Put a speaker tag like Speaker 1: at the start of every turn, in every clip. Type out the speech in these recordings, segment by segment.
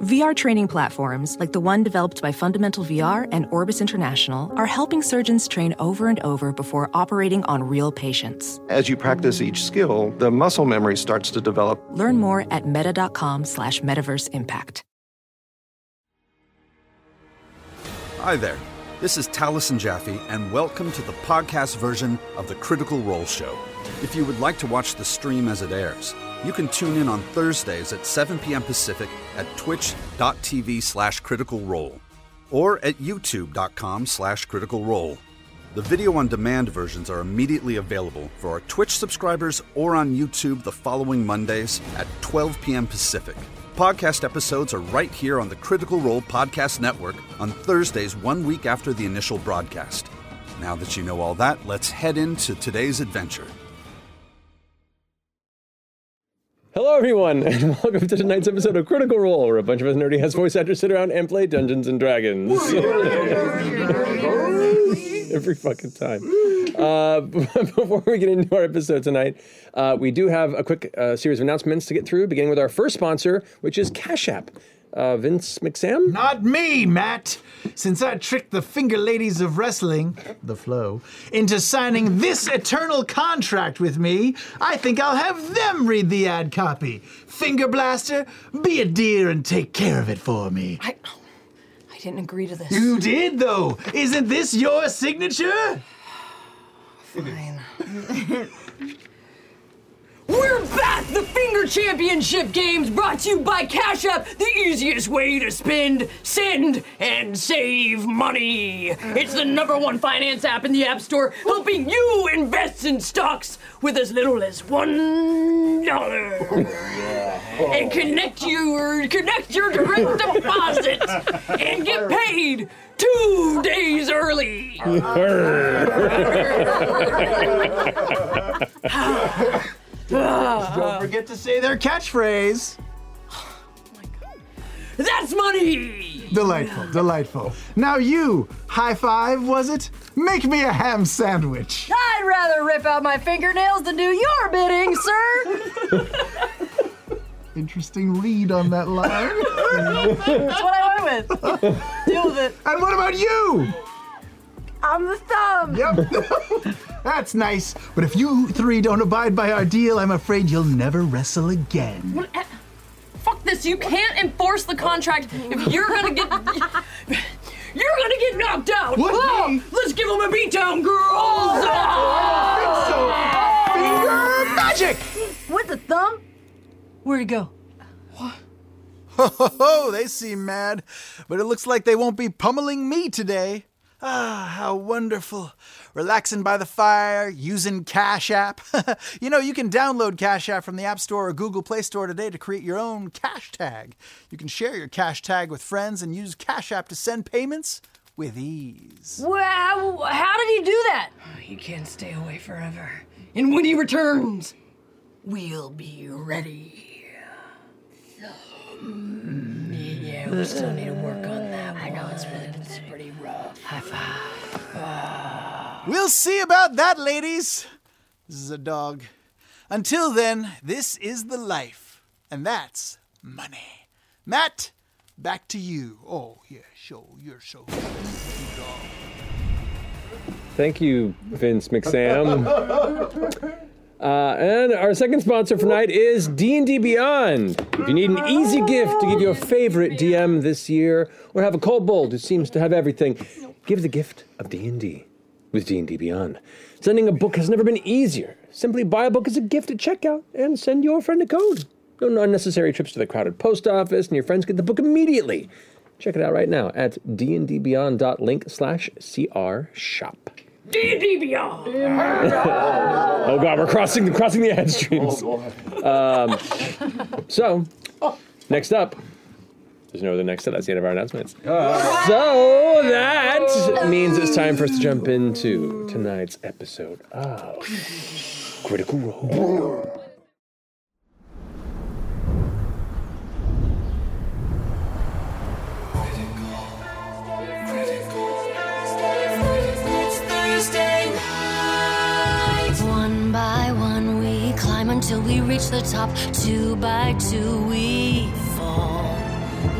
Speaker 1: VR training platforms like the one developed by Fundamental VR and Orbis International are helping surgeons train over and over before operating on real patients.
Speaker 2: As you practice each skill, the muscle memory starts to develop.
Speaker 1: Learn more at meta.com slash metaverse impact.
Speaker 3: Hi there. This is Taliesin Jaffe, and welcome to the podcast version of the Critical Role Show. If you would like to watch the stream as it airs, you can tune in on Thursdays at 7 p.m. Pacific at twitch.tv slash critical role or at youtube.com slash critical role. The video on demand versions are immediately available for our Twitch subscribers or on YouTube the following Mondays at 12 p.m. Pacific. Podcast episodes are right here on the Critical Role Podcast Network on Thursdays, one week after the initial broadcast. Now that you know all that, let's head into today's adventure.
Speaker 4: Hello, everyone, and welcome to tonight's episode of Critical Role, where a bunch of us nerdy ass voice actors sit around and play Dungeons and Dragons. Every fucking time. Uh, before we get into our episode tonight, uh, we do have a quick uh, series of announcements to get through, beginning with our first sponsor, which is Cash App. Uh, Vince McSam?
Speaker 5: Not me, Matt. Since I tricked the finger ladies of wrestling, the flow, into signing this eternal contract with me, I think I'll have them read the ad copy. Finger blaster, be a dear and take care of it for me.
Speaker 6: I, I didn't agree to this.
Speaker 5: You did, though. Isn't this your signature?
Speaker 6: Fine. We're back! The Finger Championship Games brought to you by Cash App, the easiest way to spend, send, and save money. It's the number one finance app in the App Store, helping you invest in stocks with as little as one dollar. And connect your connect your direct deposits and get paid two days early.
Speaker 5: Don't forget to say their catchphrase.
Speaker 6: That's money!
Speaker 5: Delightful, delightful. Now you, high five, was it? Make me a ham sandwich.
Speaker 7: I'd rather rip out my fingernails than do your bidding, sir.
Speaker 5: Interesting lead on that line.
Speaker 7: That's what I went with. Deal with it.
Speaker 5: and what about you?
Speaker 7: I'm the thumb.
Speaker 5: Yep. That's nice. But if you three don't abide by our deal, I'm afraid you'll never wrestle again.
Speaker 6: Fuck this, you can't enforce the contract if you're gonna get. You're gonna get knocked out!
Speaker 5: What?
Speaker 6: Oh, let's give them a beatdown, girls! Ah!
Speaker 5: So, finger magic!
Speaker 7: With the thumb? Where'd it go?
Speaker 8: Oh, they seem mad, but it looks like they won't be pummeling me today. Ah, how wonderful. Relaxing by the fire, using Cash App. you know, you can download Cash App from the App Store or Google Play Store today to create your own cash tag. You can share your cash tag with friends and use Cash App to send payments with ease.
Speaker 7: Wow, how did he do that?
Speaker 6: He can't stay away forever. And when he returns, we'll be ready. Yeah, we still need to work on that. I know it's really it's pretty rough. High five.
Speaker 8: We'll see about that, ladies. This is a dog. Until then, this is the life, and that's money. Matt, back to you. Oh, yeah, sure, you're so.
Speaker 4: Thank you, Vince McSam.
Speaker 9: Um,
Speaker 4: Uh, and our second sponsor for tonight is D&D Beyond. If you need an easy gift to give your favorite DM this year, or have a kobold who seems to have everything, give the gift of D&D with D&D Beyond. Sending a book has never been easier. Simply buy a book as a gift at checkout and send your friend a code. No unnecessary trips to the crowded post office, and your friends get the book immediately. Check it out right now at dndbeyond.link slash cr shop.
Speaker 6: D&D Beyond!
Speaker 4: Oh god, we're crossing the crossing the ad streams. Um, so, next up, There's no other next step. That's the end of our announcements. so that means it's time for us to jump into tonight's episode of Critical Role.
Speaker 5: One by one we climb until we reach the top. Two by two we fall.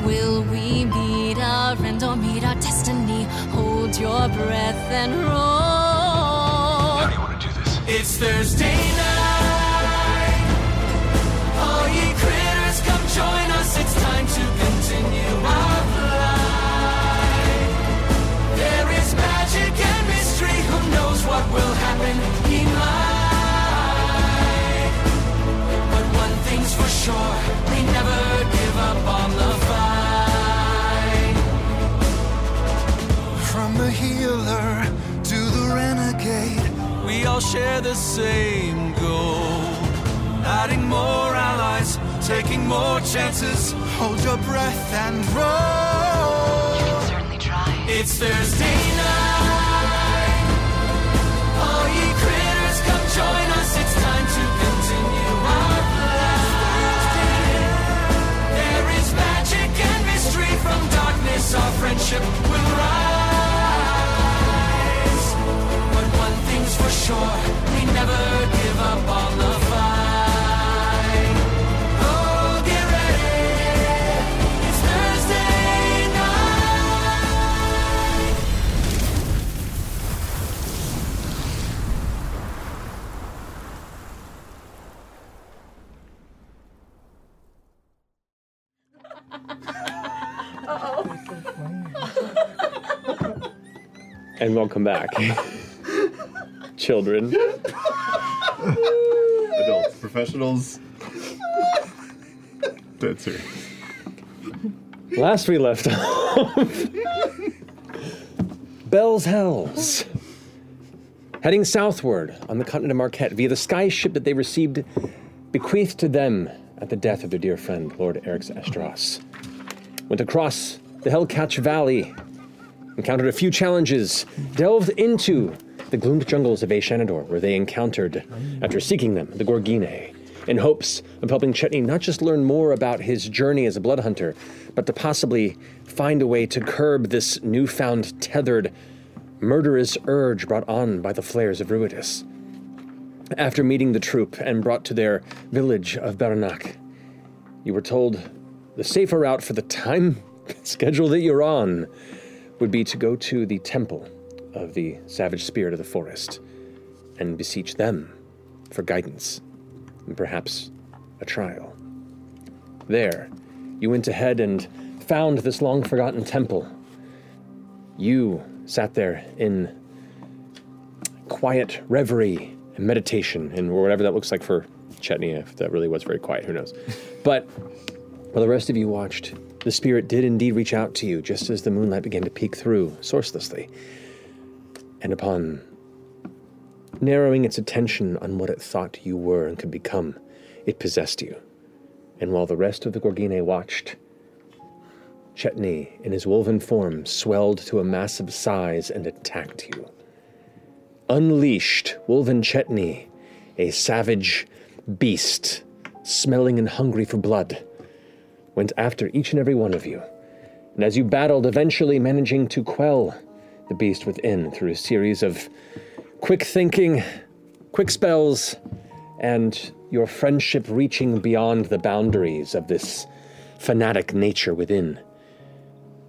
Speaker 5: Will we meet our end or meet our destiny? Hold your breath and roll. How do you want to do this? It's Thursday night. All ye critters, come join us. It's time to continue our flight. There is magic and mystery. Who knows what will happen? He might. But one thing's for sure: we never give up on the fight.
Speaker 10: From the healer to the renegade.
Speaker 5: We all share the same goal. Adding more allies, taking more chances.
Speaker 10: Hold your breath and roll.
Speaker 5: You can certainly try. It's Thursday night. All ye critters, come join us. It's time to continue our flight. There is magic and mystery from darkness. Our friendship will rise. But one thing's for sure: we never give up on the fight. Oh, get ready! It's Thursday night.
Speaker 4: And welcome back, children.
Speaker 2: Adults, professionals. Dead serious.
Speaker 4: Last we left off, Bell's Hells. Heading southward on the continent of Marquette via the sky ship that they received bequeathed to them at the death of their dear friend, Lord Erix Estros. Went across the Hellcatch Valley, encountered a few challenges, delved into the gloomed jungles of Aeshanador, where they encountered, after seeking them, the Gorgine, in hopes of helping Chetney not just learn more about his journey as a blood hunter, but to possibly find a way to curb this newfound tethered, murderous urge brought on by the flares of Ruidus. After meeting the troop and brought to their village of Bernac, you were told the safer route for the time schedule that you're on would be to go to the temple of the savage spirit of the forest and beseech them for guidance and perhaps a trial. There, you went ahead and found this long forgotten temple. You sat there in quiet reverie and meditation, and whatever that looks like for Chetney, if that really was very quiet, who knows. But while the rest of you watched, the spirit did indeed reach out to you just as the moonlight began to peek through sourcelessly. And upon narrowing its attention on what it thought you were and could become, it possessed you. And while the rest of the Gorgine watched, Chetney, in his woven form, swelled to a massive size and attacked you. Unleashed, Wolven Chetney, a savage beast, smelling and hungry for blood, went after each and every one of you. And as you battled, eventually managing to quell the beast within through a series of quick thinking, quick spells, and your friendship reaching beyond the boundaries of this fanatic nature within.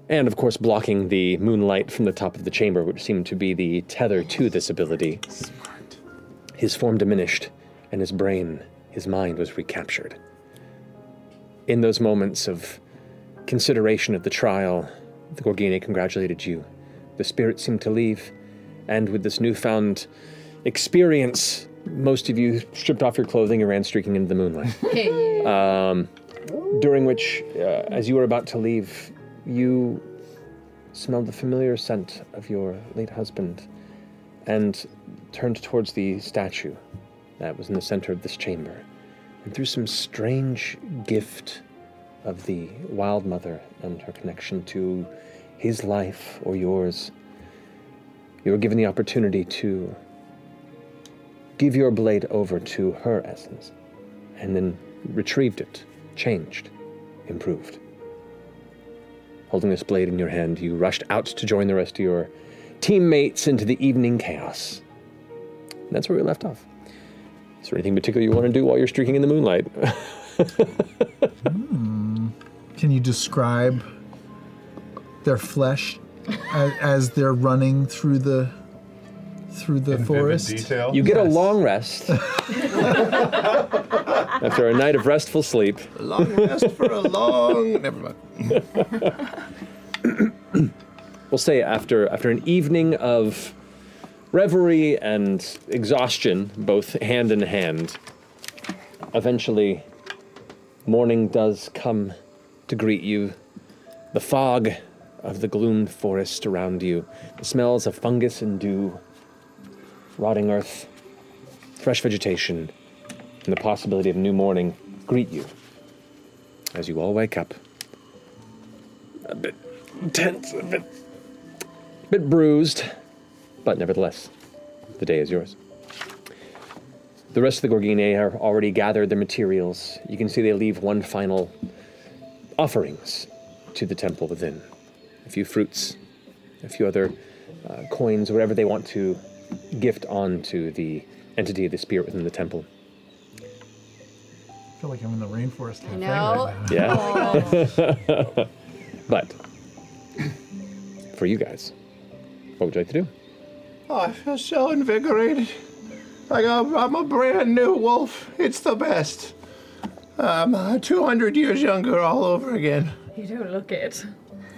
Speaker 4: And of course, blocking the moonlight from the top of the chamber, which seemed to be the tether to this ability. His form diminished, and his brain, his mind was recaptured. In those moments of consideration of the trial, the Gorgine congratulated you. The spirit seemed to leave, and with this newfound experience, most of you stripped off your clothing and ran streaking into the moonlight. um, during which, uh, as you were about to leave, you smelled the familiar scent of your late husband and turned towards the statue that was in the center of this chamber. And through some strange gift of the Wild Mother and her connection to his life or yours. You were given the opportunity to give your blade over to her essence, and then retrieved it, changed, improved. Holding this blade in your hand, you rushed out to join the rest of your teammates into the evening chaos. And that's where we left off. Is there anything particular you want to do while you're streaking in the moonlight?
Speaker 8: Hmm. Can you describe their flesh as, as they're running through the through the forest?
Speaker 4: You get a long rest after a night of restful sleep.
Speaker 9: Long rest for a long. Never mind.
Speaker 4: we'll say after after an evening of reverie and exhaustion, both hand in hand, eventually morning does come to greet you. The fog of the gloomed forest around you, the smells of fungus and dew, rotting earth, fresh vegetation, and the possibility of new morning greet you as you all wake up. A bit tense, a bit bit bruised, but nevertheless, the day is yours. The rest of the Gorgine are already gathered their materials. You can see they leave one final offerings to the temple within. A few fruits, a few other uh, coins, whatever they want to gift on to the entity of the spirit within the temple.
Speaker 8: I feel like I'm in the rainforest. Cafe
Speaker 11: know.
Speaker 8: Right now.
Speaker 4: Yeah. but for you guys, what would you like to do?
Speaker 9: Oh, I feel so invigorated. Like I'm, I'm a brand new wolf. It's the best. I'm uh, 200 years younger all over again.
Speaker 12: You don't look it.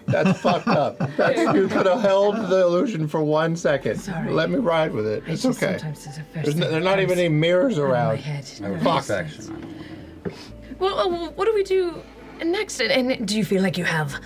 Speaker 9: That's fucked up. That's, you could have held the illusion for one second. Sorry. Let me ride with it.
Speaker 12: I
Speaker 9: It's
Speaker 12: just
Speaker 9: okay.
Speaker 12: sometimes there's a first
Speaker 9: There's
Speaker 12: thing
Speaker 9: no, there are
Speaker 12: that
Speaker 9: not even
Speaker 12: comes
Speaker 9: any mirrors
Speaker 12: out of my
Speaker 9: around.
Speaker 12: head. No, it's
Speaker 9: Fuck.
Speaker 12: not. Well, uh, well, what do we do next? And, and do you feel like you have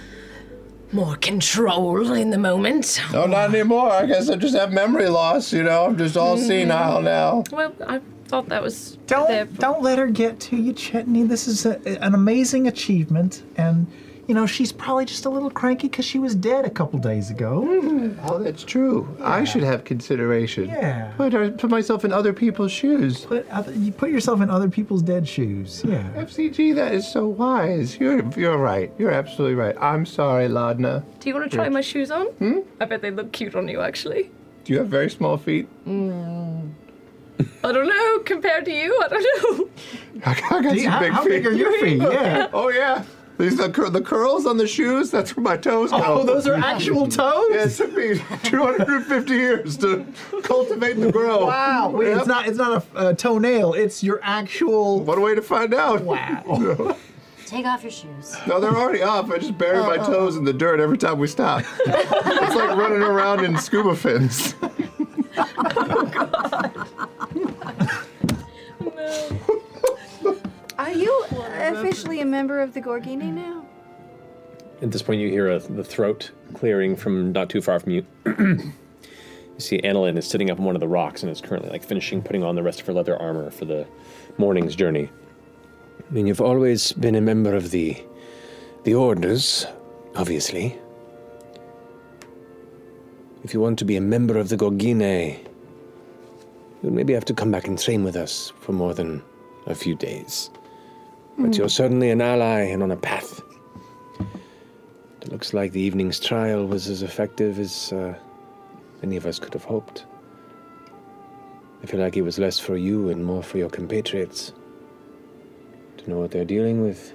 Speaker 12: more control in the moment?
Speaker 9: No, not anymore. I guess I just have memory loss. You know, I'm just all
Speaker 12: Mm.
Speaker 9: senile now.
Speaker 12: Well, I thought that was.
Speaker 8: Don't
Speaker 12: there.
Speaker 8: don't let her get to you, Chetney. This is a, an amazing achievement, and you know she's probably just a little cranky because she was dead a couple days ago.
Speaker 9: Oh, that's true. I should have consideration.
Speaker 8: Yeah.
Speaker 9: Put, put myself in other people's shoes.
Speaker 8: Put other, you put yourself in other people's dead shoes. Yeah.
Speaker 9: FCG, that is so wise. You're you're right. You're absolutely right. I'm sorry, Ladna.
Speaker 12: Do you want to try
Speaker 9: Yeah.
Speaker 12: my shoes on? Hmm? I bet they look cute on you, actually.
Speaker 9: Do you have very small feet?
Speaker 12: Mm. I don't know. Compared to you, I don't know.
Speaker 9: I got
Speaker 12: Do you-
Speaker 9: some
Speaker 12: how-
Speaker 9: big
Speaker 12: how
Speaker 9: feet.
Speaker 12: big are your feet? Yeah.
Speaker 9: Oh yeah. These the cur- the curls on the shoes. That's where my toes go.
Speaker 8: Oh, those are actual toes?
Speaker 9: Yeah, it took me 250 years to cultivate the grow.
Speaker 8: Wow. Wait, It's not it's not a, a toenail. It's your actual.
Speaker 9: What a way to find out.
Speaker 8: Wow.
Speaker 13: Take off your shoes.
Speaker 9: No, they're already up. I just bury
Speaker 12: Oh.
Speaker 9: my
Speaker 5: Oh,
Speaker 9: toes in the dirt every time we stop. it's like running around in scuba fins.
Speaker 11: Are you officially a member of the Gorgini now?
Speaker 4: At this point, you hear a, the throat clearing from not too far from you. you see Annalyn is sitting up on one of the rocks and is currently like finishing putting on the rest of her leather armor for the morning's journey.
Speaker 14: I mean, you've always been a member of the the orders, obviously. If you want to be a member of the Gorgine, you'll maybe have to come back and train with us for more than a few days. But
Speaker 5: Hmm.
Speaker 14: you're certainly an ally and on a path. It looks like the evening's trial was as effective as uh, any of us could have hoped. I feel like it was less for you and more for your compatriots to know what they're dealing with.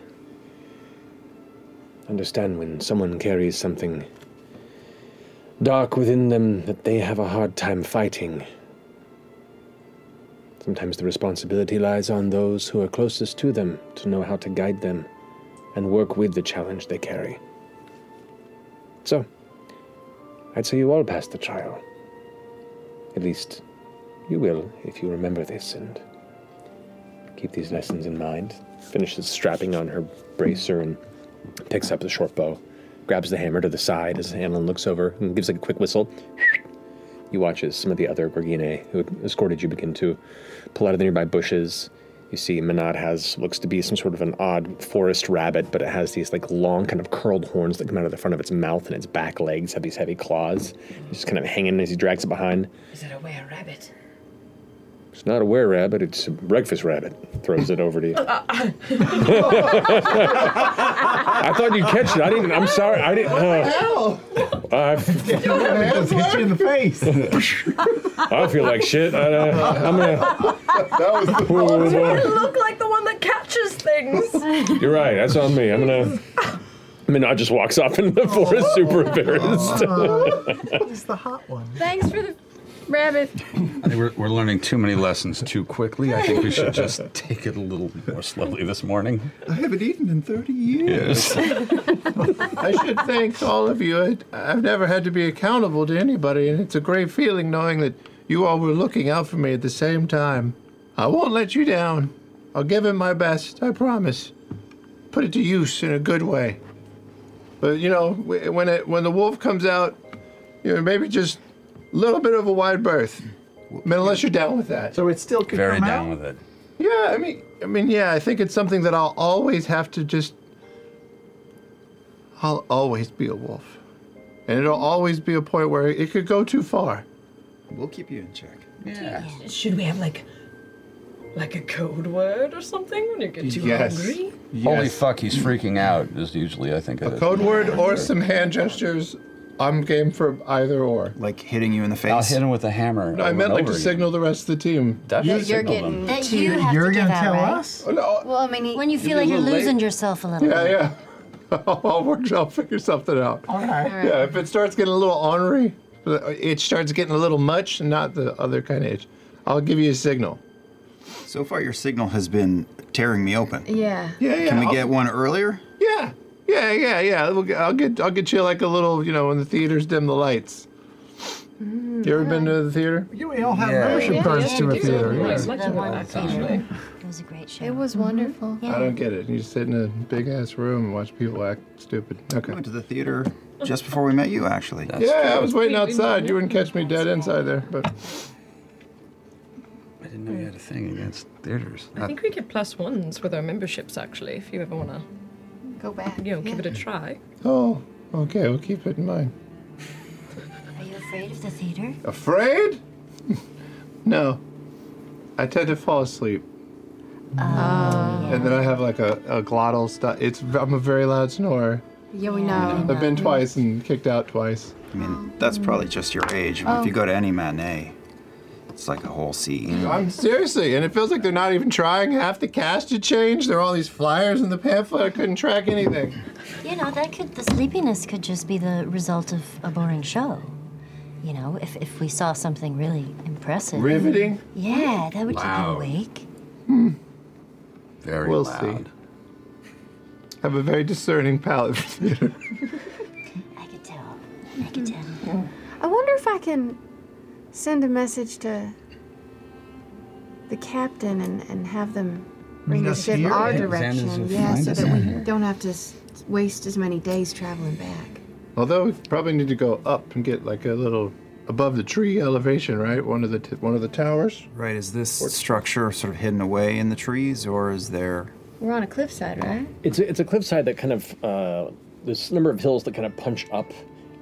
Speaker 14: Understand when someone carries something dark within them that they have a hard time fighting. Sometimes the responsibility lies on those who are closest to them to know how to guide them and work with the challenge they carry. So, I'd say you all passed the trial. At least, you will if you remember this and
Speaker 4: Keep these lessons in mind. Finishes strapping on her bracer and picks up the short bow, grabs the hammer to the side as Annalyn looks over and gives like a quick whistle. You watch as some of the other Gorgine who escorted you begin to pull out of the nearby bushes. You
Speaker 15: You see, Minot has looks to be some sort of an odd forest rabbit, but it has these like long, kind of curled horns that come out of the front of its mouth, and its back legs have these heavy claws, just kind of hanging as he drags it behind.
Speaker 12: Is it a were rabbit?
Speaker 15: It's not a were rabbit; it's a breakfast rabbit. Throws it over to
Speaker 12: Uh,
Speaker 15: you. I thought you'd catch it. I didn't. I'm sorry. I didn't.
Speaker 9: hell?
Speaker 15: uh, I've-
Speaker 8: hit you in the face.
Speaker 15: I feel like shit. I, uh, I'm gonna.
Speaker 12: that
Speaker 15: Whoa, whoa, whoa.
Speaker 12: You look like the one that catches things.
Speaker 15: You're right. That's on me. I'm gonna. Minot just walks off into the forest, super embarrassed.
Speaker 8: It's the hot one.
Speaker 16: Thanks for the rabbit.
Speaker 17: I think We're, we're learning too many lessons too quickly. I think we should just take it a little more slowly this morning.
Speaker 9: I haven't eaten in 30
Speaker 17: Yes.
Speaker 9: years. I should thank all of you. I- I've never had to be accountable to anybody, and it's a great feeling knowing that you all were looking out for me at the same time. I won't let you down. I'll give it my best, I promise. Put it to use in a good way. But you know, wh- when it when the wolf comes out, you know, maybe just a little bit of a wide berth. I mean, unless you're down with that.
Speaker 8: So it still could
Speaker 17: Very down with it.
Speaker 9: yeah, I mean, I mean, yeah, I think it's something that I'll always have to just. I'll always be a wolf, and it'll always be a point where it could go too far.
Speaker 2: We'll keep you in check.
Speaker 12: Yeah. Should we have like, like a code word or something when you get too hungry?
Speaker 17: Holy fuck, he's freaking out, is usually, I think. A
Speaker 9: Code word or some hand gestures. I'm game for either or.
Speaker 17: Like hitting you in the face? I'll hit him with a hammer.
Speaker 9: No, I meant like to signal the rest of the team.
Speaker 17: That
Speaker 9: You
Speaker 17: you're
Speaker 9: signal
Speaker 17: getting-
Speaker 9: them.
Speaker 5: That you have to give out, right? Well, I mean, when you feel like you're losing yourself a little.
Speaker 9: Yeah,
Speaker 5: bit.
Speaker 9: yeah. I'll, work, I'll figure something out. All
Speaker 5: right. All right.
Speaker 9: Yeah, if it starts getting a little ornery, it starts getting a little much, not the other kind of itch. I'll give you a signal.
Speaker 2: So far, your signal has been tearing me open.
Speaker 12: Yeah.
Speaker 9: Yeah, yeah.
Speaker 2: Can we
Speaker 9: I'll-
Speaker 2: get one earlier?
Speaker 9: Yeah, yeah, yeah, yeah. We'll get, I'll get I'll get you like a little, you know, when the theaters dim the lights. you ever been to the theater?
Speaker 8: You we all have
Speaker 9: Yeah.
Speaker 8: membership
Speaker 9: Yeah,
Speaker 8: cards
Speaker 9: yeah,
Speaker 8: to a
Speaker 9: yeah.
Speaker 8: theater.
Speaker 9: Yeah.
Speaker 8: yeah.
Speaker 9: Much
Speaker 5: That
Speaker 9: of
Speaker 5: one
Speaker 9: that
Speaker 5: theater.
Speaker 9: time.
Speaker 5: It was a great show.
Speaker 16: It was wonderful.
Speaker 9: I don't get it. You just sit in a big ass room and watch people act stupid. Okay.
Speaker 2: went to the theater just before we met you, actually.
Speaker 9: yeah, I was waiting outside. You wouldn't catch me dead inside there, but
Speaker 17: I didn't know you had a thing against theaters.
Speaker 12: I think we get plus ones with our memberships actually. If you ever wanna
Speaker 16: go back,
Speaker 12: you know, give it a try.
Speaker 9: oh, okay. We'll keep it in mind.
Speaker 5: Are you afraid of the theater?
Speaker 9: Afraid? no. I tend to fall asleep. And then I have like a, a glottal stuff. It's I'm a very loud snorer.
Speaker 16: Yeah, we
Speaker 11: Oh,
Speaker 16: know.
Speaker 9: I've been twice and kicked out twice.
Speaker 2: I mean, that's probably just your age. I mean, If you
Speaker 9: Oh.
Speaker 2: go to any matinee, it's like a whole scene.
Speaker 9: I'm seriously, and it feels like they're not even trying. Half the cast had changed. There were all these flyers in the pamphlet. I couldn't track anything.
Speaker 5: You know, that could the sleepiness could just be the result of a boring show. You know, if, if we saw something really impressive.
Speaker 9: Riveting?
Speaker 5: Yeah, that would
Speaker 9: Loud.
Speaker 5: keep you awake.
Speaker 17: Very
Speaker 9: we'll see. I have a very discerning palate for theater.
Speaker 5: I could tell.
Speaker 11: I wonder if I can send a message to the captain and, and have them bring
Speaker 8: Meet
Speaker 11: the
Speaker 8: us
Speaker 11: ship
Speaker 8: here?
Speaker 11: our
Speaker 8: Yeah,
Speaker 11: direction.
Speaker 8: Xander's will
Speaker 11: Yeah,
Speaker 8: find
Speaker 11: so
Speaker 8: us
Speaker 11: that we
Speaker 8: here.
Speaker 11: don't have to s- waste as many days traveling back.
Speaker 9: Although we probably need to go up and get like a little above the tree elevation, right? One of the t- one of the towers.
Speaker 2: Right, is this structure sort of hidden away in the trees, or is there.
Speaker 16: We're on a cliffside, right?
Speaker 4: It's a, it's a cliffside that kind of uh, there's a number of hills that kind of punch up,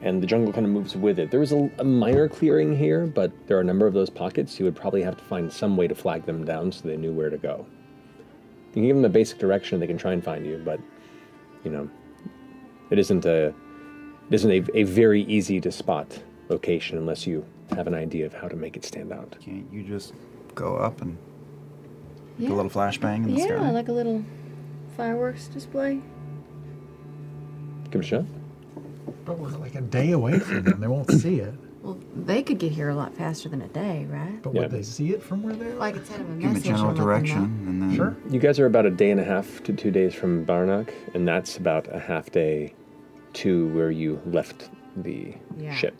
Speaker 4: and the jungle kind of moves with it. There was a, a minor clearing here, but there are a number of those pockets. You would probably have to find some way to flag them down so they knew where to go. You can give them a basic direction; they can try and find you, but you know, it isn't a it isn't a, a very easy to spot location unless you have an idea of how to make it stand out.
Speaker 2: Can't you just go up and
Speaker 11: Yeah.
Speaker 2: a little flashbang in the
Speaker 11: Yeah,
Speaker 2: sky?
Speaker 11: like a little fireworks display.
Speaker 4: give it a shot?
Speaker 8: But we're like a day away from them. They won't see it.
Speaker 11: Well, they could get here a lot faster than a day, right?
Speaker 8: But would they see it from where they're?
Speaker 11: Like I send them a
Speaker 2: Give me
Speaker 11: message.
Speaker 2: general
Speaker 11: and let them know.
Speaker 2: direction, and then.
Speaker 8: Sure.
Speaker 4: You guys are about a day and a half to two days from Barnak, and that's about a half day to where you left the
Speaker 11: Yeah.
Speaker 4: ship.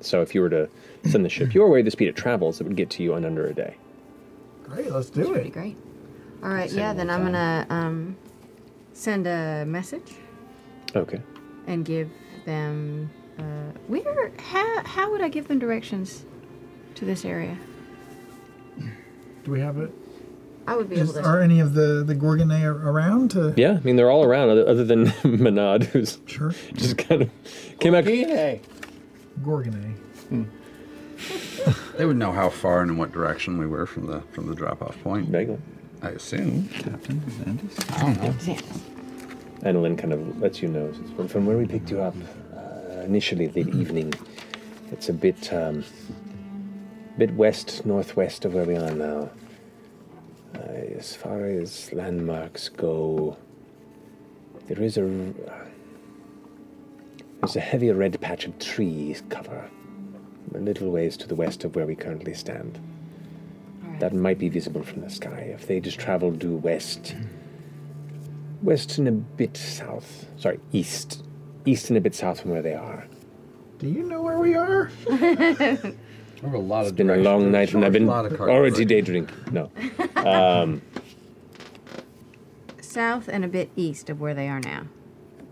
Speaker 4: So if you were to send the ship your way, the speed it travels, it would get to you in under a day.
Speaker 8: Great, let's do
Speaker 11: Pretty
Speaker 8: it.
Speaker 11: great. All right,
Speaker 4: Send
Speaker 11: yeah,
Speaker 4: them
Speaker 11: then
Speaker 4: all
Speaker 11: I'm gonna um, send a message
Speaker 4: Okay.
Speaker 11: and give them. Uh, where? How? How would I give them directions to this area?
Speaker 8: Do we have it?
Speaker 18: I would be
Speaker 8: Is,
Speaker 18: able to.
Speaker 8: are any of the the Gorgonae a- around to?
Speaker 4: Yeah, I mean they're all around other, other than Manad, who's just kind of came out.
Speaker 8: Gorgonae.
Speaker 4: Hmm.
Speaker 3: They would know how far and in what direction we were from the from the drop off point. I assume. Captain I don't know.
Speaker 4: Annalyn kind of lets you know says, "Well, from where we picked you up uh, initially the evening. It's a bit um, bit west northwest of where we are now. Uh, as far as landmarks go, there is a r- there's a heavy red patch of trees cover a little ways to the west of where we currently stand. That might be visible from the sky if they just travel due west. West and a bit south. Sorry, east. East and a bit south from where they are.
Speaker 8: Do you know where we are?
Speaker 3: a lot
Speaker 4: It's been a long night and I've been
Speaker 3: lot of card
Speaker 4: already day drinking. No. Um,
Speaker 11: South and a bit east of where they are now.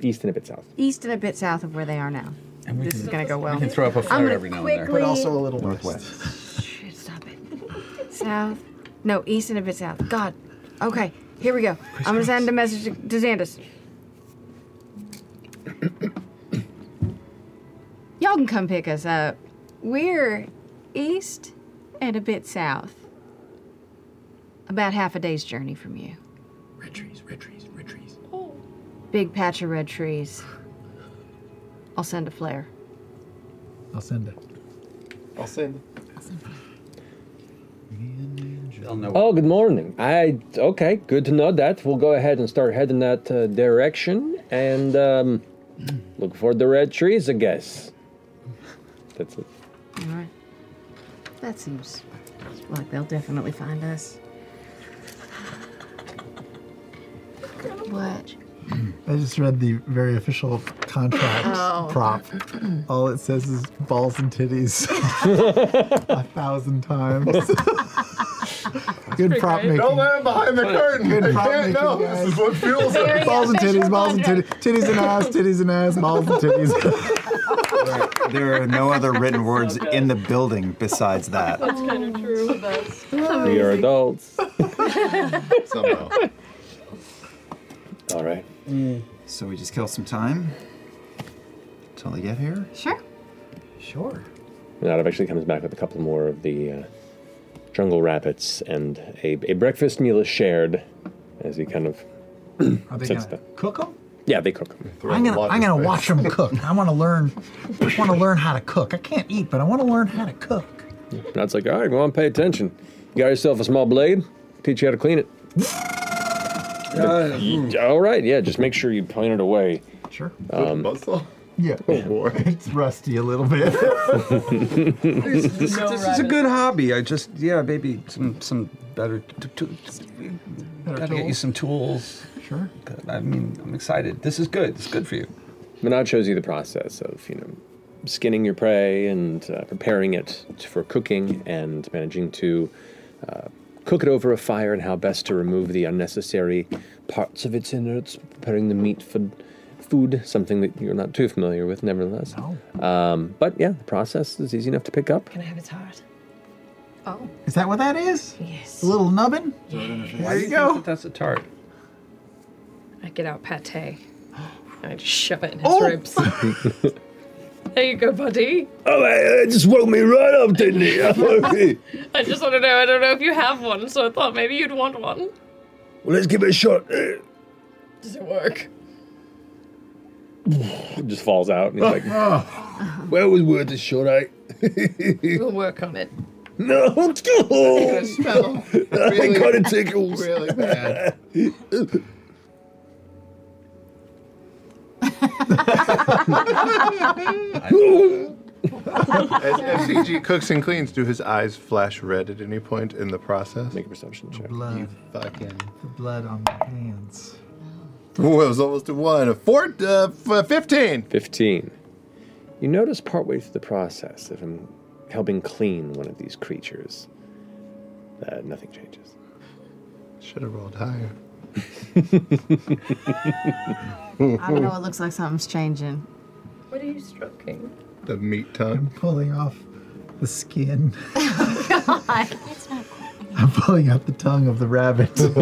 Speaker 4: east and a bit south.
Speaker 11: East and a bit south of where they are now. this is going to go well.
Speaker 4: we can throw up a
Speaker 11: I'm
Speaker 4: flare
Speaker 11: gonna
Speaker 4: every now and
Speaker 11: quickly,
Speaker 4: there. But also
Speaker 8: a little
Speaker 4: Northwest.
Speaker 11: Shit, stop it. South. No, east and a bit south. God. Okay, here we go. I'm going to send a message to, to Xandus. Y'all can come pick us up. We're east and a bit south. About half a day's journey from you.
Speaker 19: Red trees, red trees, red trees.
Speaker 11: Big patch of red trees. I'll send a flare.
Speaker 8: I'll send it.
Speaker 9: I'll send.
Speaker 4: Oh, good morning. I okay. Good to know that. We'll go ahead and start heading that uh, direction and um, look for the red trees. I guess. That's it.
Speaker 11: All right. That seems like they'll definitely find us. What?
Speaker 8: I just read the very official contract
Speaker 11: Oh.
Speaker 8: prop. All it says is balls and titties a thousand times. Good
Speaker 9: pretty
Speaker 8: prop
Speaker 9: great.
Speaker 8: making.
Speaker 9: Don't let 'em behind the curtain.
Speaker 8: Good
Speaker 9: They
Speaker 8: prop
Speaker 9: can't
Speaker 8: making,
Speaker 9: know.
Speaker 8: guys.
Speaker 9: This is what fuels it.
Speaker 8: Balls and
Speaker 9: Very
Speaker 8: titties, balls and titties, titties and ass, titties and ass, balls and titties.
Speaker 2: There are no other written words in the building besides that.
Speaker 20: That's kind of true with us.
Speaker 4: We are adults.
Speaker 2: Somehow.
Speaker 4: All right.
Speaker 1: Mm.
Speaker 2: So we just kill some time until they get here.
Speaker 11: Sure.
Speaker 2: Sure.
Speaker 4: Manad eventually comes back with a couple more of the uh, jungle rabbits and a, a breakfast meal is shared as he kind of
Speaker 8: Are they
Speaker 4: sits
Speaker 8: gonna
Speaker 4: down.
Speaker 8: cook them?
Speaker 4: Yeah, they cook them.
Speaker 8: I'm gonna, I'm gonna watch them cook. I want to learn. I want to learn how to cook. I can't eat, but I want to learn how to cook.
Speaker 4: Manad's like, all right, go on, pay attention. You got yourself a small blade. Teach you how to clean it. Y- all right, yeah, just make sure you point it away.
Speaker 8: Sure.
Speaker 4: Um,
Speaker 8: Yeah. Oh boy, it's rusty a little bit.
Speaker 3: this this
Speaker 8: No
Speaker 3: is a good hobby. I just yeah, maybe some some better. T- t- t- gotta get you
Speaker 4: tools.
Speaker 3: some tools.
Speaker 8: Sure.
Speaker 3: I mean, I'm excited. This is good. This is good for you.
Speaker 4: Manad shows you the process of, you know, skinning your prey and uh, preparing it t- for cooking and managing to uh, cook it over a fire and how best to remove the unnecessary parts of its innards, preparing the meat for food, something that you're not too familiar with, nevertheless. Um, but yeah, the process is easy enough to pick up.
Speaker 6: Can I have its heart?
Speaker 11: Oh.
Speaker 8: Is that what that is? Yes. A little nubbin?
Speaker 3: There you go. That's a tart.
Speaker 6: I get out pate. and I just shove it in
Speaker 21: Oh!
Speaker 6: his ribs. there you go, buddy.
Speaker 5: Oh, it just woke me right up, didn't it?
Speaker 6: I just want to know. I don't know if you have one, so I thought maybe you'd want one.
Speaker 5: well, let's give it a shot. Uh,
Speaker 6: Does it work?
Speaker 4: It just falls out. And he's like,
Speaker 5: well, it was worth a shot, eh?
Speaker 6: we'll work on it.
Speaker 5: No, let's go. I
Speaker 6: really-
Speaker 5: kind of tickles.
Speaker 6: really
Speaker 5: bad.
Speaker 9: As, as CG cooks and cleans, do his eyes flash red at any point in the process? Oh,
Speaker 4: Make a perception check.
Speaker 8: Blood.
Speaker 9: You fucking.
Speaker 8: The blood on my hands.
Speaker 9: Ooh, it was almost a one. A four, uh, f- 15.
Speaker 4: 15. You notice partway through the process of him helping clean one of these creatures that nothing changes.
Speaker 9: Should have rolled higher.
Speaker 11: I don't know. It looks like something's changing.
Speaker 6: What are you stroking?
Speaker 9: The meat time.
Speaker 8: Pulling off the skin.
Speaker 11: God. It's not
Speaker 8: I'm pulling out the tongue of the rabbit. do, do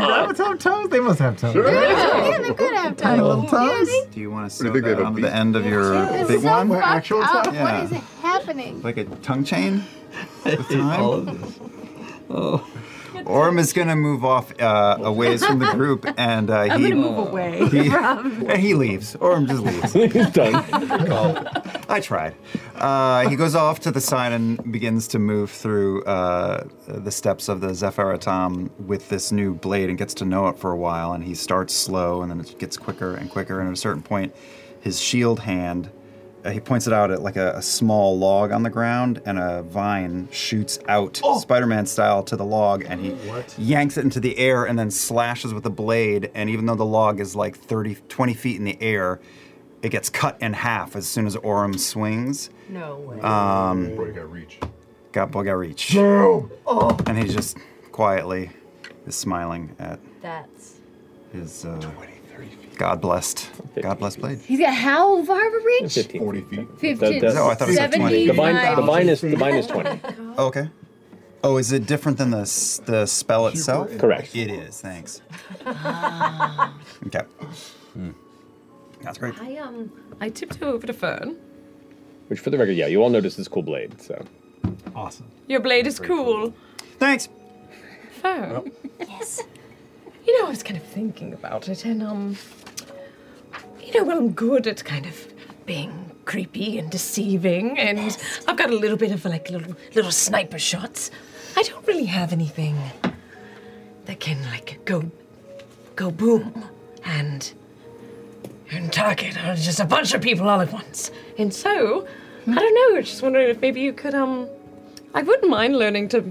Speaker 8: rabbits have tongues? They must have tongues.
Speaker 11: Yeah,
Speaker 8: right?
Speaker 11: yeah, they're good at
Speaker 8: Tiny little
Speaker 11: tongues.
Speaker 8: tongues.
Speaker 2: Do you want to
Speaker 21: you
Speaker 2: sew
Speaker 21: think they
Speaker 2: that
Speaker 21: have a
Speaker 2: onto
Speaker 21: beak?
Speaker 2: the end of your
Speaker 11: It's
Speaker 2: big
Speaker 11: so
Speaker 2: one?
Speaker 11: fucked up. Oh,
Speaker 2: Yeah.
Speaker 11: What is happening?
Speaker 2: Like a tongue chain? With time? Oh. Orm is going to move off uh, a ways from the group, and uh, he
Speaker 1: I'm gonna move away
Speaker 2: He,
Speaker 1: from-
Speaker 2: and he leaves. Orm just leaves. He's done. I tried. Uh, he goes off to the side and begins to move through uh, the steps of the Zephiratom with this new blade and gets to know it for a while. And he starts slow, and then it gets quicker and quicker. And at a certain point, his shield hand. Uh, he points it out at like a, a small log on the ground, and a vine shoots out Spider-Man style to the log, and he yanks it into the air and then slashes with the blade. And even though the log is like 30, 20 feet in the air, it gets cut in half as soon as Orim swings.
Speaker 1: No way.
Speaker 2: Um, boy got reach. Got boy got reach.
Speaker 1: Oh.
Speaker 2: And he just quietly is smiling at
Speaker 12: That's.
Speaker 2: his uh, 20, 30 feet. God blessed, God blessed blade.
Speaker 12: He's got how far of a reach?
Speaker 2: 40 feet.
Speaker 12: 15,
Speaker 2: No, I thought it said
Speaker 12: 70,
Speaker 2: 20.
Speaker 12: The vine- the vine
Speaker 4: is- the vine is 20.
Speaker 2: Oh, okay. Oh, is it different than the, s- the spell itself?
Speaker 4: Correct.
Speaker 2: It is, thanks. Okay. Hmm. That's great.
Speaker 12: I um, I tiptoe over to Fern.
Speaker 4: Which, for the record, yeah, you all noticed this cool blade. So
Speaker 2: awesome.
Speaker 12: Your blade is cool.
Speaker 2: Thanks.
Speaker 12: Fern. Yes. You know, I was kind of thinking about it, and um, you know, well, I'm good at kind of being creepy and deceiving, and I've got a little bit of like little little sniper shots. I don't really have anything that can like go go boom and and target uh, just a bunch of people all at once. And so, I don't know. Just wondering if maybe you could um, I wouldn't mind learning to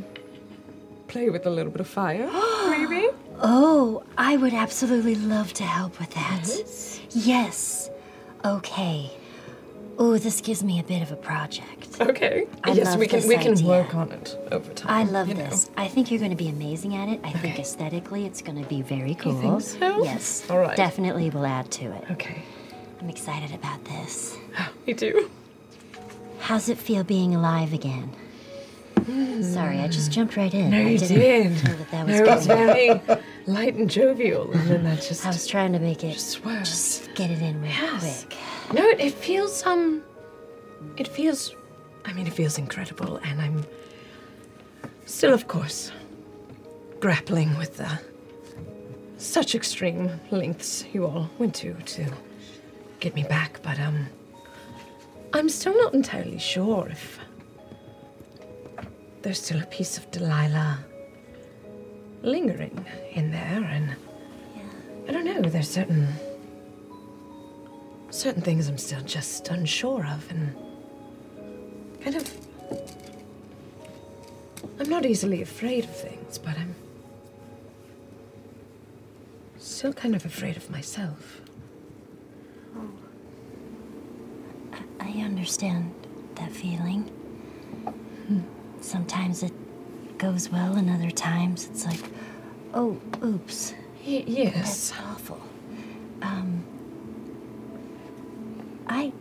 Speaker 12: play with a little bit of fire. maybe.
Speaker 13: Oh, I would absolutely love to help with that. Yes. Okay. Oh, this gives me a bit of a project.
Speaker 12: Okay.
Speaker 13: I
Speaker 12: yes,
Speaker 13: love
Speaker 12: we can
Speaker 13: this
Speaker 12: we can
Speaker 13: idea.
Speaker 12: work on it over time.
Speaker 13: I love
Speaker 12: you know.
Speaker 13: this. I think you're going to be amazing at it. I think aesthetically, it's going to be very cool.
Speaker 12: think so?
Speaker 13: Yes.
Speaker 12: All right.
Speaker 13: Definitely will add to it.
Speaker 12: Okay.
Speaker 13: I'm excited about this.
Speaker 12: Me too.
Speaker 13: How's it feel being alive again? Sorry, I just jumped right in.
Speaker 12: Hmm. No,
Speaker 13: I
Speaker 12: you
Speaker 13: didn't
Speaker 12: did.
Speaker 13: know that that was
Speaker 12: no, it's
Speaker 13: good.
Speaker 12: very light and jovial, and then that just. I was
Speaker 13: trying to make it.
Speaker 12: Just, just
Speaker 13: get it in real
Speaker 12: quick. No, it, it feels um, it feels, I mean, it feels incredible, and I'm still, of course, grappling with the such extreme lengths you all went to to get me back, but um, I'm still not entirely sure if there's still a piece of Delilah lingering in there, and I don't know. There's certain certain things I'm still just unsure of, and kind of I'm not easily afraid of things, but I'm still kind of afraid of myself.
Speaker 13: I understand that feeling. Hmm. Sometimes it goes well, and other times it's like, oh, oops.
Speaker 12: yes.
Speaker 13: That's awful. Um, I,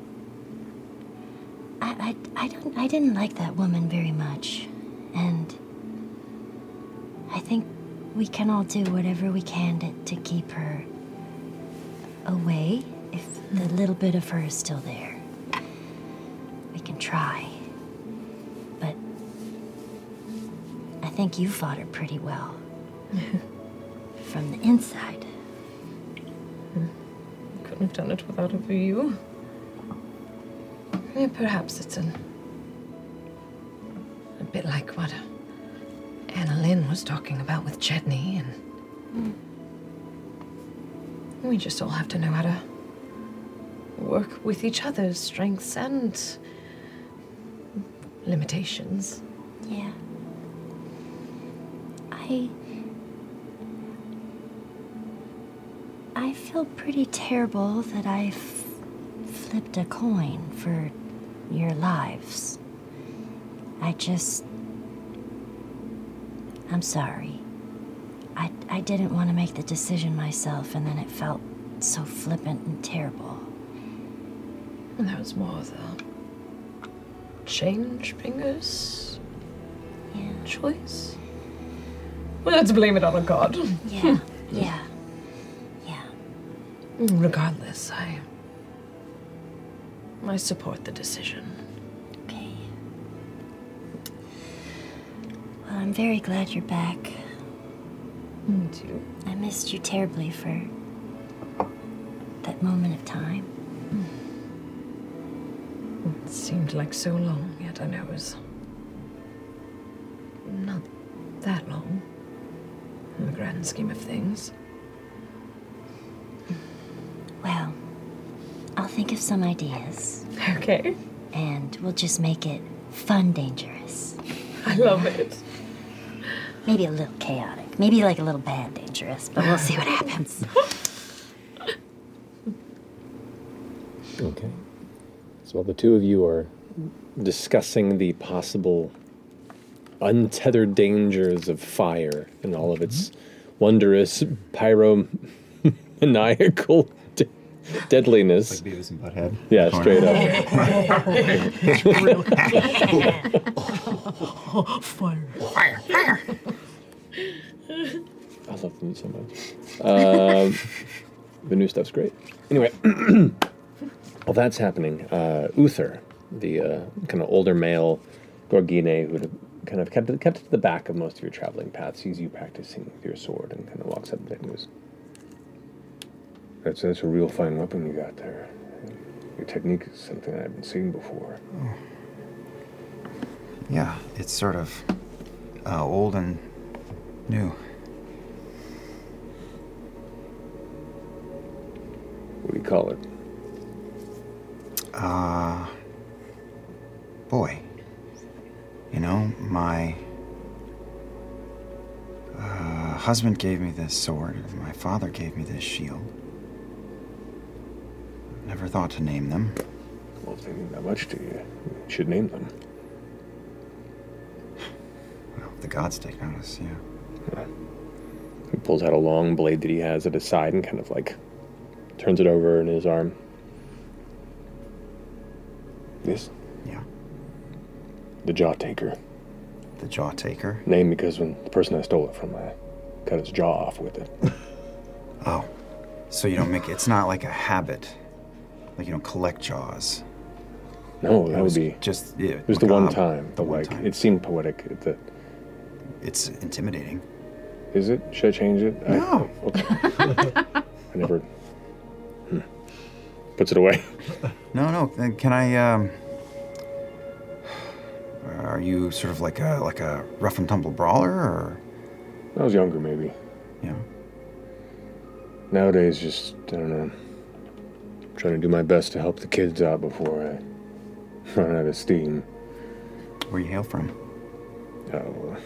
Speaker 13: I, I, I don't, I didn't like that woman very much, and I think we can all do whatever we can to, to keep her away if the little bit of her is still there. We can try. But I think you fought her pretty well. From the inside.
Speaker 12: Couldn't have done it without of you. Yeah, perhaps it's an, a bit like what uh, Anna Lynn was talking about with Chetney, and we just all have to know how to work with each other's strengths and limitations.
Speaker 13: Yeah. I. I feel pretty terrible that I f- flipped a coin for your lives. I just. I'm sorry. I, I didn't want to make the decision myself, and then it felt so flippant and terrible.
Speaker 12: And that was more the change fingers choice. Well, let's blame it on a god. Hmm.
Speaker 13: Yeah, yeah.
Speaker 12: Regardless, I. I support the decision.
Speaker 13: Well, I'm very glad you're back.
Speaker 12: Me too.
Speaker 13: I missed you terribly for that moment of time.
Speaker 12: It seemed like so long, yet I know it was. not that long. In the grand scheme of things.
Speaker 13: Well, I'll think of some ideas.
Speaker 12: Okay.
Speaker 13: And we'll just make it fun dangerous.
Speaker 12: I love it.
Speaker 13: Maybe a little chaotic. Maybe like a little bad dangerous, but we'll see what happens.
Speaker 4: Okay. So while the two of you are discussing the possible untethered dangers of fire and all of its
Speaker 2: Mm-hmm.
Speaker 4: wondrous pyromaniacal de- deadliness. Like
Speaker 2: Beavis and Butthead.
Speaker 4: Yeah, straight up.
Speaker 5: Fire.
Speaker 4: I love them so much. Um, the new stuff's great. Anyway, while that's happening, uh, Uther, the uh, kind of older male Gorgine who kind of kept kept to the back of most of your traveling paths, sees you practicing with your sword and kind of walks up to him and goes,
Speaker 14: That's, that's a real fine weapon you got there. Your technique is something I haven't seen before.
Speaker 2: Yeah, it's sort of uh, old and new.
Speaker 14: What do you call it?
Speaker 2: Uh, boy, you know, my uh, husband gave me this sword, and my father gave me this shield. Never thought to name them.
Speaker 14: Well, if they mean that much to you, you should name them.
Speaker 2: Well, the gods take notice, yeah.
Speaker 4: He pulls out a long blade that he has at his side and kind of like turns it over in his arm. Yes.
Speaker 2: Yeah.
Speaker 14: The jaw taker.
Speaker 2: The jaw taker?
Speaker 14: Name because when the person I stole it from, I cut his jaw off with it.
Speaker 2: Oh, so you don't make it's not like a habit, like you don't collect jaws.
Speaker 14: No,
Speaker 2: It
Speaker 14: that would
Speaker 2: was
Speaker 14: be
Speaker 2: just. Yeah,
Speaker 14: it was the one
Speaker 2: macabre.
Speaker 14: time. The like it seemed poetic. It- The,
Speaker 2: it's intimidating.
Speaker 14: Is it? Should I change it? No. I, okay. I never. Hmm. Puts it away.
Speaker 2: No, no. uh, Can I? Um, are you sort of like a like a rough and tumble brawler, or?
Speaker 14: I was younger, maybe.
Speaker 2: Yeah.
Speaker 14: Nowadays, just I don't know. trying to do my best to help the kids out before I run out of steam.
Speaker 2: Where you hail from?
Speaker 14: Oh,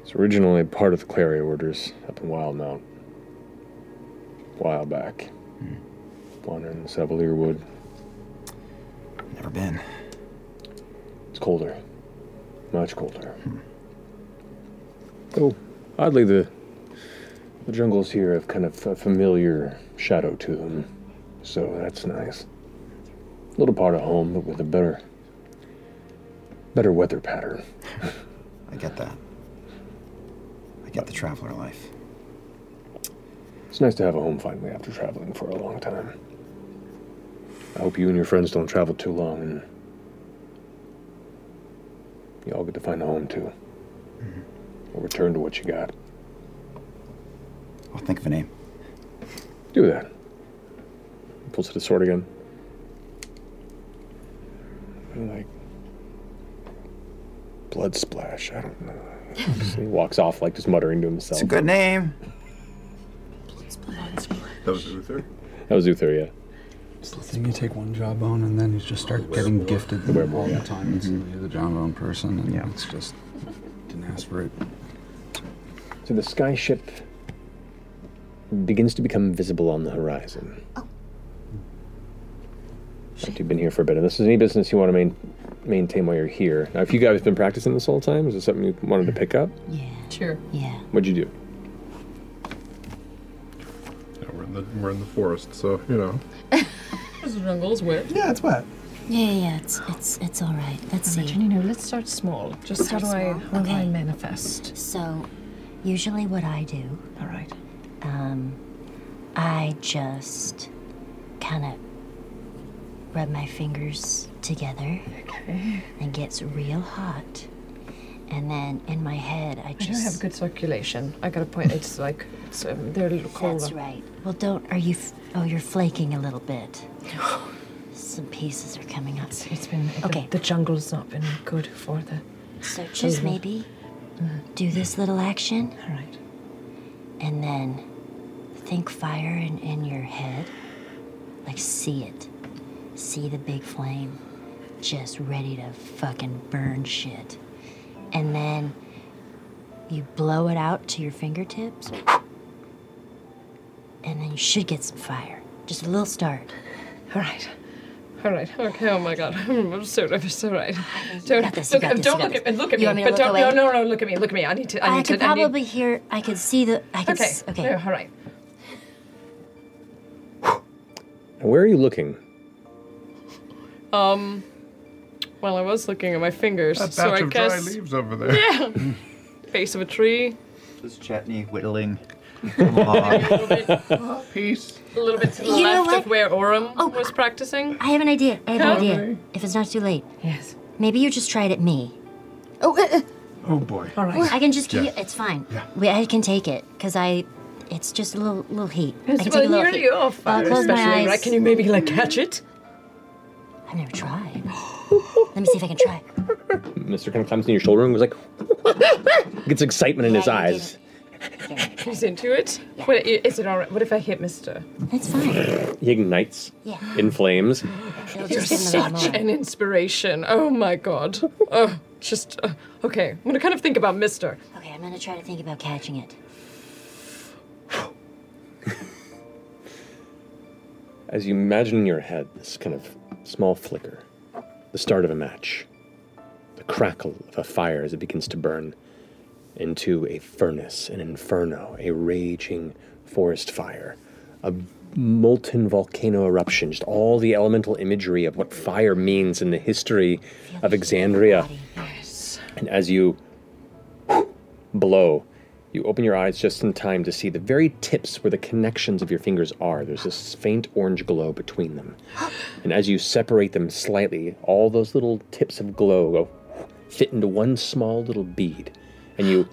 Speaker 14: it's originally part of the Clary Orders up in Wildmount. A while back.
Speaker 2: Hmm.
Speaker 14: Wandering the Sevalier Wood.
Speaker 2: Never been.
Speaker 14: It's colder. Much colder.
Speaker 2: Hmm.
Speaker 14: Oh, oddly, the, the jungles here have kind of a familiar shadow to them. So that's nice. A little part of home, but with a better, better weather pattern.
Speaker 2: I get that. I get the traveler life.
Speaker 14: It's nice to have a home finally after traveling for a long time. I hope you and your friends don't travel too long and you all get to find a home too.
Speaker 2: Mm-hmm.
Speaker 14: Or return to what you got.
Speaker 2: I'll think of a name.
Speaker 14: Do that. He pulls out his sword again. And, like blood splash. I don't know. he walks off like just muttering to himself.
Speaker 2: It's a good name.
Speaker 3: That was Uther.
Speaker 4: That was Uther, yeah.
Speaker 3: So you take one jawbone and then you just start getting gifted the all
Speaker 4: yeah. Mm-hmm.
Speaker 3: the time. It's- You're the jawbone person, and it's just didn't ask for it.
Speaker 4: So the sky ship begins to become visible on the horizon. Like you've been here for a bit, and this is any business you want to main, maintain while you're here. Now, if you guys have been practicing this whole time, is this something you wanted to pick up?
Speaker 12: Sure.
Speaker 13: Yeah.
Speaker 4: What'd you do?
Speaker 3: Yeah, we're in the we're in the forest, so you know.
Speaker 12: This jungle's wet.
Speaker 3: Yeah, it's wet.
Speaker 13: Yeah, yeah, yeah, it's it's it's all right. Let's see.
Speaker 12: Imagine, you know, let's start small. Just
Speaker 13: Start
Speaker 12: how do I
Speaker 13: small.
Speaker 12: how do I
Speaker 13: Okay.
Speaker 12: manifest?
Speaker 13: So, usually what I do.
Speaker 12: All right.
Speaker 13: Um, I just kind of rub my fingers together.
Speaker 12: Okay.
Speaker 13: And gets real hot. And then in my head, I
Speaker 12: I
Speaker 13: just
Speaker 12: don't have good circulation. I got a point. It's like it's um, they're a little colder.
Speaker 13: That's right. Well, don't. Are you? F- oh, you're flaking a little bit. Some pieces are coming up.
Speaker 12: It's been okay. The, jungle's not been good for the. Mm.
Speaker 13: So just maybe do this little action.
Speaker 12: All right.
Speaker 13: And then think fire in, in your head. Like see it. See the big flame. Just ready to fucking burn shit. And then you blow it out to your fingertips. And then you should get some fire. Just a little start.
Speaker 12: All right. All right. Okay. Oh my God. I'm so nervous. It's All right.
Speaker 13: You
Speaker 12: Don't
Speaker 13: got this, you
Speaker 12: look,
Speaker 13: got this, you
Speaker 12: don't
Speaker 13: got
Speaker 12: look at me.
Speaker 13: this.
Speaker 12: Look at me.
Speaker 13: You want me to
Speaker 12: but
Speaker 13: look
Speaker 12: don't.
Speaker 13: away?
Speaker 12: No, no, no. Look at me. Look at me. I need to. I need
Speaker 13: I
Speaker 12: to.
Speaker 13: could
Speaker 12: I need-
Speaker 13: probably hear. I could see the. I could.
Speaker 12: Okay.
Speaker 13: s- okay.
Speaker 12: No, all right.
Speaker 4: Where are you looking?
Speaker 12: Um. Well, I was looking at my fingers,
Speaker 21: That
Speaker 12: so
Speaker 21: patch
Speaker 12: I
Speaker 21: of
Speaker 12: guess.
Speaker 21: dry leaves over there.
Speaker 12: Yeah. Face of a tree.
Speaker 2: Just chutney whittling.
Speaker 9: Peace.
Speaker 12: A little bit to the
Speaker 13: You know
Speaker 12: left of where Orem
Speaker 13: Oh.
Speaker 12: was practicing.
Speaker 13: I have an idea. I have an
Speaker 12: Huh?
Speaker 13: idea. If it's not too late.
Speaker 12: Yes.
Speaker 13: Maybe you just try it at me. Oh.
Speaker 22: uh,
Speaker 21: Oh boy.
Speaker 12: All right.
Speaker 13: I can just keep.
Speaker 21: Yeah.
Speaker 13: It's fine. We, I can take it because I. It's just a little little heat. I can
Speaker 12: well,
Speaker 13: take a little
Speaker 12: you're-
Speaker 13: heat.
Speaker 12: you're off,
Speaker 13: I'll close my
Speaker 12: especially,
Speaker 13: eyes.
Speaker 12: right? Can you maybe like catch it?
Speaker 13: I've never tried. Let me see if I can try.
Speaker 4: Mr. kind of climbs in your shoulder and goes like, gets excitement in his eyes.
Speaker 12: He's into it. What, is it all right? What if I hit Mister?
Speaker 13: That's fine.
Speaker 4: He ignites
Speaker 13: Yeah.
Speaker 4: in flames.
Speaker 12: You're such an inspiration. Oh my god. Oh, just uh, okay. I'm gonna kind of think about Mister.
Speaker 13: Okay, I'm gonna try to think about catching it.
Speaker 4: As you imagine in your head this kind of small flicker, the start of a match, the crackle of a fire as it begins to burn into a furnace, an inferno, a raging forest fire, a molten volcano eruption, just all the elemental imagery of what fire means in the history of Exandria. And as you blow, you open your eyes just in time to see the very tips where the connections of your fingers are. There's this faint orange glow between them. And as you separate them slightly, all those little tips of glow go fit into one small little bead. And you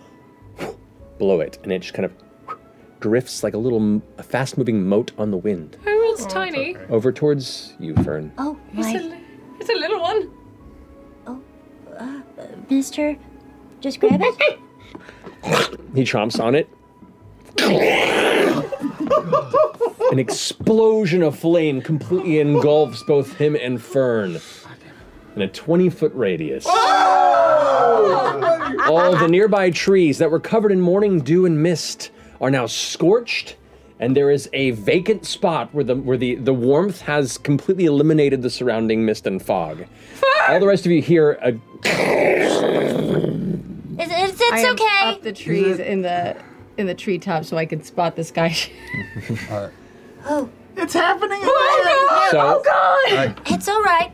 Speaker 4: blow it, and it just kind of drifts like a little m- a fast-moving mote on the wind
Speaker 12: My world's tiny.
Speaker 4: over towards you, Fern.
Speaker 13: Oh,
Speaker 12: It's a, li- it's a little one.
Speaker 13: Uh, uh, Mister, just grab it.
Speaker 4: He chomps on it. An explosion of flame completely engulfs both him and Fern in a 20 foot radius. All the nearby trees that were covered in morning dew and mist are now scorched, and there is a vacant spot where the, where the, the warmth has completely eliminated the surrounding mist and fog. All the rest of you hear a
Speaker 6: It's, it's,
Speaker 22: I am
Speaker 6: okay.
Speaker 22: Up the trees in the in the treetop so I can spot this guy.
Speaker 8: It's happening again.
Speaker 13: Oh,
Speaker 4: So- Oh,
Speaker 13: God! It's all right.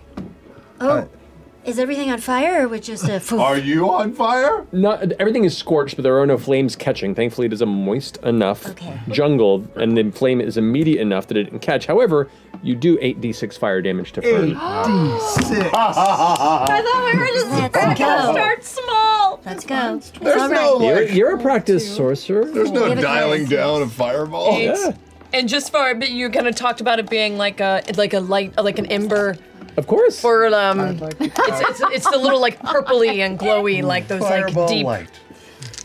Speaker 13: Oh, is everything on fire or was just
Speaker 22: uh,
Speaker 13: a?
Speaker 4: Are you on fire? Not everything is scorched, but there are no flames catching. Thankfully, it is a moist enough jungle, and the flame is immediate enough that it didn't catch. However, you do eight d6 fire damage to Fern.
Speaker 8: Six.
Speaker 22: I thought we were just we're gonna
Speaker 13: go.
Speaker 22: start small.
Speaker 13: Let's go. It's
Speaker 22: all right.
Speaker 4: you're, you're a practiced sorcerer.
Speaker 21: There's no dialing down a fireball.
Speaker 12: Eight. And just for but you kind of talked about it being like a like a light like an ember.
Speaker 4: Of course.
Speaker 12: Or um, it's, it's it's the little like purpley and glowy like those
Speaker 21: Fireball
Speaker 12: like deep
Speaker 21: light.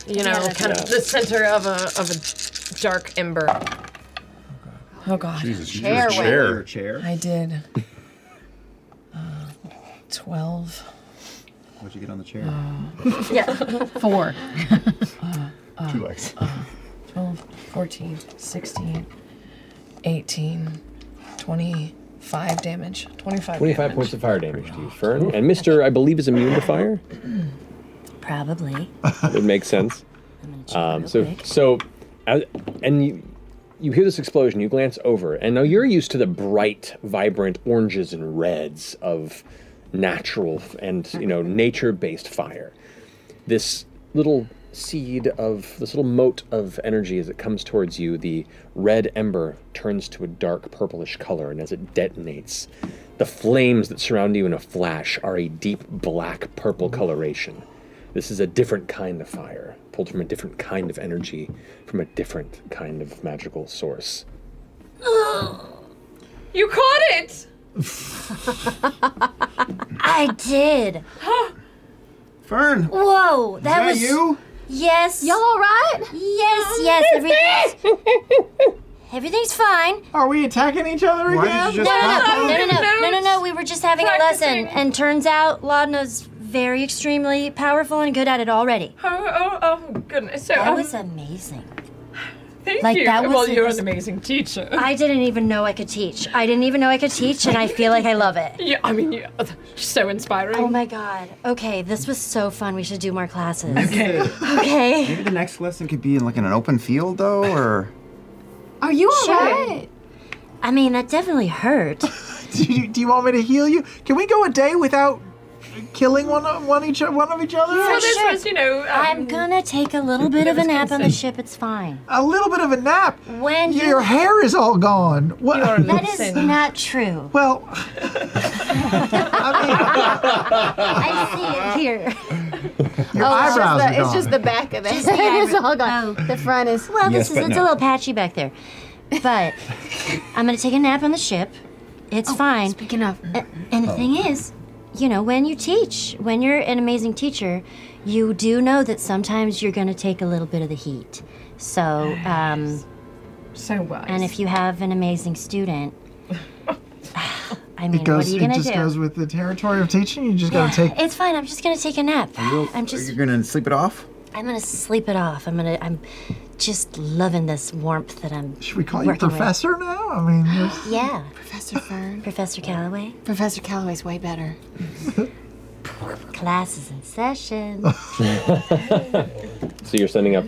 Speaker 12: you know
Speaker 21: Yeah,
Speaker 12: kind of
Speaker 21: that's-
Speaker 12: the center of a of a dark ember. Oh God.
Speaker 21: Jesus, you
Speaker 12: Chair
Speaker 21: just
Speaker 12: went.
Speaker 21: chair.
Speaker 12: I did. Uh, Twelve.
Speaker 2: What'd you get on the chair?
Speaker 12: Yeah.
Speaker 22: Four.
Speaker 2: Two legs.
Speaker 12: 12, 14, 16, 18, 25 damage. 25,
Speaker 4: 25
Speaker 12: damage.
Speaker 4: points of fire damage to you, Fern. And Mister, I believe, is immune to fire.
Speaker 13: Probably.
Speaker 4: It makes sense. Um, so, so, as, and you, you hear this explosion, you glance over, and now you're used to the bright, vibrant oranges and reds of natural and you know nature-based fire. This little seed of this little mote of energy as it comes towards you, the red ember turns to a dark purplish color, and as it detonates, the flames that surround you in a flash are a deep black purple coloration. This is a different kind of fire, pulled from a different kind of energy, from a different kind of magical source.
Speaker 12: You caught it!
Speaker 13: I did.
Speaker 8: Fern.
Speaker 13: Whoa, that
Speaker 6: that
Speaker 13: was
Speaker 6: you?
Speaker 13: Yes. Y'all all right?
Speaker 22: Oh,
Speaker 13: Yes, yes. Everything's everything's fine.
Speaker 8: Are we attacking each other
Speaker 13: no,
Speaker 8: Why
Speaker 13: no,
Speaker 8: again? did
Speaker 13: no,
Speaker 8: you
Speaker 13: no,
Speaker 8: just pop
Speaker 13: no,
Speaker 8: up?
Speaker 13: no, no, no, no, no, no. We were just having a lesson,
Speaker 8: Practicing.
Speaker 13: and turns out Laudna's very extremely powerful and good at it already.
Speaker 12: Oh, oh, oh goodness. So,
Speaker 13: That
Speaker 12: um,
Speaker 13: was amazing.
Speaker 12: Thank
Speaker 13: like,
Speaker 12: you.
Speaker 13: that was
Speaker 12: well,
Speaker 13: the
Speaker 12: you're
Speaker 13: first-
Speaker 12: an amazing teacher.
Speaker 13: I didn't even know I could teach. I didn't even know I could teach, and I feel like I love it.
Speaker 12: Yeah, I mean, you're so inspiring.
Speaker 13: Oh my god. Okay, this was so fun. We should do more classes.
Speaker 2: Okay.
Speaker 13: okay.
Speaker 2: Maybe the next lesson could be in like in an open field though, or
Speaker 13: Are you
Speaker 2: all
Speaker 8: right?
Speaker 13: I mean, that definitely hurt.
Speaker 8: do, you, do you want me to heal you? Can we go a day without killing one of one each one of each other?
Speaker 13: For sure.
Speaker 12: um,
Speaker 13: I'm gonna take a little bit of a nap on the ship. It's fine.
Speaker 8: A little bit of a nap.
Speaker 13: When you-
Speaker 8: your hair is all gone. What?
Speaker 13: That is not true.
Speaker 8: Well,
Speaker 13: I see it here.
Speaker 8: Your
Speaker 5: oh,
Speaker 13: eyebrows
Speaker 5: it's just,
Speaker 13: are
Speaker 5: the, it's
Speaker 13: gone.
Speaker 5: just the back of it.
Speaker 13: Just the eyebrow- Oh.
Speaker 5: it's all gone. The front is.
Speaker 13: Well, this is it's a little patchy back there, but I'm gonna take a nap on the ship.
Speaker 5: Oh,
Speaker 13: It's fine. Speaking of, and the
Speaker 6: Oh.
Speaker 13: thing is, you know, when you teach, when you're an amazing teacher, you do know that sometimes you're gonna take a little bit of the heat. So,
Speaker 5: Ah,
Speaker 13: um,
Speaker 12: so wise.
Speaker 13: And if you have an amazing student, I mean,
Speaker 8: it goes.
Speaker 13: what are you
Speaker 8: it
Speaker 13: gonna
Speaker 8: just
Speaker 13: do?
Speaker 8: goes with the territory of teaching. You just gotta take.
Speaker 13: It's fine. I'm just gonna take a nap.
Speaker 2: You'll-
Speaker 13: I'm just.
Speaker 2: you're gonna sleep it off?
Speaker 13: I'm gonna sleep it off. I'm gonna. I'm just loving this warmth that I'm.
Speaker 8: Should we call you professor now? I mean, there's-
Speaker 13: Yeah.
Speaker 23: Professor Fern.
Speaker 13: Professor Calloway.
Speaker 23: Professor Calloway's way better.
Speaker 13: Classes in session.
Speaker 4: So you're sending up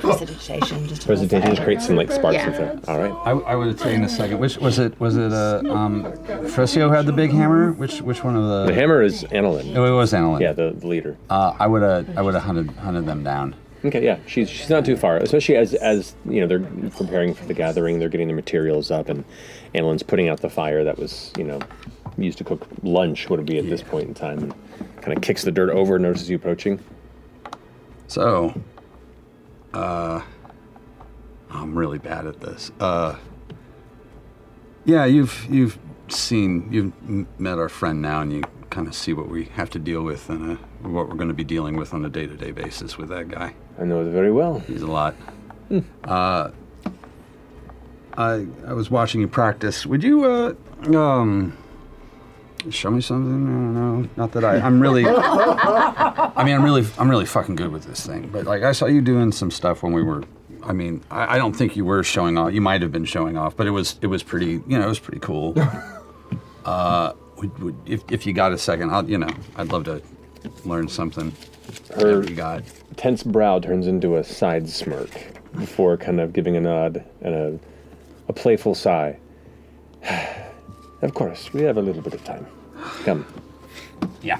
Speaker 24: Presentation. Just
Speaker 4: presentation, just create some like sparks with that. All right.
Speaker 3: I, I would have taken a second. Which was it? Was it uh, um, Fresio had the big hammer? Which which one of the?
Speaker 4: The hammer is Annalyn.
Speaker 3: uh, Oh, It was Annalyn.
Speaker 4: Yeah, the, the leader.
Speaker 3: Uh, I would have I would have hunted hunted them down.
Speaker 4: Okay, yeah, she's she's not too far, especially as as you know they're preparing for the gathering. They're getting the materials up, and Annalyn's putting out the fire that was you know used to cook lunch. Would it be at this point in time? And kind of kicks the dirt over, notices you approaching.
Speaker 3: So, uh, I'm really bad at this. Uh, yeah, you've you've seen you've m- met our friend now, and you kind of see what we have to deal with and uh, what we're going to be dealing with on a day-to-day basis with that guy.
Speaker 4: I know it very well. Hmm.
Speaker 3: He's a lot. Uh, I I was watching you practice. Would you uh um show me something? I don't know. Not that I I'm really. I mean, I'm really, I'm really fucking good with this thing. But like, I saw you doing some stuff when we were. I mean, I, I don't think you were showing off. You might have been showing off, but it was, it was pretty. You know, it was pretty cool. uh, would, would, if, if you got a second, I'll, you know, I'd love to learn something.
Speaker 4: Her
Speaker 3: got.
Speaker 4: Uh, tense brow turns into a side smirk before kind of giving a nod and a a playful sigh. of course, we have a little bit of time. Come.
Speaker 3: Yeah.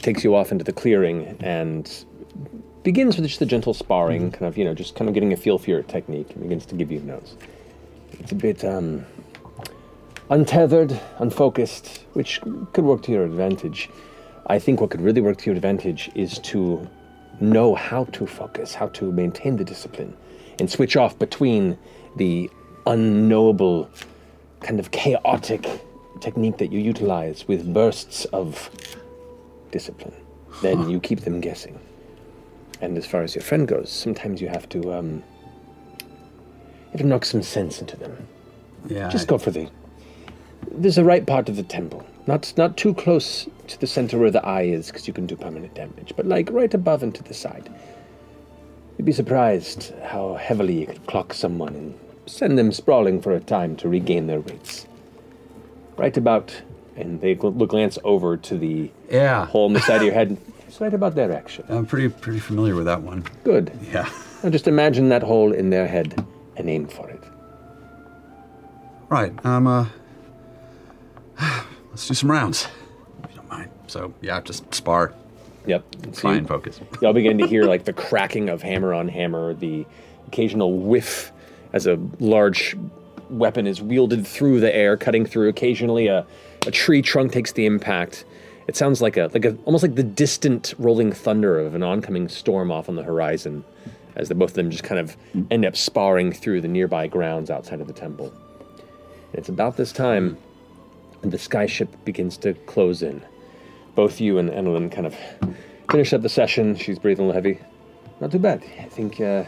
Speaker 4: takes you off into the clearing and begins with just a gentle sparring, kind of, you know, just kind of getting a feel for your technique and begins to give you notes. It's a bit um, untethered, unfocused, which could work to your advantage. I think what could really work to your advantage is to know how to focus, how to maintain the discipline, and switch off between the unknowable, kind of chaotic technique that you utilize with bursts of discipline. Then you keep them guessing. And as far as your friend goes, sometimes you have to um, you have to knock some sense into them.
Speaker 3: Yeah.
Speaker 4: Just go for the there's a right part of the temple, not not too close to the center where the eye is, because you can do permanent damage. But like right above and to the side, you'd be surprised how heavily you could clock someone and send them sprawling for a time to regain their wits. Right about, and they gl- glance over to the
Speaker 3: Yeah.
Speaker 4: hole in the side of your head. It's right about there, actually.
Speaker 3: I'm pretty pretty familiar with that one.
Speaker 4: Good.
Speaker 3: Yeah.
Speaker 4: Now just imagine that hole in their head
Speaker 15: a name for it.
Speaker 21: Right. Um. Uh, let's do some rounds, if you don't mind. So yeah, just spar.
Speaker 4: Yep.
Speaker 21: Try and focus.
Speaker 4: Y'all begin to hear like the cracking of hammer on hammer, the occasional whiff as a large weapon is wielded through the air, cutting through. Occasionally, a, a tree trunk takes the impact. It sounds like a like a almost like the distant rolling thunder of an oncoming storm off on the horizon, as the both of them just kind of end up sparring through the nearby grounds outside of the temple. And it's about this time that the skyship begins to close in. Both you and Enelin kind of finish up the session. She's breathing a little heavy. Not too bad. I think uh,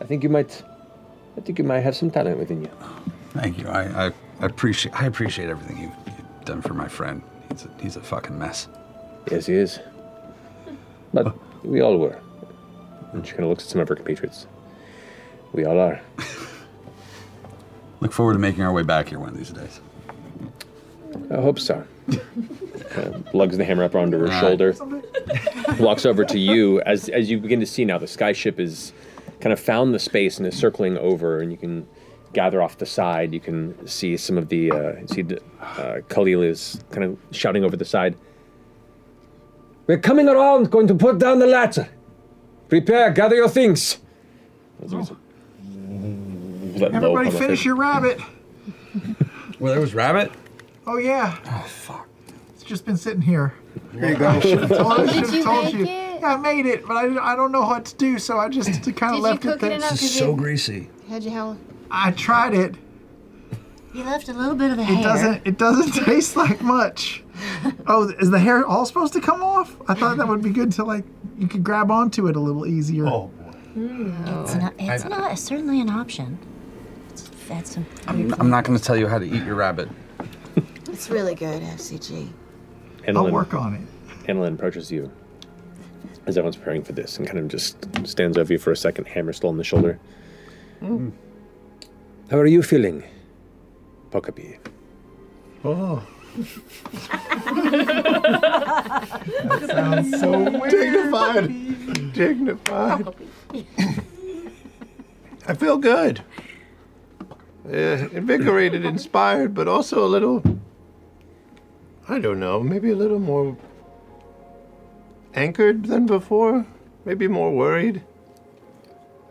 Speaker 4: I think you might I think you might have some talent within you.
Speaker 21: Thank you. I, I, I appreciate I appreciate everything you've, you've done for my friend. He's a, he's a fucking mess. Oh.
Speaker 4: Yes, he is. But we all were. And she kind of looks at some of her compatriots. We all are.
Speaker 21: Look forward to making our way back here one of these days.
Speaker 4: I hope so. Uh, lugs the hammer up onto her
Speaker 21: All right.
Speaker 4: shoulder, walks over to you. As as you begin to see now, the skyship is kind of found the space and is circling over, and you can gather off the side. You can see some of the uh, see the, uh, Khalil is kind of shouting over the side.
Speaker 14: We're coming around, going to put down the ladder. Prepare, gather your things.
Speaker 8: Oh. Everybody finish your rabbit.
Speaker 21: Well, there was rabbit.
Speaker 8: Oh, yeah. Oh, fuck. It's just been sitting here.
Speaker 21: There you go.
Speaker 8: I should have told, I
Speaker 21: Did
Speaker 8: should have
Speaker 21: you
Speaker 8: told
Speaker 21: make
Speaker 8: you. Yeah, I made it, but I, didn't- I don't know what to do, so I just kind
Speaker 25: Did
Speaker 8: of
Speaker 25: you
Speaker 8: left
Speaker 25: cook
Speaker 8: it
Speaker 25: it
Speaker 8: there.
Speaker 25: enough? This is so Did you-
Speaker 21: greasy.
Speaker 25: How'd you handle
Speaker 8: I tried it.
Speaker 25: You left a little bit of the hair.
Speaker 8: It doesn't. It doesn't taste like much. Oh, is the hair all supposed to come off? I thought that would be good to like you could grab onto it a little easier. Oh,
Speaker 13: It's not. It's
Speaker 21: I-
Speaker 13: not certainly an option. It's- That's a.
Speaker 21: I'm, I'm not going to tell you how to eat your rabbit.
Speaker 25: It's really good, FCG.
Speaker 4: Enelin,
Speaker 8: work on it.
Speaker 4: Enelin approaches you as everyone's preparing for this, and kind of just stands over you for a second, hammer still on the shoulder.
Speaker 14: How are you feeling, Pokapi?
Speaker 9: Oh.
Speaker 1: that
Speaker 9: sounds so dignified. Dignified. I feel good. Uh, invigorated, inspired, but also a little. I don't know, maybe a little more anchored than before. Maybe more worried.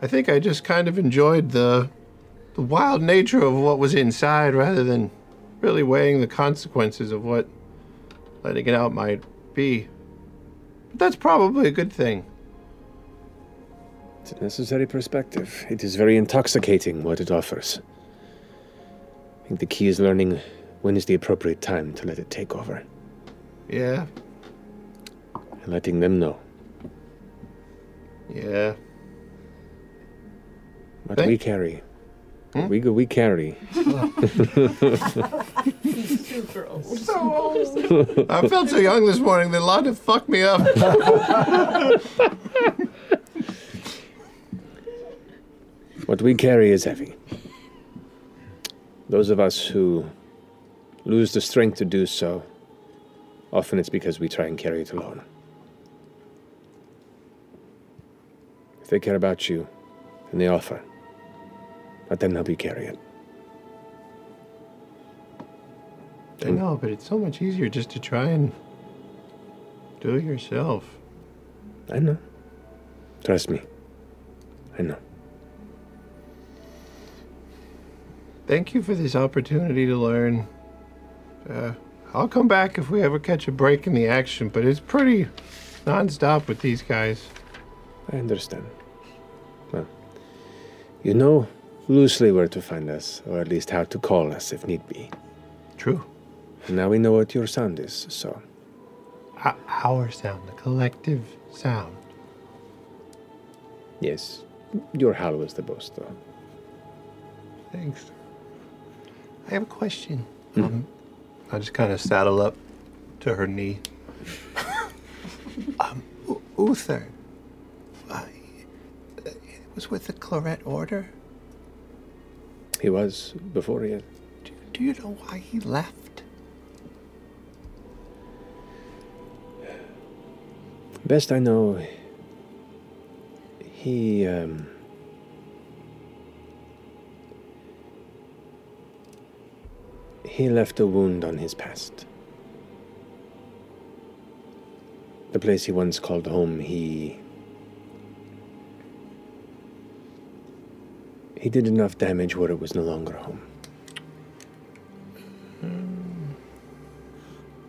Speaker 9: I think I just kind of enjoyed the, the wild nature of what was inside rather than really weighing the consequences of what letting it out might be. But that's probably a good thing.
Speaker 14: It's a necessary perspective. It is very intoxicating what it offers. I think the key is learning when is the appropriate time to let it take over
Speaker 9: Yeah,
Speaker 14: and letting them know.
Speaker 9: yeah.
Speaker 14: What
Speaker 9: Thank-
Speaker 14: we carry.
Speaker 9: Hmm?
Speaker 14: We go, we carry.
Speaker 1: Super old. So old.
Speaker 9: I felt so young this morning, the Londa fucked me up.
Speaker 14: What we carry is heavy. Those of us who lose the strength to do so, often it's because we try and carry it alone. If they care about you and they offer, let them help you carry it.
Speaker 9: I know, but it's so much easier just to try and do it yourself.
Speaker 14: I know. Trust me. I know.
Speaker 9: Thank you for this opportunity to learn. Uh, I'll come back if we ever catch a break in the action, but it's pretty nonstop with these guys.
Speaker 14: I understand. Well, you know loosely where to find us, or at least how to call us if need be.
Speaker 9: True.
Speaker 14: And now we know what your sound is, so.
Speaker 9: O- our sound, the collective sound.
Speaker 14: Yes, your howl is the most, though.
Speaker 9: Thanks. I have a question. Um, I just kind of saddle up to her knee. um, U- Uther, uh, it was with the Claret Order.
Speaker 14: He was before he.
Speaker 9: Do you know why he left?
Speaker 14: Best I know, he um, He left a wound on his past. The place he once called home, he. He did enough damage where it was no longer home. Hmm.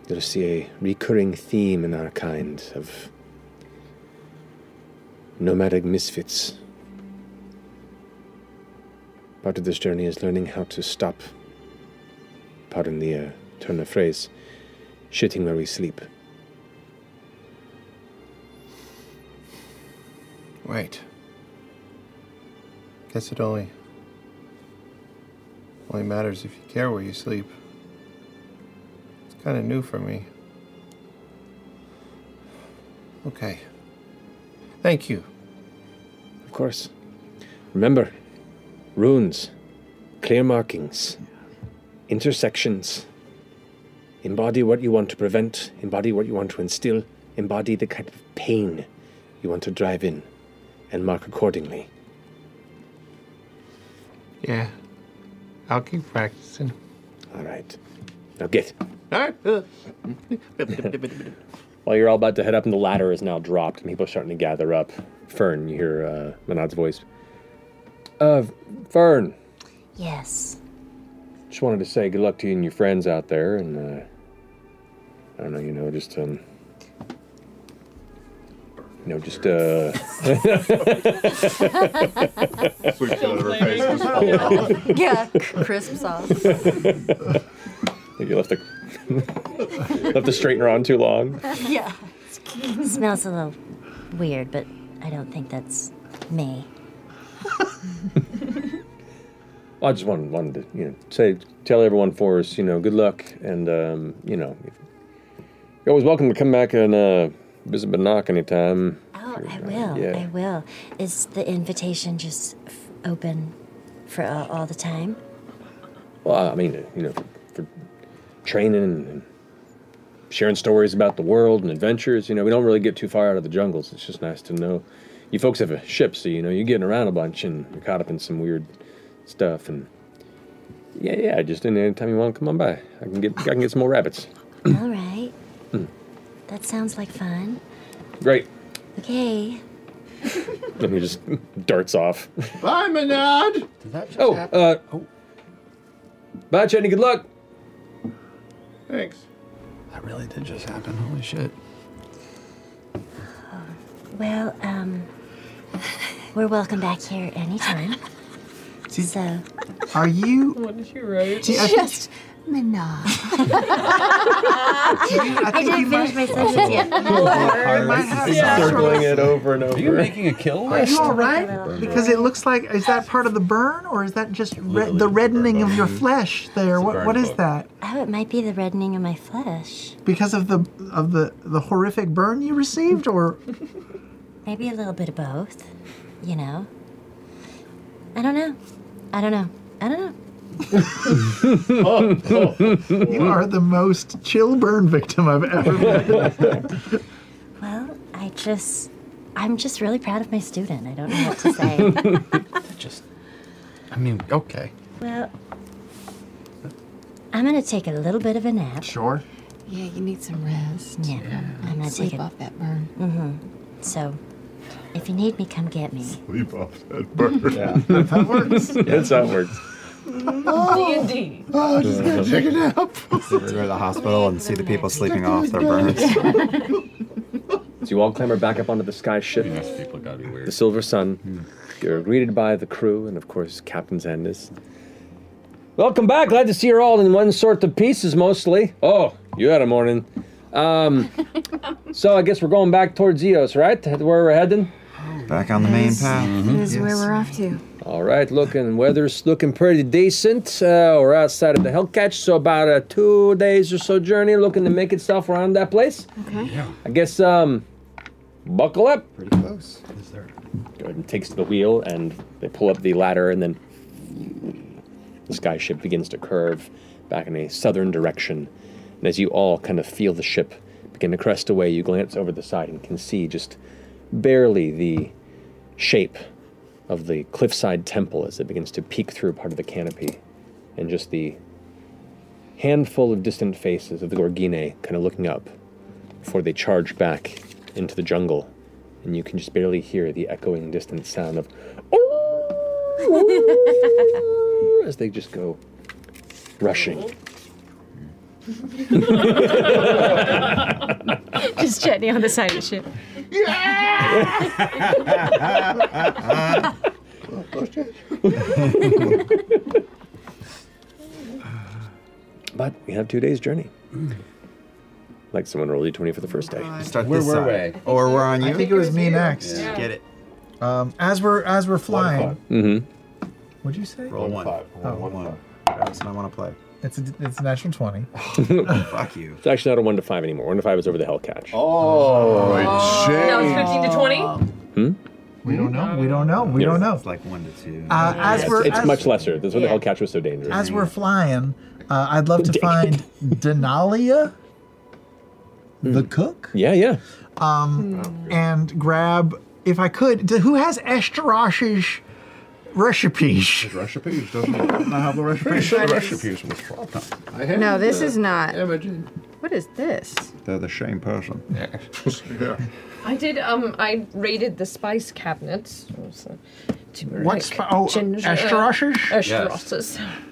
Speaker 14: You'll see a recurring theme in our kind of nomadic misfits. Part of this journey is learning how to stop, pardon the uh, turn of phrase, shitting where we sleep.
Speaker 9: Wait. Guess it only only matters if you care where you sleep. It's kind of new for me. Okay. Thank you.
Speaker 14: Of course. Remember runes, clear markings, intersections. Embody what you want to prevent, embody what you want to instill, embody the kind of pain you want to drive in, and mark accordingly.
Speaker 9: Yeah. I'll keep practicing.
Speaker 14: All right. Now get.
Speaker 9: All right.
Speaker 4: While you're all about to head up, and the ladder is now dropped, and people are starting to gather up. Fern, you hear uh, Manad's voice. Uh, Fern,
Speaker 13: Yes.
Speaker 4: just wanted to say good luck to you and your friends out there, and uh, I don't know, you know, just um, you know, just uh,
Speaker 1: Switched out of her face, just falling off.
Speaker 22: Yeah, crisp sauce.
Speaker 4: I think you left the left the straightener on too long.
Speaker 13: yeah. smells a little weird, but I don't think that's me.
Speaker 4: I just wanted, wanted to, you know, say, tell everyone for us, you know, good luck, and um, you know, if- you're always welcome to come back and uh, visit, but knock anytime.
Speaker 13: Oh, I will.
Speaker 4: yeah.
Speaker 13: I will. Is the invitation just f- open for all, all the time?
Speaker 4: Well, I mean, uh, you know, for, for training and, and sharing stories about the world and adventures. You know, we don't really get too far out of the jungles. It's just nice to know. You folks have a ship, so you know you're getting around a bunch and you're caught up in some weird stuff. And yeah, yeah, just any time you want, come on by. I can get I can get some more rabbits.
Speaker 13: all right.
Speaker 4: Mm.
Speaker 13: That sounds like fun.
Speaker 4: Great.
Speaker 13: Okay.
Speaker 4: And he just darts off.
Speaker 9: Bye, Manad.
Speaker 4: Oh, uh, bye, Chetney. Good luck.
Speaker 9: Thanks.
Speaker 21: That really did just happen. Holy shit.
Speaker 13: Well, um, we're welcome back here anytime. so,
Speaker 2: Are you?
Speaker 1: What did you write?
Speaker 13: Just I, didn't finish my sentence yet.
Speaker 4: circling it over and over. Are
Speaker 21: you making a kill
Speaker 8: Are you all right?
Speaker 21: Burn
Speaker 8: Because it looks like is that part of the burn or is that just re- the reddening of your flesh there? What
Speaker 13: burn
Speaker 8: what is
Speaker 13: book.
Speaker 8: that?
Speaker 13: Oh, it might be the reddening of my flesh.
Speaker 8: Because of the of the the horrific burn you received or
Speaker 13: Maybe a little bit of both. You know? I don't know. I don't know. I don't know.
Speaker 8: you are the most chill burn victim I've ever met.
Speaker 13: Well, I just, I'm just really proud of my student. I don't know what to say.
Speaker 21: just, I mean, okay.
Speaker 13: well, I'm gonna take a little bit of a nap.
Speaker 9: Sure.
Speaker 13: Yeah, you need some rest. Yeah, I'm gonna
Speaker 22: Sleep
Speaker 13: take
Speaker 22: off
Speaker 13: that burn. Mm-hmm. So, if you need me, come get me.
Speaker 9: Sleep off that bird.
Speaker 4: Yeah. that works. That's how it works.
Speaker 22: Oh, D&D. Oh,
Speaker 2: just gotta take a
Speaker 22: nap.
Speaker 2: So we go to the hospital and see the people sleeping off their burns.
Speaker 4: So you all clamber back up onto the sky ship. The Silver Sun. You're greeted by the crew and, of course, Captain Zandis. Welcome back. Glad to see you're all in one sort of pieces, mostly. Oh, you had a morning. Um, so I guess we're going back towards Eos, right? That's Where we're heading.
Speaker 2: Back on the main path.
Speaker 11: That's where we're off to.
Speaker 4: All right, looking weather's looking pretty decent. Uh, we're outside of the Hellcatch, so about uh, two days or so journey, looking to make itself around that place.
Speaker 11: Okay.
Speaker 21: Yeah.
Speaker 4: I guess um, buckle up. Pretty
Speaker 21: close. Is there?
Speaker 4: Jordan takes the wheel and they pull up the ladder, and then the sky ship begins to curve back in a southern direction. And as you all kind of feel the ship begin to crest away, you glance over the side and can see just barely the shape of the cliffside temple as it begins to peek through part of the canopy, and just the handful of distant faces of the Gorgine kind of looking up before they charge back into the jungle. And you can just barely hear the echoing distant sound of as they just go rushing.
Speaker 11: Just chutney on the side of the ship.
Speaker 4: But we have two days' journey.
Speaker 8: Mm.
Speaker 4: Like someone rolled a 20 for the first day.
Speaker 2: Start Where this were side. we? Or we're on
Speaker 8: I think it was me next.
Speaker 2: Yeah. Get it.
Speaker 8: Um, as we're as we're flying,
Speaker 4: Mm-hmm.
Speaker 8: what'd you say? Oh.
Speaker 2: Roll one. Roll one. That's what I want to play.
Speaker 8: It's a, it's a natural twenty.
Speaker 4: Fuck you. It's actually not a 1 to 5 anymore. 1 to 5 is over the hell catch.
Speaker 8: Oh,
Speaker 4: it
Speaker 12: Now it's 15 to 20.
Speaker 2: Uh,
Speaker 8: We don't know. We don't know. We don't know.
Speaker 2: It's like one to two.
Speaker 8: Uh, as
Speaker 4: it's,
Speaker 8: we're-
Speaker 4: it's
Speaker 8: as-
Speaker 4: much lesser. That's why the hell catch was so dangerous.
Speaker 8: As we're flying, uh, I'd love to find Denalia, the
Speaker 6: Hmm.
Speaker 8: cook.
Speaker 4: Yeah, yeah.
Speaker 8: Um,
Speaker 5: Hmm.
Speaker 8: and grab if I could. d- Who has Estrash's recipe?
Speaker 26: Recipe doesn't it? I have the recipe.
Speaker 8: Pretty sure the
Speaker 26: recipes was from.
Speaker 11: No, this is not.
Speaker 9: uh,
Speaker 26: Imogen.
Speaker 11: What is this?
Speaker 2: They're the same person.
Speaker 26: yeah.
Speaker 12: I did. Um, I raided the spice cabinets. It was, uh, turmeric,
Speaker 8: What spi- oh,
Speaker 12: ginger- uh,
Speaker 8: Ashtaroshes?
Speaker 12: Ashtaroshes.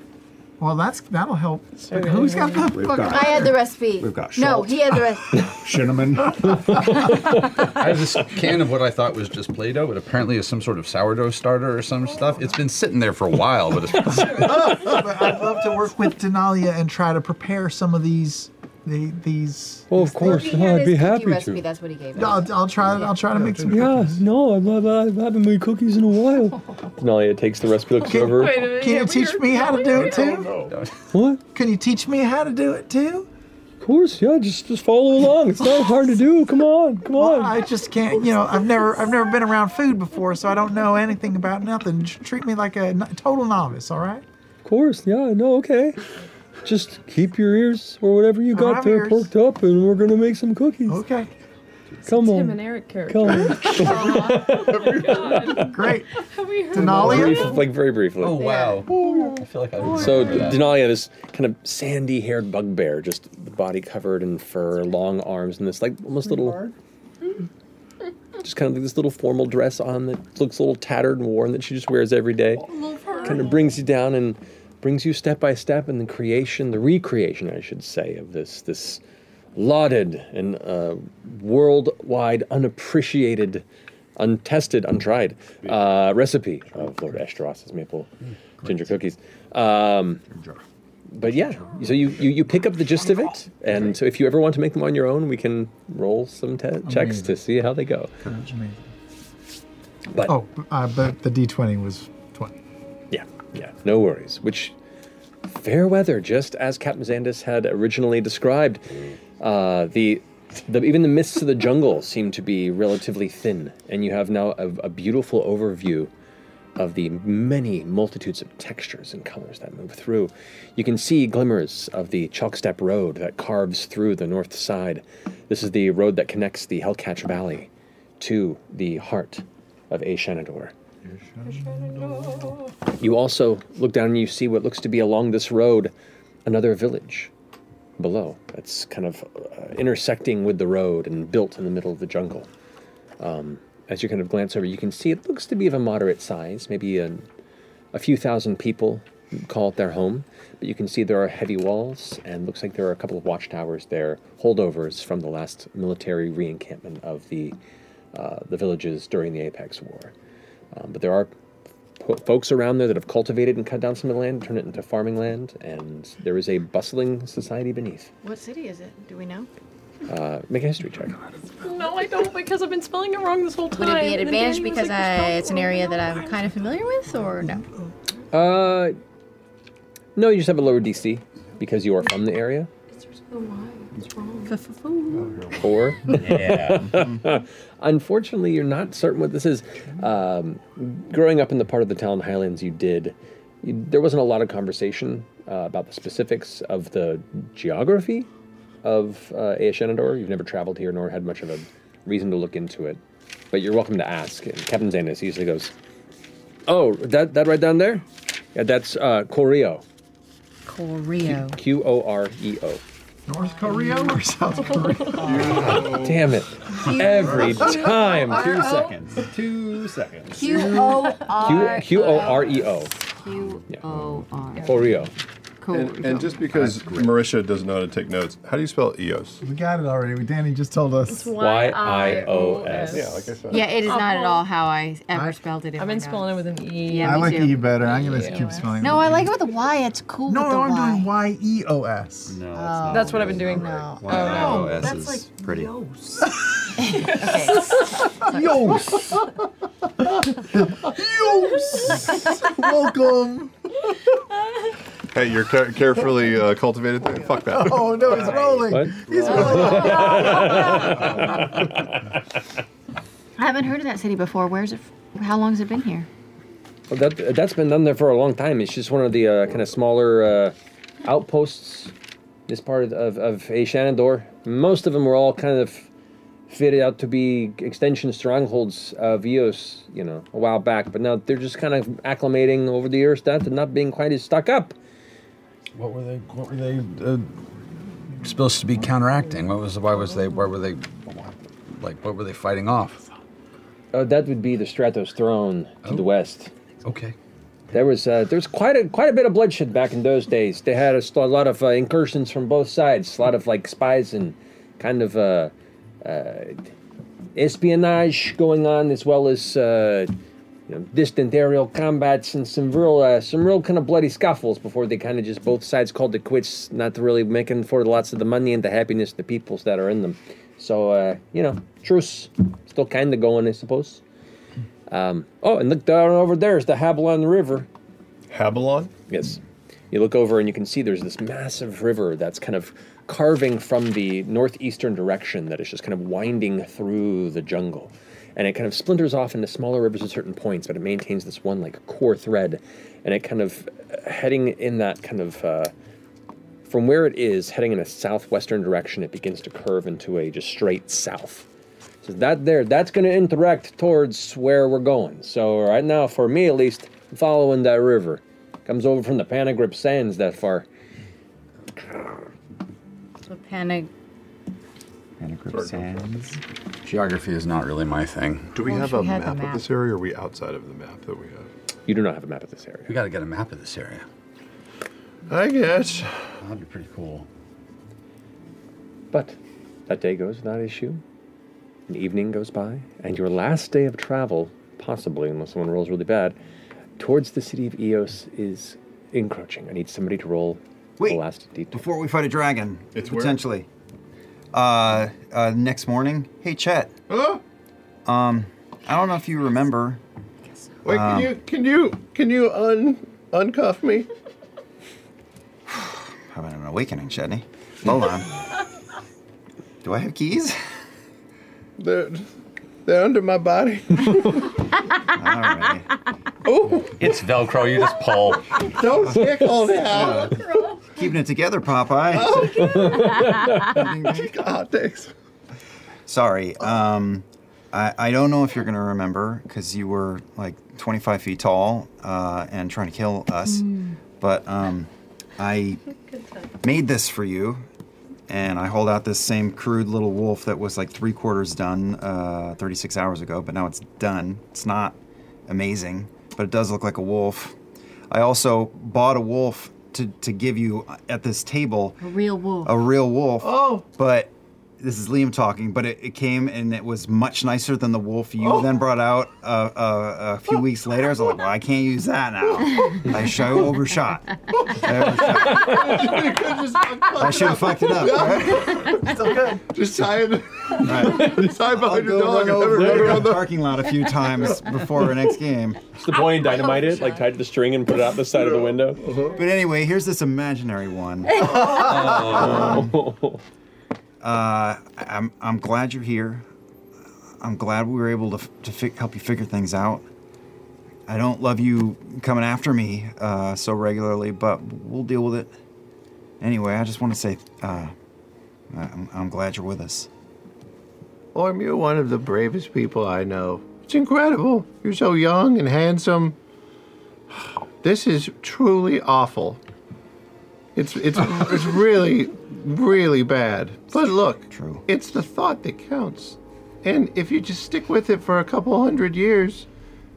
Speaker 8: Well, that's that'll help. But who's got the
Speaker 2: We've
Speaker 8: fuck-
Speaker 2: got-
Speaker 5: I had the recipe.
Speaker 2: We've got
Speaker 5: No,
Speaker 2: salt.
Speaker 5: he had the recipe.
Speaker 2: Cinnamon.
Speaker 3: I have this can of what I thought was just Play-Doh, but apparently is some sort of sourdough starter or some stuff. It's been sitting there for a while, but it's
Speaker 8: but I'd love to work with Denalia and try to prepare some of these. The, these.
Speaker 6: Well, of course,
Speaker 5: He had
Speaker 6: I'd
Speaker 5: his
Speaker 6: be
Speaker 5: cookie
Speaker 6: happy
Speaker 5: recipe.
Speaker 6: to.
Speaker 5: That's what he gave us.
Speaker 8: I'll, I'll try. I'll try to make some.
Speaker 6: Yeah, no, I've, I've, I've haven't made cookies in a while.
Speaker 4: Denalia Mm. takes the recipe, looks over.
Speaker 8: Can you teach me how to do it too?
Speaker 4: What?
Speaker 8: Can you teach me how to do it too?
Speaker 6: Of course, yeah. Just just follow along. It's not hard to do. Come on, come on.
Speaker 8: I just can't. You know, I've never, I've never been around food before, so I don't know anything about nothing. Just treat me like a n- total novice, all right?
Speaker 6: Of course, yeah. No, okay. Just keep your ears or whatever you
Speaker 8: I
Speaker 6: got
Speaker 8: have
Speaker 6: there
Speaker 8: ears.
Speaker 6: perked up, and we're gonna make some cookies.
Speaker 8: Okay.
Speaker 6: Come
Speaker 12: Tim
Speaker 6: on.
Speaker 12: and Eric character.
Speaker 6: Come on.
Speaker 8: Great.
Speaker 4: Brief, like very briefly.
Speaker 3: Oh wow! I feel like I
Speaker 4: So Denalia, this kind of sandy-haired bugbear, just the body covered in fur, long arms, and this like almost little, just kind of like this little formal dress on that looks a little tattered and worn that she just wears every day. Kind of brings you down and brings you step by step in the creation, the recreation, I should say, of this this lauded and uh, worldwide unappreciated, untested, untried uh, recipe of Lord Ashtaros's maple ginger cookies. Um, but yeah, so you, you, you pick up the gist of it, and so if you ever want to make them on your own, we can roll some te- checks to see how they go. But
Speaker 8: oh, uh, but the D20 was 20.
Speaker 4: Yeah, yeah, no worries. Which fair weather, just as Captain Zandis had originally described. Uh, the, the even the mists of the jungle seem to be relatively thin, and you have now a, a beautiful overview of the many multitudes of textures and colors that move through. You can see glimmers of the chalkstep road that carves through the north side. This is the road that connects the Hellcatch Valley to the heart of Aeshanador. You also look down and you see what looks to be along this road another village below that's kind of uh, intersecting with the road and built in the middle of the jungle. Um, as you kind of glance over, you can see it looks to be of a moderate size, maybe a, a few thousand people call it their home. But you can see there are heavy walls, and looks like there are a couple of watchtowers there, holdovers from the last military reencampment of the uh, the villages during the Apex War. Um, but there are po- folks around there that have cultivated and cut down some of the land, turned it into farming land, and there is a bustling society beneath.
Speaker 11: What city is it? Do we know?
Speaker 4: Uh, make a history check.
Speaker 12: No, I don't because I've been spelling it wrong this whole time.
Speaker 11: Would it be an
Speaker 12: and then
Speaker 11: advantage
Speaker 12: Danny was
Speaker 11: because
Speaker 12: like,
Speaker 11: I, it's an area that I'm kind of familiar with, or no?
Speaker 4: Uh, no, you just have a lower DC because you are from the area. Four.
Speaker 27: Yeah.
Speaker 4: Unfortunately, you're not certain what this is. Um, growing up in the part of the Talon Highlands you did, you, there wasn't a lot of conversation uh, about the specifics of the geography of uh, Aeshenador. You've never traveled here nor had much of a reason to look into it. But you're welcome to ask. And Captain Zanis usually goes, Oh, that, that right down there? Yeah, that's uh, Corio.
Speaker 22: Korea.
Speaker 4: Q O R E O.
Speaker 8: North Korea or South Korea?
Speaker 4: Damn it. Every time.
Speaker 8: Two
Speaker 2: seconds.
Speaker 4: Two seconds.
Speaker 22: Q O
Speaker 4: Q
Speaker 22: R.
Speaker 4: Q O R E O.
Speaker 22: Q O R.
Speaker 4: Oreo.
Speaker 28: And, and just because Marisha doesn't know how to take notes, how do you spell EOS?
Speaker 8: We got it already. Danny just told us.
Speaker 22: It's Y I O
Speaker 28: S. Yeah, like I said.
Speaker 22: Yeah,
Speaker 6: Yeah, it is not at all how I ever spelled it.
Speaker 12: I've been spelling it with an E.
Speaker 6: Yeah,
Speaker 8: I
Speaker 6: me
Speaker 8: like
Speaker 6: too.
Speaker 8: E better. I'm gonna keep spelling.
Speaker 22: No,
Speaker 8: it.
Speaker 22: Oh, I like it with a Y. It's cool.
Speaker 8: No,
Speaker 22: with the
Speaker 8: no, I'm
Speaker 22: y.
Speaker 8: doing Y E O S.
Speaker 2: No,
Speaker 12: That's what I've been doing. Oh.
Speaker 22: No.
Speaker 2: Y I O S
Speaker 22: That's
Speaker 2: is
Speaker 22: like
Speaker 2: pretty.
Speaker 8: Yos. Yos. Welcome.
Speaker 28: Hey, you're care- carefully uh, cultivated thing. Fuck that.
Speaker 8: Oh no, he's rolling. He's
Speaker 6: I haven't heard of that city before. Where's it? f- How long has it been here?
Speaker 4: Well, that that's been done there for a long time. It's just one of the uh, kind of smaller uh, outposts. This part of of A Shenandoah. Most of them were all kind of fitted out to be extension strongholds of Eos, you know, a while back. But now they're just kind of acclimating over the years that to not being quite as stuck up.
Speaker 21: What were they? What were they uh, supposed to be counteracting? What was? Why was they? Why were they? Like, what were they fighting off?
Speaker 4: Uh, that would be the Stratos throne to the west.
Speaker 21: Okay.
Speaker 4: There was uh, there was quite a quite a bit of bloodshed back in those days. They had a, st- a lot of uh, incursions from both sides, a lot of like spies and kind of uh, uh, espionage going on, as well as uh, you know, distant aerial combats and some real uh, some real kind of bloody scuffles before they kind of just both sides called it quits, not really making for lots of the money and the happiness of the peoples that are in them. So uh, you know, truce still kind of going, I suppose. Um, oh, and look down over there is the Habilon River.
Speaker 28: Habilon?
Speaker 4: Yes. You look over and you can see there's this massive river that's kind of carving from the northeastern direction that is just kind of winding through the jungle. And it kind of splinters off into smaller rivers at certain points, but it maintains this one like core thread. And it kind of uh, heading in that kind of uh, from where it is, heading in a southwestern direction, it begins to curve into a just straight south. So that there, that's going to interact towards where we're going. So right now, for me at least, I'm following that river. Comes over from the Panagrip Sands that far.
Speaker 6: The panic.
Speaker 2: Sands.
Speaker 21: Geography is not really my thing.
Speaker 28: Do we have a map, of this area, or are we outside of the map that we have?
Speaker 4: You do not have a map of this area.
Speaker 21: We got to get a map of this area.
Speaker 28: I guess.
Speaker 21: That'd be pretty cool.
Speaker 4: But that day goes without issue. An evening goes by, and your last day of travel, possibly, unless someone rolls really bad, towards the city of Eos is encroaching. I need somebody to roll the last d
Speaker 2: Before we fight a dragon,
Speaker 4: It's where?
Speaker 2: potentially. Uh, uh, next morning. Hey, Chet. Um, I don't know if you remember.
Speaker 9: Wait,
Speaker 2: um,
Speaker 9: can you can you can you un uncuff me?
Speaker 2: Having an awakening, Chetney. Hold on. Do I have keys?
Speaker 9: They're they're under my body. Oh,
Speaker 2: It's Velcro. You just pull.
Speaker 9: don't stick all that out.
Speaker 2: Keeping it together, Popeye.
Speaker 5: Oh,
Speaker 9: God, thanks.
Speaker 2: Sorry. Um, I, I don't know if you're going to remember because you were like 25 feet tall uh, and trying to kill us.
Speaker 6: Mm.
Speaker 2: But um, I made this for you. And I hold out this same crude little wolf that was like three quarters done uh, 36 hours ago, but now it's done. It's not amazing, but it does look like a wolf. I also bought a wolf to, to give you at this table
Speaker 6: A real wolf.
Speaker 2: a real wolf.
Speaker 6: Oh.
Speaker 2: But this is Liam talking. But it, it came and it was much nicer than the wolf you then brought out uh, uh, a few weeks later. I was like, well, I can't use that now. I show overshot. I
Speaker 9: I
Speaker 2: should have fucked it up. right?
Speaker 9: Still good. Just tie it. Just tie it
Speaker 2: I'll
Speaker 9: behind your
Speaker 2: go
Speaker 9: dog.
Speaker 2: run
Speaker 9: and have it
Speaker 2: over
Speaker 9: run
Speaker 2: there
Speaker 9: around
Speaker 2: in the parking lot a few times before our next game.
Speaker 4: Just the boy and dynamite it, like tied to the string and put it out the side of the window.
Speaker 2: But anyway, here's this imaginary one. Um, uh, I'm, I'm glad you're here. I'm glad we were able to, f- to fi- help you figure things out. I don't love you coming after me uh, so regularly, but we'll deal with it. Anyway, I just want to say uh, I- I'm, I'm glad you're with us.
Speaker 9: Orm, you're one of the bravest people I know. It's incredible. You're so young and handsome. This is truly awful. It's it's it's really really bad. But look, true. It's the thought that counts. And if you just stick with it for a couple hundred years,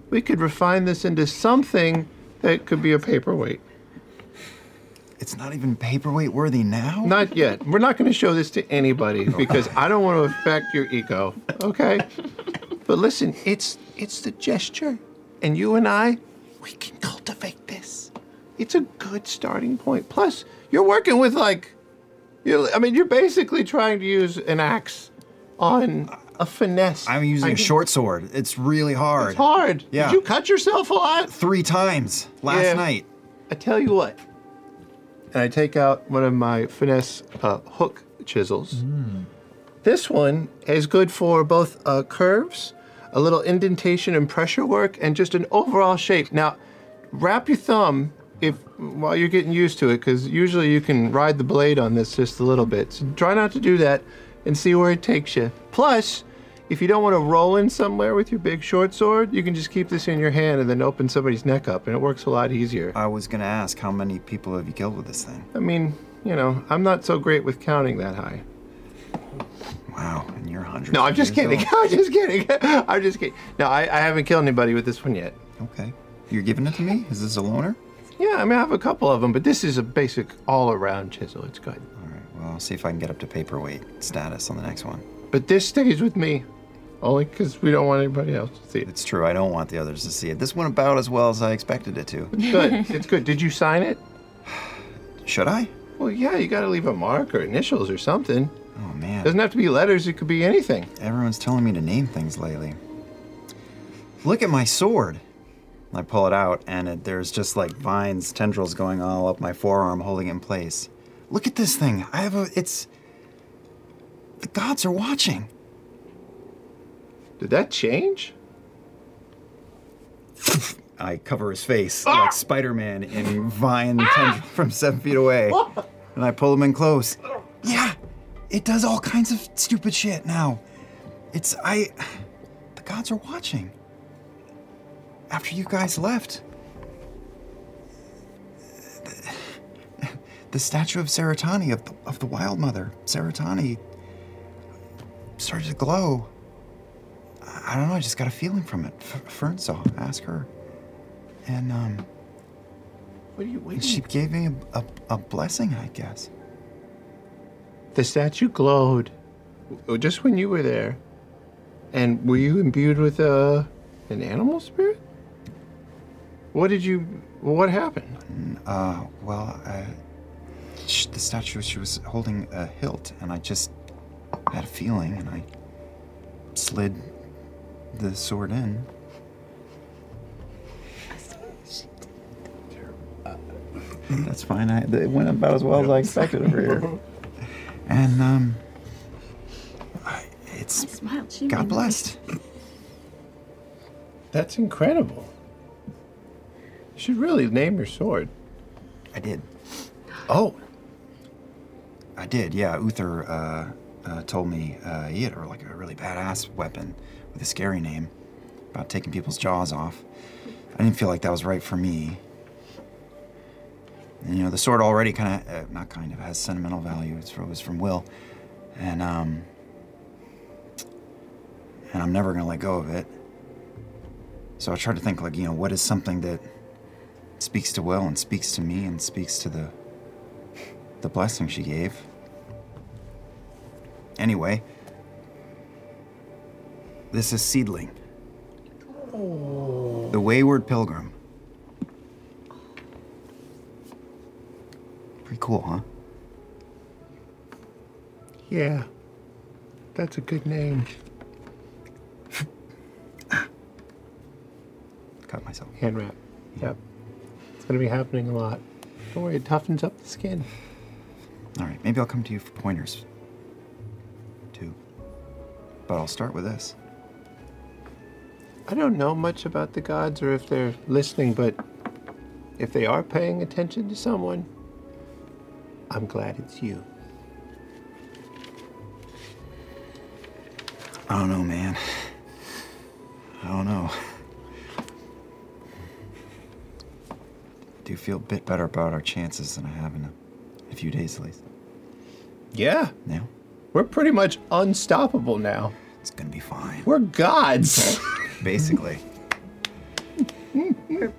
Speaker 9: we could refine this into something that could be a paperweight.
Speaker 2: It's not even paperweight worthy now.
Speaker 9: Not yet. We're not going to show this to anybody because I don't want to affect your ego. Okay. But listen, it's it's the gesture, and you and I, we can cultivate this. It's a good starting point. Plus, you're working with like, you. I mean, you're basically trying to use an axe on a finesse.
Speaker 2: I'm using
Speaker 9: I
Speaker 2: a
Speaker 9: can-
Speaker 2: short sword. It's really hard.
Speaker 9: It's hard.
Speaker 2: Yeah.
Speaker 9: Did you cut yourself a lot?
Speaker 2: Three times last
Speaker 9: Yeah.
Speaker 2: night.
Speaker 9: I tell you what. And I take out one of my finesse uh, hook chisels.
Speaker 2: Mm.
Speaker 9: This one is good for both uh, curves, a little indentation and pressure work, and just an overall shape. Now, wrap your thumb if while you're getting used to it, because usually you can ride the blade on this just a little bit. So try not to do that, and see where it takes you. Plus, if you don't want to roll in somewhere with your big short sword, you can just keep this in your hand and then open somebody's neck up, and it works a lot easier.
Speaker 2: I was gonna ask how many people have you killed with this thing?
Speaker 9: I mean, you know, I'm not so great with counting that high.
Speaker 2: Wow, and you're hundred.
Speaker 9: No, I'm just
Speaker 2: years
Speaker 9: kidding.
Speaker 2: old.
Speaker 9: I'm just kidding. I'm just kidding. No, I, I haven't killed anybody with this one yet.
Speaker 2: Okay. You're giving it to me? Is this a loner?
Speaker 9: Yeah, I mean, I have a couple of them, but this is a basic all around chisel. It's good.
Speaker 2: All right. Well, I'll see if I can get up to paperweight status on the next one.
Speaker 9: But this stays with me, only because we don't want anybody else to see it.
Speaker 2: It's true. I don't want the others to see it. This went about as well as I expected it to.
Speaker 9: It's good. it's good. Did you sign it?
Speaker 2: Should I?
Speaker 9: Well, yeah, you got to leave a mark or initials or something.
Speaker 2: Oh, man.
Speaker 9: Doesn't have to be letters, it could be anything.
Speaker 2: Everyone's telling me to name things lately. Look at my sword. I pull it out, and it, there's just like vines, tendrils going all up my forearm, holding it in place. Look at this thing. I have a. It's. The gods are watching.
Speaker 9: Did that change?
Speaker 2: I cover his face
Speaker 9: Ah!
Speaker 2: like Spider Man in vine tendril from seven feet away. And I pull him in close. Yeah, it does all kinds of stupid shit now. It's. I. The gods are watching. After you guys left, the statue of Saratani, of the, of the Wild Mother, Saratani, started to glow. I I don't know, I just got a feeling from it. F- Fern saw, ask her. And, um.
Speaker 9: What are you
Speaker 2: And she gave me a, a, a blessing, I guess.
Speaker 9: The statue glowed w- just when you were there. And were you imbued with uh, an animal spirit? What did you. What happened?
Speaker 2: Uh, well, uh, sh- the statue, she was holding a hilt, and I just had a feeling, and I slid the sword in. That's fine. I, it went about as well as I expected over here. And, um, I, it's. God blessed.
Speaker 9: That's incredible. You should really name your sword.
Speaker 2: I did. Oh. I did, yeah. Uther uh, uh, told me uh, he had a, like a really badass weapon with a scary name about taking people's jaws off. I didn't feel like that was right for me. And, you know, the sword already kind of, uh, not kind of, has sentimental value. It's, it was from Will. And, um, and I'm never going to let go of it. So I tried to think, like, you know, what is something that speaks to Will and speaks to me and speaks to the the blessing she gave. Anyway, this is Seedling, the Wayward Pilgrim. Pretty cool, huh?
Speaker 9: Yeah. That's a good name.
Speaker 2: Cut myself.
Speaker 9: Hand wrap. Yep. It's going to be happening a lot. Don't worry, it toughens up the skin.
Speaker 2: All right, maybe I'll come to you for pointers. Too. But I'll start with this.
Speaker 9: I don't know much about the gods or if they're listening, but if they are paying attention to someone, I'm glad it's you.
Speaker 2: I don't know, man. I don't know. I do feel a bit better about our chances than I have in a a few days at least.
Speaker 9: Yeah.
Speaker 2: Yeah.
Speaker 9: We're pretty much unstoppable now.
Speaker 2: It's gonna be fine.
Speaker 9: We're gods.
Speaker 2: Basically.
Speaker 11: Imogen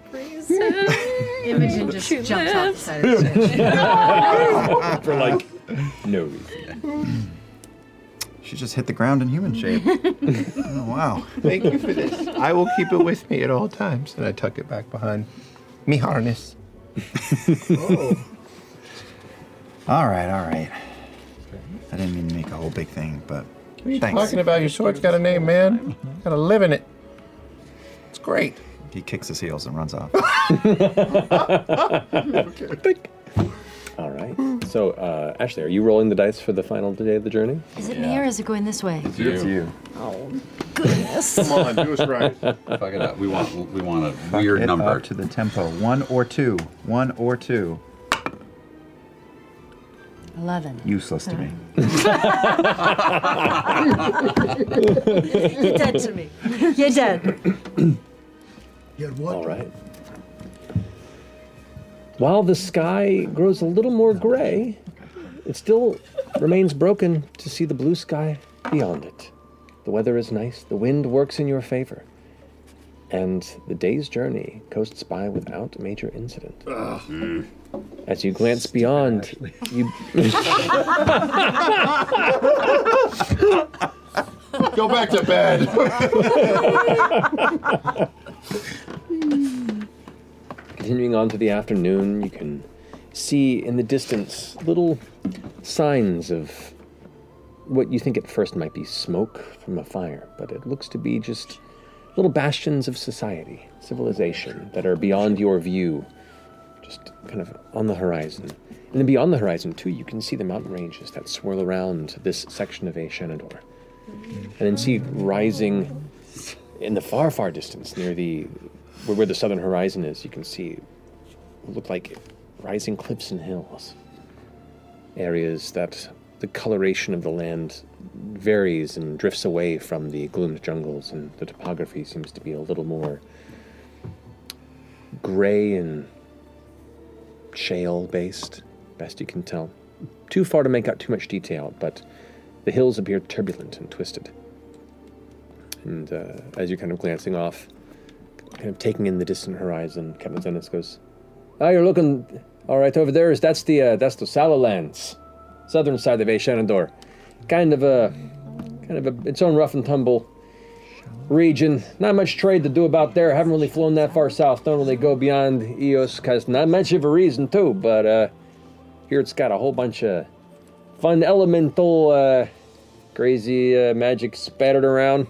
Speaker 11: just
Speaker 6: She
Speaker 11: jumps off the
Speaker 6: lives.
Speaker 11: side of the ship.
Speaker 4: For like no reason.
Speaker 2: She just hit the ground in human shape. oh, wow.
Speaker 9: Thank you for this. I will keep it with me at all times. And I tuck it back behind me harness.
Speaker 2: All right, all right. I didn't mean to make a whole big thing, but
Speaker 9: What are you
Speaker 2: thanks.
Speaker 9: talking about? Your sword's got a name, man. Got to live in it. It's great.
Speaker 2: He kicks his heels and runs off.
Speaker 29: All right. So, uh, Ashley, are you rolling the dice for the final day of the journey?
Speaker 13: Is it me or is it going this way? Oh, goodness.
Speaker 3: Fuck it up. We want we want a weird
Speaker 2: It up
Speaker 3: number.
Speaker 2: to the tempo. One or two. One or two.
Speaker 13: 11.
Speaker 2: Useless to me.
Speaker 13: You're dead to me. You're dead.
Speaker 4: All right. While the sky grows a little more gray, it still remains broken to see the blue sky beyond it. The weather is nice, the wind works in your favor, and the day's journey coasts by without major incident. As you glance beyond, you.
Speaker 9: Go back to bed.
Speaker 4: Continuing on to the afternoon, you can see in the distance little signs of what you think at first might be smoke from a fire, but it looks to be just little bastions of society, civilization that are beyond your view, just kind of on the horizon. And then beyond the horizon, too, you can see the mountain ranges that swirl around this section of A. Shenandoah. And then see rising in the far, far distance near the where, where the southern horizon is, you can see what look like rising cliffs and hills. Areas that the coloration of the land varies and drifts away from the gloomed jungles, and the topography seems to be a little more gray and shale based, best you can tell. Too far to make out too much detail, but the hills appear turbulent and twisted. And uh, as you're kind of glancing off, kind of taking in the distant horizon, Captain Zenith goes, "Ah, you're looking all right over there. Is that's the uh, that's the Salalands, southern side of A. Shenandoah. Kind of a kind of a its own rough and tumble region. Not much trade to do about there. Haven't really flown that far south. Don't really go beyond Eos, cause not much of a reason too. But uh, here it's got a whole bunch of fun elemental." Uh, Crazy uh, magic spattered around.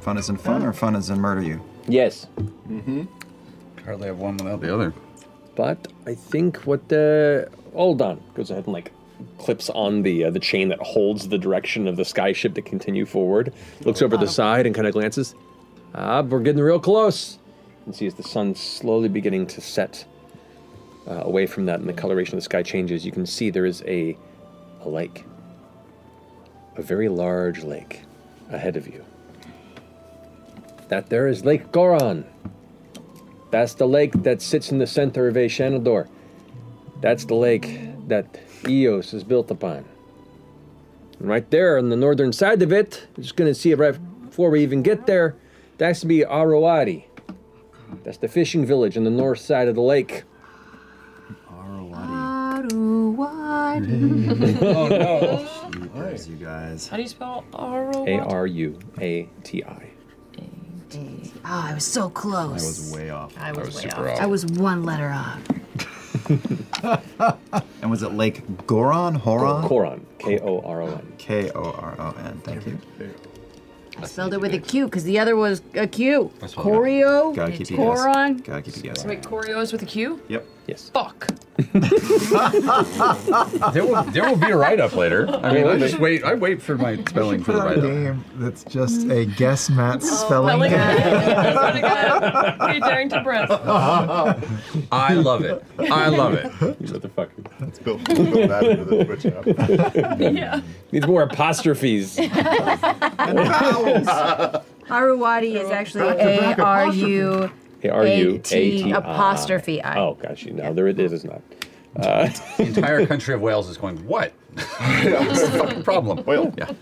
Speaker 2: Fun is in fun or fun is in murder you?
Speaker 4: Yes.
Speaker 3: Mm-hmm. Hardly have one without the other.
Speaker 4: But I think what the hold on goes ahead and like clips on the uh, the chain that holds the direction of the sky ship to continue forward. Looks over the side and kind of glances. Ah, we're getting real close. And sees the sun slowly beginning to set uh, away from that, and the coloration of the sky changes. You can see there is a a lake, a very large lake, ahead of you. That there is Lake Goron. That's the lake that sits in the center of A Shenandoah. That's the lake that Eos is built upon. And right there on the northern side of it, I'm just going to see it right before we even get there, that's to be Arawadi. That's the fishing village on the north side of the lake.
Speaker 6: oh
Speaker 2: you guys.
Speaker 6: How do you spell R O?
Speaker 4: A R U A T I.
Speaker 13: Oh,
Speaker 11: Ah,
Speaker 13: I was so close.
Speaker 2: way off.
Speaker 13: I was, way off. I was one letter off.
Speaker 2: And was it Lake Goron? Horon?
Speaker 4: Koron. K O R O N.
Speaker 2: K O R O N. Thank you.
Speaker 11: I spelled it with a Q because the other was a Q.
Speaker 2: That's what-
Speaker 11: Choreo.
Speaker 2: Gotta keep you guessing.
Speaker 11: Coron.
Speaker 2: Gotta keep you guessing.
Speaker 6: Wait, choreos with a Q?
Speaker 2: Yep.
Speaker 4: Yes.
Speaker 6: Fuck.
Speaker 3: There will there will be a write up later. I mean, I just wait. I wait for my spelling for
Speaker 8: Put
Speaker 3: the
Speaker 8: out a
Speaker 3: write up.
Speaker 8: game that's just a guess Matt's spelling
Speaker 6: spelling
Speaker 8: game.
Speaker 6: Pretty daring to breath.
Speaker 3: I love it. I love it.
Speaker 4: You motherfucker.
Speaker 5: That's built, built that into the Twitch app.
Speaker 6: yeah.
Speaker 4: Needs more apostrophes.
Speaker 11: Aruwadi is actually
Speaker 30: back to
Speaker 11: A
Speaker 30: back
Speaker 11: R U
Speaker 4: A R U A T I.
Speaker 11: apostrophe I.
Speaker 4: Oh, gosh, you know, there it is. It's not. Uh,
Speaker 3: the entire country of Wales is going, what? What's the fucking problem? Wales. Yeah.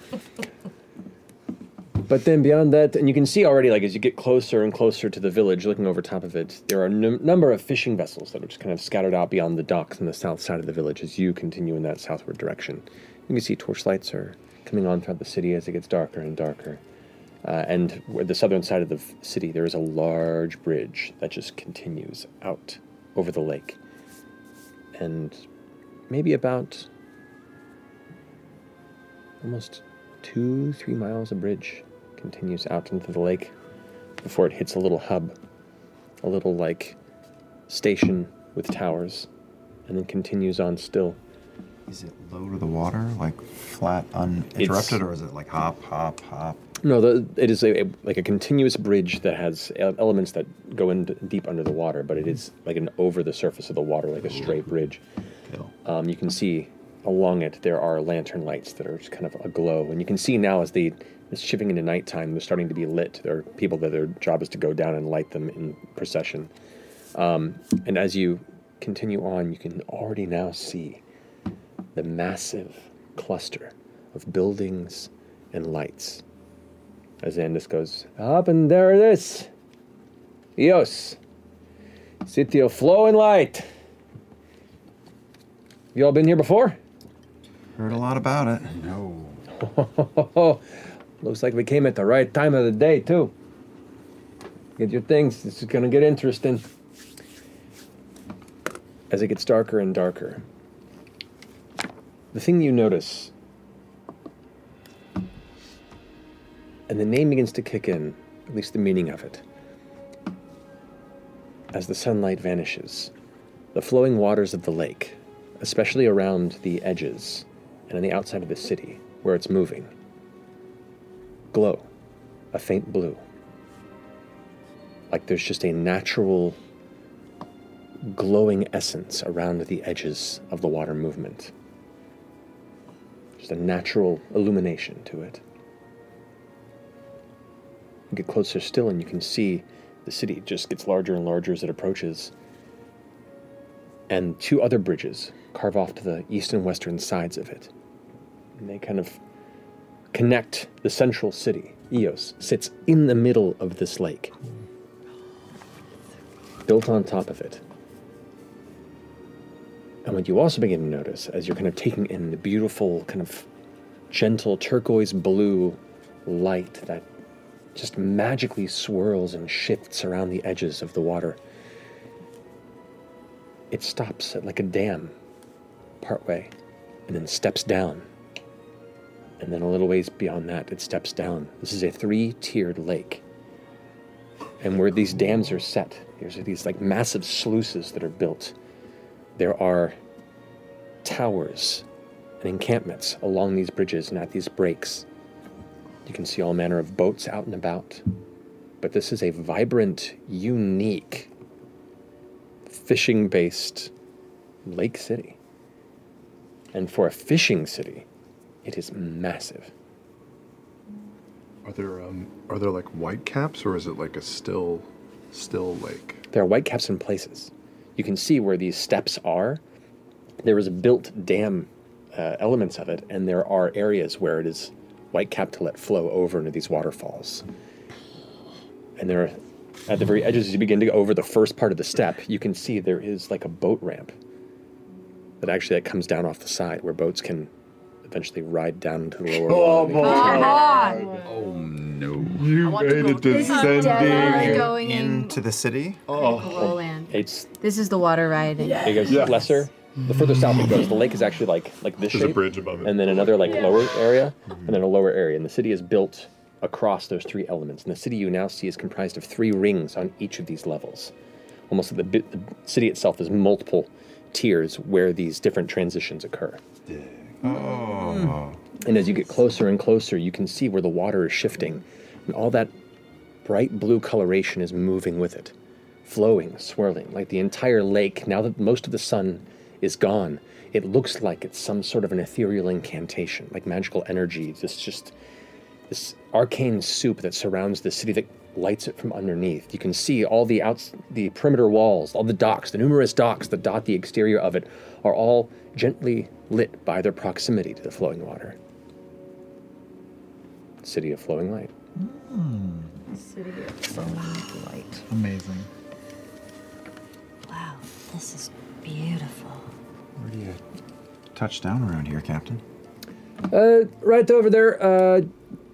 Speaker 4: But then beyond that, and you can see already, like as you get closer and closer to the village, looking over top of it, there are a num- number of fishing vessels that are just kind of scattered out beyond the docks on the south side of the village as you continue in that southward direction. You can see torchlights are coming on throughout the city as it gets darker and darker. Uh, and where the southern side of the f- city, there is a large bridge that just continues out over the lake. And maybe about almost two, three miles of bridge continues out into the lake before it hits a little hub, a little like station with towers, and then continues on still.
Speaker 2: Is it low to the water, like flat, uninterrupted, or is it like hop, hop, hop?
Speaker 4: No, the, it is a, a- like a continuous bridge that has e- elements that go in d- deep under the water, but it is like an over the surface of the water, like a straight bridge. Um, you can see along it there are lantern lights that are just kind of aglow, and you can see now as they it's shifting into nighttime, they're starting to be lit. There are people that their job is to go down and light them in procession. Um, and as you continue on, you can already now see the massive cluster of buildings and lights as Andis goes, Up and there it is. Eos. City of Flow and Light. You all been here before?
Speaker 2: Heard a lot about it.
Speaker 4: No. Looks like we came at the right time of the day, too. Get your things, this is gonna get interesting. As it gets darker and darker, the thing you notice, and the name begins to kick in, at least the meaning of it, as the sunlight vanishes, the flowing waters of the lake, especially around the edges and on the outside of the city where it's moving, glow a faint blue. Like there's just a natural glowing essence around the edges of the water movement. Just a natural illumination to it. You get closer still, and you can see the city just gets larger and larger as it approaches. And two other bridges carve off to the east and western sides of it. And they kind of connect the central city. Eos sits in the middle of this lake, built on top of it. And what you also begin to notice as you're kind of taking in the beautiful, kind of gentle turquoise blue light that just magically swirls and shifts around the edges of the water, it stops at like a dam partway and then steps down. And then a little ways beyond that, it steps down. This is a three tiered lake. And where these dams are set, there's these like massive sluices that are built. There are towers and encampments along these bridges and at these breaks. You can see all manner of boats out and about. But this is a vibrant, unique, fishing based lake city. And for a fishing city, it is massive.
Speaker 28: Are there um are there like white caps or is it like a still still lake?
Speaker 4: There are whitecaps in places. You can see where these steps are. There is built dam uh, elements of it, and there are areas where it is whitecapped to let flow over into these waterfalls. And there, are, at the very edges, as you begin to go over the first part of the step, you can see there is like a boat ramp that actually that comes down off the side where boats can eventually ride down to the lower.
Speaker 28: Oh,
Speaker 4: level.
Speaker 28: boy.
Speaker 4: Oh,
Speaker 3: no!
Speaker 28: You made it
Speaker 6: This is definitely going in.
Speaker 2: Into the city?
Speaker 13: Oh.
Speaker 28: Oh.
Speaker 6: Critical land.
Speaker 4: It's
Speaker 6: This is the water riding.
Speaker 4: it goes lesser. The further south it goes, the lake is actually like like this
Speaker 28: There's a
Speaker 4: shape,
Speaker 28: bridge above it.
Speaker 4: and then another like
Speaker 6: Yeah.
Speaker 4: lower area, and then a lower area. And the city is built across those three elements. And the city you now see is comprised of three rings on each of these levels. Almost like the, bi- the city itself is multiple tiers where these different transitions occur.
Speaker 2: Oh.
Speaker 4: And as you get closer and closer, you can see where the water is shifting, and all that bright blue coloration is moving with it, flowing, swirling, like the entire lake. Now that most of the sun is gone, it looks like it's some sort of an ethereal incantation, like magical energy. This just this arcane soup that surrounds the city that lights it from underneath. You can see all the outs, the perimeter walls, all the docks, the numerous docks that dot the exterior of it, are all gently lit by their proximity to the flowing water. City of flowing light.
Speaker 5: City of flowing light.
Speaker 8: Amazing.
Speaker 13: Wow, this is beautiful.
Speaker 2: Where do you touch down around here, Captain?
Speaker 4: Uh, right over there. Uh,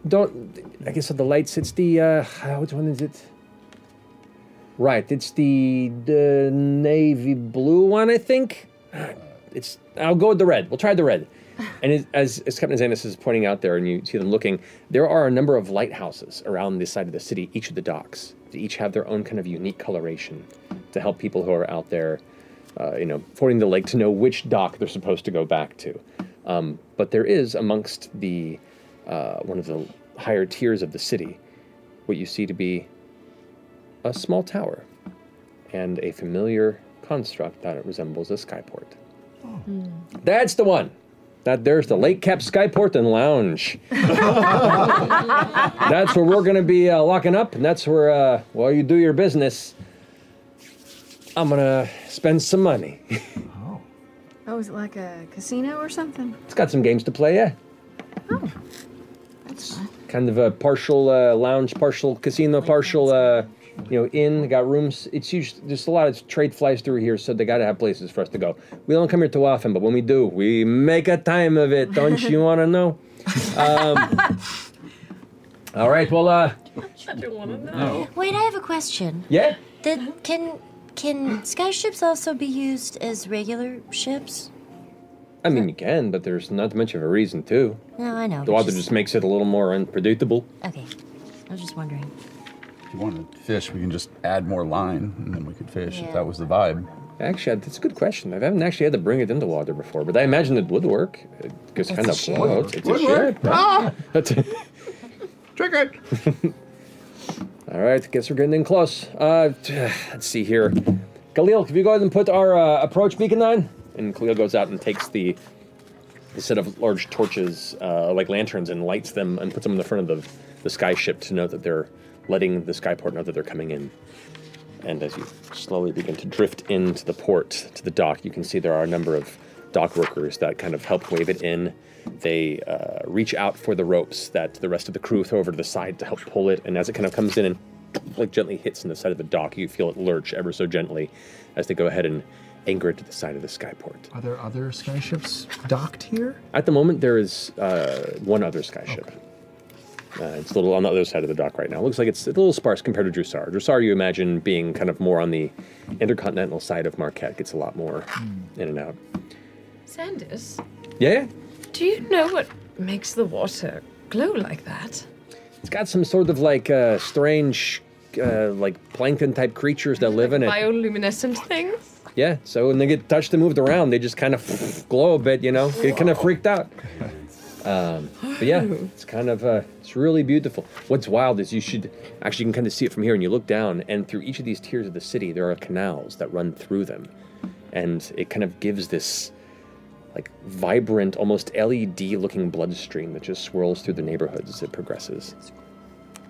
Speaker 4: don't. I guess on the lights, it's the. Uh, which one is it? Right, it's the, the navy blue one, I think. It's. I'll go with the red. We'll try the red. And it, as, as Captain Zanis is pointing out there, and you see them looking, there are a number of lighthouses around the side of the city, each of the docks. They each have their own kind of unique coloration to help people who are out there, uh, you know, fording the lake to know which dock they're supposed to go back to. Um, but there is amongst the uh, one of the higher tiers of the city what you see to be a small tower and a familiar construct that resembles a skyport. That's the one. That there's the Lake Cap Skyport and Lounge. that's where we're going to be uh, locking up, and that's where, uh, while you do your business, I'm going to spend some money.
Speaker 11: Oh, is it like a casino or something?
Speaker 4: It's got some games to play, yeah. Kind of a partial uh, lounge, partial casino, partial uh, you know inn. They got rooms. It's usually just a lot of trade flies through here, so they got to have places for us to go. We don't come here too often, but when we do, we make a time of it. Don't you want to know? Um, all right. Well, uh,
Speaker 12: I don't want to know.
Speaker 13: Wait, I have a question.
Speaker 4: yeah.
Speaker 13: The, can can skyships also be used as regular ships?
Speaker 4: I mean, you can, but there's not much of a reason to.
Speaker 13: No, I know. but
Speaker 4: The water just makes it a little more unpredictable.
Speaker 13: Okay, I was just wondering.
Speaker 3: If you want to fish, we can just add more line, and then we could fish
Speaker 13: Yeah.
Speaker 3: if that was the vibe.
Speaker 4: Actually, that's a good question. I haven't actually had to bring it into water before, but I imagine it would work. It goes
Speaker 9: It's a Ah!
Speaker 4: kind of
Speaker 9: ship.
Speaker 4: floats. It's a
Speaker 9: Woodward.
Speaker 4: ship. right? That's it.
Speaker 9: Drink it.
Speaker 4: All right, guess we're getting in close. Uh, t- let's see here. Khalil, can you go ahead and put our uh, approach beacon on? And Khalil goes out and takes the, the set of large torches, uh, like lanterns, and lights them and puts them in the front of the, the sky ship to know that they're letting the skyport know that they're coming in. And as you slowly begin to drift into the port, to the dock, you can see there are a number of dock workers that kind of help wave it in. They uh, reach out for the ropes that the rest of the crew throw over to the side to help pull it. And as it kind of comes in and like gently hits on the side of the dock, you feel it lurch ever so gently as they go ahead and anchor it to the side of the skyport.
Speaker 8: Are there other skyships docked here?
Speaker 4: At the moment, there is uh, one other skyship. Uh, it's a little on the other side of the dock right now. It looks like it's a little sparse compared to Drusar. Drusar, you imagine, being kind of more on the intercontinental side of Marquette, gets a lot more in and out.
Speaker 12: Sanders,
Speaker 4: Yeah, yeah.
Speaker 12: do you know what makes the water glow like that?
Speaker 4: It's got some sort of like uh, strange, uh, like plankton type creatures that live in it.
Speaker 12: Bioluminescent things?
Speaker 4: Yeah, so when they get touched and moved around, they just kind of glow a bit, you know? Get kind of freaked out. Um, but yeah, it's kind of, uh, it's really beautiful. What's wild is you should, actually, you can kind of see it from here, and you look down, and through each of these tiers of the city, there are canals that run through them. And it kind of gives this, like, vibrant, almost LED looking bloodstream that just swirls through the neighborhoods as it progresses.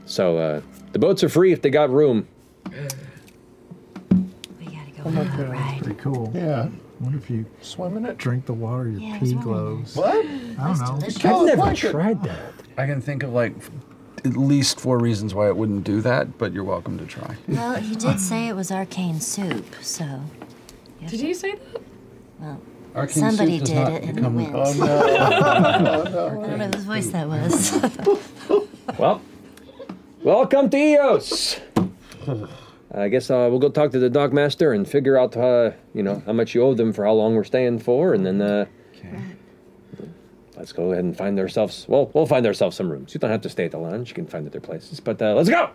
Speaker 4: So, uh, the boats are free if they got room.
Speaker 8: Oh my god, that's pretty cool. Yeah. wonder if you swim in it, drink the water, your
Speaker 3: Yeah, I was
Speaker 8: pee
Speaker 3: wondering.
Speaker 8: glows.
Speaker 3: What?
Speaker 8: I don't know.
Speaker 3: that. I can think of like f- at least four reasons why it wouldn't do that, but you're welcome to try.
Speaker 13: Well, he did say it was arcane soup, so. Did
Speaker 12: he say that?
Speaker 13: Well,
Speaker 12: Arcane
Speaker 13: somebody
Speaker 12: soup does not
Speaker 13: did it in the
Speaker 12: become-
Speaker 13: wind.
Speaker 12: Oh, no. Oh,
Speaker 13: I don't know whose voice that was.
Speaker 4: Well, welcome to EOS. I guess uh, we'll go talk to the dock master and figure out, uh, you know, how much you owe them for how long we're staying for, and then uh, let's go ahead and find ourselves. Well, we'll find ourselves some rooms. You don't have to stay at the lounge; you can find other places. But uh, let's go.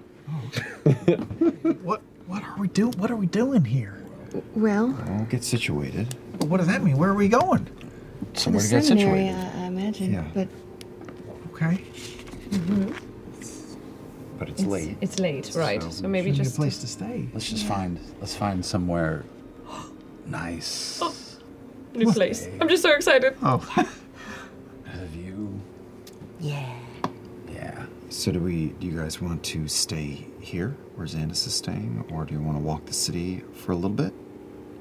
Speaker 8: What what are we do what are we doing here?
Speaker 11: Well,
Speaker 2: Well, get situated.
Speaker 8: Well, what does that mean? Where are we going?
Speaker 2: Somewhere
Speaker 11: the
Speaker 2: to get
Speaker 11: seminary,
Speaker 2: situated.
Speaker 11: I, I imagine.
Speaker 2: Yeah.
Speaker 11: But
Speaker 8: okay,
Speaker 12: Mm-hmm.
Speaker 3: But it's,
Speaker 12: It's-
Speaker 3: late.
Speaker 12: It's late, right? So, maybe
Speaker 8: Should be a
Speaker 12: just
Speaker 8: place to stay.
Speaker 3: Let's just find let's find somewhere nice.
Speaker 12: Oh, new place. I'm just so excited.
Speaker 8: Oh.
Speaker 3: Have you?
Speaker 13: Yeah.
Speaker 3: Yeah.
Speaker 31: So do we? Do you guys want to stay here, where Xandus is staying, or do you want to walk the city for a little bit?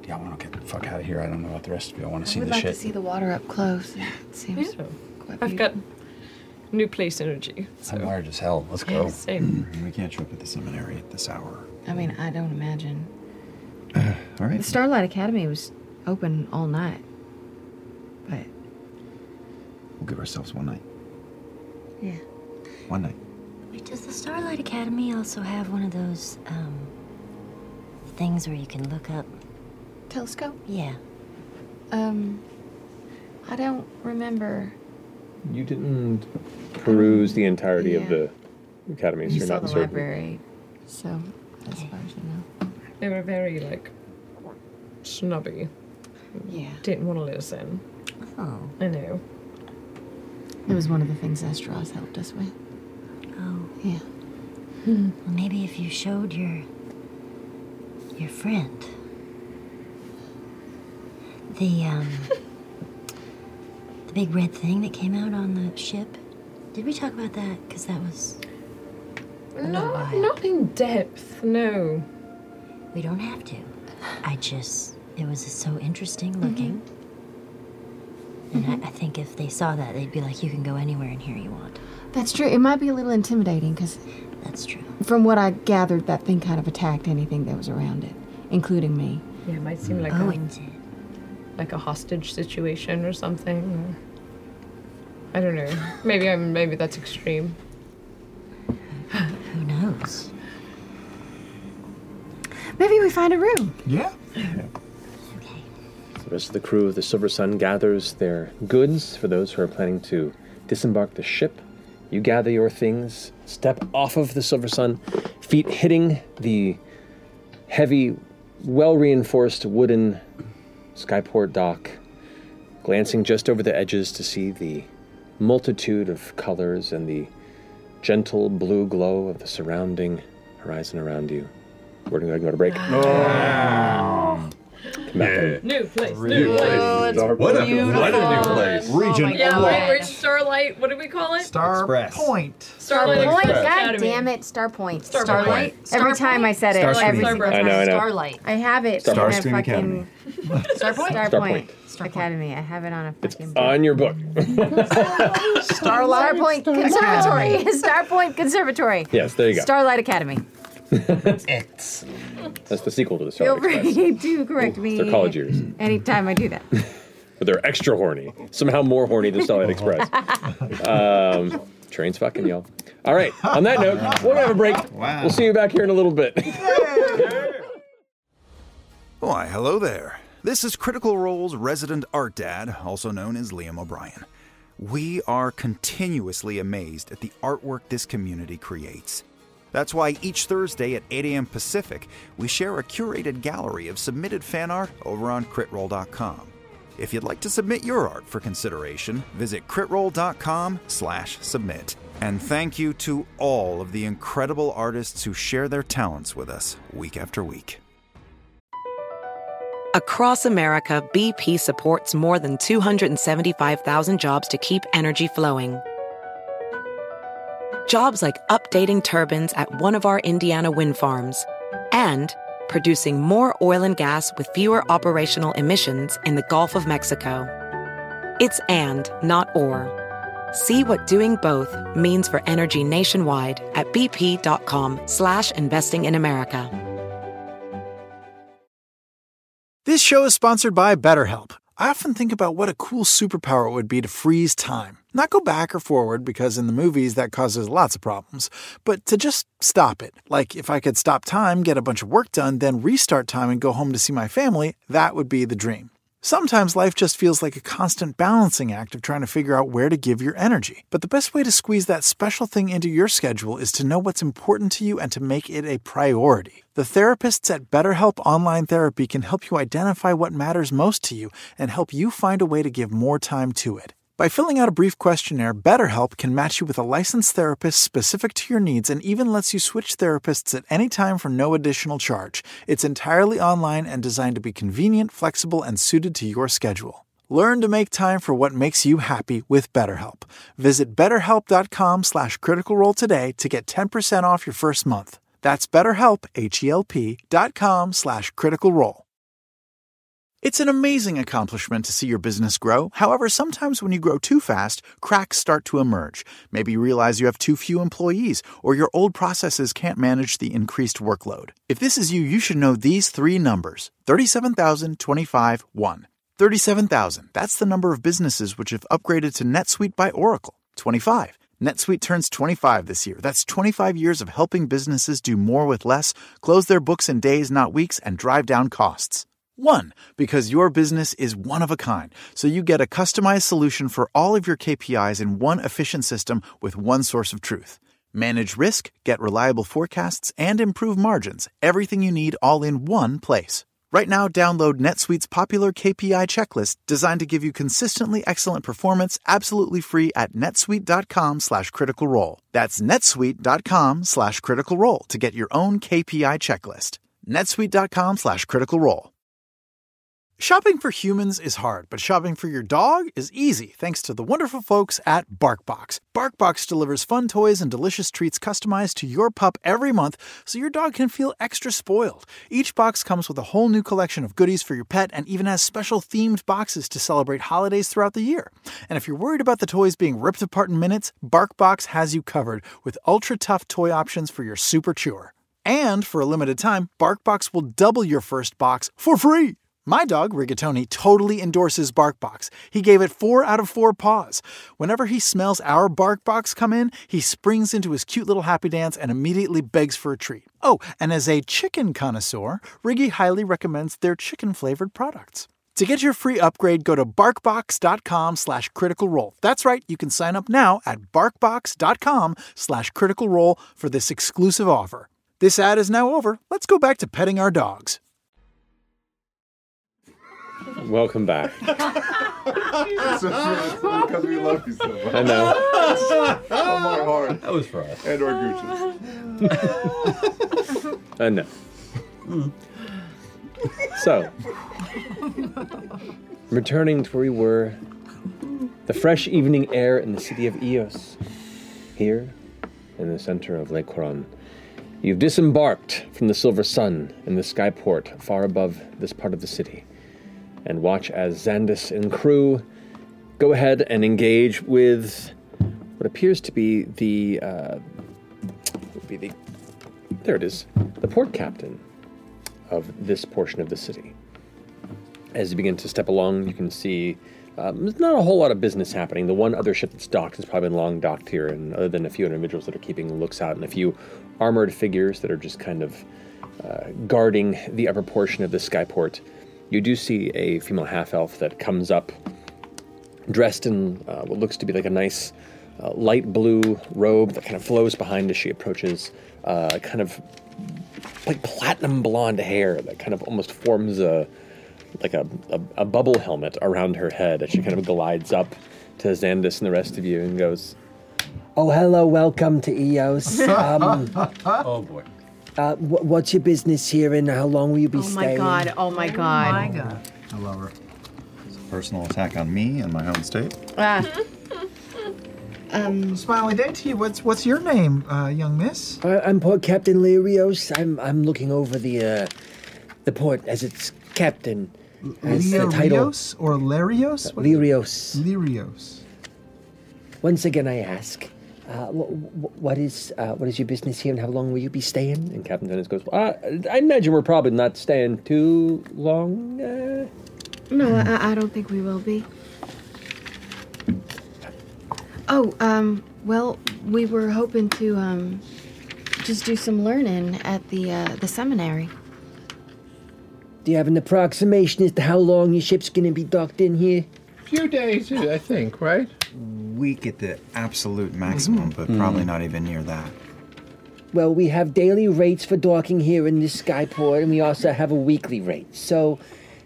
Speaker 32: Yeah, I want to get the fuck out of here. I don't know about the rest of you. I want to see
Speaker 12: We'd
Speaker 32: the
Speaker 12: like
Speaker 32: shit.
Speaker 12: to see the water up close. Yeah, it seems
Speaker 6: Yeah.
Speaker 12: quite
Speaker 6: I've got new place energy.
Speaker 32: I'm wired as hell. Let's
Speaker 12: Yeah,
Speaker 32: go.
Speaker 12: same.
Speaker 31: Hmm, We can't show up at the seminary at this hour.
Speaker 12: I mean, I don't imagine.
Speaker 31: All right.
Speaker 11: The Starlight Academy was open all night. But
Speaker 31: We'll give ourselves one night.
Speaker 13: Yeah.
Speaker 31: One night.
Speaker 13: Wait, does the Starlight Academy also have one of those um, things where you can look up?
Speaker 12: Telescope?
Speaker 13: Yeah.
Speaker 12: Um, I don't remember.
Speaker 4: You didn't peruse the entirety of the academies.
Speaker 12: You
Speaker 4: You're
Speaker 12: saw
Speaker 4: not
Speaker 12: the
Speaker 4: certain.
Speaker 12: library, so I suppose you know.
Speaker 6: They were very like snobby.
Speaker 12: Yeah.
Speaker 6: Didn't want to let us in.
Speaker 12: Oh.
Speaker 6: I know.
Speaker 12: It was one of the things Esdras helped us with.
Speaker 13: Oh. Hmm.
Speaker 12: Yeah.
Speaker 13: Well, maybe if you showed your your friend the um the big red thing that came out on the ship. Did we talk about that? Because that was
Speaker 6: No, not in depth. No.
Speaker 13: We don't have to. I just it was so interesting
Speaker 6: Mm-hmm.
Speaker 13: looking. And I, I think if they saw that, they'd be like, "You can go anywhere in here you want."
Speaker 12: That's true. It might be a little intimidating because.
Speaker 13: That's true.
Speaker 12: From what I gathered, that thing kind of attacked anything that was around it, including me.
Speaker 6: Yeah, it might
Speaker 11: Hmm.
Speaker 6: seem like
Speaker 12: Oh,
Speaker 6: a like a hostage situation or something. or- I don't know. Maybe I'm. Maybe that's extreme.
Speaker 13: Who knows?
Speaker 11: maybe we find a room.
Speaker 5: Yeah.
Speaker 4: The rest of the crew of the Silver Sun gathers their goods for those who are planning to disembark the ship. You gather your things, step off of the Silver Sun, feet hitting the heavy, well reinforced wooden skyport dock, glancing just over the edges to see the multitude of colors and the gentle blue glow of the surrounding horizon around you. We're going to go to break. Come back.
Speaker 6: New
Speaker 4: New
Speaker 6: place. new
Speaker 4: place.
Speaker 6: place.
Speaker 4: Oh, it's What a- beautiful. what a new place. Region
Speaker 6: Yeah,
Speaker 4: Unlocked.
Speaker 6: wait, wait, Starlight. What do we call it?
Speaker 5: Star Point.
Speaker 6: Starlight
Speaker 11: Point. God
Speaker 6: Express Academy.
Speaker 11: damn it, Star Point.
Speaker 6: Star
Speaker 11: Starlight.
Speaker 6: Point.
Speaker 11: Every
Speaker 6: Star
Speaker 11: time I said it,
Speaker 6: Starstream.
Speaker 11: every single
Speaker 6: I
Speaker 11: time.
Speaker 6: know, I know.
Speaker 11: Starlight. I have it.
Speaker 4: Star-
Speaker 11: on a
Speaker 4: Starstream
Speaker 11: fucking Starpoint.
Speaker 4: Star Point.
Speaker 11: Academy. I have it on a fucking
Speaker 4: On your book.
Speaker 11: Starlight Starpoint Conservatory. Starpoint Conservatory.
Speaker 4: Yes, there you go.
Speaker 11: Starlight Academy.
Speaker 4: That's the sequel to the Star
Speaker 11: Feel
Speaker 4: Wars. Express.
Speaker 11: free to correct me.
Speaker 4: They're college years,
Speaker 11: Anytime I do that.
Speaker 4: but they're extra horny. Somehow more horny than Starlight Express. Um, train's fucking y'all. All right. On that note, we're gonna have a break. We'll see you back here in a little bit.
Speaker 2: Why, hello there. This is Critical Role's resident art dad, also known as Liam O'Brien. We are continuously amazed at the artwork this community creates. That's why each Thursday at 8 a.m. Pacific, we share a curated gallery of submitted fan art over on critroll.com. If you'd like to submit your art for consideration, visit critroll.com slash submit. And thank you to all of the incredible artists who share their talents with us week after week.
Speaker 33: Across America, BP supports more than 275,000 jobs to keep energy flowing. Jobs like updating turbines at one of our Indiana wind farms and producing more oil and gas with fewer operational emissions in the Gulf of Mexico. It's and, not or. See what doing both means for energy nationwide at bp.com slash investing in America.
Speaker 8: This show is sponsored by BetterHelp. I often think about what a cool superpower it would be to freeze time. Not go back or forward, because in the movies that causes lots of problems, but to just stop it. Like if I could stop time, get a bunch of work done, then restart time and go home to see my family, that would be the dream. Sometimes life just feels like a constant balancing act of trying to figure out where to give your energy. But the best way to squeeze that special thing into your schedule is to know what's important to you and to make it a priority. The therapists at BetterHelp Online Therapy can help you identify what matters most to you and help you find a way to give more time to it. By filling out a brief questionnaire, BetterHelp can match you with a licensed therapist specific to your needs and even lets you switch therapists at any time for no additional charge. It's entirely online and designed to be convenient, flexible, and suited to your schedule. Learn to make time for what makes you happy with BetterHelp. Visit betterhelp.com slash critical role today to get 10% off your first month. That's betterhelp, H-E-L-P dot com slash critical role. It's an amazing accomplishment to see your business grow. However, sometimes when you grow too fast, cracks start to emerge. Maybe you realize you have too few employees, or your old processes can't manage the increased workload. If this is you, you should know these three numbers 37,000, 25, 1. 37,000, that's the number of businesses which have upgraded to NetSuite by Oracle. 25. NetSuite turns 25 this year. That's 25 years of helping businesses do more with less, close their books in days, not weeks, and drive down costs. One, because your business is one of a kind, so you get a customized solution for all of your KPIs in one efficient system with one source of truth. Manage risk, get reliable forecasts, and improve margins. Everything you need all in one place. Right now, download NetSuite's popular KPI checklist designed to give you consistently excellent performance absolutely free at netsuite.com slash critical role. That's netsuite.com slash critical role to get your own KPI checklist. netsuite.com slash critical role. Shopping for humans is hard, but shopping for your dog is easy thanks to the wonderful folks at BarkBox. BarkBox delivers fun toys and delicious treats customized to your pup every month so your dog can feel extra spoiled. Each box comes with a whole new collection of goodies for your pet and even has special themed boxes to celebrate holidays throughout the year. And if you're worried about the toys being ripped apart in minutes, BarkBox has you covered with ultra tough toy options for your super chewer. And for a limited time, BarkBox will double your first box for free. My dog, Rigatoni, totally endorses BarkBox. He gave it four out of four paws. Whenever he smells our BarkBox come in, he springs into his cute little happy dance and immediately begs for a treat. Oh, and as a chicken connoisseur, Riggy highly recommends their chicken-flavored products. To get your free upgrade, go to BarkBox.com slash Critical Role. That's right, you can sign up now at BarkBox.com slash Critical Role for this exclusive offer. This ad is now over. Let's go back to petting our dogs.
Speaker 4: Welcome back.
Speaker 5: It's just really because we love you so much.
Speaker 4: I know.
Speaker 5: From my heart.
Speaker 4: That was for us.
Speaker 5: And our Gucci's.
Speaker 4: I know. So, returning to where we were, the fresh evening air in the city of Eos, here in the center of Lake Huron, you've disembarked from the silver sun in the skyport far above this part of the city, and watch as Xandus and crew go ahead and engage with what appears to be the uh, would be the there it is the port captain of this portion of the city. As you begin to step along, you can see um, there's not a whole lot of business happening. The one other ship that's docked has probably been long docked here, and other than a few individuals that are keeping looks out and a few armored figures that are just kind of uh, guarding the upper portion of the skyport, you do see a female half elf that comes up dressed in uh, what looks to be like a nice uh, light blue robe that kind of flows behind as she approaches, uh, kind of like platinum blonde hair that kind of almost forms a like a, a, a bubble helmet around her head as she kind of glides up to Xandus and the rest of you and goes,
Speaker 16: Oh, hello, welcome to EOS. Um,
Speaker 34: oh boy.
Speaker 16: uh, wh- what's your business here and how long will you be
Speaker 35: Oh my
Speaker 16: staying?
Speaker 35: god, oh my god.
Speaker 16: my
Speaker 35: god.
Speaker 2: I love her. It's a personal attack on me and my home state.
Speaker 35: Ah.
Speaker 36: Um, Smiling Dainty, what's what's your name, uh, young miss?
Speaker 16: I, I'm Port Captain Lerios. I'm I'm looking over the uh, the port as its captain. As the title. Uh,
Speaker 36: Lerios or Lerios?
Speaker 16: Lerios.
Speaker 36: Lerios.
Speaker 16: Once again, I ask, uh, wh- wh- what is uh, what is your business here and how long will you be staying?
Speaker 4: and Captain Dennis goes, uh, I imagine we're probably not staying too long. Uh,
Speaker 11: No, I, I don't think we will be. Oh, um, well, we were hoping to um, just do some learning at the uh, the seminary.
Speaker 16: Do you have an approximation as to how long your ship's going to be docked in here?
Speaker 37: Few days, I think, right?
Speaker 2: Week at the absolute maximum, but probably
Speaker 4: Mm-hmm.
Speaker 2: not even near that.
Speaker 16: Well, we have daily rates for docking here in this skyport, and we also have a weekly rate. So,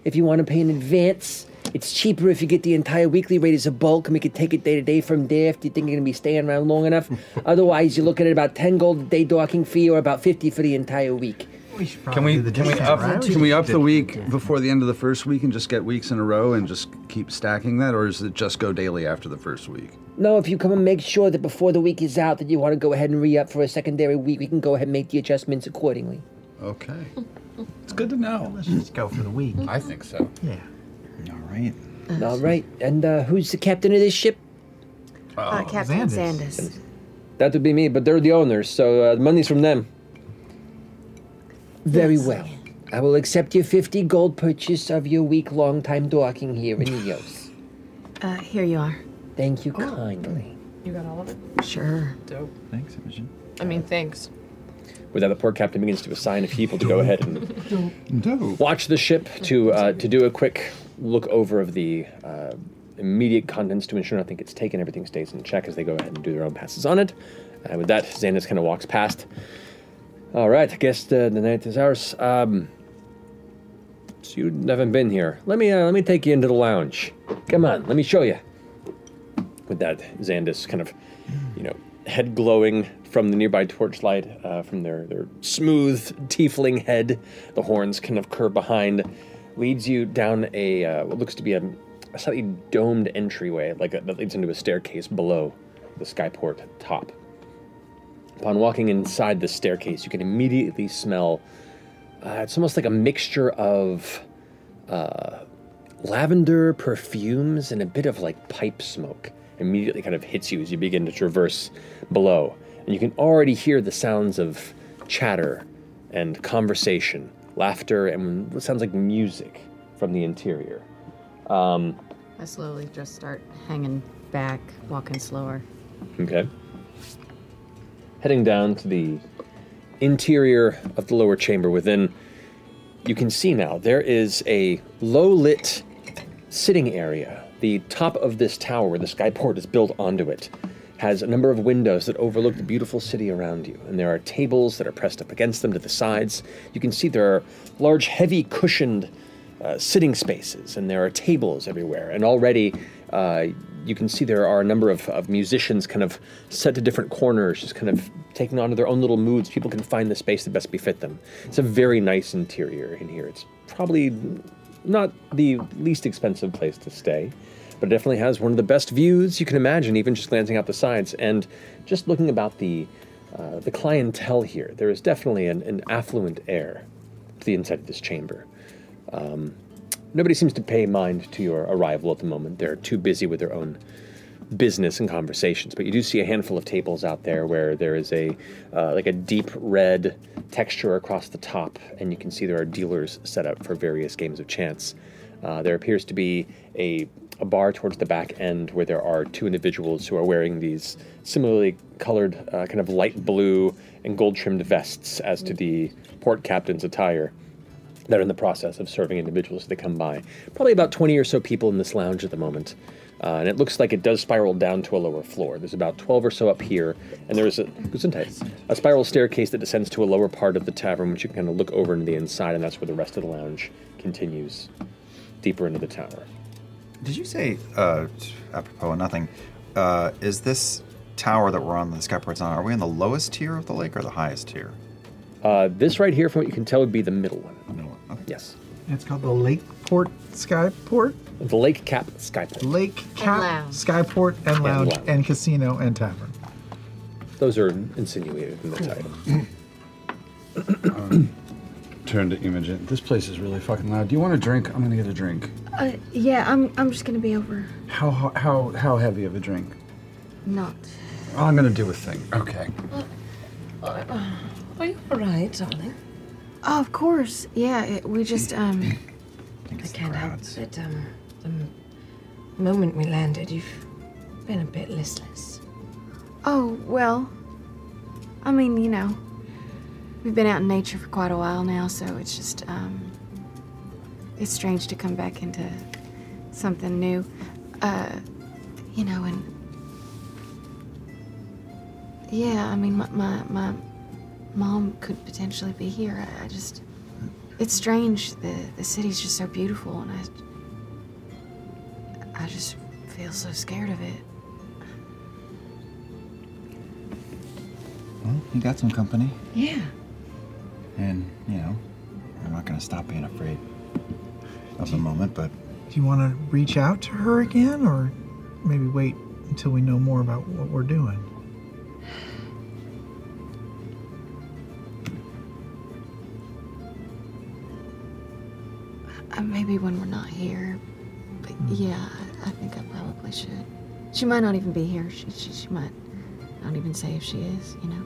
Speaker 16: if you want to pay in advance, it's cheaper if you get the entire weekly rate as a bulk, and we can take it day to day from there if you think you're going to be staying around long enough. Otherwise, you're looking at about 10 gold a day docking fee or about 50 for the entire week.
Speaker 8: we should probably
Speaker 21: Can we
Speaker 8: do the
Speaker 21: can we
Speaker 8: dishes,
Speaker 21: up
Speaker 8: right?
Speaker 21: can we up the week before the end of the first week and just get weeks in a row and just keep stacking that, or does it just go daily after the first week?
Speaker 16: No, if you come and make sure that before the week is out that you want to go ahead and re-up for a secondary week, we can go ahead and make the adjustments accordingly.
Speaker 21: Okay. It's good to know.
Speaker 8: Let's just go for the week.
Speaker 21: I think so.
Speaker 8: Yeah.
Speaker 16: All right. All right. And uh, who's the captain of this ship?
Speaker 11: Uh, Captain Sandus.
Speaker 4: That would be me, but they're the owners, so uh, the money's from them.
Speaker 16: Very well. I will accept your 50 gold purchase of your week-long time docking here in Eos.
Speaker 11: Uh, here you are.
Speaker 16: Thank you
Speaker 8: Oh,
Speaker 16: kindly.
Speaker 12: You got all of it?
Speaker 11: Sure.
Speaker 12: Dope.
Speaker 4: Thanks, Imogen.
Speaker 12: I mean, thanks.
Speaker 4: With that, the poor captain begins to assign a people to go ahead and watch the ship to uh, to do a quick look over of the uh, immediate contents to ensure nothing gets taken, everything stays in check as they go ahead and do their own passes on it. Uh, with that, Xanis kind of walks past. All right, I guess the, the night is ours. Um, so you haven't been here. Let me uh, let me take you into the lounge. Come on, let me show you. With that, Xandis kind of, you know, head glowing from the nearby torchlight, uh, from their their smooth tiefling head, the horns kind of curve behind, leads you down a uh, what looks to be a, a slightly domed entryway, like a, that leads into a staircase below the skyport top. Upon walking inside the staircase, you can immediately smell. Uh, it's almost like a mixture of uh, lavender perfumes and a bit of like pipe smoke. Immediately, kind of hits you as you begin to traverse below, and you can already hear the sounds of chatter and conversation, laughter, and what sounds like music from the interior. Um,
Speaker 6: I slowly just start hanging back, walking slower.
Speaker 4: Okay. Heading down to the interior of the lower chamber within, you can see now there is a low lit sitting area. The top of this tower, where the skyport is built onto it, has a number of windows that overlook the beautiful city around you. And there are tables that are pressed up against them to the sides. You can see there are large, heavy, cushioned uh, sitting spaces, and there are tables everywhere. And already, uh, you can see there are a number of, of musicians kind of set to different corners, just kind of taking on their own little moods. People can find the space that best befit them. It's a very nice interior in here. It's probably not the least expensive place to stay, but it definitely has one of the best views you can imagine, even just glancing out the sides. And just looking about the uh, the clientele here, there is definitely an, an affluent air to the inside of this chamber. Um, nobody seems to pay mind to your arrival at the moment. They're too busy with their own business and conversations. But you do see a handful of tables out there where there is a uh, like a deep red texture across the top, and you can see there are dealers set up for various games of chance. Uh, there appears to be a, a bar towards the back end where there are two individuals who are wearing these similarly colored, uh, kind of light blue and gold trimmed vests as to the port captain's attire that are in the process of serving individuals that come by. Probably about 20 or so people in this lounge at the moment. Uh, and it looks like it does spiral down to a lower floor. There's about 12 or so up here, and there's a, Gesundheit, a spiral staircase that descends to a lower part of the tavern, which you can kind of look over into the inside, and that's where the rest of the lounge continues deeper into the tower.
Speaker 2: Did you say, uh, t- apropos of nothing, uh, is this tower that we're on, the skyport's on, are we on the lowest tier of the lake or the highest tier?
Speaker 4: Uh, this right here, from what you can tell, would be the middle one.
Speaker 2: middle one.
Speaker 4: Yes.
Speaker 8: It's called the Lakeport Skyport.
Speaker 4: The Lake Cap Skyport.
Speaker 8: Lake Cap Skyport and Lounge
Speaker 4: lounge.
Speaker 8: and, Casino and Tavern.
Speaker 4: Those are insinuated in the title.
Speaker 21: Turn to Imogen. This place is really fucking loud. Do you want a drink? I'm gonna get a drink.
Speaker 11: Uh, yeah, I'm, I'm just gonna be over.
Speaker 21: How ho- how how heavy of a drink?
Speaker 11: Not.
Speaker 21: I'm gonna do a thing. Okay.
Speaker 12: Are you all right, darling?
Speaker 11: Oh, of course. Yeah, it, we just, um.
Speaker 12: I can't help it. Um, the m- moment we landed, you've been a bit listless.
Speaker 11: Oh, well. I mean, you know. We've been out in nature for quite a while now, so it's just, um. It's strange to come back into something new. Uh, you know, and. Yeah, I mean, my, my, my mom could potentially be here. I, I just. It's strange. The, the city's just so beautiful, and I. I just feel so scared of it.
Speaker 1: Well, you got some company.
Speaker 11: Yeah.
Speaker 2: And, you know, I'm not going to stop being afraid of the moment, but
Speaker 8: Do you want to reach out to her again, or maybe wait until we know more about what we're doing?
Speaker 11: Uh, maybe when we're not here. But yeah, I- I think I probably should. She might not even be here. She, she, she might not even say if she is, you know.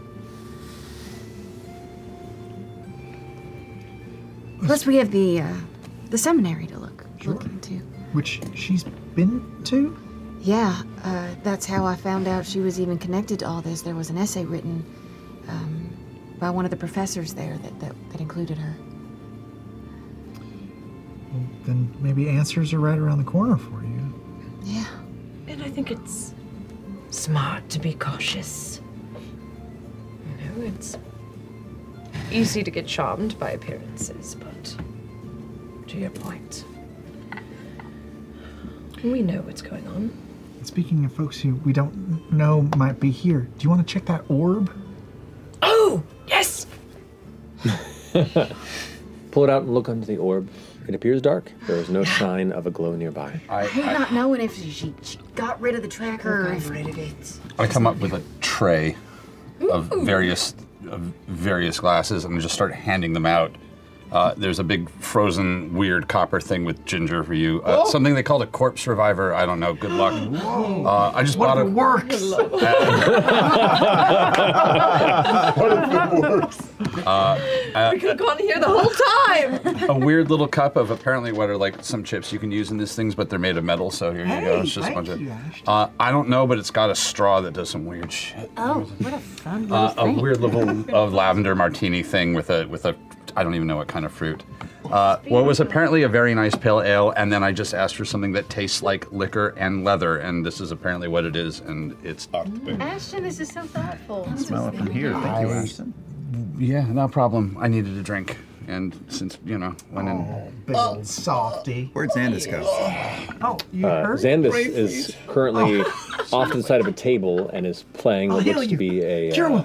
Speaker 11: Plus, we have the uh, the seminary to look, look into.
Speaker 8: Which she's been to?
Speaker 11: Yeah, uh, that's how I found out she was even connected to all this. There was an essay written um, by one of the professors there that, that, that included her.
Speaker 8: Well, then maybe answers are right around the corner for you.
Speaker 11: Yeah.
Speaker 12: And I think it's smart to be cautious. You know, it's easy to get charmed by appearances, but to your point, we know what's going on.
Speaker 8: And speaking of folks who we don't know might be here, do you want to check that orb?
Speaker 12: Oh, yes!
Speaker 4: Pull it out and look under the orb. It appears dark. There is no sign of a glow nearby.
Speaker 11: I do not knowing if she, she she got rid of the tracker or if
Speaker 3: I come up with a tray of various of various glasses and just start handing them out. Uh, there's a big frozen weird copper thing with ginger for you. Uh,
Speaker 38: Oh.
Speaker 3: something they called a corpse reviver. I don't know. Good luck. Uh, I just bought it.
Speaker 38: Works.
Speaker 3: Uh, uh,
Speaker 12: We could have gone here the whole time!
Speaker 3: a weird little cup of apparently what are like some chips you can use in these things, but they're made of metal. So here you go.
Speaker 5: Hey,
Speaker 3: It's just a
Speaker 5: thank
Speaker 3: bunch of.
Speaker 5: you,
Speaker 3: uh, I don't know, but it's got a straw that does some weird shit.
Speaker 5: Oh, what a fun little
Speaker 3: Uh, a
Speaker 5: thing.
Speaker 3: weird little uh, lavender martini thing with a with a I don't even know what kind of fruit. Uh, what was apparently a very nice pale ale, and then I just asked for something that tastes like liquor and leather, and this is apparently what it is, and it's
Speaker 39: Ashton, this is so thoughtful.
Speaker 3: Yeah, no problem. I needed a drink, and since you know, went in.
Speaker 8: Big
Speaker 9: Oh.
Speaker 8: old softy.
Speaker 3: Where'd Xandis go?
Speaker 8: Oh, you
Speaker 3: Uh,
Speaker 8: heard? Oh.
Speaker 3: Xandis
Speaker 4: Xandus is currently
Speaker 9: Oh.
Speaker 4: off to the side of a table and is playing
Speaker 8: I'll
Speaker 4: what
Speaker 8: heal
Speaker 4: looks to
Speaker 8: you.
Speaker 4: be a uh,
Speaker 8: Cure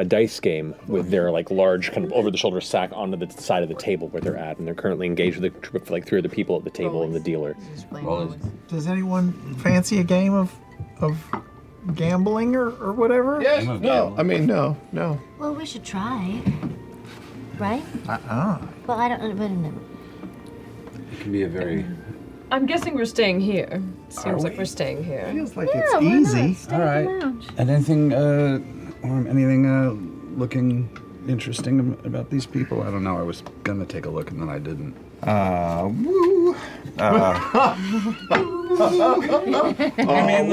Speaker 4: a dice game with their like large kind of over the shoulder sack onto the side of the table where they're at, and they're currently engaged with the, with, like three other people at the table and the dealer.
Speaker 8: Does anyone fancy a game of of gambling or, or whatever?
Speaker 9: Yes, no, I mean, no, no.
Speaker 13: Well, we should try. Right?
Speaker 9: Uh-uh.
Speaker 13: Well, I don't. But no.
Speaker 3: It can be a very.
Speaker 12: I'm guessing we're staying here. Seems
Speaker 3: Are
Speaker 12: like
Speaker 3: we?
Speaker 12: we? are staying here.
Speaker 8: Feels
Speaker 12: like
Speaker 3: it's Yeah, why not? easy. Stay at the All right. And anything, uh, Orm, anything uh, looking interesting ab- about these people? I don't know. I was gonna take a look and then I didn't. Uh, woo.
Speaker 2: I mean,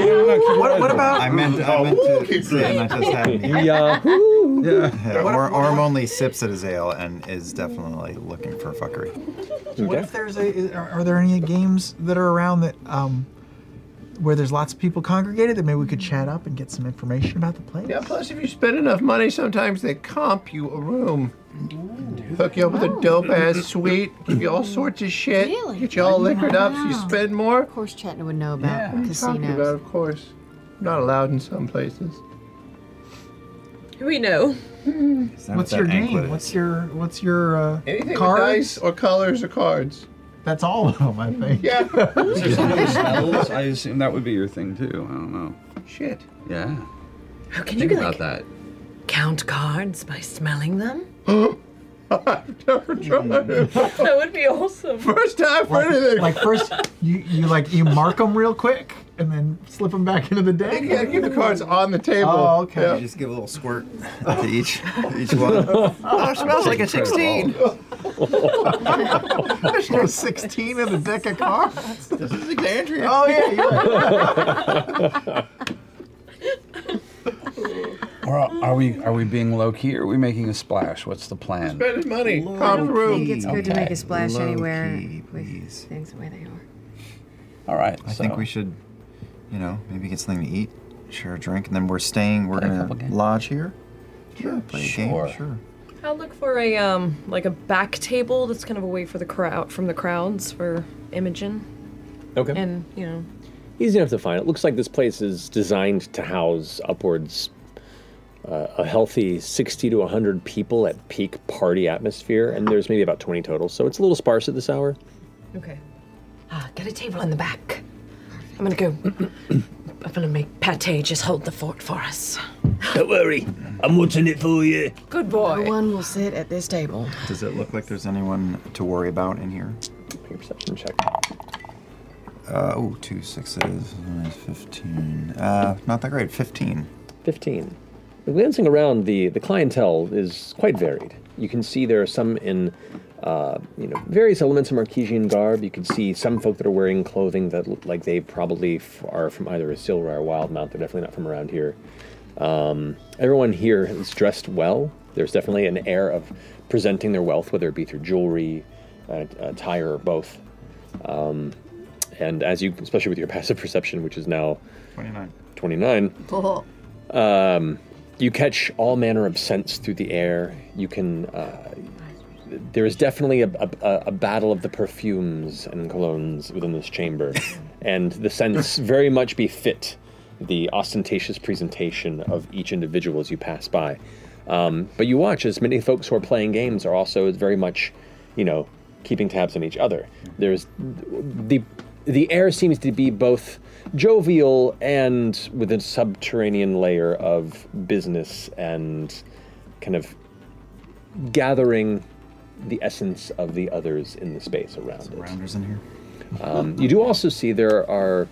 Speaker 8: what, what about?
Speaker 2: Oh, I meant, I meant to say, not just happened.
Speaker 4: Yahoo!
Speaker 2: Yeah. Or, Orm only sips at his ale and is definitely looking for fuckery.
Speaker 8: What if there's a? is- Are, are there any games that are around that um, where there's lots of people congregated that maybe we could chat up and get some information about the place?
Speaker 9: Yeah, plus if you spend enough money, sometimes they comp you a room. Hook you up with
Speaker 8: Oh.
Speaker 9: a dope ass suite, give you all sorts of shit, get you all liquored up, so you spend more. Of
Speaker 11: course, Chetna would know about
Speaker 9: yeah. What are you talking
Speaker 11: casinos.
Speaker 9: about, of course. Not allowed in some places.
Speaker 12: We know.
Speaker 9: that
Speaker 8: What's
Speaker 9: what
Speaker 8: your
Speaker 9: that anklet
Speaker 8: name?
Speaker 9: is?
Speaker 8: What's your what's your uh,
Speaker 9: Anything with
Speaker 8: cards?
Speaker 9: dice or colors or cards.
Speaker 8: That's all of them, I think.
Speaker 9: Yeah.
Speaker 3: Spells? I assume that would be your thing too. I don't know.
Speaker 9: Shit.
Speaker 3: Yeah.
Speaker 12: How can
Speaker 3: Think
Speaker 12: you
Speaker 3: about
Speaker 12: like,
Speaker 3: that.
Speaker 12: count cards by smelling them?
Speaker 9: that
Speaker 12: would be awesome.
Speaker 9: First time
Speaker 8: Like, like first, you, you like you mark them real quick and then slip them back into the deck.
Speaker 9: You gotta keep the cards on the table.
Speaker 8: Oh, okay.
Speaker 9: Yeah.
Speaker 2: You just give a little squirt to each, each one. Oh, it smells like a 16.
Speaker 8: There's no 16 in the deck of cards. This
Speaker 9: is Alexandria.
Speaker 8: Oh yeah, you're
Speaker 3: Or are we are we being low key? Or are we making a splash? What's the plan?
Speaker 9: Spending money.
Speaker 11: I
Speaker 9: Comp
Speaker 11: don't
Speaker 9: room.
Speaker 11: think it's good to
Speaker 3: Okay.
Speaker 11: make a splash
Speaker 3: Low
Speaker 11: anywhere with things the way they are.
Speaker 3: All right.
Speaker 2: I think we should, you know, maybe get something to eat, share a drink, and then we're staying. We're gonna lodge here. Sure. Play a game. Sure.
Speaker 12: I'll look for a um like a back table that's kind of away for the crowd from the crowds for Imogen.
Speaker 4: Okay.
Speaker 12: And you know,
Speaker 4: Easy enough to find. It looks like this place is designed to house upwards uh, a healthy 60 to 100 people at peak party atmosphere, and there's maybe about 20 total. So it's a little sparse at this hour.
Speaker 12: Okay. Ah, get a table in the back. I'm gonna go. I'm gonna make Pate just hold the fort for us.
Speaker 40: Don't worry, I'm watching it for you.
Speaker 12: Good boy.
Speaker 11: No one will sit at this table.
Speaker 2: Does it look like there's anyone to worry about in here?
Speaker 4: perception check.
Speaker 2: Uh, oh, two sixes, uh, 15. Uh, not that great, 15.
Speaker 4: 15. Glancing around, the, the clientele is quite varied. You can see there are some in uh, you know various elements of Marquesian garb. You can see some folk that are wearing clothing that look like they probably f- are from either Isilra or Wildmount. They're definitely not from around here. Um, everyone here is dressed well. There's definitely an air of presenting their wealth, whether it be through jewelry, uh, attire, or both. Um, and as you, especially with your passive perception, which is now
Speaker 2: 29.
Speaker 4: 29, um, you catch all manner of scents through the air. You can. Uh, there is definitely a, a, a battle of the perfumes and colognes within this chamber, and the scents very much befit the ostentatious presentation of each individual as you pass by. Um, but you watch as many folks who are playing games are also very much, you know, keeping tabs on each other. There's the the air seems to be both jovial and with a subterranean layer of business and kind of gathering the essence of the others in the space around it.
Speaker 2: Rounders in here.
Speaker 4: Um, you do also see there are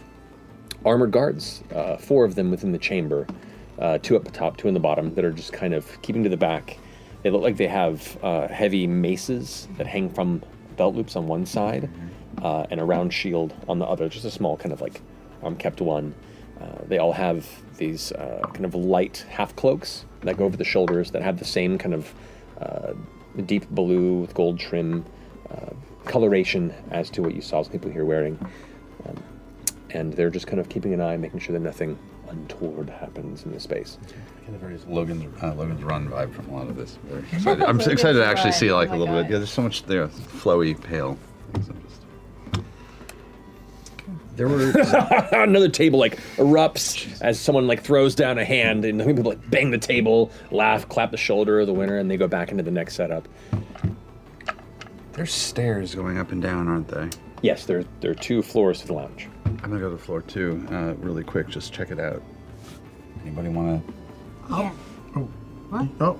Speaker 4: armored guards, uh, four of them within the chamber, uh, two up the top, two in the bottom, that are just kind of keeping to the back. They look like they have uh, heavy maces that hang from belt loops on one side uh, and a round shield on the other, just a small kind of like arm kept one. Uh, they all have these uh, kind of light half cloaks that go over the shoulders that have the same kind of uh, deep blue with gold trim uh, coloration as to what you saw people here wearing. Um, and they're just kind of keeping an eye, making sure that nothing untoward happens in the space.
Speaker 3: Kind of very Logan's, uh, Logan's Run vibe from a lot of this. Very excited. I'm s- excited to actually see like a little bit. Yeah, there's so much there. Flowy, pale.
Speaker 4: There were another table like erupts as someone like throws down a hand, and people like bang the table, laugh, clap the shoulder of the winner, and they go back into the next setup.
Speaker 3: There's stairs going up and down, aren't they?
Speaker 4: Yes, there there are two floors to the lounge.
Speaker 3: I'm gonna go to floor two uh, really quick. Just check it out. Anybody want to?
Speaker 11: What?
Speaker 3: Oh,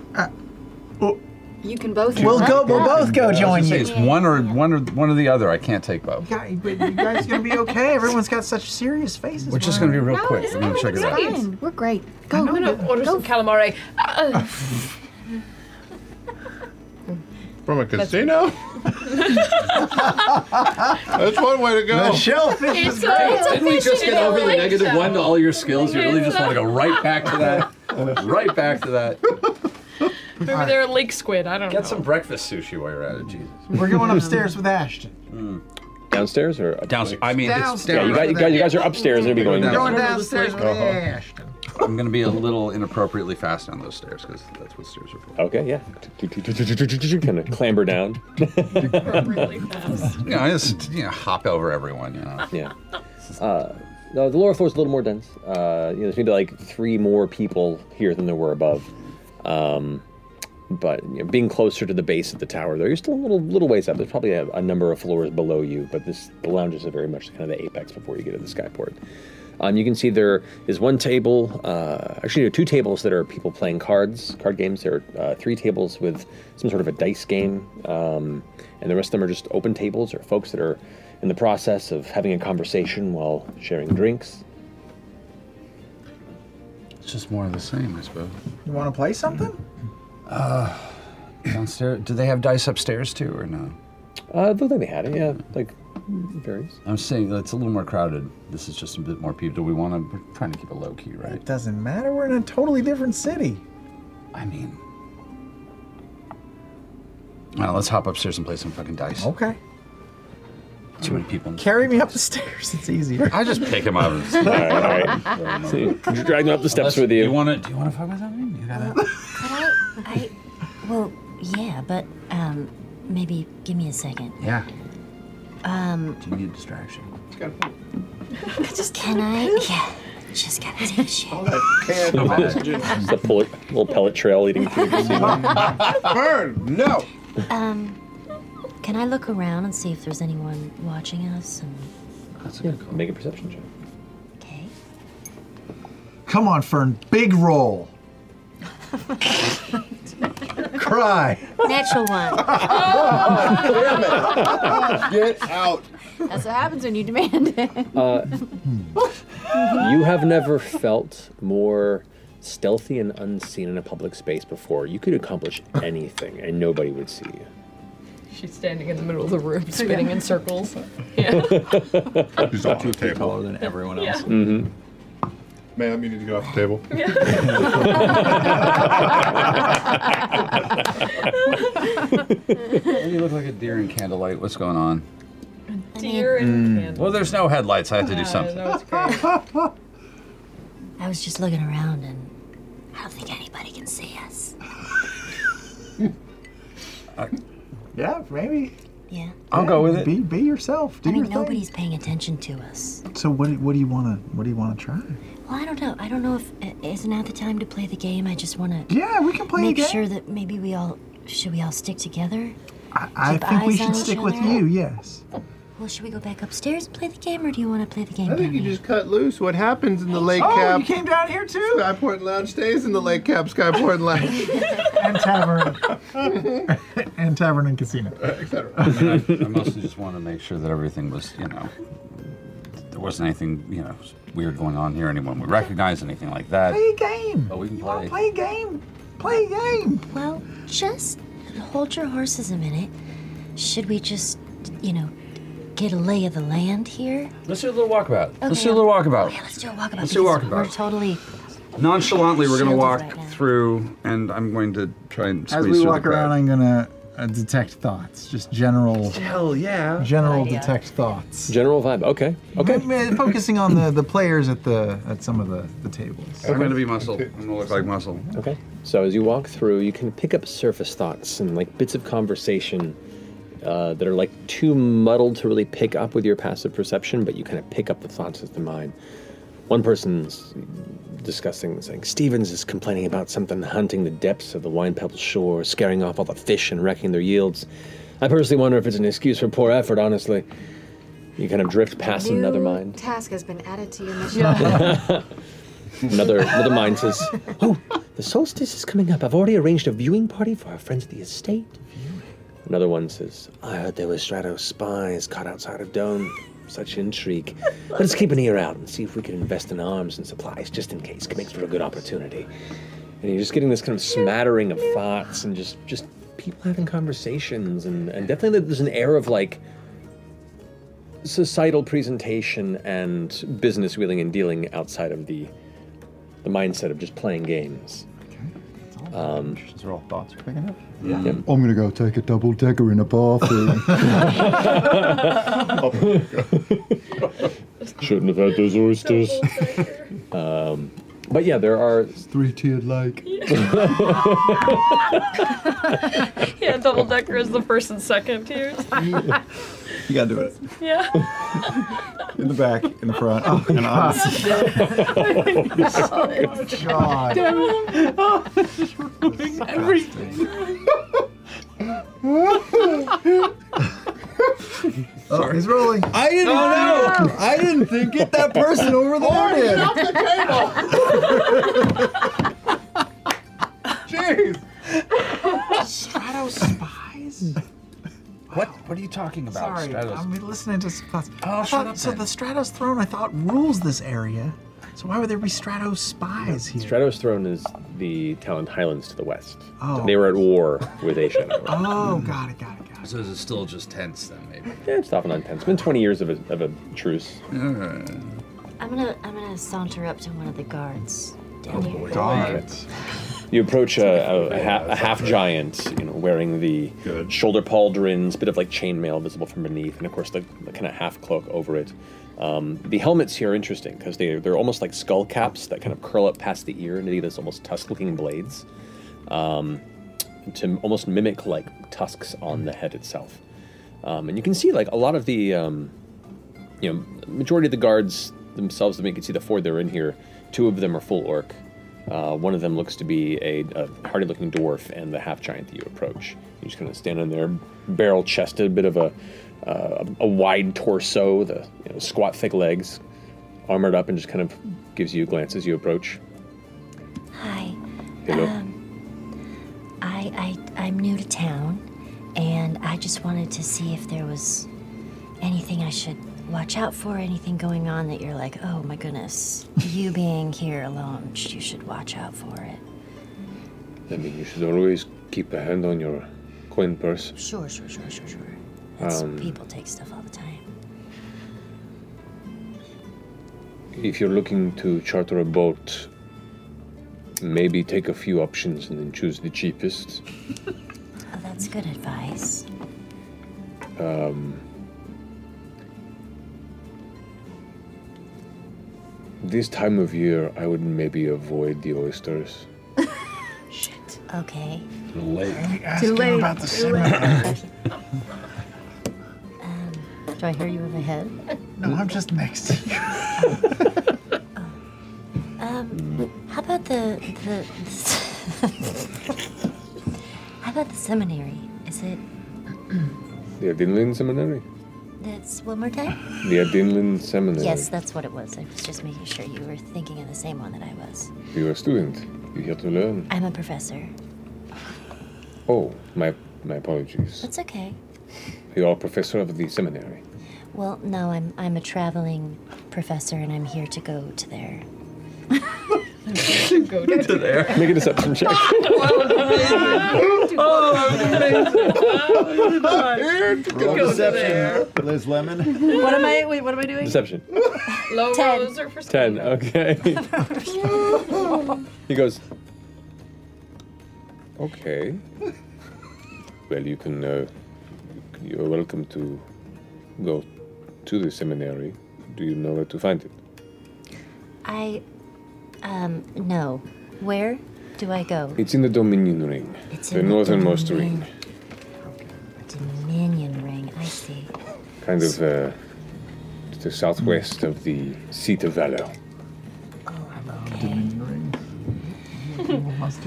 Speaker 11: You can both.
Speaker 3: We'll go- we'll both go join you. It's one or one or one or the other. I can't take both.
Speaker 8: Guy- but you guys gonna be okay? Everyone's got such serious faces.
Speaker 3: We're just gonna be real
Speaker 8: No,
Speaker 3: quick. We're gonna check it out.
Speaker 8: fine.
Speaker 22: We're great.
Speaker 8: Go,
Speaker 12: I'm gonna order some calamari. Uh,
Speaker 9: From a casino? That's one way to go.
Speaker 3: The
Speaker 12: shellfish It's is a- great. it's a
Speaker 9: Didn't we
Speaker 12: fish
Speaker 9: just
Speaker 12: in
Speaker 9: get
Speaker 12: a
Speaker 9: over the
Speaker 12: lake
Speaker 9: negative
Speaker 12: shell.
Speaker 9: one
Speaker 3: to all your skills.
Speaker 12: You really just wanna go
Speaker 3: right back to that. right back to that.
Speaker 12: remember, they're a lake squid. I don't know.
Speaker 3: Get some breakfast sushi while you're at it, Jesus.
Speaker 8: We're going upstairs with Ashton.
Speaker 4: Downstairs or downstairs?
Speaker 3: I mean, it's
Speaker 4: Yeah, you guys, you guys, you guys are upstairs. They're going down.
Speaker 8: Going downstairs Oh. with
Speaker 3: Uh-huh.
Speaker 8: Ashton.
Speaker 3: I'm gonna be a little inappropriately fast on those stairs because that's what stairs are for.
Speaker 4: Okay, yeah. Kind of clamber down.
Speaker 3: You know, I just you know, hop over everyone. You know.
Speaker 4: Yeah. Uh, no, the lower floor is a little more dense. Uh, you know, there's maybe like three more people here than there were above. Um, but you know, being closer to the base of the tower, though, you're still a little little ways up. There's probably a, a number of floors below you, but this the lounges are very much kind of the apex before you get to the skyport. Um, you can see there is one table, uh, actually there are two tables that are people playing cards, card games. There are uh, three tables with some sort of a dice game, um, and the rest of them are just open tables or folks that are in the process of having a conversation while sharing drinks.
Speaker 3: It's just more of the same, I suppose.
Speaker 8: You want to play something?
Speaker 3: Uh, downstairs. Do they have dice upstairs too, or no?
Speaker 4: Uh, I think they had it. Yeah, like various.
Speaker 3: I'm saying that it's a little more crowded. This is just a bit more people. Do we want to? We're trying to keep it low key, right?
Speaker 8: It doesn't matter. We're in a totally different city.
Speaker 3: I mean, Uh, let's hop upstairs and play some fucking dice.
Speaker 8: Okay.
Speaker 3: Too many people. in-
Speaker 8: Carry me up the stairs. It's easier.
Speaker 3: I just pick him up. and-
Speaker 8: All right, all right.
Speaker 4: So you drag him up the steps with
Speaker 3: you. want to? Do you want to fuck with him?
Speaker 13: Could I, I, well, yeah, but um, maybe give me a second.
Speaker 3: Yeah.
Speaker 13: Um,
Speaker 3: Do you need a distraction?
Speaker 13: Just can I? Yeah. Just gonna take shit.
Speaker 4: the pellet, little pellet trail leading through the ceiling.
Speaker 13: Burn! No! Um, can I look around and see if there's anyone watching us? And
Speaker 4: That's a good call. Make a perception check.
Speaker 8: Come on, Fern. Big roll. Cry.
Speaker 13: Natural
Speaker 6: one.
Speaker 13: Get out!
Speaker 6: That's what happens when you demand it.
Speaker 4: Uh, you have never felt more stealthy and unseen in a public space before. You could accomplish anything and nobody would see you.
Speaker 12: She's standing in the middle of the room, spinning in circles.
Speaker 4: Who's
Speaker 28: off the table. taller than
Speaker 12: everyone else. Yeah.
Speaker 4: hmm
Speaker 28: Ma'am, you need to get off the table.
Speaker 3: you look like a deer in candlelight. What's going on? Mm.
Speaker 12: Deer and candles.
Speaker 3: Well, there's no headlights. I have to do something.
Speaker 13: I was just looking around and I don't think anybody can see us.
Speaker 3: Uh,
Speaker 8: Yeah, maybe.
Speaker 13: Yeah.
Speaker 8: I'll go with it. Be, be yourself. Do
Speaker 13: I mean,
Speaker 8: your thing.
Speaker 13: nobody's paying attention to us.
Speaker 8: So what? do- What do you wanna? What do you wanna try?
Speaker 13: Well, I don't know. I don't know if uh, is now the time to play the game. I just want to.
Speaker 8: Yeah, we can play a
Speaker 13: Make
Speaker 8: game.
Speaker 13: sure that maybe we all should we all stick together.
Speaker 8: I
Speaker 13: Keep
Speaker 8: think we
Speaker 13: eyes on
Speaker 8: should
Speaker 13: each
Speaker 8: stick with
Speaker 13: other?
Speaker 8: you. Yes.
Speaker 13: Well, should we go back upstairs and play the game, or do you want to play the game?
Speaker 9: I think you just cut loose. What happens in the lake
Speaker 13: Oh, you
Speaker 9: cap?
Speaker 8: came down here too.
Speaker 9: Skyport Lounge stays in the lake cap. Skyport Lounge.
Speaker 8: And tavern. and tavern and casino.
Speaker 4: Uh,
Speaker 3: I, mean, I, I mostly just wanted to make sure that everything was, you know, there wasn't anything, you know, weird going on here. Anyone would recognize anything like that.
Speaker 8: Play a game.
Speaker 3: But we can play.
Speaker 8: Play a game. Play a game.
Speaker 13: Well, just hold your horses a minute. Should we just, you know, get a lay of the land here?
Speaker 3: Let's do a little walkabout. Let's
Speaker 13: Okay.
Speaker 3: do a little walkabout.
Speaker 13: Oh, yeah, let's do a walkabout.
Speaker 3: Let's do a
Speaker 13: because We're
Speaker 3: walkabout.
Speaker 13: totally.
Speaker 3: Nonchalantly, we're going to
Speaker 13: Shielded
Speaker 3: walk
Speaker 13: right now.
Speaker 3: through, and I'm going to try and squeeze
Speaker 8: As we
Speaker 3: through
Speaker 8: walk
Speaker 3: the crowd.
Speaker 8: around, I'm gonna uh, detect thoughts. Just general.
Speaker 3: Hell yeah.
Speaker 8: General
Speaker 3: Idea.
Speaker 8: detect thoughts.
Speaker 4: General vibe. Okay.
Speaker 8: Okay. Focusing on the, the players at the at some of the, the tables.
Speaker 3: I'm going to be muscle. I'm going to look like muscle.
Speaker 4: Okay. So as you walk through, you can pick up surface thoughts and like bits of conversation uh, that are like too muddled to really pick up with your passive perception, but you kind of pick up the thoughts of the mind. One person's discussing saying Stevens is complaining about something hunting the depths of the Wine Pebble shore, scaring off all the fish and wrecking their yields. I personally wonder if it's an excuse for poor effort, honestly. You kind of drift past
Speaker 11: New
Speaker 4: another mind.
Speaker 11: Task has been added to your mission.
Speaker 4: another another mind says, "Oh, the solstice is coming up. I've already arranged a viewing party for our friends at the estate." Another one says, "I heard there were Stratos spies caught outside of Dome. Such intrigue. Let us keep an ear out and see if we can invest in arms and supplies just in case. Could make for a good opportunity." And you're just getting this kind of smattering of thoughts and just just people having conversations and and definitely there's an air of like societal presentation and business wheeling and dealing outside of the the mindset of just playing games. Okay. Um,
Speaker 2: Those are all thoughts we're picking up.
Speaker 4: Yeah.
Speaker 5: I'm going to go take a double decker in a bathroom.
Speaker 4: Shouldn't have had those oysters. um, but yeah, there are
Speaker 5: three tiered lake.
Speaker 12: yeah, double decker is the first and second tiers.
Speaker 2: You gotta do it.
Speaker 12: yeah.
Speaker 2: In the back, in the front, and on.
Speaker 8: God.
Speaker 2: Damn
Speaker 8: Everything. Oh, he's rolling.
Speaker 2: I didn't
Speaker 8: Oh,
Speaker 2: know. I didn't think get that person over there.
Speaker 3: Oh,
Speaker 8: Or
Speaker 2: did.
Speaker 8: get off the
Speaker 2: Jeez.
Speaker 8: Strato spies?
Speaker 3: What? What are you talking about?
Speaker 8: Sorry,
Speaker 3: Stratos?
Speaker 8: I'm listening to some thoughts.
Speaker 3: Oh,
Speaker 8: I
Speaker 3: shut
Speaker 8: thought-
Speaker 3: up
Speaker 8: So
Speaker 3: then.
Speaker 8: the Stratos throne, I thought, rules this area. So why would there be Stratos spies here?
Speaker 4: Stratos Throne is the Talent Highlands to the west.
Speaker 8: Oh.
Speaker 4: They were at war with Asia.
Speaker 8: Oh, got it, got it.
Speaker 3: So is it still just tense then, maybe?
Speaker 4: Yeah, it's often untense. It's been 20 years of a, of a truce.
Speaker 13: I'm gonna I'm gonna saunter up to one of the guards
Speaker 3: Oh,
Speaker 13: down here.
Speaker 4: You approach a, a, a, ha- a half giant, you know, wearing the shoulder pauldrons, bit of like chainmail visible from beneath, and of course the, the kind of half cloak over it. Um, the helmets here are interesting because they they're almost like skull caps that kind of curl up past the ear into these almost tusk-looking blades, um, to almost mimic like tusks on the head itself. Um, and you can see like a lot of the um, you know majority of the guards themselves them. You can see the four that are in here. Two of them are full orc. Uh, one of them looks to be a, a hardy-looking dwarf, and the half giant that you approach. You're just kind of standing there, barrel-chested, a bit of a uh, a wide torso, the you know, squat, thick legs, armored up, and just kind of gives you a glance as you approach.
Speaker 13: Hi.
Speaker 4: Hello.
Speaker 13: Um, I, I I'm new to town, and I just wanted to see if there was anything I should watch out for, anything going on that you're like, oh my goodness, you being here alone, sh- you should watch out for it.
Speaker 14: I mean, you should always keep a hand on your coin purse.
Speaker 13: Sure, sure, sure, sure, sure. That's-
Speaker 14: Um,
Speaker 13: people take stuff all the time.
Speaker 14: if you're looking to charter a boat, maybe take a few options and then choose the cheapest.
Speaker 13: Oh, that's good advice.
Speaker 14: Um, this time of year, I would maybe avoid the oysters.
Speaker 13: Okay.
Speaker 14: Too late.
Speaker 13: Too late. About
Speaker 14: the
Speaker 13: um, do I hear you in the head? Oh.
Speaker 8: No, I'm just next to you.
Speaker 13: Um, how about the the, the s- how about the seminary? Is it
Speaker 14: The Adinlin Seminary?
Speaker 13: that's one more time?
Speaker 14: The Adinlin Seminary.
Speaker 13: Yes, that's what it was. I was just making sure you were thinking of the same one that I was.
Speaker 14: You're a student. You're here to learn.
Speaker 13: I'm a professor.
Speaker 14: Oh, my my apologies.
Speaker 13: That's okay.
Speaker 14: You're a professor of the seminary.
Speaker 13: Well, no, I'm I'm a traveling professor, and I'm here to go to there.
Speaker 12: go to
Speaker 4: there. Make a deception check.
Speaker 12: Roll Go deception. there.
Speaker 2: Liz Lemon.
Speaker 6: What am I? Wait, what am I doing?
Speaker 4: Deception.
Speaker 12: Low
Speaker 6: Ten.
Speaker 12: rolls are for
Speaker 4: Ten. Okay. he goes.
Speaker 14: Okay. well, you can. Uh, you're welcome to go to the seminary. Do you know where to find it?
Speaker 13: I um no. Where do I go?
Speaker 14: It's in the Dominion Ring,
Speaker 13: It's
Speaker 14: the
Speaker 13: in the
Speaker 14: northernmost
Speaker 13: Dominion.
Speaker 14: ring.
Speaker 13: Dominion ring. I see.
Speaker 14: kind of uh, to the southwest of the seat of valor.
Speaker 13: What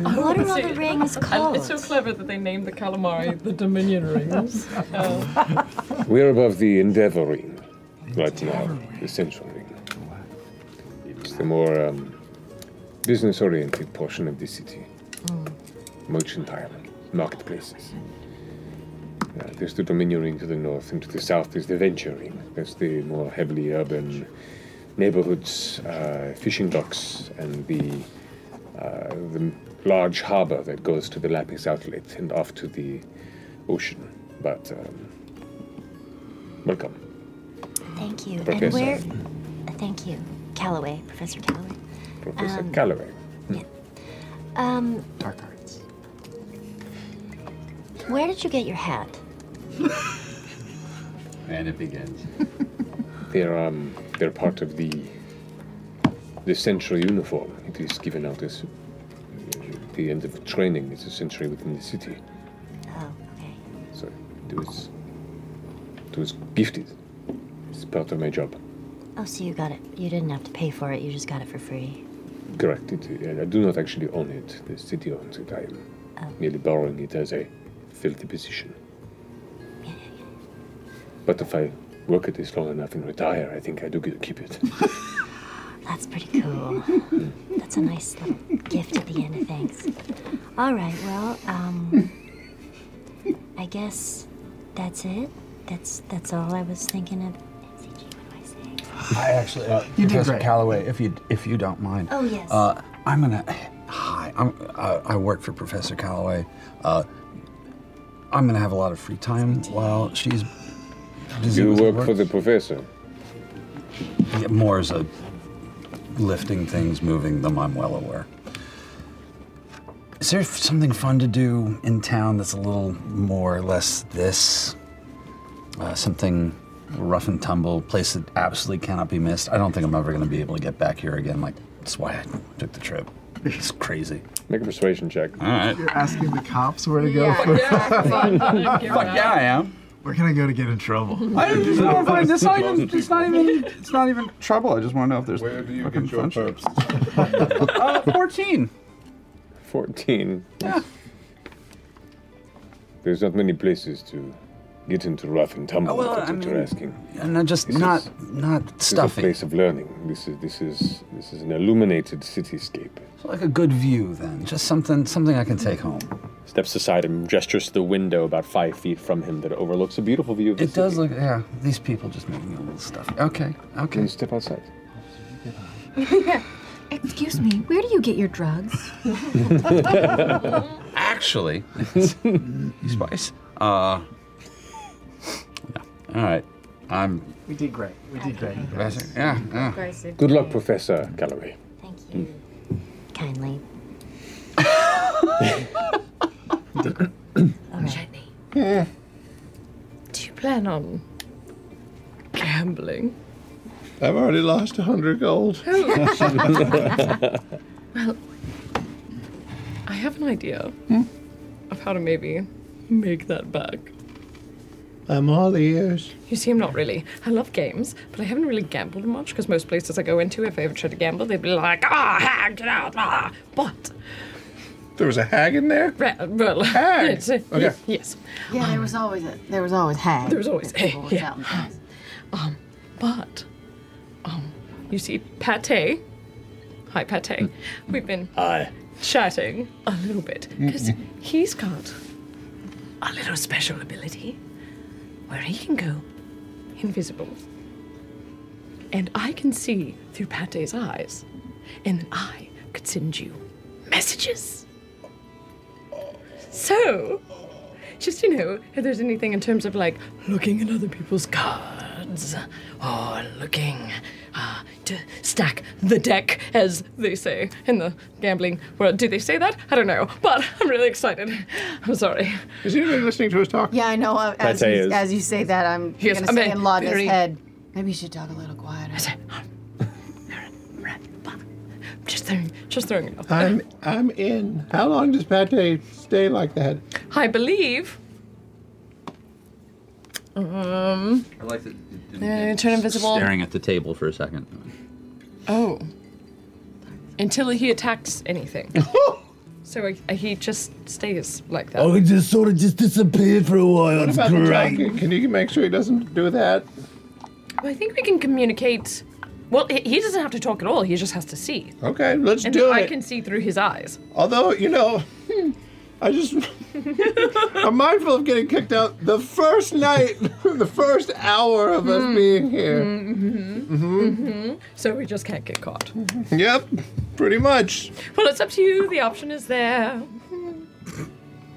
Speaker 13: are all the rings
Speaker 12: And it's so clever that they named the calamari the Dominion rings. Oh.
Speaker 14: We're above the endeavor ring right now, the central ring. It's the more um, business-oriented portion of the city, mercantile marketplaces. Uh, there's the Dominion Ring to the north, and to the south is the Venture Ring. That's the more heavily urban neighborhoods, uh, fishing docks, and the uh, the large harbor that goes to the Lapis outlet and off to the ocean. But um, welcome.
Speaker 13: Thank you.
Speaker 14: Professor.
Speaker 13: And where thank you. Calloway, Professor Calloway.
Speaker 14: Professor
Speaker 13: Um,
Speaker 14: Calloway.
Speaker 13: Um Dark arts. Where did you get your hat? Oh,
Speaker 3: And it begins.
Speaker 14: They're um, they're part of the the central uniform. It is given out as at the end of training. It's a century within the city.
Speaker 13: Oh, okay.
Speaker 14: So it was it was gifted. It's part of my job.
Speaker 13: Oh, so you got it. You didn't have to pay for it. You just got it for free.
Speaker 14: Correct. It, I do not actually own it. The city owns it. I am merely borrowing it as I fill the position. But if I work at this long enough and retire, I think I do get to keep it.
Speaker 13: That's pretty cool. That's a nice little gift at the end of things. All right, well, um, I guess that's it. That's that's all I was thinking of.
Speaker 3: I actually, uh,
Speaker 21: You did
Speaker 3: Professor
Speaker 21: great.
Speaker 3: Calloway, if you if you don't mind.
Speaker 13: Oh, yes.
Speaker 3: Uh, I'm gonna. Hi, I'm, I, I work for Professor Calloway. Uh, I'm gonna have a lot of free time while she's busy.
Speaker 14: you
Speaker 3: with
Speaker 14: work for the professor.
Speaker 3: Yeah, more as a lifting things, moving them. I'm well aware. Is there f- something fun to do in town that's a little more or less this? Uh, something rough and tumble, place that absolutely cannot be missed. I don't think I'm ever going to be able to get back here again. Like that's why I took the trip. It's crazy.
Speaker 14: Make a persuasion check.
Speaker 3: All right.
Speaker 8: You're asking the cops where to go
Speaker 3: Yeah,
Speaker 8: for
Speaker 3: yeah, fuck. Fuck yeah, I am.
Speaker 8: Where can I go to get in trouble?
Speaker 21: I don't know if I, it's, not even, it's not even it's not even trouble. I just want to know if there's
Speaker 28: Where do you get your perps?
Speaker 21: uh, fourteen.
Speaker 4: 14.
Speaker 21: Ah.
Speaker 4: There's not many places to get into rough and tumble
Speaker 21: Ah, well,
Speaker 4: that's
Speaker 21: I
Speaker 4: what you're
Speaker 21: mean,
Speaker 4: asking.
Speaker 21: And not just
Speaker 4: This
Speaker 21: not
Speaker 4: is-
Speaker 21: not
Speaker 4: This is a
Speaker 21: stuffy.
Speaker 4: place of learning. This is this is this is an illuminated cityscape.
Speaker 21: So like a good view then, just something something I can take home.
Speaker 4: Steps aside and gestures to the window about five feet from him that overlooks a beautiful view of the
Speaker 21: It does look yeah. These people just make me a little stuffy. Okay, okay.
Speaker 4: you step outside?
Speaker 13: Excuse me, where do you get your drugs?
Speaker 21: Actually, spice. Uh, yeah. All right, I'm.
Speaker 8: We did great. We did great.
Speaker 21: Yeah, yeah.
Speaker 4: Good luck, Professor Hmm. Calloway.
Speaker 13: Kindly.
Speaker 12: Do you plan on gambling?
Speaker 9: I've already lost a hundred gold.
Speaker 12: Oh. well, I have an idea of how to maybe make that back.
Speaker 9: I'm all ears.
Speaker 12: You see, I'm not really. I love games, but I haven't really gambled much because most places I go into, if I ever try to gamble, they'd be like, ah, hag, get out, ah. But.
Speaker 9: There was a hag in there?
Speaker 12: Well, well
Speaker 9: Hag.
Speaker 12: it's, uh,
Speaker 9: Okay.
Speaker 12: Yes.
Speaker 11: Yeah, there was always a, there was always hag.
Speaker 12: There was always
Speaker 11: People
Speaker 12: hag,
Speaker 11: was
Speaker 12: yeah.
Speaker 11: out in town.
Speaker 12: Um, but, um, you see, Pate, hi Pate,
Speaker 9: Hmm.
Speaker 12: we've been
Speaker 40: Hi.
Speaker 12: chatting a little bit because he's got a little special ability where he can go invisible, and I can see through Pate's eyes, and then I could send you messages. So, just you know, if there's anything in terms of like looking at other people's cards or Oh, looking uh, to stack the deck, as they say in the gambling world. Do they say that? I don't know, but I'm really excited. I'm sorry.
Speaker 9: Is anybody listening to us talk?
Speaker 11: Yeah, I know. uh, As
Speaker 12: Pate
Speaker 11: you,
Speaker 12: is-
Speaker 11: as you say that, I'm
Speaker 12: Yes,
Speaker 11: gonna
Speaker 12: I'm
Speaker 11: say
Speaker 12: a
Speaker 11: in Laga's
Speaker 12: very-
Speaker 11: head. Maybe you should talk a little quieter.
Speaker 12: Just throwing, just throwing it out there.
Speaker 9: I'm I'm in. How long does Pate stay like that?
Speaker 12: I believe. Um.
Speaker 3: I like that.
Speaker 12: Uh, turn invisible.
Speaker 3: Staring at the table for a second.
Speaker 12: Oh. Until he attacks anything. so uh, he just stays like that.
Speaker 9: Oh,
Speaker 40: It just sort of just disappeared for a while.
Speaker 9: What
Speaker 40: It's
Speaker 9: about the
Speaker 40: great.
Speaker 9: talking? Can you make sure he doesn't do that?
Speaker 12: Well, I think we can communicate. Well, he he doesn't have to talk at all. He just has to see.
Speaker 9: Okay, let's
Speaker 12: and
Speaker 9: do
Speaker 12: I
Speaker 9: it.
Speaker 12: can see through his eyes.
Speaker 9: Although, you know, I just I'm mindful of getting kicked out the first night, the first hour of
Speaker 6: Mm.
Speaker 9: us being here.
Speaker 12: Hmm. Mm-hmm. Mm-hmm. So we just can't get caught.
Speaker 9: Yep, pretty much.
Speaker 12: Well, it's up to you. The option is there.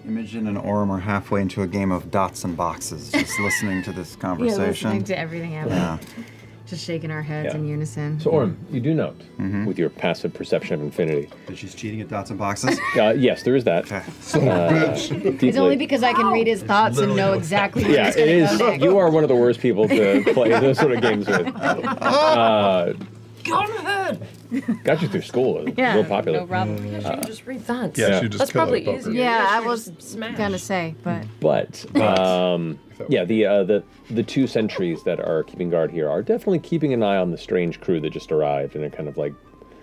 Speaker 2: Imogen and Orm are halfway into a game of dots and boxes, just listening to this
Speaker 6: Yeah,
Speaker 2: conversation.
Speaker 6: listening to everything happening.
Speaker 2: Yeah.
Speaker 6: Just shaking our heads
Speaker 4: Yeah.
Speaker 6: in unison.
Speaker 4: So, Orm, you do note with your passive perception of infinity that she's cheating at dots and boxes. Uh, yes, there is that.
Speaker 9: Son
Speaker 4: Uh,
Speaker 6: It's only
Speaker 4: deeply-
Speaker 6: because I can read his thoughts and know exactly where
Speaker 4: yeah,
Speaker 6: he's
Speaker 4: it
Speaker 6: going to
Speaker 4: is.
Speaker 6: go next.
Speaker 4: You are one of the worst people to play those sort of games with. Uh,
Speaker 12: Gone heard.
Speaker 4: got you through school. It was
Speaker 6: Yeah,
Speaker 4: real popular.
Speaker 6: no problem.
Speaker 12: Yeah, she
Speaker 4: Uh,
Speaker 12: can just read that.
Speaker 4: Yeah, she just
Speaker 12: That's
Speaker 4: colored
Speaker 12: probably
Speaker 4: poker.
Speaker 12: easier.
Speaker 11: Yeah, I
Speaker 12: she
Speaker 11: was
Speaker 12: just smash.
Speaker 11: gonna say, but
Speaker 4: But um, yeah, the uh, the the two sentries that are keeping guard here are definitely keeping an eye on the strange crew that just arrived, and they're kind of like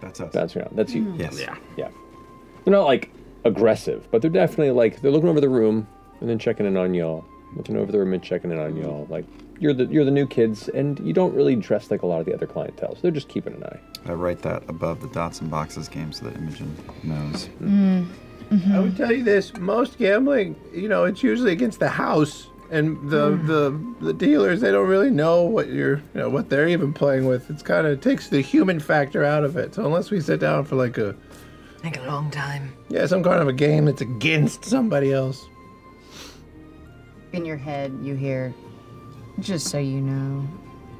Speaker 2: that's us.
Speaker 4: bouncing around. That's you.
Speaker 2: Mm. Yes.
Speaker 4: Yeah. Yeah. They're not like aggressive, but they're definitely like they're looking over the room and then checking in on y'all, looking over the room and checking in on
Speaker 2: Hmm.
Speaker 4: y'all. Like you're the you're the new kids, and you don't really dress like a lot of the other clientele, so they're just keeping an eye.
Speaker 2: I write that above the dots and boxes game so that Imogen knows.
Speaker 9: I would tell you this: most gambling, you know, it's usually against the house and the the, the dealers. They don't really know what you're, you know, what they're even playing with. It's kind of takes the human factor out of it. So unless we sit down for like a
Speaker 12: Like a long time.
Speaker 9: yeah, some kind of a game that's against somebody else.
Speaker 22: In your head, you hear,
Speaker 11: just so you know,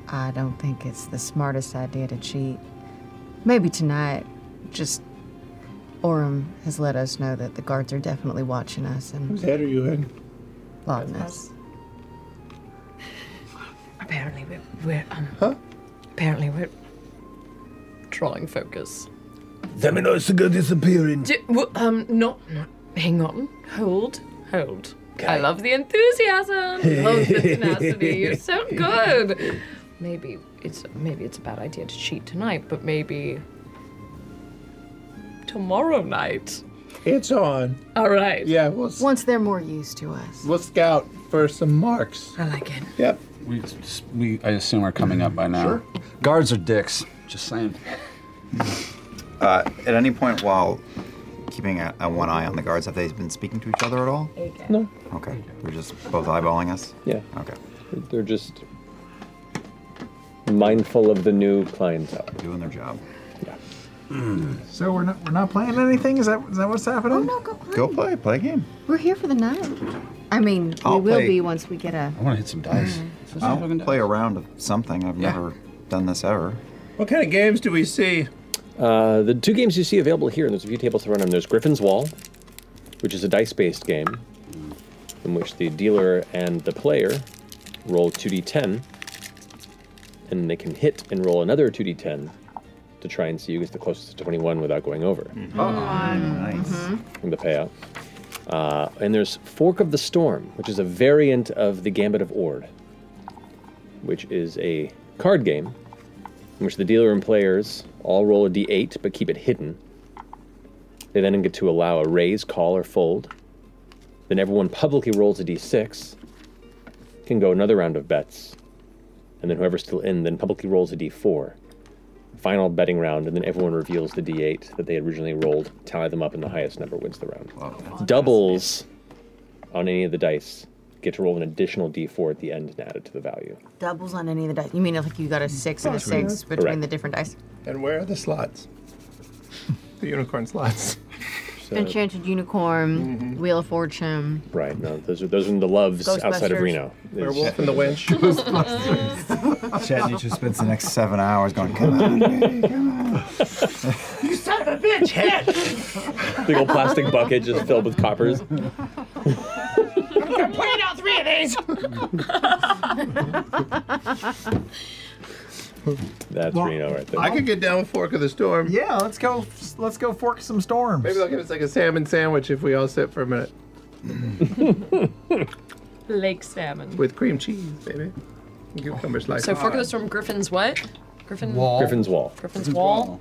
Speaker 11: I don't think it's the smartest idea to cheat. Maybe tonight, just Orem has let us know that the guards are definitely watching us and
Speaker 9: Whose head are you in?
Speaker 11: Logness.
Speaker 12: Apparently we're, we're um. Huh? Apparently we're drawing focus.
Speaker 40: Theminos to go disappearing.
Speaker 12: D- w- um, not, not. Hang on. Hold. Hold. I love the enthusiasm. I love the tenacity. You're so good. Maybe it's maybe it's a bad idea to cheat tonight, but maybe tomorrow night.
Speaker 9: It's on.
Speaker 12: All right.
Speaker 9: Yeah, we'll,
Speaker 11: Once they're more used to us.
Speaker 9: we'll scout for some marks.
Speaker 12: I like it.
Speaker 9: Yep.
Speaker 3: We, we, I assume, are coming up by now. Sure. Guards are dicks. Just saying.
Speaker 2: Uh, at any point while keeping a, a one eye on the guards, have they been speaking to each other at all?
Speaker 4: No.
Speaker 2: Okay. They're just both eyeballing us?
Speaker 4: Yeah.
Speaker 2: Okay.
Speaker 4: They're just mindful of the new clientele.
Speaker 2: Doing their job.
Speaker 8: So we're not we're not playing anything. Is that is that what's
Speaker 22: Oh,
Speaker 8: happening?
Speaker 2: Go play. Play a game.
Speaker 22: We're here for the night. I mean,
Speaker 2: I'll
Speaker 22: we will
Speaker 2: play-
Speaker 22: be once we get a.
Speaker 2: I want to hit some dice.
Speaker 22: Let's
Speaker 2: I'll
Speaker 22: fucking
Speaker 2: play a round of something. I've never done this ever.
Speaker 9: What kind of games do we see?
Speaker 4: Uh, the two games you see available here, and there's a few tables to run on. There's Griffin's Wall, which is a dice-based game in which the dealer and the player roll 2d10, and they can hit and roll another 2d10 to try and see who gets the closest to 21 without going over.
Speaker 2: nice.
Speaker 4: from the payout. Uh, and there's Fork of the Storm, which is a variant of the Gambit of Ord, which is a card game in which the dealer and players all roll a d8 but keep it hidden. They then get to allow a raise, call, or fold. Then everyone publicly rolls a d6, can go another round of bets, and then whoever's still in then publicly rolls a d4. Final betting round, and then everyone reveals the d8 that they had originally rolled, tally them up, and the highest number wins the round. Doubles on any of the dice get to roll an additional d4 at the end and add it to the value.
Speaker 22: Doubles on any of the dice. You mean like you got
Speaker 9: Mm.
Speaker 22: a six and a
Speaker 4: Between-
Speaker 22: six between
Speaker 4: Correct.
Speaker 22: the different dice?
Speaker 9: And where are the slots? The unicorn slots.
Speaker 22: Enchanted Unicorn,
Speaker 9: Mm-hmm.
Speaker 22: Wheel of Fortune.
Speaker 4: Right. No, those are those are the loves outside of
Speaker 22: Ghostbusters.
Speaker 4: Reno.
Speaker 9: Werewolf in the Wind.
Speaker 2: Chad Nietzsche spends the next seven hours going, come on, baby, come
Speaker 1: You son of a bitch,
Speaker 4: Big old plastic bucket just filled with coppers.
Speaker 1: I'm gonna play all three of these.
Speaker 4: That's Reno right there.
Speaker 9: I could get down with Fork of the Storm.
Speaker 8: Yeah, let's go. Let's go fork some storms.
Speaker 9: Maybe they'll give us like a salmon sandwich if we all sit for a minute.
Speaker 12: Lake salmon.
Speaker 9: With cream cheese, baby. And Cucumber slices.
Speaker 12: so Fork of the Storm, Griffin's what? Griffin.
Speaker 4: Griffin's Wall.
Speaker 12: Griffin's wall.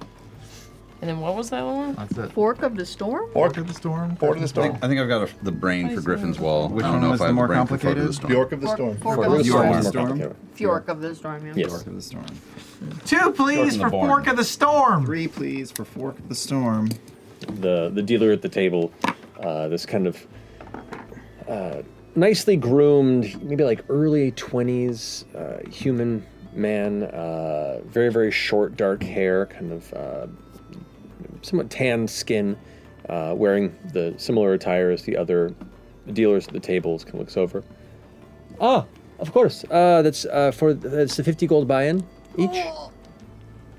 Speaker 12: And then what was that one?
Speaker 3: That's it.
Speaker 22: Fork of the Storm?
Speaker 9: Fork
Speaker 8: of the Storm.
Speaker 9: Fork of the
Speaker 3: I think, I have got a, the brain for Griffin's Wall.
Speaker 2: Which
Speaker 3: I don't
Speaker 2: one
Speaker 3: know
Speaker 2: was
Speaker 3: if I
Speaker 2: the
Speaker 3: have
Speaker 2: more
Speaker 3: a brain for Fork of
Speaker 2: complicated?
Speaker 3: the Storm.
Speaker 2: Bjork of the Storm.
Speaker 22: Fork of the
Speaker 2: Storm.
Speaker 22: Fjork of the Storm, yeah.
Speaker 2: Yes. Fork of the Storm.
Speaker 8: Two,
Speaker 2: Fork
Speaker 8: please,
Speaker 2: in the
Speaker 8: for
Speaker 2: barn.
Speaker 8: Fork of the Storm.
Speaker 2: Three, please, for Fork of the Storm.
Speaker 4: The the dealer at the table, uh, this kind of uh, nicely groomed, maybe like early twenties uh, human man, uh, very very short, dark hair, kind of uh, somewhat tanned skin, uh, wearing the similar attire as the other dealers at the tables. Kind of looks over. Ah, of course. Uh, that's uh, for that's the fifty gold buy-in each.
Speaker 11: Oh,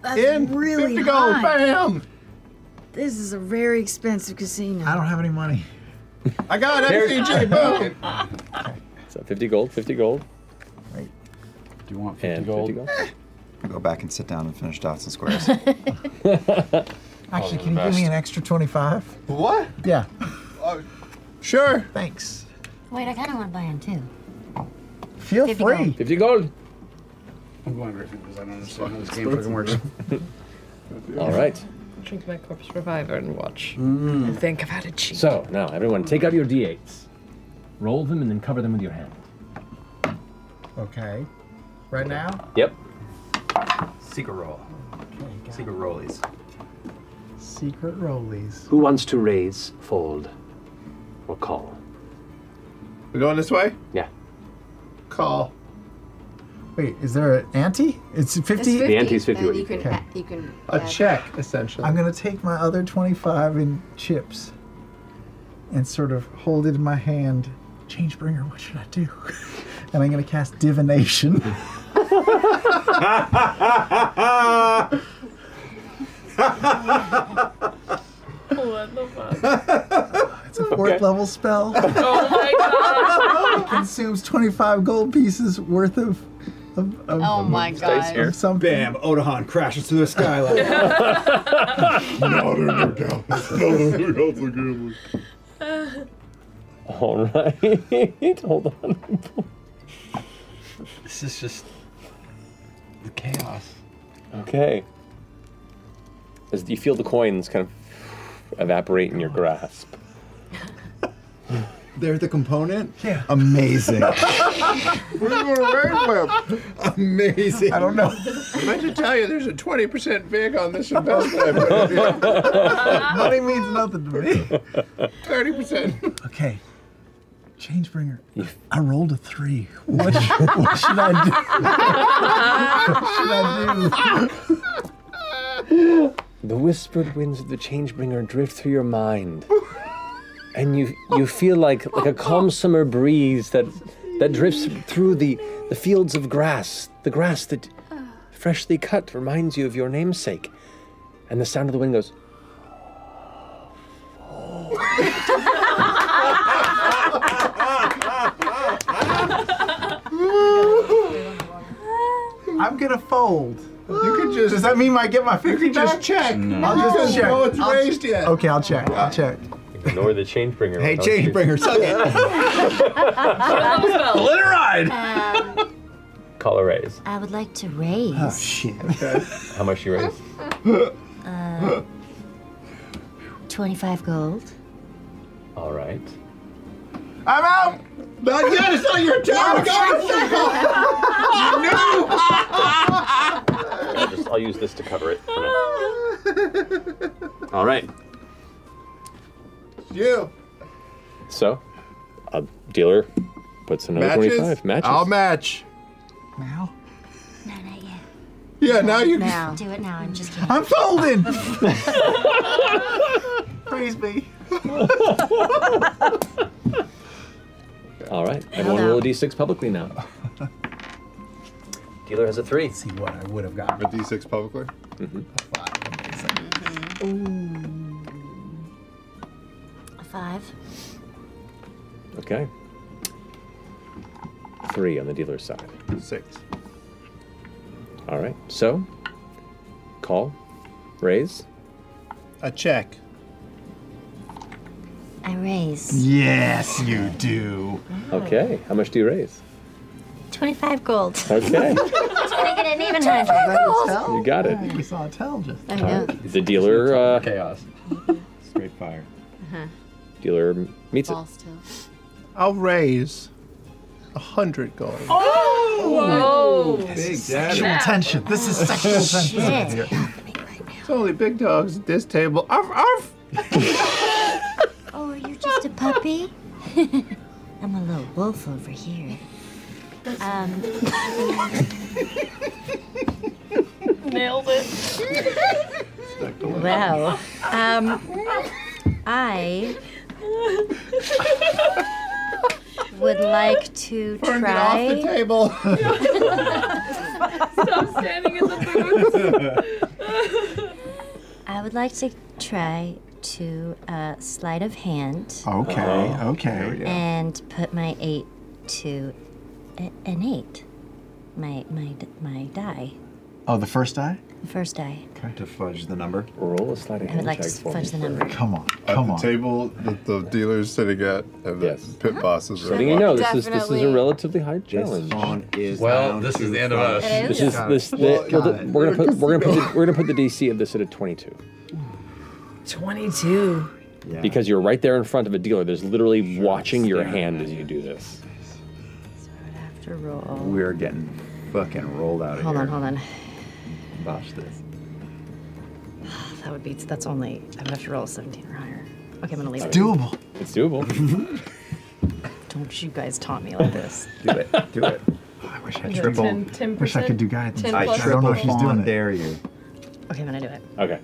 Speaker 11: That's
Speaker 9: In
Speaker 11: really
Speaker 9: 50 gold,
Speaker 11: high.
Speaker 9: bam!
Speaker 11: This is a very expensive casino. I
Speaker 8: don't have any money.
Speaker 9: I got it, FCG, boom!
Speaker 4: So 50 gold, 50 gold.
Speaker 2: Right.
Speaker 4: Do you want
Speaker 2: 50 gold? I'll go back and sit down and finish Dots and Squares.
Speaker 8: Actually, can you give me an extra twenty-five?
Speaker 9: What?
Speaker 8: Yeah.
Speaker 9: Sure.
Speaker 8: Thanks.
Speaker 13: Wait, I kind of want to buy in too.
Speaker 8: Feel
Speaker 13: free.
Speaker 4: 50 gold.
Speaker 3: I'm going Griffin because I don't understand how this game fucking works.
Speaker 4: All right.
Speaker 12: Drink my corpse reviver and watch.
Speaker 9: Hmm.
Speaker 12: And think about it. cheat.
Speaker 4: Mm-hmm. So, now everyone take out your d8s, roll them, and then cover them with your hand.
Speaker 8: Okay. Right now?
Speaker 4: Yep.
Speaker 2: Secret roll. Secret rollies.
Speaker 8: Secret rollies.
Speaker 4: Who wants to raise, fold, or call?
Speaker 9: We're going this way?
Speaker 4: Yeah.
Speaker 9: Call.
Speaker 8: Wait, is there an ante? It's 50?
Speaker 22: You can,
Speaker 8: Okay.
Speaker 22: you can
Speaker 9: A check, essentially.
Speaker 8: I'm going to take my other 25 in chips and sort of hold it in my hand. Changebringer, what should I do? and I'm going to cast divination.
Speaker 1: what the fuck?
Speaker 8: It's a fourth level spell.
Speaker 1: Oh my gosh.
Speaker 8: it consumes 25 gold pieces worth of. of, of
Speaker 1: Oh my
Speaker 8: of
Speaker 1: gosh.
Speaker 8: Of something.
Speaker 21: Bam! Odahan crashes through the skylight.
Speaker 1: no,
Speaker 21: no, no,
Speaker 1: no.
Speaker 4: All right. Hold on.
Speaker 21: This is just the chaos.
Speaker 4: Okay. As you feel the coins kind of evaporate in your grasp.
Speaker 2: They're the component? Yeah. Amazing.
Speaker 9: we were rainbow.
Speaker 2: Amazing. I don't know.
Speaker 9: I meant to tell you, there's a 20% vig on this investment. Money
Speaker 8: means nothing to me.
Speaker 9: 30%.
Speaker 8: Okay. Changebringer. I rolled a three. What, sh- what should I do?
Speaker 4: the whispered winds of the Changebringer drift through your mind, and you you feel like like a calm summer breeze that that drifts through the the fields of grass. The grass that freshly cut reminds you of your namesake, and the sound of the wind goes.
Speaker 8: I'm gonna fold. You could just. Does that mean I get my fifty?
Speaker 9: just
Speaker 8: back?
Speaker 9: check. No.
Speaker 8: I'll just
Speaker 9: Because
Speaker 8: check.
Speaker 9: no one's
Speaker 8: I'll-
Speaker 9: raised yet.
Speaker 8: Okay, I'll check. I'll check.
Speaker 4: Ignore the Changebringer.
Speaker 2: Hey, Changebringer, suck
Speaker 4: Let it ride.
Speaker 13: Um,
Speaker 4: Color raise.
Speaker 13: I would like to raise.
Speaker 9: Ah,
Speaker 4: shit. How much you raise?
Speaker 13: Uh, 25 gold.
Speaker 4: All right.
Speaker 8: I'm out.
Speaker 9: Not yet. It's not your turn. Go.
Speaker 4: I'll, just, I'll use this to cover it. For now. All right.
Speaker 9: You.
Speaker 4: So, a dealer puts another
Speaker 9: Matches?
Speaker 4: twenty-five. Matches.
Speaker 9: I'll match.
Speaker 8: Now?
Speaker 9: Yeah, now you
Speaker 13: Now. Do it now. I'm just kidding.
Speaker 8: I'm folding. Praise me.
Speaker 4: All right. Everyone roll a d6 publicly now. Dealer has a three.
Speaker 8: see what I would have gotten.
Speaker 9: A D6 publicly?
Speaker 4: Mm-hmm.
Speaker 13: A five.
Speaker 4: Okay. Three on the dealer's side.
Speaker 9: Six.
Speaker 4: All right. So, call, raise.
Speaker 9: A check.
Speaker 13: I raise.
Speaker 8: Yes, you do.
Speaker 4: Okay. How much do you raise?
Speaker 13: 25 gold.
Speaker 4: Okay.
Speaker 13: Let's make it an even hundred.
Speaker 4: You got it.
Speaker 8: We saw a tell just.
Speaker 13: I
Speaker 4: All right. The dealer. Uh, Chaos.
Speaker 2: Straight fire.
Speaker 11: Uh-huh.
Speaker 4: Dealer meets it.
Speaker 9: I'll raise a hundred gold.
Speaker 8: Oh!
Speaker 9: Whoa.
Speaker 8: This
Speaker 9: Big
Speaker 8: is sexual
Speaker 9: daddy.
Speaker 8: tension. This is sexual
Speaker 9: Shit.
Speaker 8: tension.
Speaker 9: It's only big dogs at this table. Arf, arf.
Speaker 13: Oh, are you just a puppy? I'm a little wolf over here. Um,
Speaker 1: Nailed it.
Speaker 13: wow. Um, I would like to
Speaker 1: Turned it
Speaker 13: try.
Speaker 1: off the
Speaker 9: table.
Speaker 1: Stop standing in the
Speaker 13: I would like to try to uh, sleight of hand.
Speaker 9: Okay, Uh-huh. okay. There we go.
Speaker 13: And put my eight to a- an eight. My my d- my die,
Speaker 2: Oh, the first die?
Speaker 13: the first die.
Speaker 2: To fudge the number.
Speaker 4: Roll a sliding
Speaker 13: I would like to fudge the number.
Speaker 2: Come on.
Speaker 9: Come on. table that the dealer's sitting at and the pit bosses are
Speaker 4: Letting you know this is this is a
Speaker 9: Definitely.
Speaker 4: relatively high challenge.
Speaker 2: Well, this is the end of us.
Speaker 1: It
Speaker 4: This
Speaker 1: is?
Speaker 4: is
Speaker 1: Got
Speaker 4: this.
Speaker 1: it.
Speaker 4: the-
Speaker 1: Well,
Speaker 4: well,
Speaker 1: got
Speaker 4: the-
Speaker 1: it.
Speaker 4: We're gonna put we're gonna put the, we're gonna put the DC of this at a twenty-two.
Speaker 12: Twenty-two.
Speaker 4: Because you're right there in front of a dealer that's literally watching your hand as you do this.
Speaker 13: After roll.
Speaker 8: Oh.
Speaker 2: We're getting fucking rolled out of
Speaker 13: Hold
Speaker 2: here.
Speaker 13: on, hold on.
Speaker 2: Botch this.
Speaker 6: Ah, That would be. That's only. I would have to roll a 17 or higher. Okay, I'm gonna leave
Speaker 4: It's
Speaker 6: it.
Speaker 4: doable. It's doable.
Speaker 6: Don't you guys taunt me like this.
Speaker 2: Do it. Do it. I wish
Speaker 6: I tripled- Ten- ten wish I could do guidance. ten
Speaker 2: I
Speaker 6: plus
Speaker 2: tripled
Speaker 6: I don't know if he's doing
Speaker 2: fawn
Speaker 6: it.
Speaker 2: dare you.
Speaker 6: Okay, I'm gonna do it.
Speaker 4: Okay.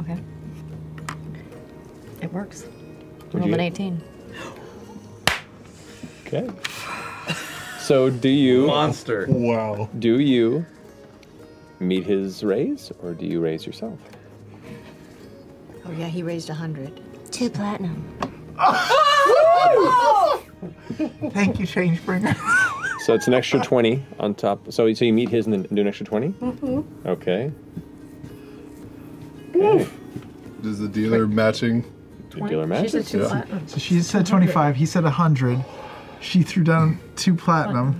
Speaker 6: Okay. It works.
Speaker 4: What'd
Speaker 6: Rolled
Speaker 4: you
Speaker 6: an
Speaker 4: get?
Speaker 6: 18.
Speaker 4: Okay. So do you monster?
Speaker 9: Wow.
Speaker 4: Do you meet his raise, or do you raise yourself?
Speaker 6: Oh yeah, he raised a hundred.
Speaker 13: Two platinum.
Speaker 8: Thank you, Changebringer.
Speaker 4: So it's an extra
Speaker 9: Uh,
Speaker 4: 20 on top. So, so you meet his and then do an extra 20? Okay.
Speaker 41: Does the dealer matching?
Speaker 4: The dealer matches.
Speaker 6: She's a two platinum.
Speaker 8: So she said 25, he said 100. She threw down two platinum.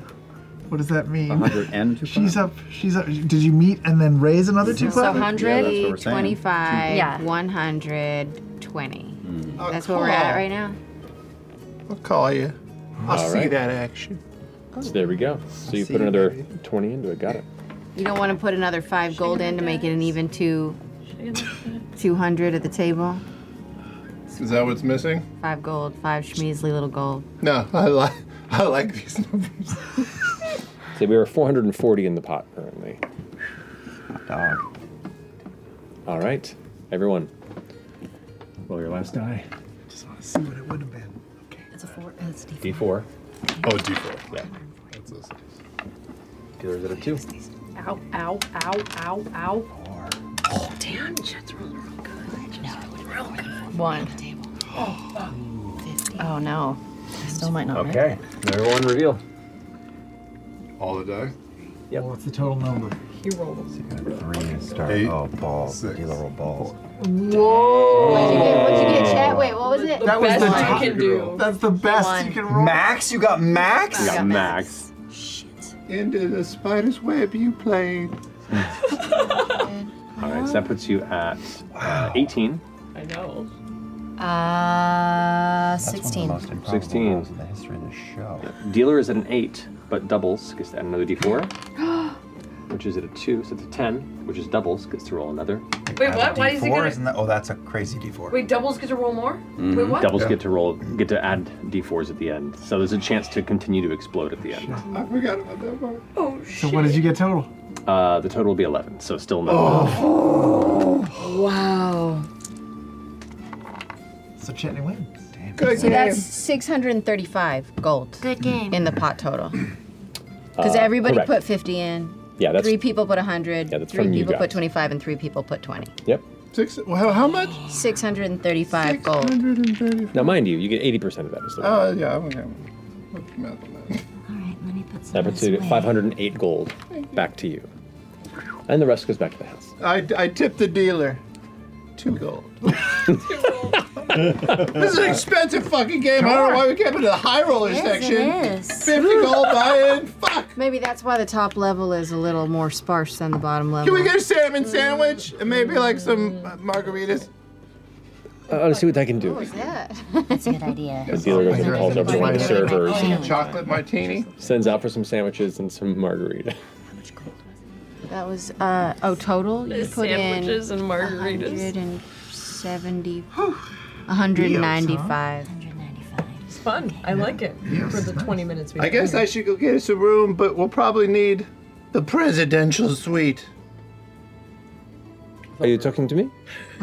Speaker 8: What does that mean?
Speaker 2: 100 and two
Speaker 8: She's up. She's up. Did you meet and then raise another two
Speaker 11: So
Speaker 8: platinum?
Speaker 11: 100, 25,
Speaker 8: Yeah.
Speaker 11: 120.
Speaker 9: Oh,
Speaker 11: That's where we're at
Speaker 9: cool.
Speaker 11: right now.
Speaker 9: I'll call you. I'll
Speaker 4: All
Speaker 9: see
Speaker 4: right.
Speaker 9: that action.
Speaker 4: So there we go. So you
Speaker 9: see
Speaker 4: put
Speaker 9: you,
Speaker 4: another 20 into it. Got it.
Speaker 11: You don't want to put another five gold in to make it an even two, 200 at the table.
Speaker 41: Is that what's missing?
Speaker 11: Five gold, five schmeasly little gold.
Speaker 41: No, I like I like these numbers.
Speaker 4: So we are 440 in the pot currently. Dog. All right, everyone. Roll your last die.
Speaker 8: Just want to see what it would have been.
Speaker 5: It's a four. It's D4.
Speaker 4: D4.
Speaker 41: Oh, D4.
Speaker 4: Yeah.
Speaker 41: That's a-
Speaker 4: Dealer's at a two.
Speaker 6: Ow, ow, ow, ow, ow. Oh, damn. Jets rolled real good. No, it real good.
Speaker 11: One.
Speaker 6: Oh, fuck.
Speaker 11: Oh no. I still might not make
Speaker 4: Okay.
Speaker 11: it.
Speaker 4: Everyone reveal.
Speaker 41: All the die?
Speaker 4: Yep.
Speaker 8: What's the total number?
Speaker 6: He rolled.
Speaker 2: Three star. Oh, balls. The dealer roll balls.
Speaker 11: Whoa! What'd you get? What'd you get, Chad? Wait, what was it?
Speaker 8: That was the
Speaker 2: best you
Speaker 8: top.
Speaker 2: can do.
Speaker 8: That's the best you can roll.
Speaker 2: Max? You got Max?
Speaker 8: I got Yeah,
Speaker 2: Max.
Speaker 9: Into the spider's web you played.
Speaker 4: All right, so that puts you at uh, 18.
Speaker 6: I know.
Speaker 5: Uh, 16.
Speaker 4: 16. the history of the show. Dealer is at an 8, but doubles, gets to add another d4, which is at a 2, so it's a 10, which is doubles, gets to roll another.
Speaker 6: Wait, what? Why is he gonna?
Speaker 2: that? Oh, that's a crazy d4.
Speaker 6: Wait, doubles get to roll more? Wait, what?
Speaker 4: Mm-hmm. Doubles get to roll, get to add d4s at the end, so there's a chance to continue to explode at the end.
Speaker 9: I forgot about that part.
Speaker 6: Oh,
Speaker 8: So what did you get total? Oh.
Speaker 4: Uh, the total will be 11, so still no.
Speaker 11: Wow.
Speaker 8: So Chetney wins.
Speaker 11: so that's 635 gold. Good game. In the pot total. Because
Speaker 4: Uh,
Speaker 11: everybody
Speaker 4: correct.
Speaker 11: put 50 in.
Speaker 4: Yeah, that's-
Speaker 11: three people put 100.
Speaker 4: Yeah, that's
Speaker 11: three
Speaker 4: from you
Speaker 11: people
Speaker 4: guys.
Speaker 11: put 25, and three people put 20.
Speaker 4: Yep.
Speaker 11: Six. Well, how much? 635 gold.
Speaker 4: Now, mind you, you get 80% of that. Is the
Speaker 9: Oh, yeah, I'm okay.
Speaker 4: that puts you at 508 gold back to you. And the rest goes back to the house.
Speaker 9: I, I tipped the dealer. Two gold. this is an expensive fucking game. I don't know why we kept it in the high roller
Speaker 11: Yes, it
Speaker 9: section.
Speaker 11: is.
Speaker 9: 50 gold buy in.
Speaker 11: Maybe that's why the top level is a little more sparse than the bottom level.
Speaker 9: Can we get a salmon sandwich and maybe like some uh, margaritas?
Speaker 4: I'll see what I can do.
Speaker 11: that?
Speaker 5: That's a good idea.
Speaker 4: The
Speaker 9: Oh,
Speaker 4: dealer goes and calls everyone, the servers,
Speaker 9: Chocolate martini.
Speaker 4: sends out for some sandwiches and some margarita.
Speaker 11: That was uh oh total. You put
Speaker 6: Sandwiches
Speaker 11: in
Speaker 6: and margaritas.
Speaker 11: 170, 195.
Speaker 6: It's fun. I like it for the 20 minutes we
Speaker 9: I guess I
Speaker 6: played.
Speaker 9: should go get us a room, but we'll probably need the presidential suite.
Speaker 4: Are you talking to me?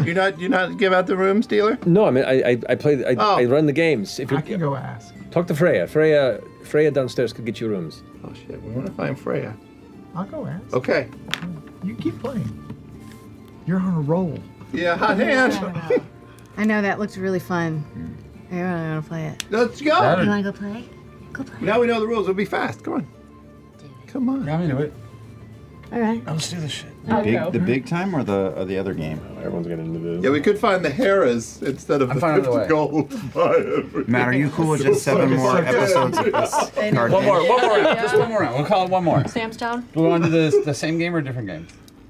Speaker 9: You're not. You're not give out the rooms, dealer. Oh.
Speaker 4: No, I mean I I, I play I, I run the games. If you
Speaker 8: can go ask.
Speaker 4: Talk to Freya. Freya Freya downstairs could get you rooms.
Speaker 9: Oh shit, we want to find Freya.
Speaker 8: I'll go ask.
Speaker 9: Okay.
Speaker 8: You keep playing. You're on a roll.
Speaker 9: Yeah, hot hand.
Speaker 11: I know that looked really fun.
Speaker 2: Hmm.
Speaker 11: I really want to play it.
Speaker 9: Let's go.
Speaker 11: Saturn. You wanna
Speaker 9: to go play? Go play. Now we know the rules. We'll be fast. Come on. Come on.
Speaker 3: I'm into it.
Speaker 11: All right.
Speaker 9: Let's do this shit.
Speaker 2: The big, the big time or the or the other game? Everyone's getting into this.
Speaker 9: Yeah, we could find the Harris instead of
Speaker 2: I'm
Speaker 9: the
Speaker 2: finding
Speaker 9: 50
Speaker 2: the way.
Speaker 9: gold. Buy everything.
Speaker 2: Matt, are you cool with just seven more episodes of this
Speaker 9: I
Speaker 2: card
Speaker 9: know.
Speaker 2: game?
Speaker 3: One more, one more round. Just one more round. We'll call it one more.
Speaker 11: Sam's Town.
Speaker 3: Do we want to do the, the same game or a different game?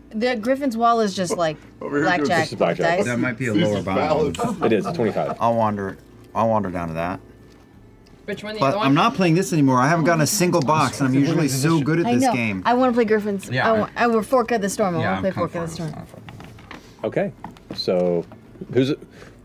Speaker 11: The Griffin's Wall is just like blackjack. with Dice.
Speaker 2: That might be a lower bound.
Speaker 4: It is. It's 25.
Speaker 2: I'll wander. I'll wander down to that.
Speaker 6: Which one? The
Speaker 2: But
Speaker 6: other one?
Speaker 2: I'm not playing this anymore. I haven't gotten a single box, and I'm usually so good at
Speaker 11: I
Speaker 2: this
Speaker 11: know.
Speaker 2: game.
Speaker 11: I want to play Griffin's.
Speaker 2: Yeah,
Speaker 11: I,
Speaker 2: I-
Speaker 11: want, I want Fork of the Storm. I
Speaker 4: Yeah,
Speaker 11: want to
Speaker 4: I'm
Speaker 11: play
Speaker 4: kinda
Speaker 11: Fork of the Storm.
Speaker 4: Okay. So who's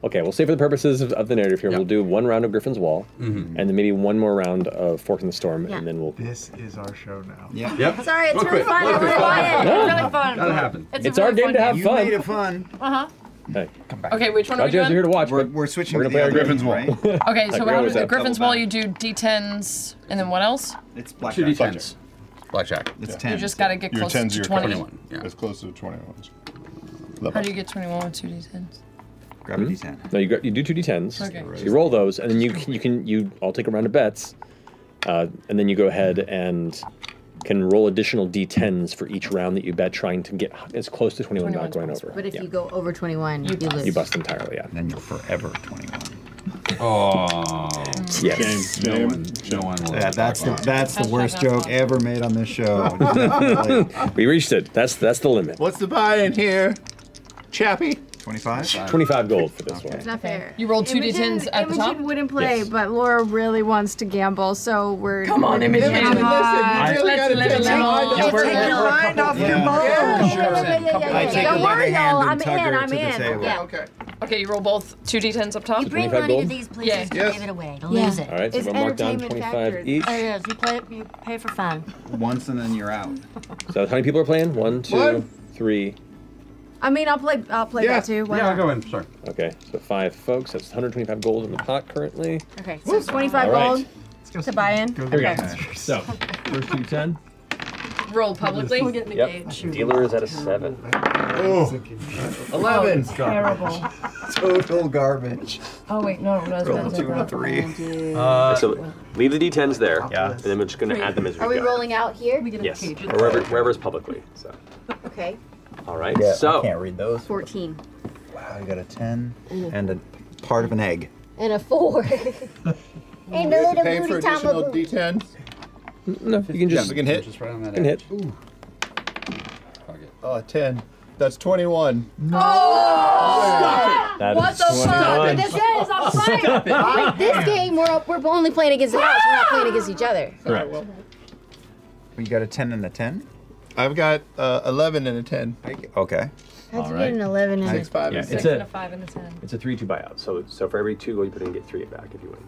Speaker 4: okay, we'll say for the purposes of, of the narrative here, we'll do one round of Griffin's Wall
Speaker 8: Mhm.
Speaker 4: and then maybe one more round of Fork in the Storm
Speaker 11: Yeah.
Speaker 4: and then we'll
Speaker 8: This is our show now.
Speaker 2: Yeah.
Speaker 4: Yep.
Speaker 11: Sorry, it's
Speaker 4: Real
Speaker 11: really
Speaker 4: quick,
Speaker 11: fun.
Speaker 4: real
Speaker 11: It's really
Speaker 4: quick. Uh,
Speaker 11: fun.
Speaker 4: Yeah.
Speaker 11: It's really fun.
Speaker 4: Gotta happen.
Speaker 11: a
Speaker 4: It's our
Speaker 11: really
Speaker 4: game to
Speaker 11: fun
Speaker 4: have
Speaker 11: game.
Speaker 4: fun.
Speaker 2: fun.
Speaker 6: Uh huh.
Speaker 4: Hey.
Speaker 2: Come back.
Speaker 6: Okay, which one are we
Speaker 4: Not just
Speaker 6: doing?
Speaker 4: here to watch. We're,
Speaker 2: we're switching
Speaker 4: we're
Speaker 2: to
Speaker 4: gonna play
Speaker 2: the
Speaker 4: our
Speaker 2: other
Speaker 4: Griffin's
Speaker 2: game,
Speaker 4: Wall.
Speaker 6: Okay,
Speaker 4: Like
Speaker 6: so
Speaker 4: we
Speaker 6: how
Speaker 4: always
Speaker 6: the
Speaker 4: have.
Speaker 6: Griffin's Wall, you do D10s, and then what else?
Speaker 2: It's
Speaker 3: Two D tens. Blackjack.
Speaker 2: It's
Speaker 6: You just gotta get close to 20.
Speaker 41: As close to 21.
Speaker 6: How do you get 21 with two D10s?
Speaker 2: Grab
Speaker 4: Hmm?
Speaker 2: a d10.
Speaker 4: No, you got you do two d10s.
Speaker 6: Okay.
Speaker 4: You roll those, and then you can, you can you all take a round of bets, Uh, and then you go ahead and can roll additional d10s for each round that you bet, trying to get as close to 21 without going over.
Speaker 22: But if
Speaker 4: Yeah.
Speaker 22: you go over 21, you, lose.
Speaker 4: You bust entirely, yeah.
Speaker 2: Then you're forever 21.
Speaker 21: Oh.
Speaker 4: Yes.
Speaker 21: No one, no one will
Speaker 2: Yeah, that's the, that's the worst joke ever made on this show.
Speaker 4: we reached it. That's that's the limit.
Speaker 9: What's the buy in here, Chappie?
Speaker 2: 25?
Speaker 4: 25 gold for this
Speaker 11: It's
Speaker 4: one.
Speaker 11: not fair.
Speaker 6: You rolled two
Speaker 11: Imogen-
Speaker 6: D10s at the
Speaker 11: Imogen
Speaker 6: top?
Speaker 11: wouldn't play,
Speaker 4: Yes.
Speaker 11: but Laura really wants to gamble, so we're.
Speaker 6: Come on, Imogen.
Speaker 11: Come
Speaker 6: Imogen, listen, you
Speaker 11: on.
Speaker 6: really Let's gotta let take it your alone. mind- Yeah, we're-
Speaker 11: Take your
Speaker 6: we're-
Speaker 11: mind off
Speaker 6: yeah.
Speaker 11: your ball.
Speaker 6: Yeah, sure.
Speaker 2: I take
Speaker 11: Don't
Speaker 2: the
Speaker 11: worry,
Speaker 2: other hand
Speaker 11: y'all. I'm
Speaker 2: and
Speaker 11: in.
Speaker 2: tug her
Speaker 11: I'm
Speaker 2: to the
Speaker 11: in.
Speaker 2: table.
Speaker 11: Yeah.
Speaker 6: Okay, you roll both two D10s up top.
Speaker 13: You bring
Speaker 4: 25
Speaker 13: money
Speaker 4: gold?
Speaker 13: to these places
Speaker 6: Yeah.
Speaker 13: to
Speaker 6: Yes.
Speaker 13: give it away, to
Speaker 6: Yeah.
Speaker 13: lose it.
Speaker 4: All right, so It's we'll mark down entertainment 25 factor. each.
Speaker 13: Oh, yes, you play it, you pay for fun.
Speaker 2: Once and then you're out.
Speaker 4: So how many people are playing? One, two,
Speaker 11: One.
Speaker 4: three.
Speaker 11: I mean, I'll play. I'll play that too. Why not?
Speaker 4: in. Sorry. Okay, so five folks. That's 125 gold in the pot currently.
Speaker 11: Okay, so 25
Speaker 4: All right.
Speaker 11: gold to buy in.
Speaker 4: Here we go. So, first D10.
Speaker 6: Roll publicly.
Speaker 4: Yep. Dealer is at a seven.
Speaker 6: Oh.
Speaker 9: 11.
Speaker 6: Terrible.
Speaker 2: Total garbage.
Speaker 6: Oh wait, no, no, that's
Speaker 4: Roll two
Speaker 6: and
Speaker 2: three.
Speaker 4: Uh, so leave the d10s there. Yeah. And then we're just going to add them as we
Speaker 22: Are we
Speaker 4: go.
Speaker 22: rolling out here? We
Speaker 4: yes. Or wherever, wherever's publicly. So.
Speaker 22: Okay.
Speaker 4: All right.
Speaker 2: Yeah, I
Speaker 4: so.
Speaker 2: can't read those.
Speaker 22: 14.
Speaker 2: Wow, you got a 10
Speaker 22: Mm.
Speaker 2: and a part of an egg.
Speaker 22: And a 4.
Speaker 9: And
Speaker 22: a
Speaker 9: to
Speaker 22: little
Speaker 9: pay for
Speaker 22: booty tama
Speaker 9: additional
Speaker 22: booty.
Speaker 9: D10s.
Speaker 4: No, you can just.
Speaker 9: we can hit.
Speaker 21: Just right on that
Speaker 4: You can
Speaker 9: edge.
Speaker 4: hit.
Speaker 9: Ooh. Oh, 10. That's 21.
Speaker 1: No!
Speaker 22: Oh!
Speaker 1: Stop That
Speaker 9: it. That
Speaker 1: what
Speaker 9: is
Speaker 1: the fuck?
Speaker 9: twenty-nine.
Speaker 1: This is I'm
Speaker 9: Stop it.
Speaker 1: saying.
Speaker 22: this game, we're, we're only playing against the house. We're not playing against each other.
Speaker 2: Correct. You got a 10 and a 10?
Speaker 9: I've got uh, 11 and a 10.
Speaker 2: Okay.
Speaker 22: How'd
Speaker 4: All
Speaker 22: you
Speaker 4: right.
Speaker 22: get an 11 and
Speaker 4: Six,
Speaker 22: a
Speaker 4: five, Yeah, and it's six. a-
Speaker 6: five and a ten.
Speaker 4: It's a three-two buyout. So so for every two gold you put in, you get three back if you win.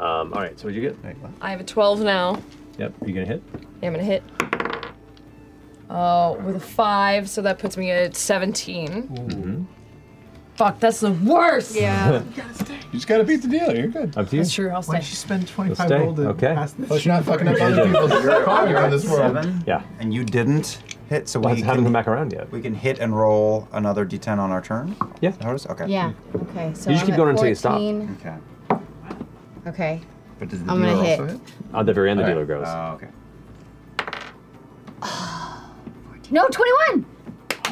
Speaker 4: Um, all right. So what'd you get?
Speaker 6: I have a twelve now.
Speaker 4: Yep. Are you gonna hit?
Speaker 6: Yeah, I'm gonna hit. Oh, with a five, so that puts me at seventeen.
Speaker 4: Mm-hmm.
Speaker 6: Fuck, that's the worst.
Speaker 9: Yeah. You just gotta beat the dealer. You're good.
Speaker 4: Up to you.
Speaker 6: That's true. I'll stay.
Speaker 8: Why'd you spend
Speaker 4: Let's
Speaker 8: 25
Speaker 4: stay.
Speaker 8: gold to
Speaker 4: Okay.
Speaker 8: pass this?
Speaker 9: Plus, you're not fucking up other people's karma in this world.
Speaker 2: Seven.
Speaker 4: Yeah.
Speaker 2: And you didn't hit, so
Speaker 4: Well,
Speaker 2: we
Speaker 4: it hasn't
Speaker 2: can-
Speaker 4: come back around yet.
Speaker 2: We can hit and roll another d10 on our turn.
Speaker 4: Yeah.
Speaker 2: Okay.
Speaker 22: Yeah. Okay. So
Speaker 4: You just
Speaker 22: I'm
Speaker 4: keep
Speaker 22: at
Speaker 4: going until you stop.
Speaker 22: 14.
Speaker 2: Okay.
Speaker 22: Okay.
Speaker 2: But does
Speaker 22: I'm gonna hit.
Speaker 4: At the very end, the
Speaker 2: Okay.
Speaker 4: dealer goes.
Speaker 2: Oh, okay.
Speaker 22: No, 21.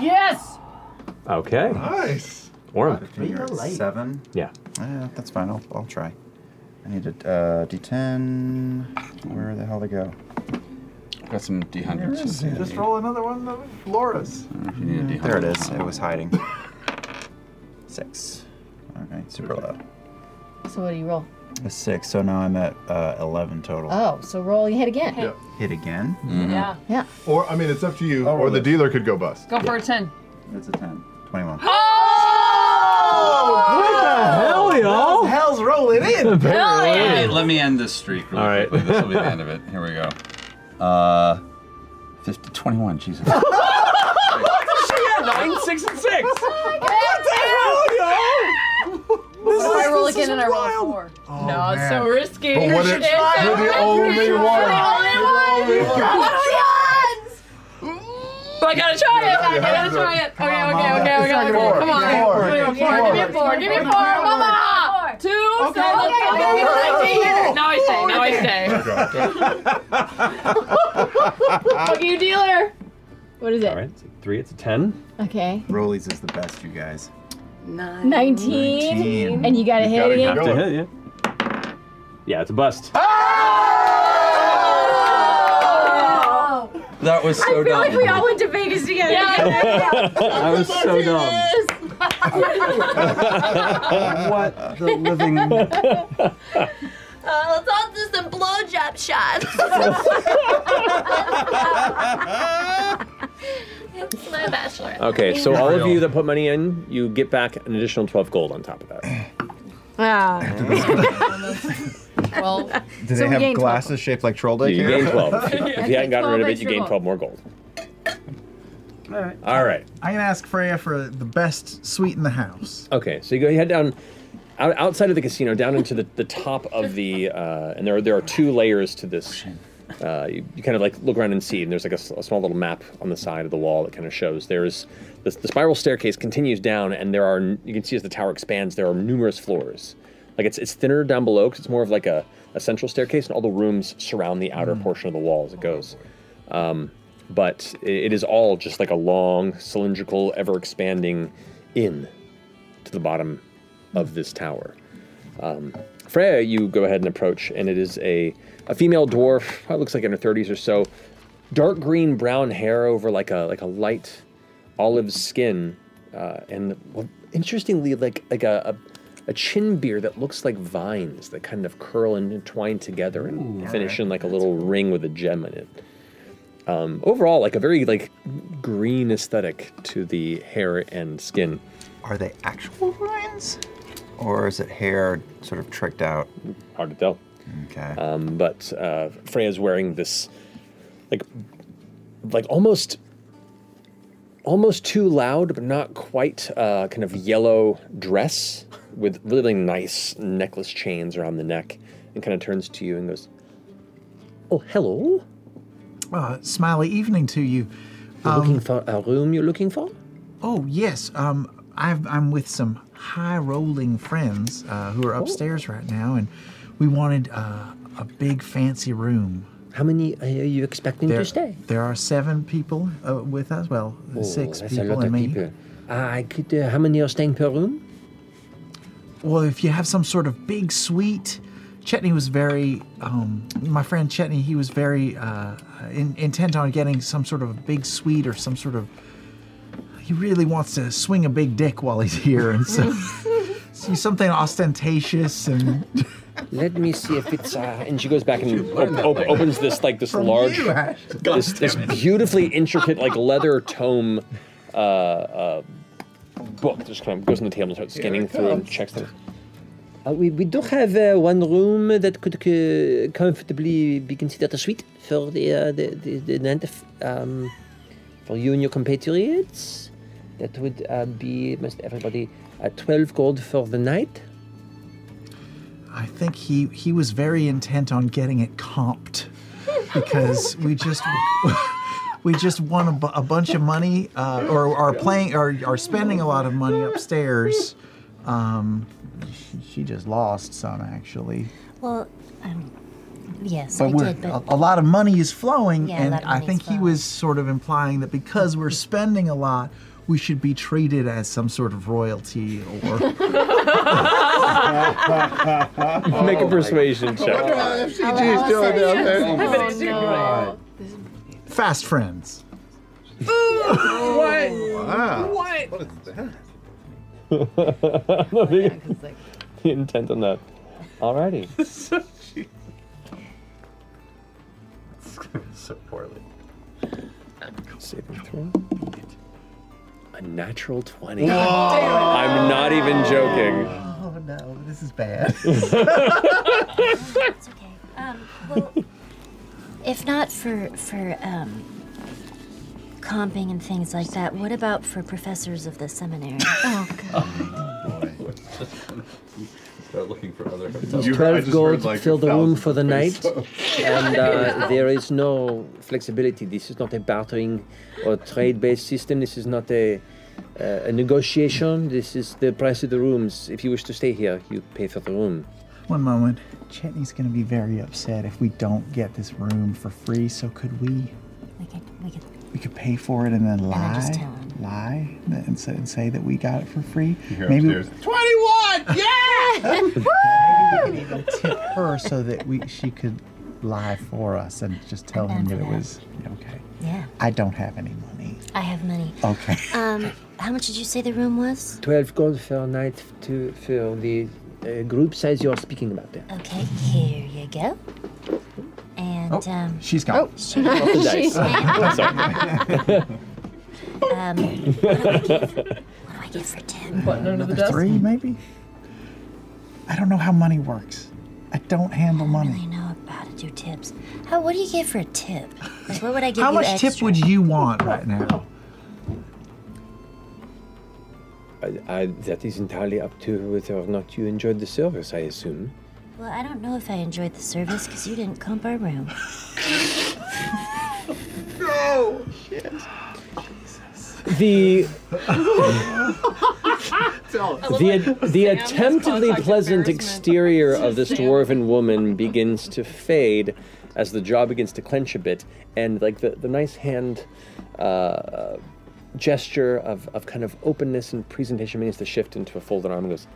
Speaker 6: Yes.
Speaker 4: Okay.
Speaker 2: Nice.
Speaker 4: Orm.
Speaker 2: Seven.
Speaker 4: Yeah.
Speaker 2: Yeah, that's fine. I'll, I'll try. I need a uh, D10. Where the hell they go?
Speaker 3: Got some D100s.
Speaker 8: Just roll another one of Laura's.
Speaker 2: There it is. It was hiding. Six. All right, super low.
Speaker 22: So what do you roll?
Speaker 2: A six. So now I'm at uh, eleven total.
Speaker 22: Oh,
Speaker 2: Mm-hmm.
Speaker 22: so roll you hit again.
Speaker 6: Hit.
Speaker 2: Hit again.
Speaker 6: Yeah.
Speaker 22: Mm-hmm. Yeah.
Speaker 28: Or, I mean, it's up to you.
Speaker 2: I'll
Speaker 28: or
Speaker 2: roll
Speaker 28: the
Speaker 2: it.
Speaker 28: dealer could go bust.
Speaker 6: Go for a ten.
Speaker 2: That's a ten. Twenty-one.
Speaker 4: Oh! What the hell, y'all?
Speaker 8: Hell's rolling in.
Speaker 6: Hell
Speaker 3: Let
Speaker 6: yeah.
Speaker 3: me, let me end this streak really
Speaker 4: All right.
Speaker 3: quickly. This will be the end of it. Here we go. Uh, 50, 21, Jesus.
Speaker 4: Nine, six, and six.
Speaker 6: Oh What do I roll again and I roll a four?
Speaker 12: Oh,
Speaker 6: no, it's so
Speaker 9: Oh, man.
Speaker 6: risky.
Speaker 9: But what if-
Speaker 6: It's so
Speaker 9: you're the
Speaker 6: risky.
Speaker 9: only
Speaker 6: You're
Speaker 9: one.
Speaker 6: the only
Speaker 9: You're the
Speaker 6: one.
Speaker 9: only one.
Speaker 6: What are the odds? But I gotta try it. I
Speaker 9: you have
Speaker 6: gotta
Speaker 9: to.
Speaker 6: try it.
Speaker 9: Come
Speaker 6: Okay,
Speaker 9: on,
Speaker 6: okay,
Speaker 9: Mama.
Speaker 6: okay,
Speaker 9: It's
Speaker 6: okay.
Speaker 9: not
Speaker 6: okay.
Speaker 9: gonna work.
Speaker 6: Come on.
Speaker 9: It's not
Speaker 6: Give me
Speaker 9: gonna
Speaker 6: a
Speaker 9: work.
Speaker 6: four. Give me a
Speaker 9: It's not
Speaker 6: four. Give me a
Speaker 9: gonna
Speaker 6: four.
Speaker 9: work.
Speaker 6: Mama. Two.
Speaker 1: Okay,
Speaker 6: seven,
Speaker 1: okay,
Speaker 6: eight,
Speaker 1: okay,
Speaker 6: nineteen.
Speaker 1: okay.
Speaker 6: Now I stay. Now I stay.
Speaker 22: Fuck you, dealer. What is it?
Speaker 4: All right. It's a three. It's a ten.
Speaker 22: Okay.
Speaker 2: Rollies is the best, you guys.
Speaker 22: 19.
Speaker 2: Nineteen.
Speaker 22: And you got to
Speaker 2: You
Speaker 22: hit
Speaker 2: gotta
Speaker 22: again.
Speaker 2: go.
Speaker 4: To hit, yeah. Yeah, Ah! it's a bust.
Speaker 1: Oh.
Speaker 3: That was so dumb.
Speaker 11: all went to Vegas together.
Speaker 3: that was so dumb. what the living?
Speaker 1: Uh, let's all do some blowjob shots. it's my bachelor.
Speaker 4: Okay, so all of you that put money in, you get back an additional 12 gold on top of that.
Speaker 6: Twelve.
Speaker 2: Do
Speaker 6: So
Speaker 2: they
Speaker 6: we
Speaker 2: have
Speaker 6: gained
Speaker 2: glasses shaped like troll dick?
Speaker 4: you
Speaker 2: here?
Speaker 4: gain 12. If you
Speaker 6: Okay,
Speaker 4: hadn't gotten
Speaker 6: 12
Speaker 4: rid of it, you
Speaker 6: extra
Speaker 4: gain
Speaker 6: gold.
Speaker 4: 12 more gold.
Speaker 8: All right.
Speaker 4: All right.
Speaker 8: I can ask Freya for the best suite in the house.
Speaker 4: Okay, so you go you head down out, outside of the casino, down into the, the top of the, uh, and there are, there are two layers to this. Uh, you, you kind of like look around and see, and there's like a, s- a small little map on the side of the wall that kind of shows there's the, the spiral staircase continues down, and there are n- you can see as the tower expands, there are numerous floors. Like it's it's thinner down below because it's more of like a, a central staircase, and all the rooms surround the outer portion of the wall as it goes. Um, but i- it is all just like a long, cylindrical, ever expanding in to the bottom of this tower. Um, Freya, you go ahead and approach, and it is a, a female dwarf, probably looks like in her 30s or so, dark green brown hair over like a like a light olive skin, uh, and well, interestingly, like like a, a, a chin beard that looks like vines that kind of curl and twine together and
Speaker 14: Ooh.
Speaker 4: finish in like a little ring with a gem in it. Um, overall, like a very like green aesthetic to the hair and skin.
Speaker 2: Are they actual vines? Or is it hair sort of tricked out?
Speaker 4: Hard to tell.
Speaker 2: Okay.
Speaker 4: Um, but uh, Freya's wearing this, like, like almost, almost too loud, but not quite, uh, kind of yellow dress with really nice necklace chains around the neck, and kind of turns to you and goes, "Oh, hello.
Speaker 8: Uh, smiley evening to you.
Speaker 4: You're
Speaker 8: Um,
Speaker 4: looking for a room you're looking for?
Speaker 8: Oh, yes. Um, I've, I'm with some high rolling friends uh, who are
Speaker 16: Oh.
Speaker 8: upstairs right now, and we wanted uh, a big fancy room.
Speaker 16: How many are you expecting
Speaker 8: there,
Speaker 16: to stay?
Speaker 8: There are seven people uh, with us. Well,
Speaker 16: Oh,
Speaker 8: six
Speaker 16: that's a
Speaker 8: people
Speaker 16: lot
Speaker 8: and
Speaker 16: of
Speaker 8: me.
Speaker 16: people. I could. Uh, how many are staying per room?
Speaker 8: Well, if you have some sort of big suite, Chetney was very, um, my friend Chetney, he was very uh, in, intent on getting some sort of a big suite or some sort of. He really wants to swing a big dick while he's here, and so see something ostentatious and.
Speaker 16: Let me see if it's. Uh,
Speaker 4: And she goes back and
Speaker 16: learn
Speaker 4: op-
Speaker 16: that
Speaker 4: op-
Speaker 16: thing?
Speaker 4: opens this like this large,
Speaker 16: you, Ash. God
Speaker 4: this, this beautifully intricate like leather tome uh, uh, book. Just kind of goes on the table and starts scanning
Speaker 16: it
Speaker 4: through and
Speaker 16: comes.
Speaker 4: checks them.
Speaker 16: uh, we, we do have uh, one room that could uh, comfortably be considered a suite for the uh, the the, the night of, um, for you and your compatriots. That would uh, be must everybody uh, twelve gold for the night.
Speaker 8: I think he he was very intent on getting it comped because we just we just won a, bu- a bunch of money uh, or are playing or are spending a lot of money upstairs. Um, she- she just lost some actually,
Speaker 13: Well, um, yes,
Speaker 8: but
Speaker 13: I
Speaker 8: we're
Speaker 13: did, but
Speaker 8: a, a lot of money is flowing,
Speaker 13: Yeah, a
Speaker 8: and
Speaker 13: lot of
Speaker 8: I
Speaker 13: money's
Speaker 8: think he was sort of implying that because we're spending a lot. We should be treated as some sort of royalty or.
Speaker 4: Make a persuasion
Speaker 5: Oh
Speaker 8: God.
Speaker 4: check.
Speaker 8: FCG's doing down there.
Speaker 1: I bet it's doing great.
Speaker 8: Fast friends.
Speaker 1: What?
Speaker 8: Wow.
Speaker 1: What?
Speaker 28: What is that?
Speaker 4: the intent on that. Alrighty.
Speaker 21: so poorly.
Speaker 4: Saving throw. A natural 20.
Speaker 8: Whoa.
Speaker 4: I'm not even joking.
Speaker 8: Oh no, this is bad.
Speaker 13: it's okay. Um, well, if not for for um, comping and things like that, what about for professors of the seminary? Oh
Speaker 21: Start looking for other
Speaker 16: Twelve gold fill the room for the night, and uh, there is no flexibility. This is not a bartering or trade-based system. This is not a uh, a negotiation. This is the price of the rooms. If you wish to stay here, you pay for the room.
Speaker 8: One moment. Chetney's gonna be very upset if we don't get this room for free. So could we?
Speaker 13: We could, we could.
Speaker 8: We could pay for it and then lie,
Speaker 13: I just
Speaker 8: lie, and say, and say that we got it for free.
Speaker 28: hear
Speaker 8: Maybe
Speaker 28: upstairs.
Speaker 1: 21! Yeah! Woo!
Speaker 8: tip her so that we she could lie for us and just tell him that it was okay.
Speaker 13: Yeah,
Speaker 8: I don't have any money.
Speaker 13: I have money.
Speaker 8: Okay.
Speaker 13: Um, how much did you say the room was?
Speaker 16: Twelve gold per night to for the uh, group size you are speaking about there.
Speaker 13: Okay, here you go. And
Speaker 8: Oh.
Speaker 13: um,
Speaker 8: she's gone.
Speaker 13: she-
Speaker 16: Off the dice.
Speaker 13: she's- um, what do I give? What do I give for Tim?
Speaker 8: Another three, maybe. I don't know how money works. I don't handle money.
Speaker 13: I know about it. Do tips. How? What do you give for a tip? Like, what would I give
Speaker 8: How
Speaker 13: you
Speaker 8: much
Speaker 13: extra?
Speaker 8: tip would you want right now?
Speaker 14: I, I, that is entirely up to whether or not you enjoyed the service, I assume.
Speaker 13: Well, I don't know if I enjoyed the service because you didn't comp our room.
Speaker 1: No!
Speaker 4: The The, the attemptedly pleasant exterior of this dwarven woman begins to fade as the jaw begins to clench a bit, and like the, the nice hand uh, gesture of, of kind of openness and presentation begins to shift into a folded arm and goes,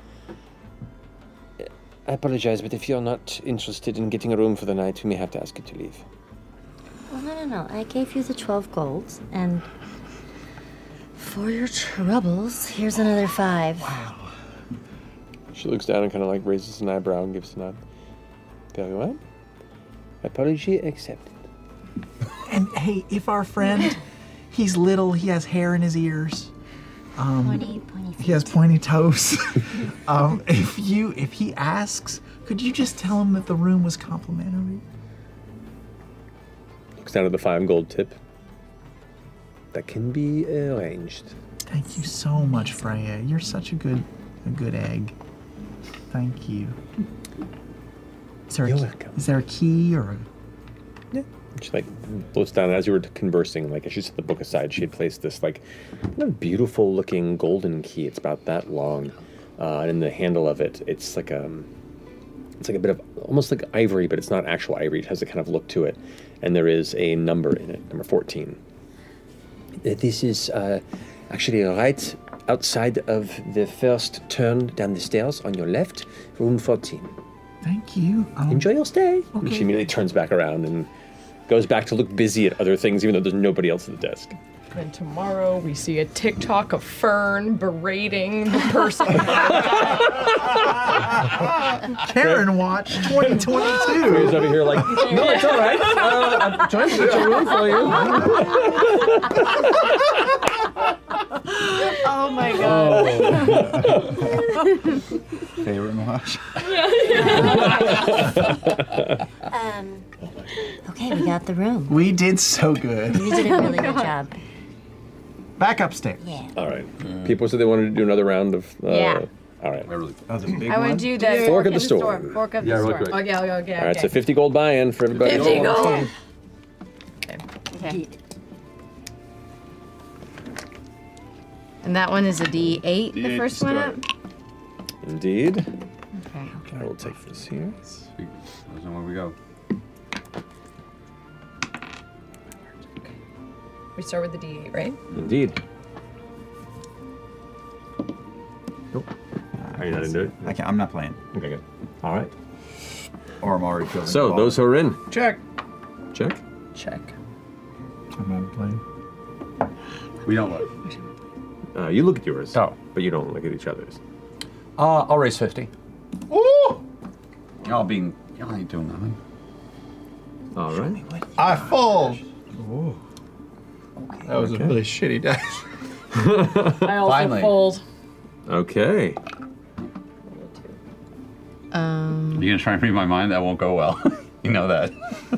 Speaker 4: I apologize, but if you're not interested in getting a room for the night, we may have to ask you to leave.
Speaker 13: Well, no, no, no. I gave you the 12 golds, and for your troubles, here's another five.
Speaker 4: She looks down and kind of like raises an eyebrow and gives a nod. Very well. Apology accepted.
Speaker 8: And hey, if our friend, he's little, he has hair in his ears. Um, he has pointy toes. um, if you, if he asks, could you just tell him that the room was complimentary?
Speaker 4: Looks down at the five gold tip. That can be arranged.
Speaker 8: Thank you so much, Freya. You're such a good, a good egg. Thank you. Is there a
Speaker 4: You're
Speaker 8: key,
Speaker 4: welcome.
Speaker 8: Is there a key or a
Speaker 4: She like looks down and as you were conversing, like as she set the book aside, she had placed this like kind of beautiful looking golden key. It's about that long, uh, and in the handle of it, it's like a it's like a bit of almost like ivory, but it's not actual ivory. It has a kind of look to it, and there is a number in it, number fourteen. Uh, This is uh, actually right outside of the first turn down the stairs on your left, room 14.
Speaker 8: Thank you.
Speaker 4: Enjoy your stay. And
Speaker 8: Okay.
Speaker 4: she immediately turns back around and goes back to look busy at other things, even though there's nobody else at the desk.
Speaker 6: And tomorrow we see a TikTok of Fern berating the person.
Speaker 8: Karen watch 2022?
Speaker 4: He's over here like, no, it's all right. Uh, I'm trying to get a room for you.
Speaker 42: oh
Speaker 13: Um,
Speaker 42: my
Speaker 2: Favorite watch.
Speaker 5: Oh.
Speaker 13: Um, okay, we got the room.
Speaker 8: We did so good.
Speaker 13: You did a really good job.
Speaker 8: Back upstairs.
Speaker 13: Yeah.
Speaker 4: All right. People said they wanted to do another round of. Uh,
Speaker 11: Yeah.
Speaker 4: All right.
Speaker 2: That was a big
Speaker 11: I would do the
Speaker 4: Fork, of the storm.
Speaker 11: Fork of
Speaker 4: Yeah,
Speaker 11: the
Speaker 4: real
Speaker 11: storm.
Speaker 6: Oh,
Speaker 4: quick.
Speaker 11: Okay, okay, okay.
Speaker 4: All right, so 50 gold buy in for everybody.
Speaker 11: 50
Speaker 42: gold.
Speaker 11: Okay. And that one is a D8, the
Speaker 4: D8
Speaker 11: first
Speaker 4: to
Speaker 11: one up?
Speaker 4: start. Indeed.
Speaker 11: Okay.
Speaker 4: I will take this here.
Speaker 43: There's nowhere we go.
Speaker 6: we start with the D8, right?
Speaker 4: Indeed.
Speaker 2: Are you not into it? I can't, I'm not playing.
Speaker 4: Okay, good. All right.
Speaker 2: Or I'm already feeling
Speaker 4: So, those who are in.
Speaker 2: Check.
Speaker 4: Check.
Speaker 6: Check.
Speaker 2: I'm not playing.
Speaker 43: We don't look.
Speaker 4: Uh, you look at yours. Oh. But you don't look at each other's.
Speaker 3: Uh, I'll raise 50.
Speaker 9: Ooh!
Speaker 3: Y'all being. Y'all ain't doing nothing.
Speaker 4: All right.
Speaker 9: I fold. That was
Speaker 4: Okay.
Speaker 9: a really shitty dice.
Speaker 6: I also
Speaker 4: Finally.
Speaker 6: fold.
Speaker 4: Okay.
Speaker 11: Um,
Speaker 3: You're gonna try and read my mind? That won't go well. you know that.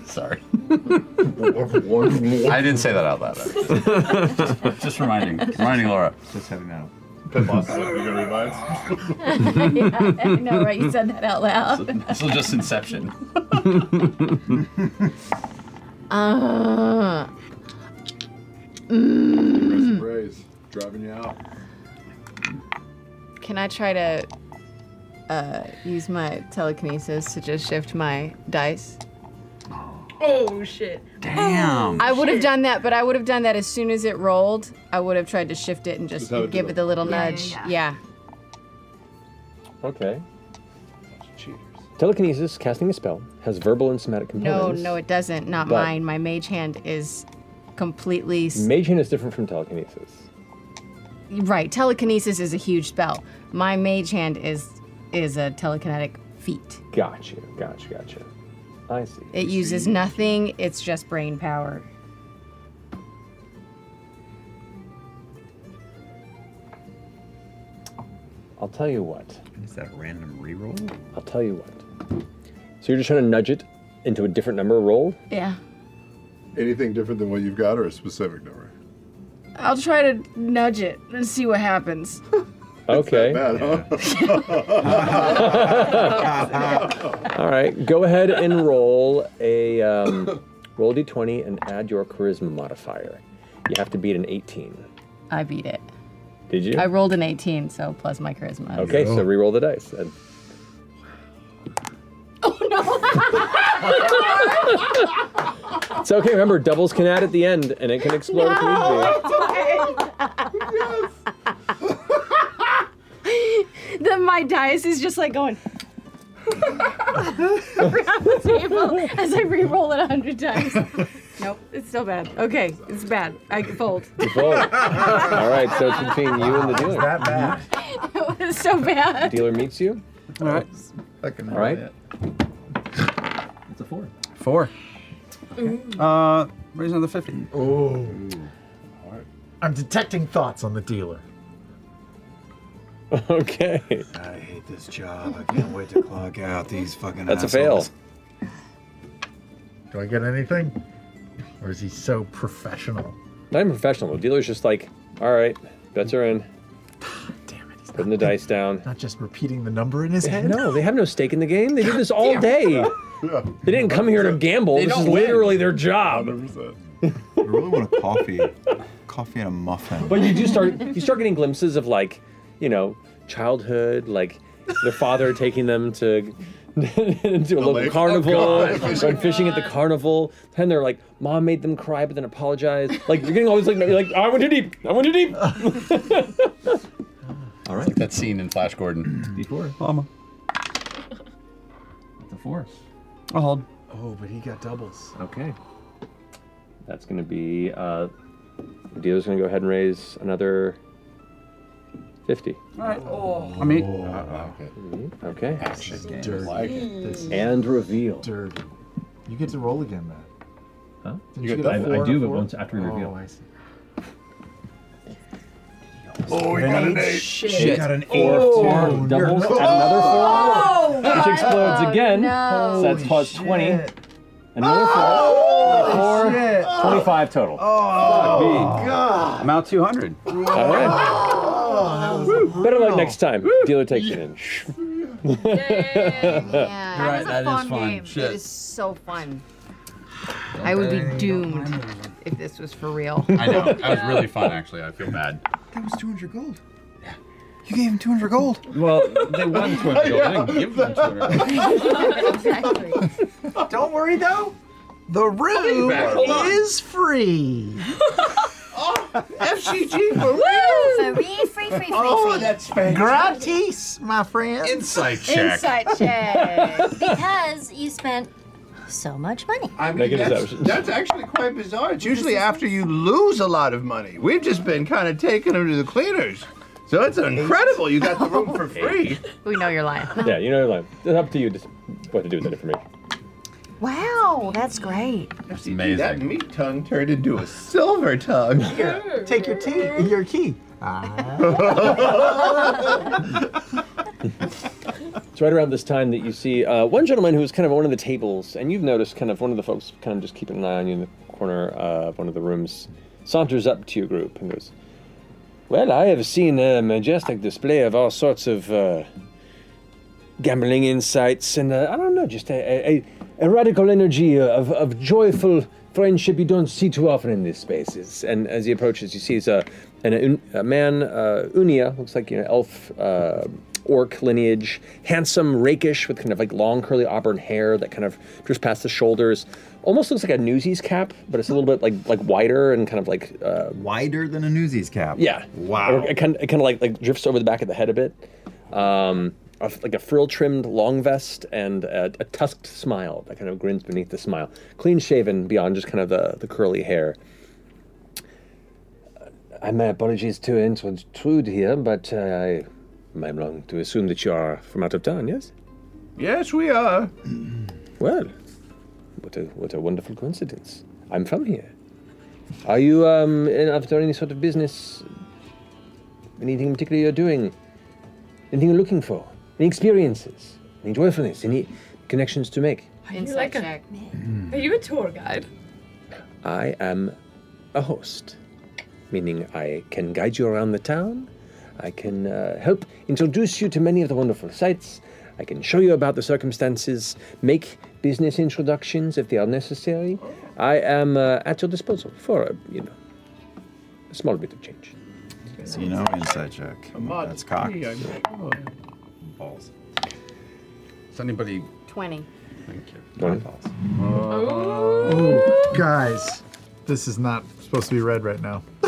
Speaker 3: Sorry. I didn't say that out loud. Just, just reminding, reminding Laura. Just having that.
Speaker 11: yeah, I know, right? You said that out loud.
Speaker 3: This was just Inception.
Speaker 11: Uh,
Speaker 5: Aggressive
Speaker 11: mm,
Speaker 5: raise, driving you out.
Speaker 11: can I try to uh, use my telekinesis to just shift my dice?
Speaker 6: Oh shit.
Speaker 11: Damn. I would have done that, but I would have done that as soon as it rolled. I would have tried to shift it and just
Speaker 4: Just have it
Speaker 11: give
Speaker 4: do
Speaker 11: it the little
Speaker 4: it. Yeah, yeah,
Speaker 11: nudge. Yeah.
Speaker 4: Okay. Telekinesis, casting a spell, has verbal and somatic
Speaker 11: No,
Speaker 4: components.
Speaker 11: no, it doesn't. Not
Speaker 4: But-
Speaker 11: mine. My mage hand is completely s-
Speaker 4: Mage hand is different from telekinesis.
Speaker 11: right. Telekinesis is a huge spell. My mage hand is is a telekinetic feat.
Speaker 4: Gotcha, gotcha, gotcha. I see.
Speaker 11: It uses nothing. It's just brain power.
Speaker 4: I'll tell you what.
Speaker 2: Is that a random reroll?
Speaker 4: I'll tell you what. So you're just trying to nudge it into a different number roll?
Speaker 11: Yeah.
Speaker 5: Anything different than what you've got or a specific number?
Speaker 11: I'll try to nudge it and see what happens.
Speaker 4: Okay. All right. Go ahead and roll a um, roll a d20 and add your charisma modifier. You have to beat an 18.
Speaker 11: I beat it.
Speaker 4: Did you?
Speaker 17: I rolled an 18, so plus my charisma.
Speaker 4: Okay, so re-roll the dice. Then.
Speaker 17: Oh,
Speaker 4: It's okay. Remember, doubles can add at the end, and it can explode. if need
Speaker 17: then my dice is just like going around the table as I re-roll it a hundred times. nope, it's still bad. Okay, it's bad. I fold.
Speaker 4: be. You fold. All right, so it's between you and the dealer. That bad.
Speaker 17: it was so bad.
Speaker 4: Dealer meets you. All right. All right.
Speaker 21: It's a four. Four. Uh, raise another 50.
Speaker 8: Oh. I'm detecting thoughts on the dealer.
Speaker 4: Okay.
Speaker 2: I hate this job. I can't wait to clock out these fucking
Speaker 4: That's a
Speaker 2: assholes.
Speaker 4: fail.
Speaker 8: Do I get anything? Or is he so professional?
Speaker 4: Not even professional. The dealer's just like, all right, bets are in. Damn it. Putting the dice down.
Speaker 8: Not just repeating the number in his head?
Speaker 4: No, they have no stake in the game. They do this all day. They didn't come here to gamble.
Speaker 8: They
Speaker 4: This is
Speaker 8: don't win.
Speaker 4: literally their job.
Speaker 2: I really want a coffee. coffee and a muffin.
Speaker 4: But you do start you start getting glimpses of like, you know, childhood, like their father taking them to to a local
Speaker 14: lake? Oh,
Speaker 4: carnival,
Speaker 14: God. Oh,
Speaker 4: or fishing, at the carnival. Then they're like, "Mom made them cry, but then apologized." Like you're getting all these like, you're like "I went too deep. I went too deep."
Speaker 3: All right. that scene in Flash Gordon. D4. Mama.
Speaker 4: The four.
Speaker 3: I'll hold.
Speaker 8: Oh, but he got doubles.
Speaker 4: Okay. That's going to be. Uh, the dealer's going to go ahead and raise another fifty.
Speaker 21: Alright.
Speaker 4: Oh.
Speaker 21: I mean,
Speaker 4: Okay.
Speaker 8: game. dirty. Like it. This is
Speaker 4: and reveal.
Speaker 8: Dirty. You get to roll again, Matt.
Speaker 4: Huh?
Speaker 8: Did
Speaker 4: You
Speaker 8: you
Speaker 4: get
Speaker 8: get a
Speaker 4: I- I
Speaker 8: four
Speaker 4: do,
Speaker 8: and
Speaker 4: but
Speaker 8: four?
Speaker 4: once after we reveal.
Speaker 8: Oh, I see.
Speaker 2: Oh, we got an eight.
Speaker 8: Shit.
Speaker 2: He
Speaker 4: Shit.
Speaker 2: got an eight.
Speaker 4: Four doubles at another four, which explodes again.
Speaker 2: no.
Speaker 4: So that's plus twenty. Another four,
Speaker 2: shit.
Speaker 4: four, twenty-five total. Oh,
Speaker 8: God.
Speaker 4: I'm out two hundred. All right. Better luck next time. Dealer takes it in.
Speaker 6: Yeah, that was a fun game. It is so fun. I would be doomed if this was for real.
Speaker 3: I know. That was really fun, actually. I feel bad.
Speaker 2: That was 200 gold. You gave him 200 gold.
Speaker 3: Well, they won 200 gold.
Speaker 2: I didn't give them
Speaker 8: 200
Speaker 2: Don't worry though.
Speaker 8: The room
Speaker 2: back. Hold on.
Speaker 8: is free.
Speaker 2: Oh, FCG
Speaker 8: for
Speaker 2: real.
Speaker 8: For real, free, free, free,
Speaker 2: Oh,
Speaker 8: free.
Speaker 2: that's fantastic.
Speaker 8: Gratis, my friend.
Speaker 2: Insight
Speaker 13: Insight check. because you spent so much money.
Speaker 9: I mean, that's, that's actually quite bizarre. It's usually after you lose a lot of money. We've just been kind of taking them to the cleaners. So it's incredible. You got the room for free.
Speaker 6: we know you're lying.
Speaker 4: Yeah, you know, like, it's up to you to, what to do with that information.
Speaker 6: Wow, that's great.
Speaker 9: That's amazing. That meat tongue turned into a silver tongue.
Speaker 8: Here, take your tea, your key.
Speaker 4: It's right around this time that you see uh, one gentleman who's kind of at one of the tables, and you've noticed kind of one of the folks kind of just keeping an eye on you in the corner uh, of one of the rooms, saunters up to your group and goes, Well, I have seen a majestic display of all sorts of uh, gambling insights and, uh, I don't know, just a, a, a radical energy of, of joyful friendship you don't see too often in these spaces. And as he approaches, you see a, an, un- a man, uh, Unia, looks like you know, elf, uh, orc lineage, handsome, rakish, with kind of like long curly auburn hair that kind of drifts past the shoulders. Almost looks like a Newsies cap, but it's a little bit like like wider and kind of like uh,
Speaker 2: wider than a Newsies cap.
Speaker 4: Yeah.
Speaker 2: Wow.
Speaker 4: It kind of, it kind of like like drifts over the back of the head a bit. Um, a f- like a frill trimmed long vest and a, a tusked smile that kind of grins beneath the smile. Clean shaven beyond just kind of the, the curly hair. And my apologies to intrude here, but uh, I, am wrong to assume that you are from out of town, yes?
Speaker 9: Yes, we are.
Speaker 4: Well, what a, what a wonderful coincidence. I'm from here. Are you um, in, after any sort of business? Anything in particular you're doing? Anything you're looking for? Any experiences? Any joyfulness? Any connections to make?
Speaker 12: Are you like a, Are you a tour guide?
Speaker 4: I am a host, meaning I can guide you around the town. I can uh, help introduce you to many of the wonderful sights. I can show you about the circumstances, make business introductions if they are necessary. I am uh, at your disposal for a, you know, a small bit of change.
Speaker 2: So you know, inside check. That's cocked. Balls.
Speaker 3: Is anybody?
Speaker 5: 20.
Speaker 3: Thank you.
Speaker 8: Oh, guys, this is not supposed to be red right now.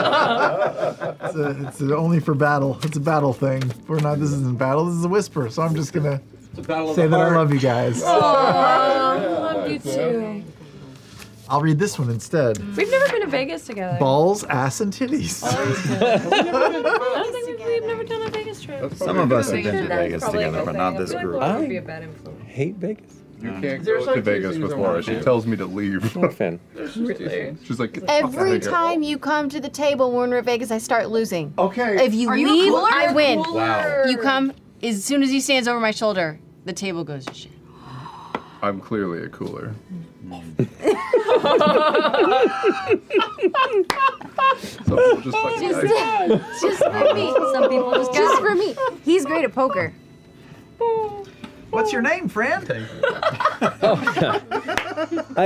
Speaker 8: it's, a, it's a- only for battle. It's a battle thing. We're not. This isn't battle. This is a whisper. So I'm just gonna
Speaker 14: battle of
Speaker 8: say
Speaker 14: the
Speaker 8: that I
Speaker 14: heart.
Speaker 8: love you guys.
Speaker 11: Um,
Speaker 12: love you too.
Speaker 8: I'll read this one instead.
Speaker 6: Mm.
Speaker 12: We've never been to Vegas together.
Speaker 8: Balls, ass, and titties.
Speaker 6: Oh,
Speaker 12: I don't think we've, we've never done a Vegas trip.
Speaker 2: Some of us have been to Vegas
Speaker 12: Probably a
Speaker 2: together,
Speaker 12: good
Speaker 2: but
Speaker 12: thing.
Speaker 2: not
Speaker 12: I
Speaker 2: this
Speaker 12: feel like
Speaker 2: group.
Speaker 12: Laura would be a bad influence.
Speaker 14: Hate Vegas.
Speaker 44: You can't
Speaker 12: There's
Speaker 44: go
Speaker 12: like
Speaker 44: to
Speaker 12: two
Speaker 44: Vegas
Speaker 12: things
Speaker 44: with
Speaker 12: that
Speaker 44: Laura.
Speaker 12: aren't
Speaker 44: She
Speaker 12: bad.
Speaker 44: tells me to leave.
Speaker 14: Not a fan.
Speaker 12: Really?
Speaker 44: She's like
Speaker 11: Every time you come to the table when we're at Vegas, I start losing.
Speaker 44: Okay.
Speaker 11: If you
Speaker 5: Are you
Speaker 11: leave,
Speaker 5: cooler?
Speaker 11: I win.
Speaker 44: Wow.
Speaker 11: You come as soon as he stands over my shoulder, the table goes to shit.
Speaker 44: I'm clearly a cooler. Some people just like
Speaker 5: Just,
Speaker 44: I-
Speaker 5: just for me. Some people just Just for me. He's great at poker.
Speaker 8: What's your name, friend?
Speaker 14: I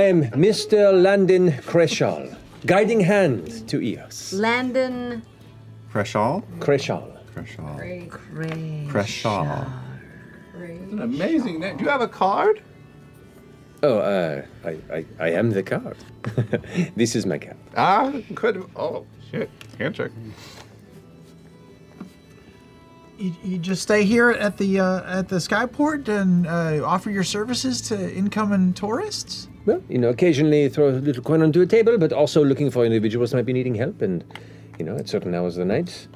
Speaker 14: am Mr. Landon Kreshal, guiding hand to Eos.
Speaker 5: Landon
Speaker 2: Creshall?
Speaker 14: Kreshal.
Speaker 2: Creshall.
Speaker 5: Gray.
Speaker 2: Creshall.
Speaker 9: An amazing name. Do you have a card?
Speaker 14: Oh, uh, I, I, I am the card. this is my cap.
Speaker 9: Ah, could. Oh, shit. Hand check.
Speaker 8: You, you just stay here at the uh, at the Skyport and uh, offer your services to incoming tourists.
Speaker 14: Well, you know, occasionally throw a little coin onto a table, but also looking for individuals might be needing help, and you know, at certain hours of the night.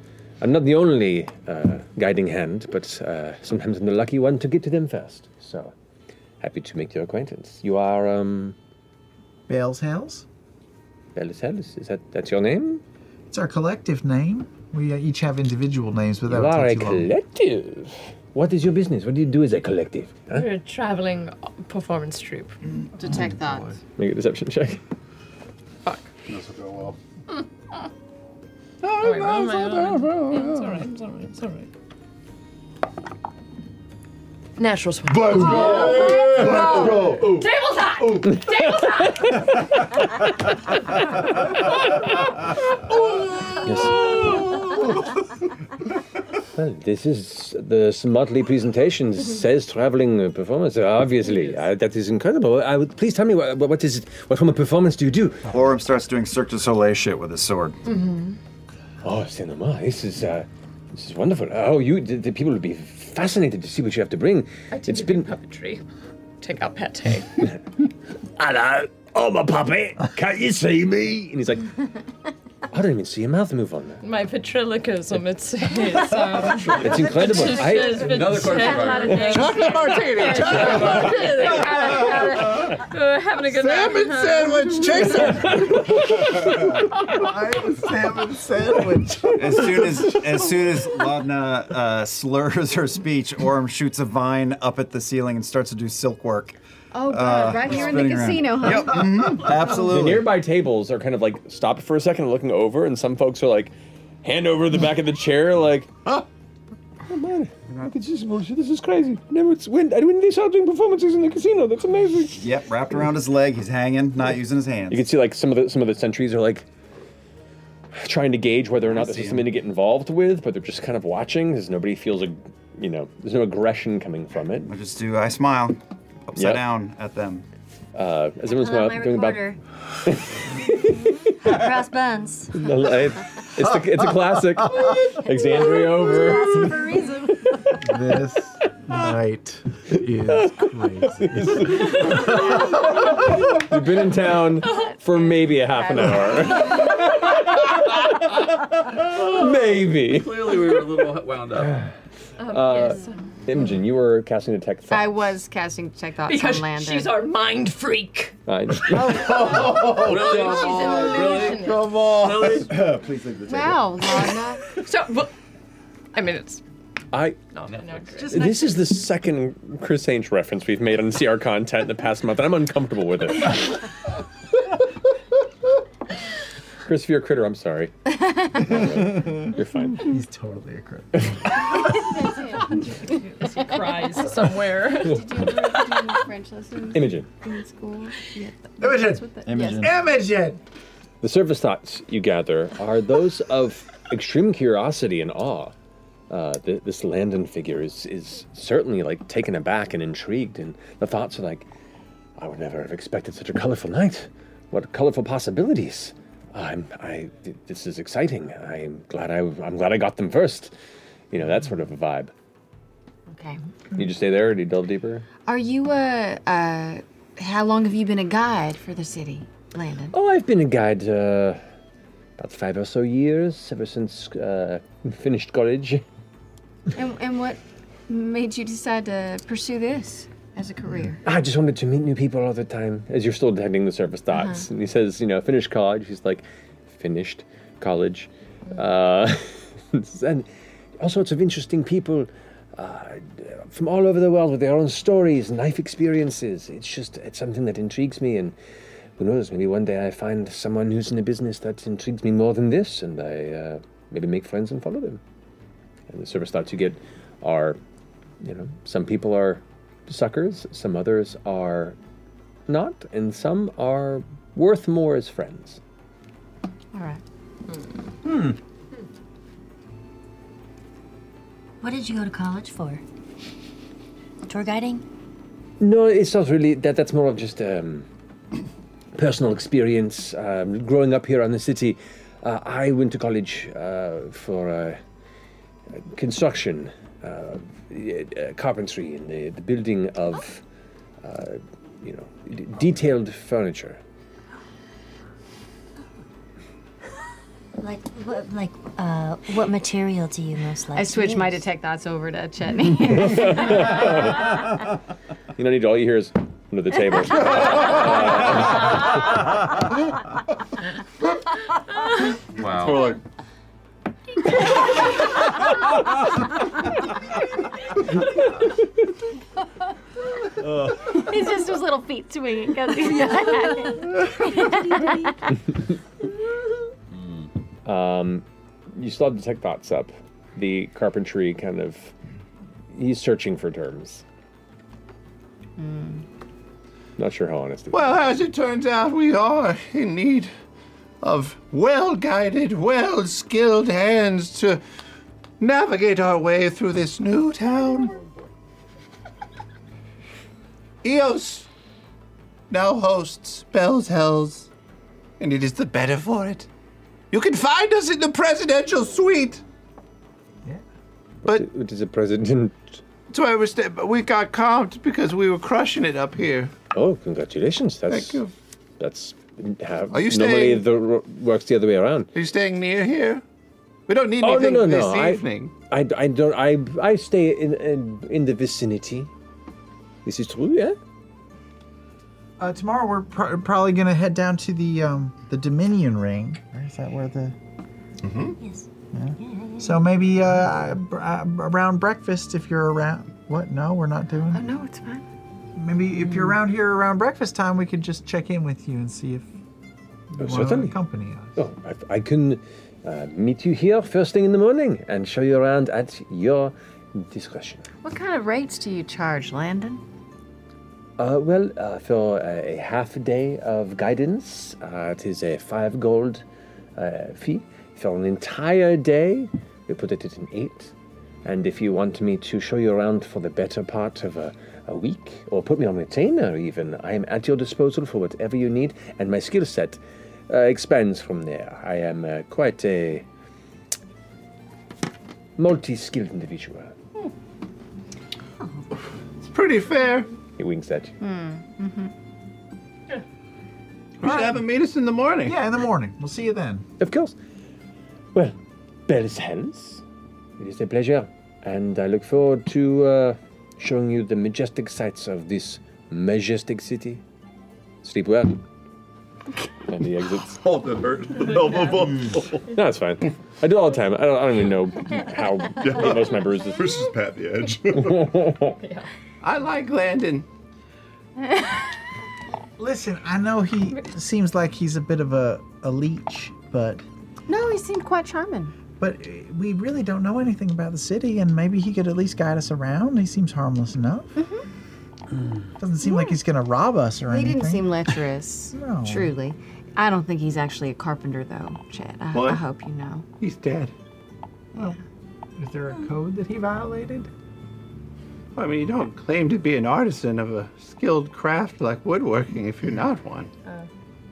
Speaker 14: I'm not the only uh, guiding hand, but uh, sometimes I'm the lucky one to get to them first. So happy to make your acquaintance. You are um,
Speaker 8: Bales Hells.
Speaker 14: Bellis Hellis. Is that that's your name?
Speaker 8: It's our collective name. We uh, each have individual names, but
Speaker 14: You
Speaker 8: that would
Speaker 14: are a
Speaker 8: take too long.
Speaker 14: collective. What is your business? What do you do as a collective? Huh?
Speaker 12: We're a traveling performance troupe. Oh, Detect that.
Speaker 14: Make a deception check.
Speaker 44: This will go well.
Speaker 12: Oh,
Speaker 6: no, it's all right, bro.
Speaker 12: It's all right. It's all right. It's all right. Natural swing.
Speaker 6: Let's go. Oh, let's Let's go. go. Ooh.
Speaker 12: Table time. Table
Speaker 14: Well, this is the motley presentation says traveling uh, performance. Uh, Obviously, uh, that is incredible. I would, please tell me what, what is it? What form of performance do you do?
Speaker 2: Orm starts doing Cirque du Soleil shit with his sword.
Speaker 6: Mm-hmm.
Speaker 14: Oh, cinema! This is uh, this is wonderful. Oh, you the, the people would be fascinated to see what you have to bring. It's been
Speaker 12: puppetry. Take out pate.
Speaker 14: hello. I'm a puppet. Can't you see me? And he's like, I don't even see your mouth move on there.
Speaker 12: My ventriloquism. It's. it's um,
Speaker 14: It's incredible. I-
Speaker 12: it's been
Speaker 14: Another question.
Speaker 12: said a lot of things.
Speaker 6: Chocolate martini.
Speaker 12: Chocolate martini. Uh, having a good
Speaker 6: Salmon
Speaker 12: night.
Speaker 6: sandwich,
Speaker 8: salmon
Speaker 6: Jason.
Speaker 8: sandwich.
Speaker 2: As soon as as soon as Lavna uh, slurs her speech, Orm shoots a vine up at the ceiling and starts to do silk work.
Speaker 5: Oh,
Speaker 2: God,
Speaker 5: God.
Speaker 2: Uh,
Speaker 5: right here in the
Speaker 2: spinning around.
Speaker 5: casino, Mm-hmm.
Speaker 2: casino, huh? Yep, mhm, absolutely.
Speaker 4: The nearby tables are kind of like stopped for a second, and looking over, and some folks are like, hand over the back of the chair, like, ah,
Speaker 14: Oh man, look at this bullshit. This is crazy. I never win. I win these out doing performances in the casino. That's amazing.
Speaker 2: Yep, wrapped around his leg. He's hanging, not using his hands.
Speaker 4: You can see like some of the some of the sentries are like trying to gauge whether or not this is something to get involved with, but they're just kind of watching because nobody feels a you know there's no aggression coming from it. I
Speaker 2: just do I smile upside down at them.
Speaker 4: Uh, as everyone's
Speaker 13: Hello,
Speaker 4: smile-
Speaker 13: my
Speaker 4: going about
Speaker 13: recorder. Cross buns.
Speaker 4: No, I- it's, a, it's a classic. Alexandria over.
Speaker 8: This night is crazy.
Speaker 4: You've been in town for maybe a half an hour. maybe.
Speaker 45: Clearly, we were a little wound up.
Speaker 5: Oh,
Speaker 4: Uh, Imogen, you were casting detect thoughts.
Speaker 5: I was casting Detect Thoughts
Speaker 12: Because
Speaker 5: on Landon.
Speaker 12: she's our mind freak.
Speaker 4: I
Speaker 12: She's an illusionist.
Speaker 2: Please leave the
Speaker 5: Wow, Lana.
Speaker 12: So, well, I mean, it's
Speaker 4: I
Speaker 12: not no, great.
Speaker 4: this is the second Chris Ainge reference we've made on CR content in the past month, and I'm uncomfortable with it. Chris, if you're a critter, I'm sorry. You're fine.
Speaker 8: He's totally a critter.
Speaker 12: she cries somewhere.
Speaker 5: French lessons
Speaker 4: Imogen.
Speaker 5: in school? Yeah.
Speaker 8: Imogen.
Speaker 5: Imogen.
Speaker 8: Imogen.
Speaker 4: The surface thoughts you gather are those of extreme curiosity and awe. Uh, th- this Landon figure is, is certainly like taken aback and intrigued, and the thoughts are like, I would never have expected such a colorful night. What colorful possibilities! I'm, I, th- this is exciting. I'm glad I, I'm glad I got them first. You know that sort of a vibe.
Speaker 11: Okay.
Speaker 4: You just stay there, or do you delve deeper?
Speaker 11: Are you uh uh how long have you been a guide for the city, Landon?
Speaker 4: Oh, I've been a guide uh, about five or so years, ever since uh, finished college.
Speaker 11: And, and what made you decide to pursue this as a career?
Speaker 4: I just wanted to meet new people all the time. As you're still detecting the surface dots,
Speaker 11: Uh-huh.
Speaker 4: and he says, you know, finished college. He's like, finished college, uh, and all sorts of interesting people uh, from all over the world with their own stories, and life experiences. It's just it's something that intrigues me, and who knows, maybe one day I find someone who's in a business that intrigues me more than this, and I uh, maybe make friends and follow them. And the service thoughts you get are, you know, some people are suckers, some others are not, and some are worth more as friends.
Speaker 11: All right.
Speaker 4: Hmm.
Speaker 13: What did you go to college for? Tour guiding?
Speaker 4: No, it's not really that. That's more of just um, personal experience. Um, growing up here in the city, uh, I went to college uh, for uh, construction, uh, y- uh, carpentry, and the, the building of, uh, you know, d- detailed furniture.
Speaker 13: Like what? Like uh, what material do you most like?
Speaker 6: I
Speaker 13: to
Speaker 6: switched my
Speaker 13: use?
Speaker 6: detect thoughts over to Chetney.
Speaker 4: You don't need all you hear is under the table. Uh,
Speaker 3: Wow.
Speaker 28: It's more like,
Speaker 17: It's just those little feet swinging. 'cause he's
Speaker 4: Um, you still have the tech thoughts up. The carpentry kind of. He's searching for terms. Not sure how honest it
Speaker 9: Well, as it turns out, we are in need of well guided, well skilled hands to navigate our way through this new town. Eos now hosts Bell's Hells, and it is the better for it. You can find us in the presidential suite.
Speaker 4: But it is a president.
Speaker 9: That's why we're sta- but we got comped because we were crushing it up here.
Speaker 4: Oh, congratulations! That's
Speaker 9: Thank you.
Speaker 4: that's have,
Speaker 9: Are you
Speaker 4: normally
Speaker 9: staying-
Speaker 4: the ro- works the other way around.
Speaker 9: Are you staying near here? We don't need
Speaker 4: oh no
Speaker 9: anything
Speaker 4: no
Speaker 9: this
Speaker 4: no! I,
Speaker 9: evening.
Speaker 4: I I don't I I stay in, in in the vicinity. This is true, yeah.
Speaker 8: Uh, tomorrow we're pr- probably gonna head down to the um, the Dominion Ring. Or is that where the? Mm-hmm.
Speaker 13: Yes.
Speaker 8: So maybe uh, br- uh, around breakfast if you're around. What? No, we're not doing. Oh
Speaker 11: no, it's fine.
Speaker 8: Maybe if you're around here around breakfast time, we could just check in with you and see if
Speaker 4: Oh,
Speaker 8: you want to
Speaker 4: certainly.
Speaker 8: accompany us.
Speaker 4: Oh, I, I can uh, meet you here first thing in the morning and show you around at your discretion.
Speaker 6: what kind of rates do you charge, Landon?
Speaker 4: Uh, well, uh, for a half a day of guidance, uh, it is a five gold uh, fee. For an entire day, we put it at an eight. And if you want me to show you around for the better part of a, a week, or put me on retainer even, I am at your disposal for whatever you need, and my skill set uh, expands from there. I am uh, quite a multi skilled individual.
Speaker 9: It's pretty fair.
Speaker 4: He winks at you.
Speaker 8: Mm,
Speaker 9: Mm-hmm. We should have him meet us in the morning.
Speaker 8: Yeah, in the morning. We'll see you then.
Speaker 4: Of course. Well, Bell's Hells, it is a pleasure, and I look forward to uh, showing you the majestic sights of this majestic city. Sleep well. and he exits.
Speaker 28: oh, that hurt. no,
Speaker 4: No, it's fine. I do it all the time. I don't, I don't even know how
Speaker 28: Yeah.
Speaker 4: most of my bruises.
Speaker 28: Chris is pat the edge.
Speaker 9: I like Landon.
Speaker 8: Listen, I know he seems like he's a bit of a, a leech, but
Speaker 22: No, he seemed quite charming.
Speaker 8: but uh, we really don't know anything about the city, and maybe he could at least guide us around. He seems harmless enough. Doesn't seem like he's gonna rob us or
Speaker 22: Mm-hmm. He
Speaker 8: anything.
Speaker 22: didn't
Speaker 6: seem lecherous.
Speaker 8: No.
Speaker 6: Truly.
Speaker 11: I don't think he's actually a carpenter, though, Chet. I, I
Speaker 8: What?
Speaker 11: hope you know.
Speaker 9: He's dead.
Speaker 8: Well, is there a code that he violated?
Speaker 9: I mean, you don't claim to be an artisan of a skilled craft like woodworking if you're not one.
Speaker 13: Oh,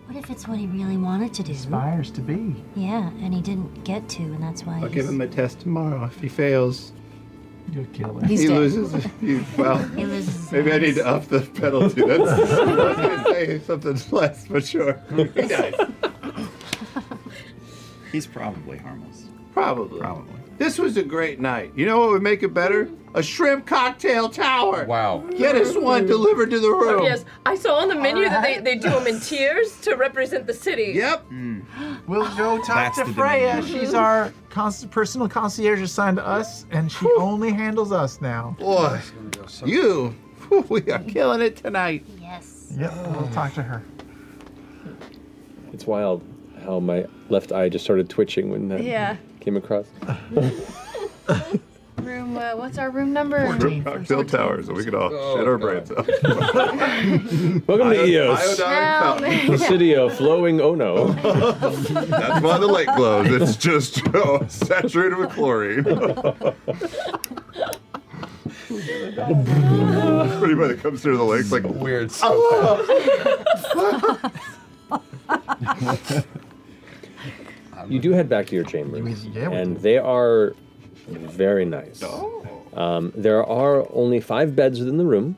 Speaker 13: What if it's what he really wanted to do?
Speaker 8: Aspires to be.
Speaker 13: Yeah, and he didn't get to, and that's why.
Speaker 9: I'll
Speaker 13: he's-
Speaker 9: give him a test tomorrow. If he fails,
Speaker 8: you kill
Speaker 13: He's
Speaker 9: he
Speaker 13: dead.
Speaker 9: loses. He, well,
Speaker 13: He loses his
Speaker 9: maybe I need to up the penalty. That's I was gonna say something less, but sure. He dies.
Speaker 2: He's probably harmless.
Speaker 9: Probably. Probably. This was a great night. You know what would make it better? A shrimp cocktail tower.
Speaker 46: Wow.
Speaker 9: Get us one delivered to the room.
Speaker 12: Yes, I saw on the menu that they,
Speaker 9: Alright.
Speaker 12: they do them in tiers to represent the city.
Speaker 9: Yep.
Speaker 8: We'll go talk
Speaker 9: That's
Speaker 8: to
Speaker 9: the
Speaker 8: Freya.
Speaker 9: dimension.
Speaker 8: She's our const- personal concierge assigned to us, and she only handles us now.
Speaker 9: Boy, you, we are killing it tonight.
Speaker 13: Yes.
Speaker 8: Yep, we'll talk to her.
Speaker 4: It's wild how my left eye just started twitching when that
Speaker 11: Yeah.
Speaker 4: came across.
Speaker 11: Room, uh, what's our room number?
Speaker 5: Shrimp cocktail towers, and we could all shit our brains out.
Speaker 4: Welcome to
Speaker 5: Iod-
Speaker 4: Eos,
Speaker 5: iodine fountain.
Speaker 4: the city of flowing Ono.
Speaker 5: That's why the lake glows. It's just oh, saturated with chlorine. Anybody that comes through the lake's like
Speaker 46: weird.
Speaker 5: Oh,
Speaker 4: you do head back to your chambers, and they are very nice. Um, there are only five beds within the room,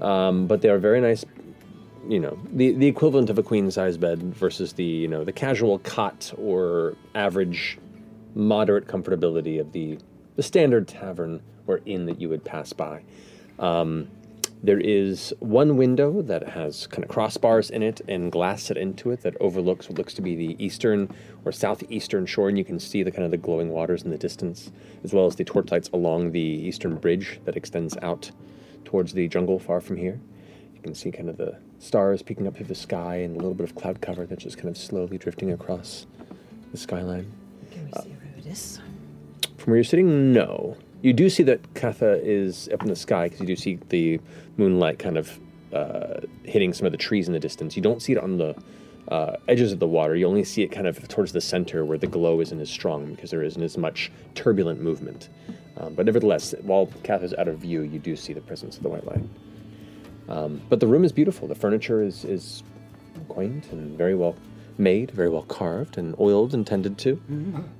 Speaker 4: um, but they are very nice. You know, the, the equivalent of a queen size bed versus the you know the casual cot or average, moderate comfortability of the the standard tavern or inn that you would pass by. Um, there is one window that has kind of crossbars in it and glass set into it that overlooks what looks to be the eastern or southeastern shore, and you can see the kind of the glowing waters in the distance, as well as the torchlights along the eastern bridge that extends out towards the jungle far from here. You can see kind of the stars peeking up through the sky and a little bit of cloud cover that's just kind of slowly drifting across the skyline.
Speaker 6: Can we see Rudis?
Speaker 4: From where you're sitting, no. You do see that Katha is up in the sky because you do see the moonlight kind of uh, hitting some of the trees in the distance. You don't see it on the uh, edges of the water. You only see it kind of towards the center where the glow isn't as strong because there isn't as much turbulent movement. Um, but nevertheless, while Katha's out of view, you do see the presence of the white light. Um, but the room is beautiful. The furniture is, is quaint and very well made, very well carved and oiled and tended to.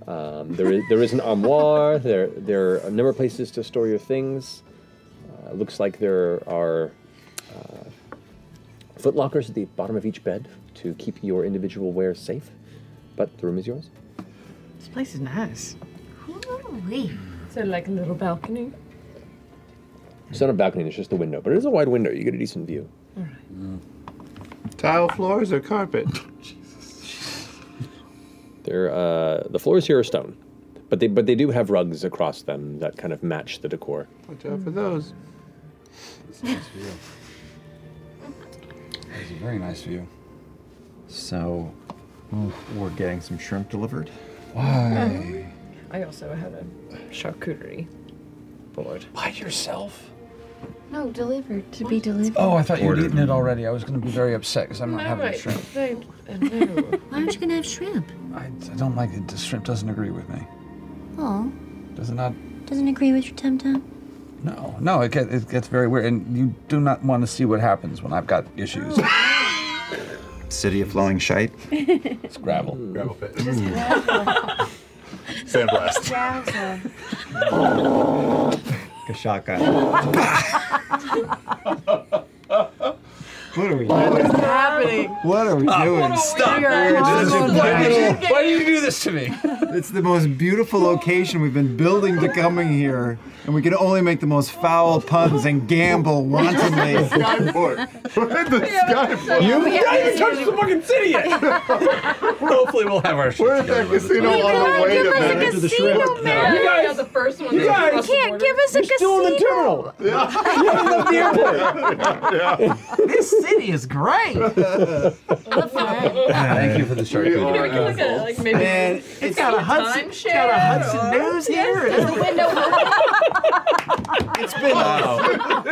Speaker 4: Um, there, is, there is an armoire. There, there are a number of places to store your things. Uh, looks like there are uh, foot lockers at the bottom of each bed to keep your individual wear safe. But the room is yours.
Speaker 11: This place is nice.
Speaker 12: So like a little balcony.
Speaker 4: It's not a balcony, it's just a window, but it is a wide window. You get a decent view.
Speaker 9: Tile floors or carpet?
Speaker 4: They're, uh, the floors here are stone, but they, but they do have rugs across them that kind of match the decor.
Speaker 9: Watch out for those.
Speaker 3: It's a very nice view.
Speaker 2: So, we're getting some shrimp delivered.
Speaker 12: Why? I also had a charcuterie board.
Speaker 3: By yourself?
Speaker 11: No, delivered. To be delivered.
Speaker 3: Oh, I thought you'd
Speaker 11: Ordered.
Speaker 3: eaten it already. I was going to be very upset because I'm not having a shrimp.
Speaker 13: Why aren't you gonna have shrimp?
Speaker 3: I, I don't like it. The shrimp doesn't agree with me.
Speaker 13: Oh,
Speaker 3: Does it not?
Speaker 13: doesn't agree with your tum tum.
Speaker 3: No, no. It gets, it gets very weird, and you do not want to see what happens when I've got issues.
Speaker 2: City of Flowing Shite.
Speaker 3: It's gravel. Gravel
Speaker 5: pit.
Speaker 2: Sandblast. A shotgun. what are we doing?
Speaker 6: happening?
Speaker 2: Ah, What are we doing?
Speaker 6: Stop. We're just
Speaker 2: did, you do this to me? It's the most beautiful location we've been building to coming here, and we can only make the most foul puns and gamble wantonly.
Speaker 5: Skyport. We're at the Skyport.
Speaker 2: You
Speaker 5: We haven't
Speaker 2: haven't
Speaker 5: touched
Speaker 2: the
Speaker 4: fucking city yet.
Speaker 3: Hopefully, we'll have our. We're
Speaker 5: at that casino on the way to Venice.
Speaker 3: the shrimp.
Speaker 12: Yeah,
Speaker 6: You
Speaker 12: yeah,
Speaker 6: guys-
Speaker 12: the first one.
Speaker 6: you
Speaker 12: that
Speaker 6: guys-
Speaker 12: crossed the
Speaker 6: can't
Speaker 12: border.
Speaker 6: give us a You're still in the casino. terminal.
Speaker 12: Yeah.
Speaker 6: You haven't left the airport.
Speaker 8: This city is great.
Speaker 3: Thank you for the
Speaker 12: we can
Speaker 9: uh,
Speaker 12: look at it, like maybe
Speaker 8: Man,
Speaker 12: it's
Speaker 8: got a Hudson-
Speaker 12: It's
Speaker 8: got a Hudson News here.
Speaker 12: Does the window
Speaker 2: It's been
Speaker 12: Wow.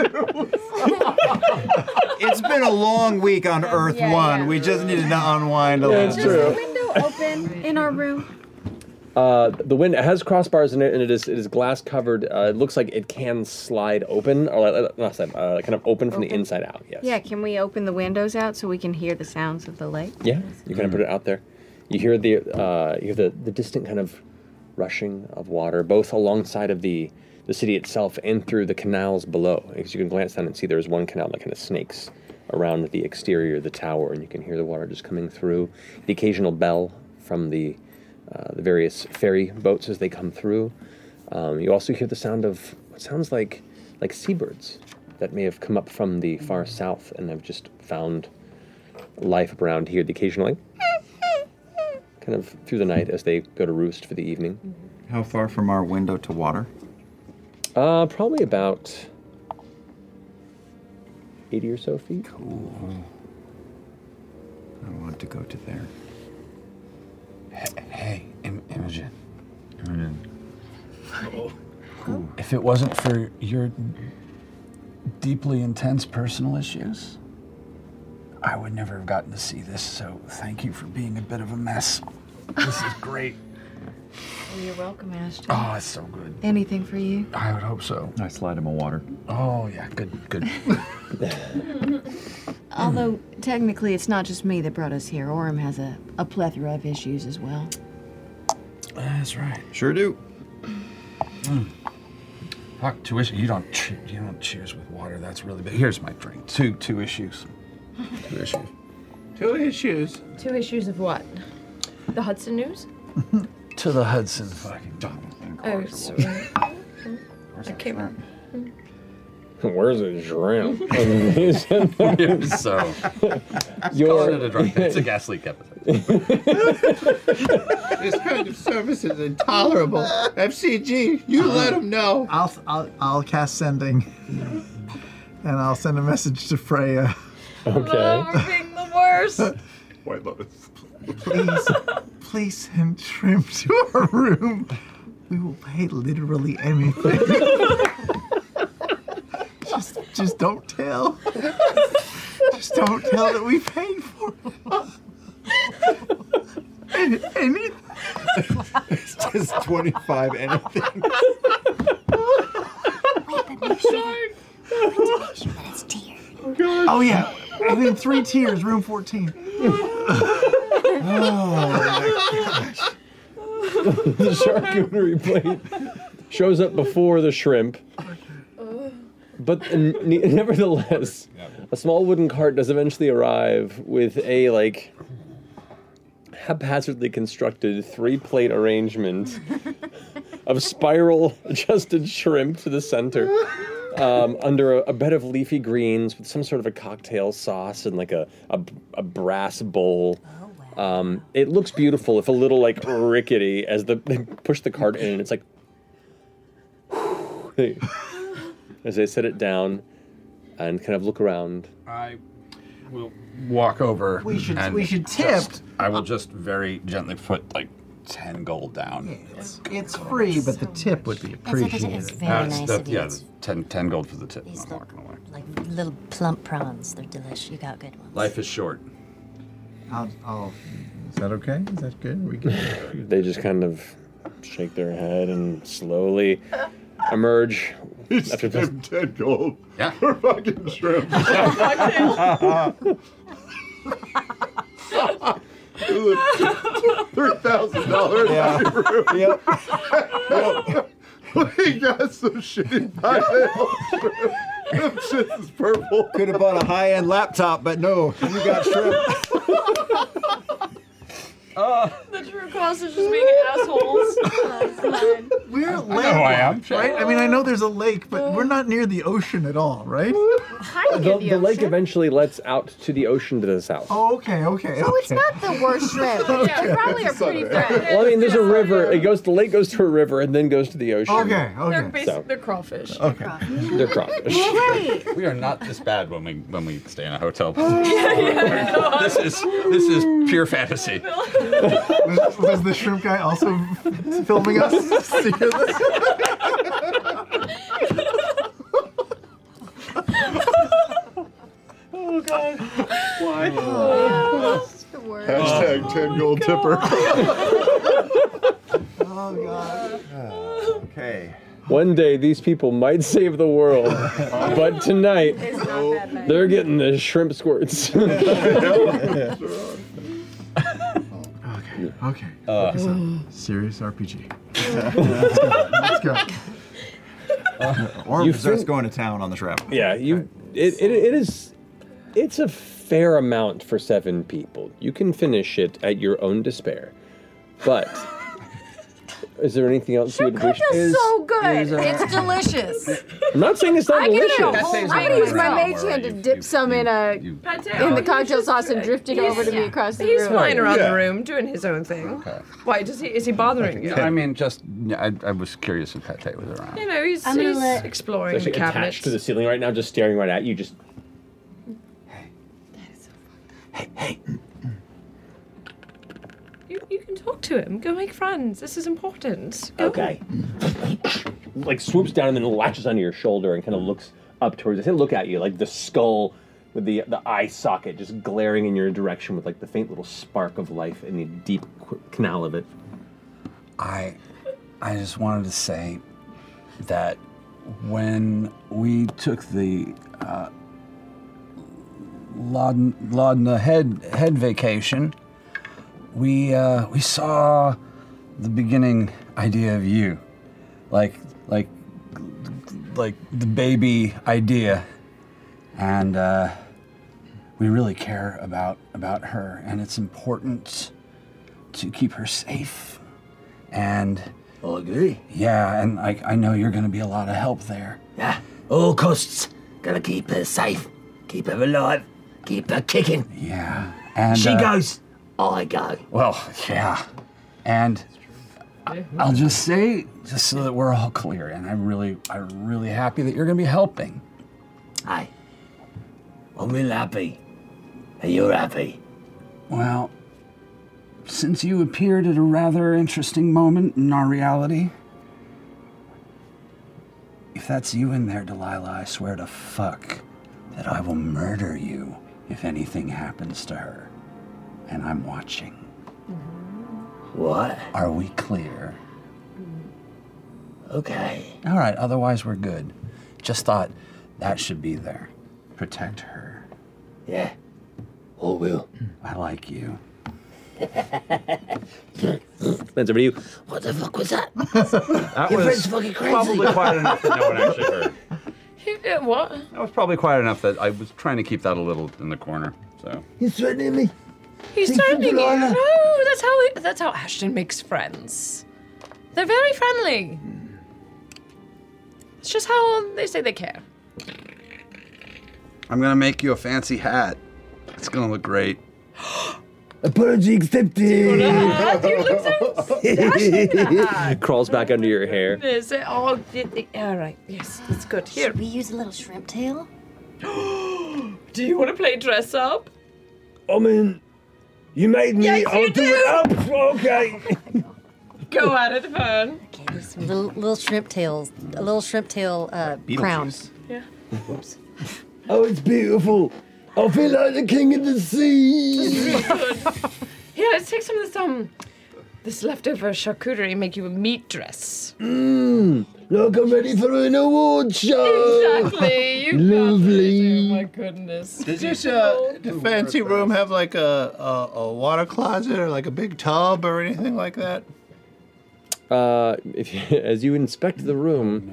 Speaker 2: it's been been a long week on Earth
Speaker 11: yeah,
Speaker 2: One.
Speaker 11: yeah.
Speaker 2: We just needed to unwind a
Speaker 10: Yeah,
Speaker 2: little.
Speaker 10: it's
Speaker 2: bit.
Speaker 10: true.
Speaker 11: window open in our room.
Speaker 10: Uh, the wind it has crossbars in it, and it is it is glass covered. Uh, it looks like it can slide open, or like, not slide, uh, kind of open from the
Speaker 11: Open.
Speaker 10: inside out. Yes.
Speaker 11: Yeah, can we open the windows out so we can hear the sounds of the lake?
Speaker 10: Yeah. You kind of put it out there. You hear the uh, you hear the, the distant kind of rushing of water, both alongside of the the city itself and through the canals below. Because you can glance down and see there's one canal that kind of snakes around the exterior of the tower, and you can hear the water just coming through. The occasional bell from the uh, the various ferry boats as they come through. Um, you also hear the sound of what sounds like like seabirds that may have come up from the far south and have just found life up around here. The occasional like, kind of through the night as they go to roost for the evening.
Speaker 2: How far from our window to water?
Speaker 10: Uh, probably about eighty or so feet.
Speaker 2: Cool. I want to go to there.
Speaker 3: Hey, Im- Imogen. Imogen.
Speaker 5: Oh,
Speaker 3: If it wasn't for your deeply intense personal issues, I would never have gotten to see this. So thank you for being a bit of a mess. This is great.
Speaker 11: Oh, you're welcome, Ashton.
Speaker 3: Oh, it's so good.
Speaker 11: Anything for you?
Speaker 3: I would hope so.
Speaker 21: I slide him a water.
Speaker 3: Oh yeah, good, good.
Speaker 11: Although technically, it's not just me that brought us here. Orem has a, a plethora of issues as well.
Speaker 3: That's right.
Speaker 2: Sure do.
Speaker 3: Mm. Fuck two issues. You don't che- you don't cheers with water. That's really big. Here's my drink. Two two issues. Two issues.
Speaker 9: Two issues.
Speaker 12: Two issues of what? The Hudson News?
Speaker 3: To the Hudson. Fucking
Speaker 12: Oh, sorry. I came up.
Speaker 4: Where's the shrimp?
Speaker 3: so,
Speaker 4: your
Speaker 3: it a drunk. It's a gas leak episode.
Speaker 9: This kind of service is intolerable. FCG, you let him know.
Speaker 8: I'll, I'll, I'll cast sending. and I'll send a message to Freya.
Speaker 9: Okay.
Speaker 12: We're being the worst.
Speaker 28: White Lotus.
Speaker 8: Please, please send shrimp to our room. We will pay literally anything. just, just don't tell. Just don't tell that we paid for it. Any-
Speaker 2: Just 25 anything.
Speaker 8: oh yeah, and then three tiers, room fourteen.
Speaker 4: Oh, the charcuterie plate shows up before the shrimp. But n- ne- nevertheless, a small wooden cart does eventually arrive with a like haphazardly constructed three plate arrangement of spiral adjusted shrimp to the center um, under a, a bed of leafy greens with some sort of a cocktail sauce and like a, a, a brass bowl. Um, it looks beautiful, if a little like rickety, as the, they push the cart in and it's like, as they set it down and kind of look around.
Speaker 3: I will walk over.
Speaker 8: We should-
Speaker 3: and
Speaker 8: we should tip.
Speaker 3: just- I will just very gently put like ten gold down.
Speaker 8: It's, it's free, but the tip would be
Speaker 13: It's like a- it's
Speaker 8: appreciated.
Speaker 13: very Uh, it's nice the- of you. yeah, It's-
Speaker 3: 10, 10 gold for the tip.
Speaker 13: These little, like little plump prawns. They're delish. You got good ones.
Speaker 3: Life is short.
Speaker 8: I'll, I'll, is that okay? Is that good? We good?
Speaker 4: They just kind of shake their head and slowly emerge. After
Speaker 28: Dead gold.
Speaker 3: Yeah.
Speaker 28: For fucking shrimp. Three thousand dollars.
Speaker 1: Yeah.
Speaker 28: Yep. we got some shitty pineapple shrimp. Them shits is purple.
Speaker 2: Could have bought a high end laptop, but no, you got shrimp.
Speaker 12: The true cost is just being assholes.
Speaker 8: We're
Speaker 12: I
Speaker 8: land, right? I mean, I know there's a lake, but we're not near the ocean at all, right?
Speaker 4: the, the lake eventually lets out to the ocean to the south.
Speaker 8: Oh, okay, okay.
Speaker 4: So it's
Speaker 8: okay.
Speaker 4: not
Speaker 8: the worst shrimp.
Speaker 4: Yeah,
Speaker 1: they probably are pretty fresh.
Speaker 4: Well, I mean, there's a river. It goes. The lake goes to a river and then goes to the ocean.
Speaker 12: They're, basi-
Speaker 4: So,
Speaker 12: they're crawfish.
Speaker 4: Okay. They're crawfish.
Speaker 3: we are not this bad when we when we stay in a hotel.
Speaker 12: Yeah, yeah, no.
Speaker 3: this is this is pure fantasy.
Speaker 8: was, was the shrimp guy also filming us? Secretly?
Speaker 1: Oh, God.
Speaker 47: fly.
Speaker 11: Oh.
Speaker 47: the worst. Hashtag 10 gold tipper.
Speaker 48: Okay.
Speaker 4: One day these people might save the world, but tonight they're getting the shrimp squirts.
Speaker 8: Okay. Okay.
Speaker 4: Uh.
Speaker 8: Focus on serious RPG.
Speaker 48: Let's
Speaker 8: go.
Speaker 48: Or
Speaker 4: You
Speaker 48: just
Speaker 4: fin-
Speaker 48: going to town on the travel.
Speaker 4: yeah, you. It, it, it is. It's a fair amount for seven people. You can finish it at your own despair, but. Is there anything else you would wish?
Speaker 6: is so good.
Speaker 4: is, uh,
Speaker 6: it's delicious.
Speaker 4: I'm not saying it's not
Speaker 11: I
Speaker 4: delicious.
Speaker 11: can I'm gonna use my oh, mage hand to dip some in a in the cocktail sauce and drift it over to me across the
Speaker 12: he's
Speaker 11: room.
Speaker 12: flying around
Speaker 3: Yeah.
Speaker 12: the room doing his own thing. Why does he? Is he bothering you?
Speaker 3: I mean, just I, I was curious if Pate was around.
Speaker 12: you know, he's,
Speaker 6: I'm gonna
Speaker 12: he's
Speaker 6: let-
Speaker 12: exploring
Speaker 4: It's
Speaker 12: the
Speaker 4: actually
Speaker 12: cabinet.
Speaker 4: attached to the ceiling right now, just staring right at you. Just
Speaker 12: You, you can talk to him. Go make friends. This is important. Go.
Speaker 4: okay. like swoops down and then latches onto your shoulder and kind of looks up towards. It doesn't look at you like the skull with the the eye socket just glaring in your direction with like the faint little spark of life in the deep qu- canal of it.
Speaker 3: I I just wanted to say that when we took the uh, Lauden, Laudna head head vacation, we uh, we saw the beginning idea of you, like like like the baby idea, and uh, we really care about about her, and it's important to keep her safe and I agree. Yeah, and I, I know you're going to be a lot of help there.
Speaker 5: Yeah, all costs. Gotta keep her safe, keep her alive, keep her kicking.
Speaker 3: Yeah, and
Speaker 5: she
Speaker 3: uh,
Speaker 5: goes, I go.
Speaker 3: Well, yeah, and I, I'll just say, just so that we're all clear, and I'm really, I'm really happy that you're going to be helping.
Speaker 5: Aye. I'm real happy. And you're happy.
Speaker 3: Well, since you appeared at a rather interesting moment in our reality, if that's you in there, Delilah, I swear to fuck that I will murder you if anything happens to her. And I'm watching.
Speaker 5: What?
Speaker 3: Are we clear?
Speaker 5: Okay.
Speaker 3: All right, otherwise we're good. Just thought that should be there. Protect her.
Speaker 5: Yeah. All will.
Speaker 3: I like you.
Speaker 4: That's over to you.
Speaker 5: What the fuck was that?
Speaker 3: That
Speaker 5: Your
Speaker 3: was
Speaker 5: friend's fucking crazy.
Speaker 3: probably quite enough that no one actually heard.
Speaker 12: Uh, What?
Speaker 3: That was probably quiet enough that I was trying to keep that a little in the corner. So
Speaker 5: He's threatening me.
Speaker 12: He's
Speaker 5: Thank you,
Speaker 12: threatening you.
Speaker 5: Delilah.
Speaker 12: No, that's how it, that's how Ashton makes friends. They're very friendly. It's just how they say they care.
Speaker 3: I'm gonna make you a fancy hat. It's gonna look great.
Speaker 5: Apology accepted.
Speaker 4: It crawls back under your hair.
Speaker 12: Is it all? All right. Yes, it's good. Here.
Speaker 13: Should we use a little shrimp tail?
Speaker 12: Do you want to play dress up?
Speaker 5: I mean, you made me.
Speaker 12: Yes,
Speaker 5: I'll
Speaker 12: you
Speaker 5: do, it up. Okay.
Speaker 13: Oh
Speaker 12: Go at it, Fern.
Speaker 13: Some little, little shrimp tails, a little shrimp tail uh, crown.
Speaker 12: Yeah.
Speaker 13: Whoops.
Speaker 5: Oh, it's beautiful. I feel like the king of the sea.
Speaker 12: Yeah, let's take some of this um, this leftover charcuterie and make you a meat dress.
Speaker 5: Mmm. Like I'm ready for an award show.
Speaker 12: Exactly. You
Speaker 5: Lovely.
Speaker 12: My goodness.
Speaker 9: Does this uh, the fancy room have like a, a a water closet or like a big tub or anything like that?
Speaker 4: Uh, if you, as you inspect the room,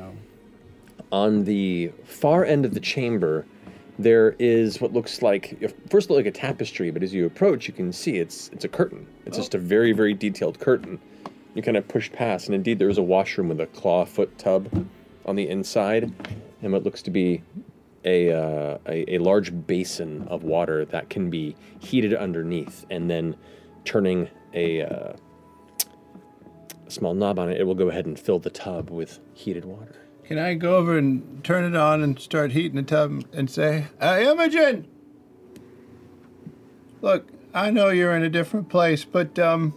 Speaker 4: on the far end of the chamber, there is what looks like it first look like a tapestry, but as you approach, you can see it's it's a curtain. It's just a very very detailed curtain. You kind of push past, and indeed there is a washroom with a claw foot tub on the inside, and what looks to be a, uh, a a large basin of water that can be heated underneath, and then turning a uh, small knob on it, it will go ahead and fill the tub with heated water.
Speaker 9: Can I go over and turn it on and start heating the tub and say, uh, Imogen, look, I know you're in a different place, but um,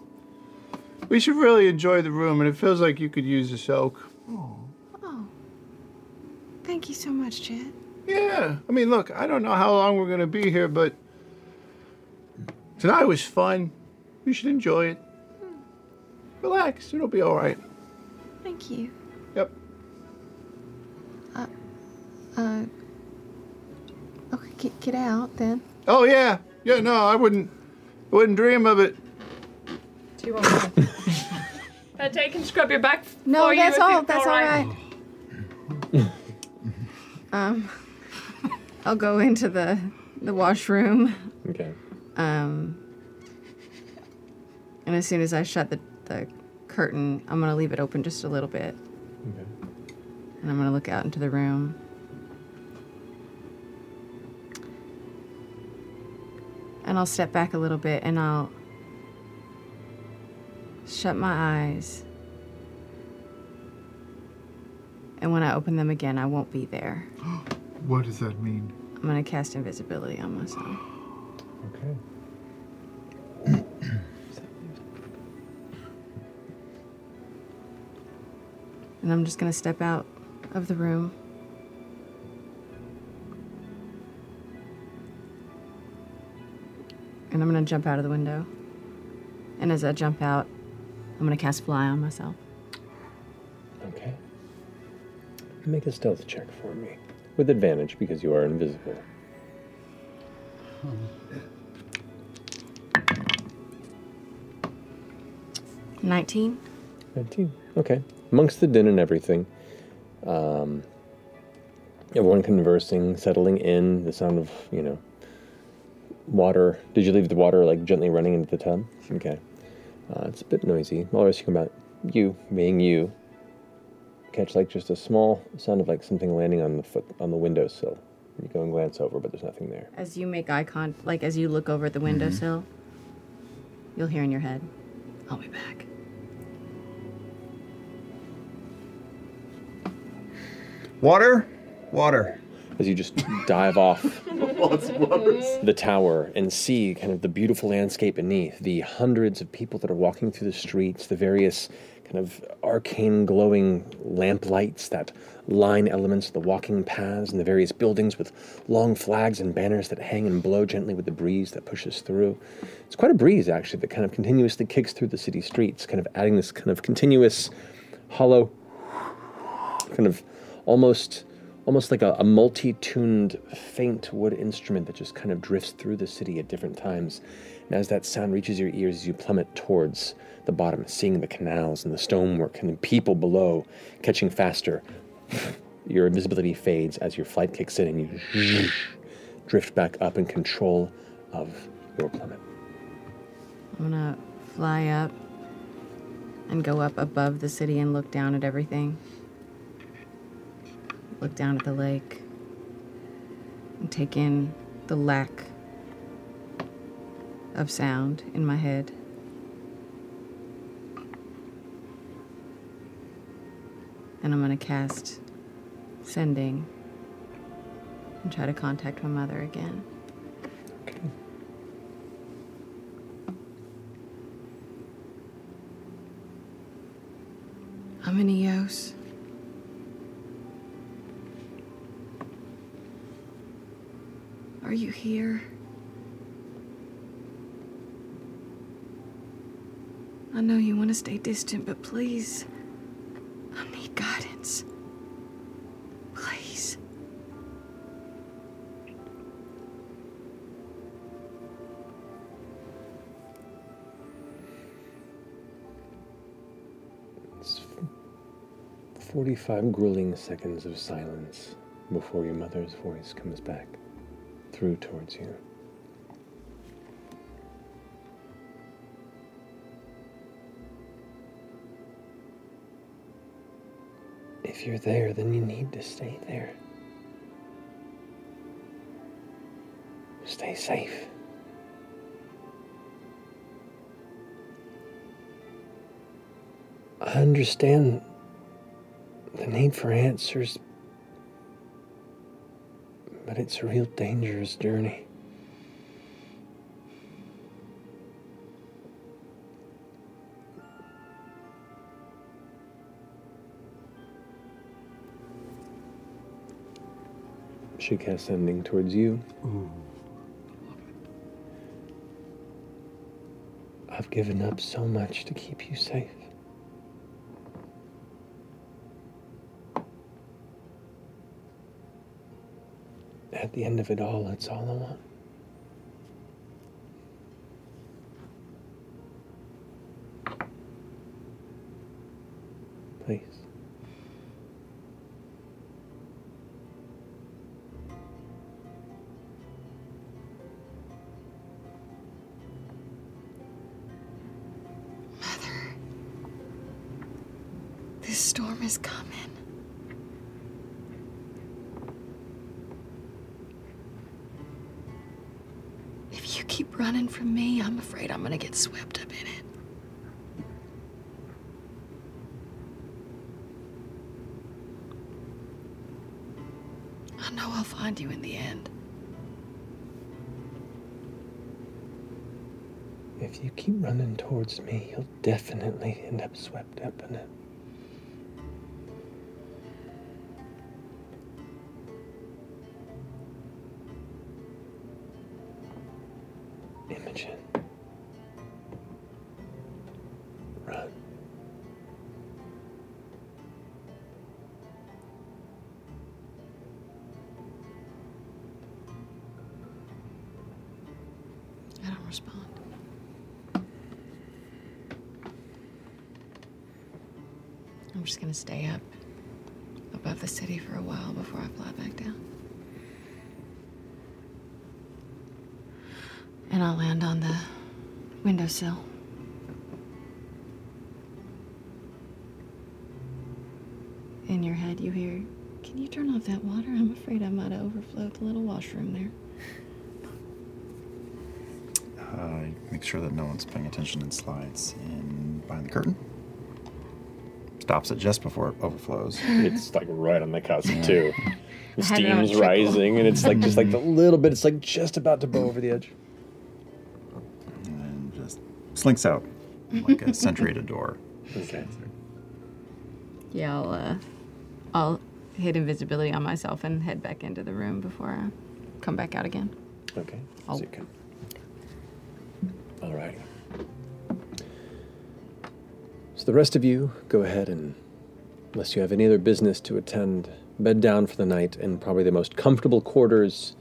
Speaker 9: we should really enjoy the room, and it feels like you could use a soak.
Speaker 11: Oh. Thank you so much, Chet.
Speaker 9: Yeah, I mean, look, I don't know how long we're gonna be here, but Tonight was fun. You should enjoy it. Relax, it'll be all right.
Speaker 11: Thank you.
Speaker 9: Yep.
Speaker 11: Uh, uh, okay, get, get out then.
Speaker 9: Oh yeah, yeah. No, I wouldn't. I wouldn't dream of it.
Speaker 12: Do you want me to Uh, take and scrub your back?
Speaker 11: No,
Speaker 12: for you
Speaker 11: that's
Speaker 12: if
Speaker 11: all.
Speaker 12: it's
Speaker 11: That's all right. um, I'll go into the the washroom.
Speaker 4: Okay.
Speaker 11: Um, and as soon as I shut the, the curtain, I'm gonna leave it open just a little bit.
Speaker 4: Okay.
Speaker 11: And I'm gonna look out into the room. And I'll step back a little bit and I'll shut my eyes. And when I open them again, I won't be there.
Speaker 5: What does that mean?
Speaker 11: I'm gonna cast invisibility on myself.
Speaker 4: Okay.
Speaker 11: And I'm just gonna step out of the room. And I'm gonna jump out of the window. And as I jump out, I'm gonna cast fly on myself.
Speaker 4: Okay. Make a stealth check for me. With advantage because you are invisible.
Speaker 11: Nineteen.
Speaker 4: 19. Okay. Amongst the din and everything, um, everyone conversing, settling in, the sound of, you know, water. Did you leave the water, like, gently running into the tub? Okay. Uh, it's a bit noisy. Always you come out, you, being you, catch, like, just a small sound of, like, something landing on the foot, on the windowsill. You go and glance over, but there's nothing there.
Speaker 11: As you make eye con, like as you look over at the windowsill, you'll hear in your head, I'll be back.
Speaker 2: Water, water.
Speaker 4: As you just dive off
Speaker 9: Oh
Speaker 4: the tower and see kind of the beautiful landscape beneath, the hundreds of people that are walking through the streets, the various kind of arcane glowing lamp lights that line elements of the walking paths, and the various buildings with long flags and banners that hang and blow gently with the breeze that pushes through. It's quite a breeze, actually, that kind of continuously kicks through the city streets, kind of adding this kind of continuous hollow kind of almost almost like a, a multi-tuned faint wood instrument that just kind of drifts through the city at different times and as that sound reaches your ears as you plummet towards the bottom seeing the canals and the stonework and the people below catching faster your invisibility fades as your flight kicks in and you drift back up in control of your plummet
Speaker 11: I'm gonna fly up and go up above the city and look down at everything. Look down at the lake and take in the lack of sound in my head. And I'm gonna cast sending and try to contact my mother again. I'm in Eos. Are you here? I know you want to stay distant, but please,
Speaker 12: Oh
Speaker 11: I need guidance. Please.
Speaker 4: It's 45 grueling seconds of silence before your mother's voice comes back through towards you. If you're there, then you need to stay there. Stay safe. I understand the need for answers, but it's a real dangerous journey. She casts sending towards you.
Speaker 14: I've given up so much to keep you safe. At the end of it all, that's all I want. Please.
Speaker 11: This storm is coming. If you keep running from me, I'm afraid I'm gonna get swept up in it. I know I'll find you in the end.
Speaker 14: If you keep running towards me, you'll definitely end up swept up in it. Imogen. Run.
Speaker 11: I don't respond. I'm just gonna stay up above the city for a while before I fly back down. And I'll land on the windowsill. In your head, you hear, Can you turn off that water? I'm afraid I might have overflowed the little washroom there.
Speaker 2: Uh, make sure that no one's paying attention and slides in behind the curtain. Stops it just before it overflows.
Speaker 14: It's like right on the cusp too. The
Speaker 2: I had it on
Speaker 14: Steam's
Speaker 2: trickle.
Speaker 14: rising, and it's like just like the little bit. It's like just about to blow over the edge.
Speaker 2: And just slinks out like a sentry at a door.
Speaker 14: Okay.
Speaker 49: Yeah, I'll, uh, I'll hit invisibility on myself and head back into the room before I come back out again. Oh.
Speaker 14: Okay.
Speaker 11: Oh.
Speaker 49: I'll-
Speaker 14: So you can. All right.
Speaker 4: So the rest of you go ahead and, unless you have any other business to attend, bed down for the night in probably the most comfortable quarters.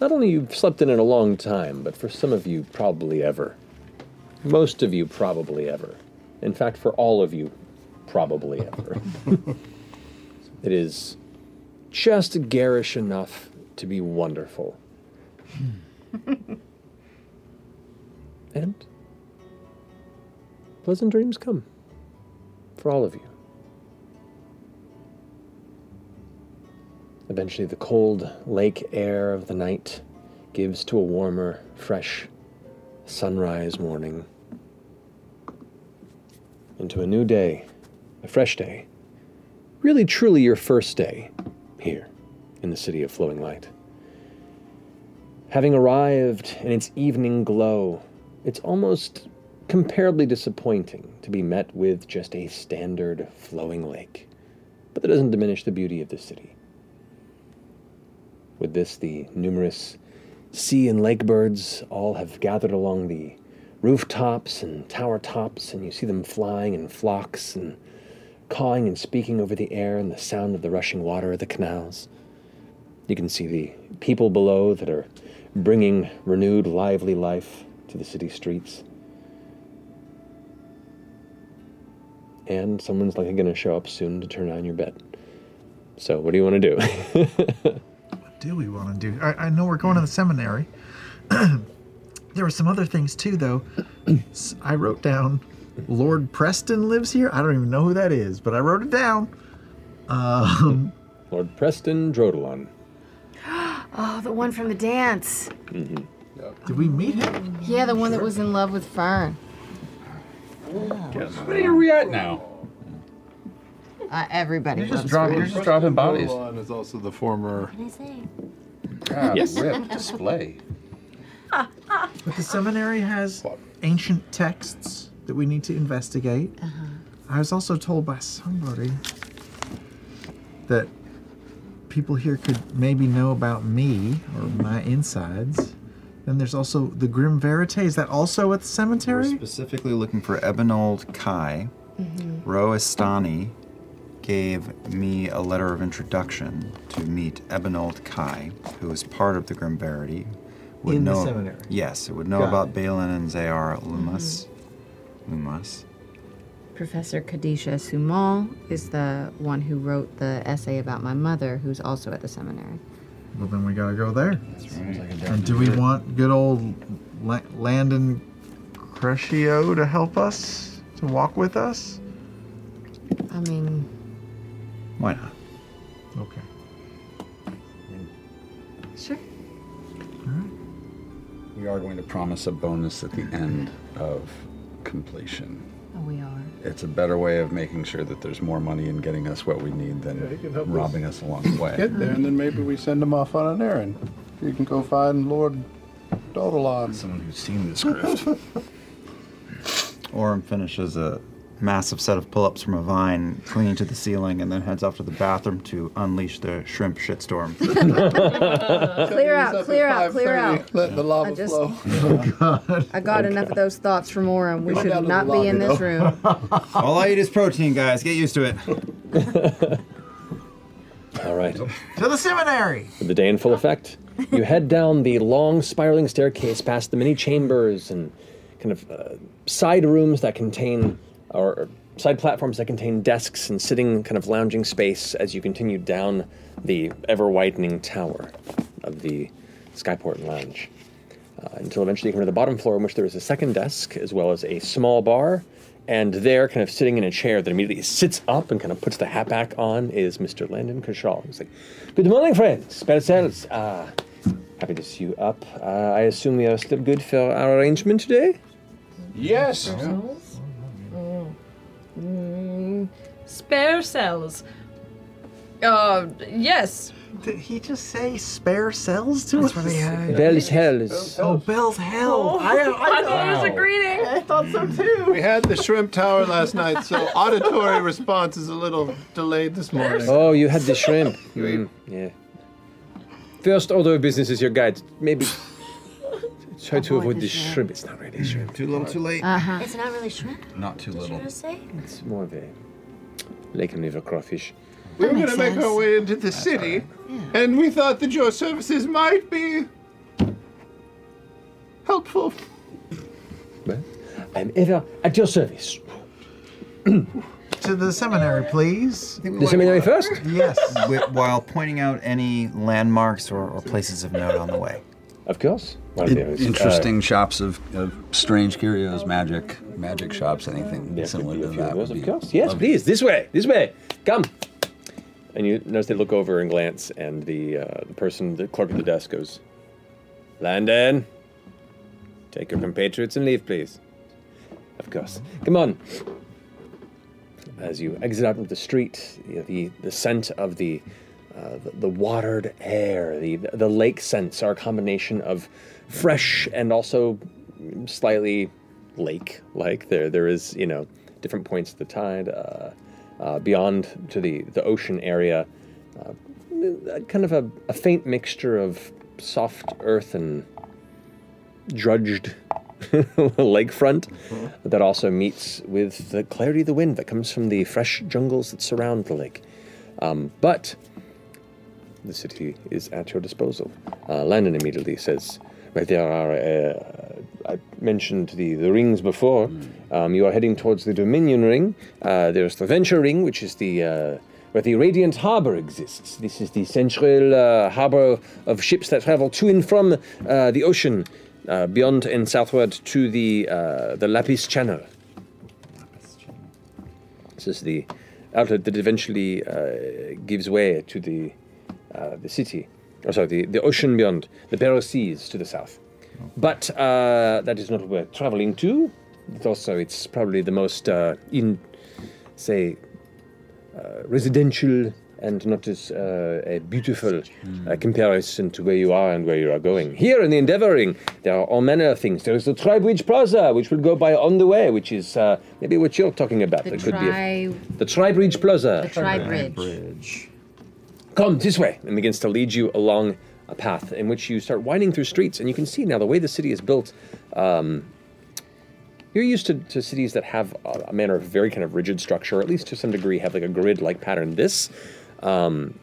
Speaker 4: Not only you've slept in in a long time, but for some of you, probably ever. Most of you, probably ever. In fact, for all of you, probably ever. it is just garish enough to be wonderful. and pleasant dreams come for all of you. Eventually, the cold lake air of the night gives to a warmer, fresh sunrise morning. Into a new day, a fresh day. Really, truly, your first day here in the city of flowing light. Having arrived in its evening glow, it's almost comparably disappointing to be met with just a standard flowing lake. But that doesn't diminish the beauty of the city. With this, the numerous sea and lake birds all have gathered along the rooftops and tower tops, and you see them flying in flocks and cawing and speaking over the air and the sound of the rushing water of the canals. You can see the people below that are bringing renewed, lively life to the city streets. And someone's likely going to show up soon to turn on your bed. So, what do you want to do?
Speaker 8: do we want to do? I, I know we're going to the seminary. there were some other things too, though. S- I wrote down Lord Preston lives here. I don't even know who that is, but I wrote it down. Um,
Speaker 4: Lord Preston Drodelon.
Speaker 11: Oh, the one from the dance.
Speaker 4: Mm-hmm.
Speaker 8: Did we meet him?
Speaker 11: Yeah, the one that was in love with Fern.
Speaker 5: Where are we at now?
Speaker 11: Uh, everybody.
Speaker 5: just loves dropping- Fern. you're just dropping bodies.
Speaker 9: Roland is also the former.
Speaker 5: God,
Speaker 9: Yes.
Speaker 5: rip display.
Speaker 8: but the seminary has ancient texts that we need to investigate. I was also told by somebody that people here could maybe know about me or my insides. Then there's also the Grim Verite. Is that also at the
Speaker 2: We're
Speaker 8: cemetery?
Speaker 2: specifically looking for Ebenold Kai. Mm-hmm.
Speaker 8: Mhm.
Speaker 2: Roestani gave me a letter of introduction to meet Ebenold Kai, who is part of the Grim Verity.
Speaker 5: In the seminary.
Speaker 2: Yes, it would know
Speaker 5: Got Mm-hmm.
Speaker 2: about Balin and Zayar Lumas. Lumas.
Speaker 11: Professor Kadisha Sumal is the one who wrote the essay about my mother, who's also at the seminary.
Speaker 8: Well, then we gotta go there. and do we
Speaker 11: definite-
Speaker 8: want good old La- Landon Crescio to help us? To walk with us?
Speaker 11: I mean,
Speaker 2: Why not?
Speaker 8: Okay.
Speaker 11: sure.
Speaker 3: We are going to promise a bonus at the end of completion.
Speaker 11: Oh, we are.
Speaker 3: It's a better way of making sure that there's more money in getting us what we need
Speaker 9: Yeah, you
Speaker 3: than
Speaker 9: can help us
Speaker 3: robbing us along the way.
Speaker 9: Get there, and then maybe we send him off on an errand. You can go find Lord Dodelon.
Speaker 3: Someone who's seen this grift.
Speaker 2: Orm finishes a massive set of pull ups from a vine, clinging to the ceiling, and then heads off to the bathroom to unleash the shrimp shitstorm.
Speaker 11: Clear out, clear out, clear out.
Speaker 9: Let the lava
Speaker 11: I just-
Speaker 9: flow.
Speaker 11: I got enough of those thoughts from Orem. We
Speaker 9: Come down
Speaker 11: should
Speaker 9: to
Speaker 11: not
Speaker 9: the
Speaker 11: be in
Speaker 9: lobby,
Speaker 11: this
Speaker 9: though.
Speaker 11: room.
Speaker 2: All I eat is protein, guys. Get used to it.
Speaker 4: All right.
Speaker 8: To the seminary!
Speaker 4: With the day in full effect, you head down the long spiraling staircase past the many chambers and kind of uh, side rooms that contain, or side platforms that contain desks and sitting kind of lounging space as you continue down the ever widening tower of the Skyport Lounge. Uh, until eventually you come to the bottom floor, in which there is a second desk as well as a small bar. And there, kind of sitting in a chair that immediately sits up and kind of puts the hat back on, is Mr. Landon Kershaw. He's like, Good morning, friends. Paracells. Uh, happy to see you up. Uh, I assume we are still good for our arrangement today?
Speaker 9: Yes.
Speaker 12: Mm. Mm. Spare cells. Uh, yes.
Speaker 8: Did he just say spare cells to us?
Speaker 4: Bell's hell is.
Speaker 8: Oh, Bell's Hell.
Speaker 9: Oh, I thought it was a Wow.
Speaker 8: greeting. I thought so too.
Speaker 9: We had the shrimp tower last night, so auditory response is a little delayed this morning.
Speaker 4: Oh, you had the shrimp. Mm, yeah. First order of business is your guide. Maybe try to avoid the shrimp. It's not really shrimp. Too
Speaker 2: little, too late.
Speaker 13: It's not really shrimp.
Speaker 3: Not too
Speaker 13: Did you
Speaker 3: little.
Speaker 13: just say?
Speaker 4: It's more of a lake and river crawfish.
Speaker 9: We were going to make our way into the city, and we thought that your services might be helpful.
Speaker 4: I'm ever at your service.
Speaker 8: to the seminary, please.
Speaker 2: The seminary
Speaker 4: first?
Speaker 8: Yes.
Speaker 2: While pointing out any landmarks or, or places of note on the way.
Speaker 4: Of course. uh,
Speaker 3: Interesting shops of, of strange curios, magic, magic shops, anything similar to that. would be
Speaker 4: Yes,
Speaker 3: lovely.
Speaker 4: please. This way. This way. Come. And you notice they look over and glance, and the uh, the person, the clerk at the desk, goes, "Landon, take your compatriots and leave, please." Of course. Come on. As you exit out into the street, you know, the the scent of the uh, the, the watered air, the the lake scents are a combination of fresh and also slightly lake like. There there is you know different points of the tide uh, uh, beyond to the the ocean area, uh, kind of a, a faint mixture of soft earth and drudged lakefront that also meets with the clarity of the wind that comes from the fresh jungles that surround the lake. Um, but the city is at your disposal. Uh, Landon immediately says, Right, there are. Uh, I mentioned the, the rings before.
Speaker 3: Mm.
Speaker 4: Um, you are heading towards the Dominion Ring. Uh, there's the Venture Ring, which is the. Uh, where the Radiant Harbor exists. This is the central uh, harbor of ships that travel to and from uh, the ocean, uh, beyond and southward to the uh, the Lapis Channel. This is the outlet that eventually uh, gives way to the uh, the city, or sorry, the, the ocean beyond, the Barrow Seas to the south. But uh, that is not what we're traveling to. It's also, it's probably the most uh, in, say, uh, residential and not as uh, a beautiful uh, comparison to where you are and where you are going. Here in the Endeavouring, there are all manner of things. There is the Tribridge Plaza, which we'll go by on the way, which is uh, maybe what you're talking about.
Speaker 11: The
Speaker 4: that could be
Speaker 11: tri-
Speaker 4: a, the Tribridge Plaza.
Speaker 11: The Tribridge.
Speaker 4: Come this way, and begins to lead you along a path in which you start winding through streets, and you can see now the way the city is built. Um, you're used to, to cities that have a, a manner of very kind of rigid structure, or at least to some degree have like a grid-like pattern. This, um,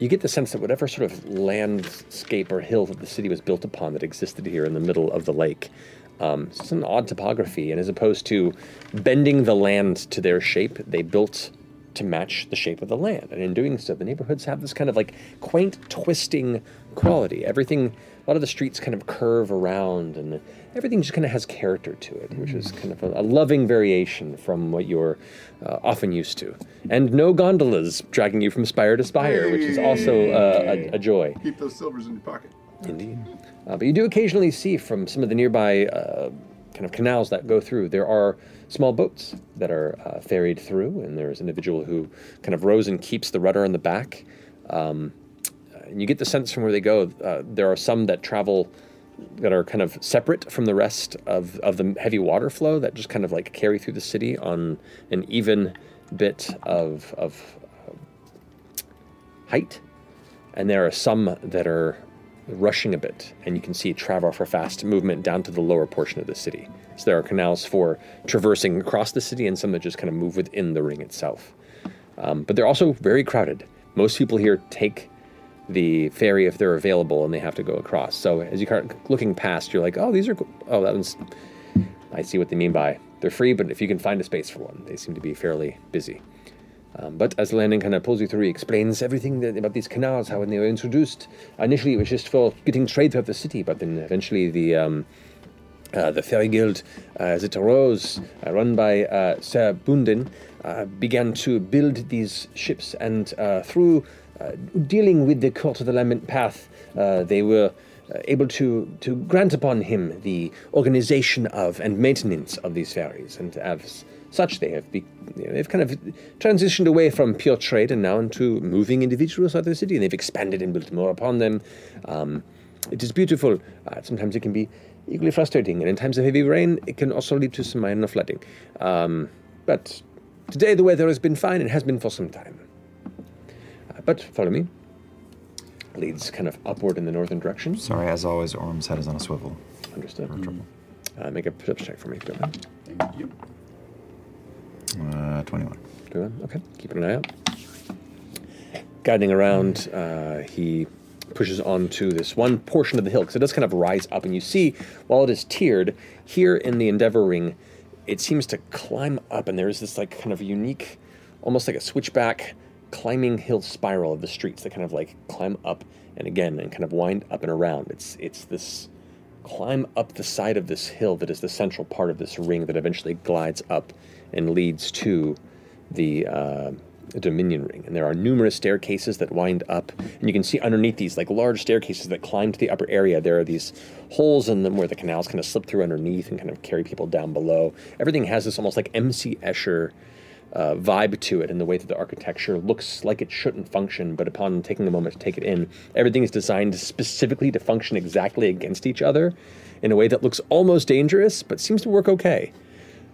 Speaker 4: you get the sense that whatever sort of landscape or hill that the city was built upon that existed here in the middle of the lake, um, it's just an odd topography. And as opposed to bending the land to their shape, they built to match the shape of the land. And in doing so, the neighborhoods have this kind of like quaint twisting quality. Everything, a lot of the streets kind of curve around and everything just kind of has character to it, which is kind of a, a loving variation from what you're uh, often used to. And no gondolas dragging you from spire to spire, which is also uh, a, a joy.
Speaker 28: Keep those silvers in your pocket.
Speaker 4: Indeed. Uh, but you do occasionally see from some of the nearby uh, kind of canals that go through, there are small boats that are uh, ferried through, and there's an individual who kind of rows and keeps the rudder in the back. Um, and you get the sense from where they go, uh, there are some that travel that are kind of separate from the rest of, of the heavy water flow that just kind of like carry through the city on an even bit of, of uh, height. And there are some that are rushing a bit, and you can see travel for fast movement down to the lower portion of the city. So there are canals for traversing across the city and some that just kind of move within the ring itself. Um, but they're also very crowded. Most people here take the ferry if they're available and they have to go across. So as you start looking past, you're like, oh, these are, cool. oh, that one's, I see what they mean by they're free, but if you can find a space for one, they seem to be fairly busy. Um, but as Landon kind of pulls you through, he explains everything that, about these canals, how when they were introduced, initially it was just for getting trade throughout the city, but then eventually the um, uh, the ferry guild, uh, as it arose, uh, run by uh, Sir Bunden, uh, began to build these ships, and uh, through uh, dealing with the Court of the Lament Path, uh, they were uh, able to, to grant upon him the organization of and maintenance of these ferries, and as such, they have be, you know, they've kind of transitioned away from pure trade and now into moving individuals out of the city, and they've expanded and built more upon them. Um, it is beautiful. Uh, sometimes it can be equally frustrating, and in times of heavy rain, it can also lead to some minor flooding. Um, but today, the weather has been fine and has been for some time. Uh, but follow me. Leads kind of upward in the northern direction.
Speaker 2: Sorry, as always, Orm's head is on a swivel.
Speaker 4: Understood. Uh, make a perception check for me. if you don't mind.
Speaker 2: Uh, 21.
Speaker 4: Good. Okay. Keeping an eye out. Guiding around, uh, he pushes on to this one portion of the hill because it does kind of rise up, and you see while it is tiered here in the Endeavor Ring, it seems to climb up, and there is this like kind of unique, almost like a switchback climbing hill spiral of the streets that kind of like climb up and again and kind of wind up and around. It's it's this climb up the side of this hill that is the central part of this ring that eventually glides up and leads to the uh, Dominion Ring. And there are numerous staircases that wind up, and you can see underneath these, like large staircases that climb to the upper area, there are these holes in them where the canals kind of slip through underneath and kind of carry people down below. Everything has this almost like MC Escher uh, vibe to it and the way that the architecture looks like it shouldn't function, but upon taking a moment to take it in, everything is designed specifically to function exactly against each other in a way that looks almost dangerous, but seems to work okay.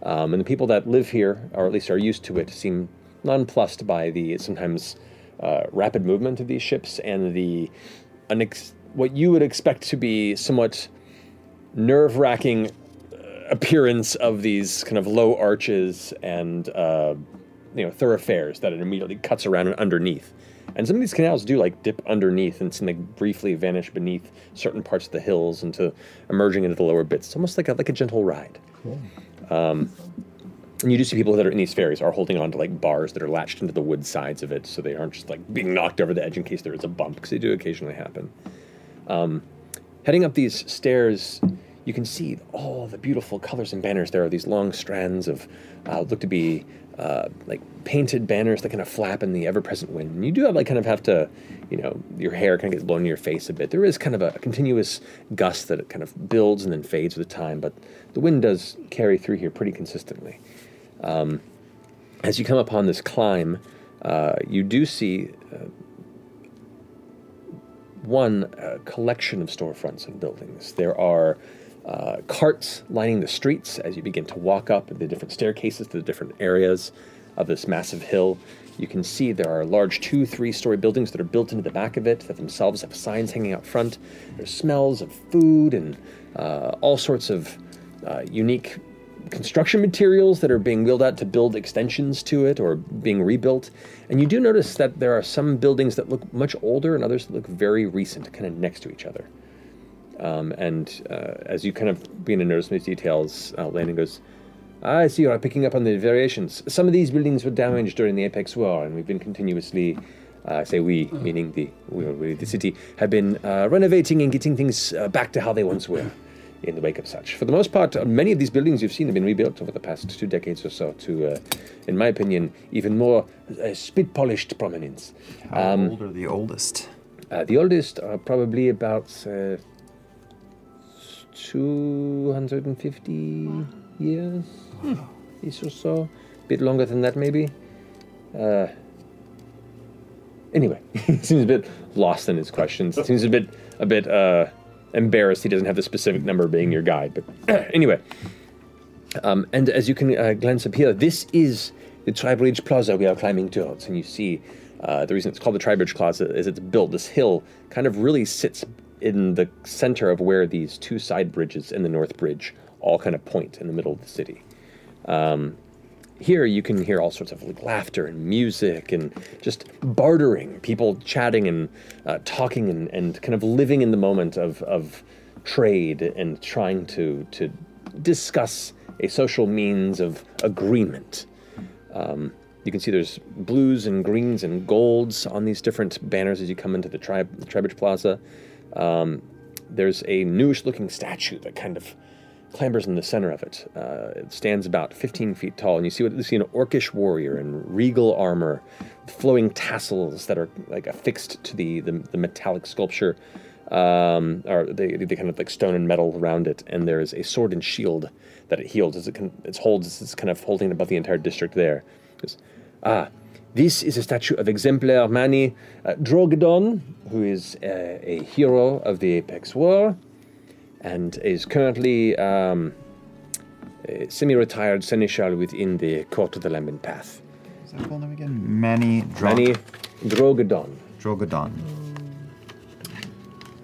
Speaker 4: Um, and the people that live here, or at least are used to it, seem nonplussed by the sometimes uh, rapid movement of these ships and the unex- what you would expect to be somewhat nerve wracking appearance of these kind of low arches and uh, you know thoroughfares that it immediately cuts around and underneath. And some of these canals do like dip underneath and seem like briefly vanish beneath certain parts of the hills into emerging into the lower bits. It's almost like a, like a gentle ride.
Speaker 1: Cool.
Speaker 4: Um, and you do see people that are in these ferries are holding on to like bars that are latched into the wood sides of it, so they aren't just like being knocked over the edge in case there is a bump, because they do occasionally happen. Um, heading up these stairs, you can see all the beautiful colors and banners. There are these long strands of uh, look to be uh, like painted banners that kind of flap in the ever-present wind. And you do have like kind of have to, you know, your hair kind of gets blown in your face a bit. There is kind of a, continuous gust that it kind of builds and then fades with the time, but the wind does carry through here pretty consistently. Um, as you come upon this climb, uh, you do see uh, one uh, collection of storefronts and buildings. There are uh, carts lining the streets as you begin to walk up the different staircases to the different areas. of this massive hill. You can see there are large two, three story buildings that are built into the back of it that themselves have signs hanging out front. There's smells of food and uh, all sorts of uh, unique construction materials that are being wheeled out to build extensions to it or being rebuilt. And you do notice that there are some buildings that look much older and others that look very recent, kind of next to each other. Um, and uh, as you kind of begin to notice these details, uh, Landon goes, I see you are picking up on the variations. Some of these buildings were damaged during the Apex War, and we've been continuously, uh, I say we,
Speaker 2: Mm.
Speaker 4: meaning the we, or we, the city, have been uh, renovating and getting things uh, back to how they once were in the wake of such. For the most part, uh, many of these buildings you've seen have been rebuilt over the past two decades or so to, uh, in my opinion, even more uh, spit polished prominence. Um,
Speaker 2: How old are the oldest?
Speaker 4: Uh, the oldest are probably about uh, 250 years, ish or so. bit longer than that, maybe. Uh, anyway, he seems a bit lost in his questions. seems a bit, a bit uh, embarrassed. He doesn't have the specific number being your guide, but anyway. Um, and as you can uh, glance up here, this is the Tribridge Plaza we are climbing towards, and you see uh, the reason it's called the Tribridge Plaza is it's built. This hill kind of really sits in the center of where these two side bridges and the North Bridge all kind of point in the middle of the city. Um, here you can hear all sorts of like laughter and music and just bartering, people chatting and uh, talking and, and kind of living in the moment of, of trade and trying to, to discuss a social means of agreement. Um, you can see there's blues and greens and golds on these different banners as you come into the Trib- Tribridge Plaza. Um, there's a newish looking statue that kind of clambers in the center of it. Uh, it stands about 15 feet tall, and you see what you see an orcish warrior in regal armor, flowing tassels that are like affixed to the the, the metallic sculpture, um, or the, the kind of like stone and metal around it. And there is a sword and shield that it holds as it can, it holds as it's kind of holding above the entire district there. It goes, ah. This is a statue of Exemplar Mani uh, Drogodon, who is uh, a hero of the Apex War and is currently um, a semi-retired seneschal within the Court of the Lambent Path.
Speaker 2: Is that full name again? Manny Dro-
Speaker 4: Mani Drogodon.
Speaker 2: Drogodon.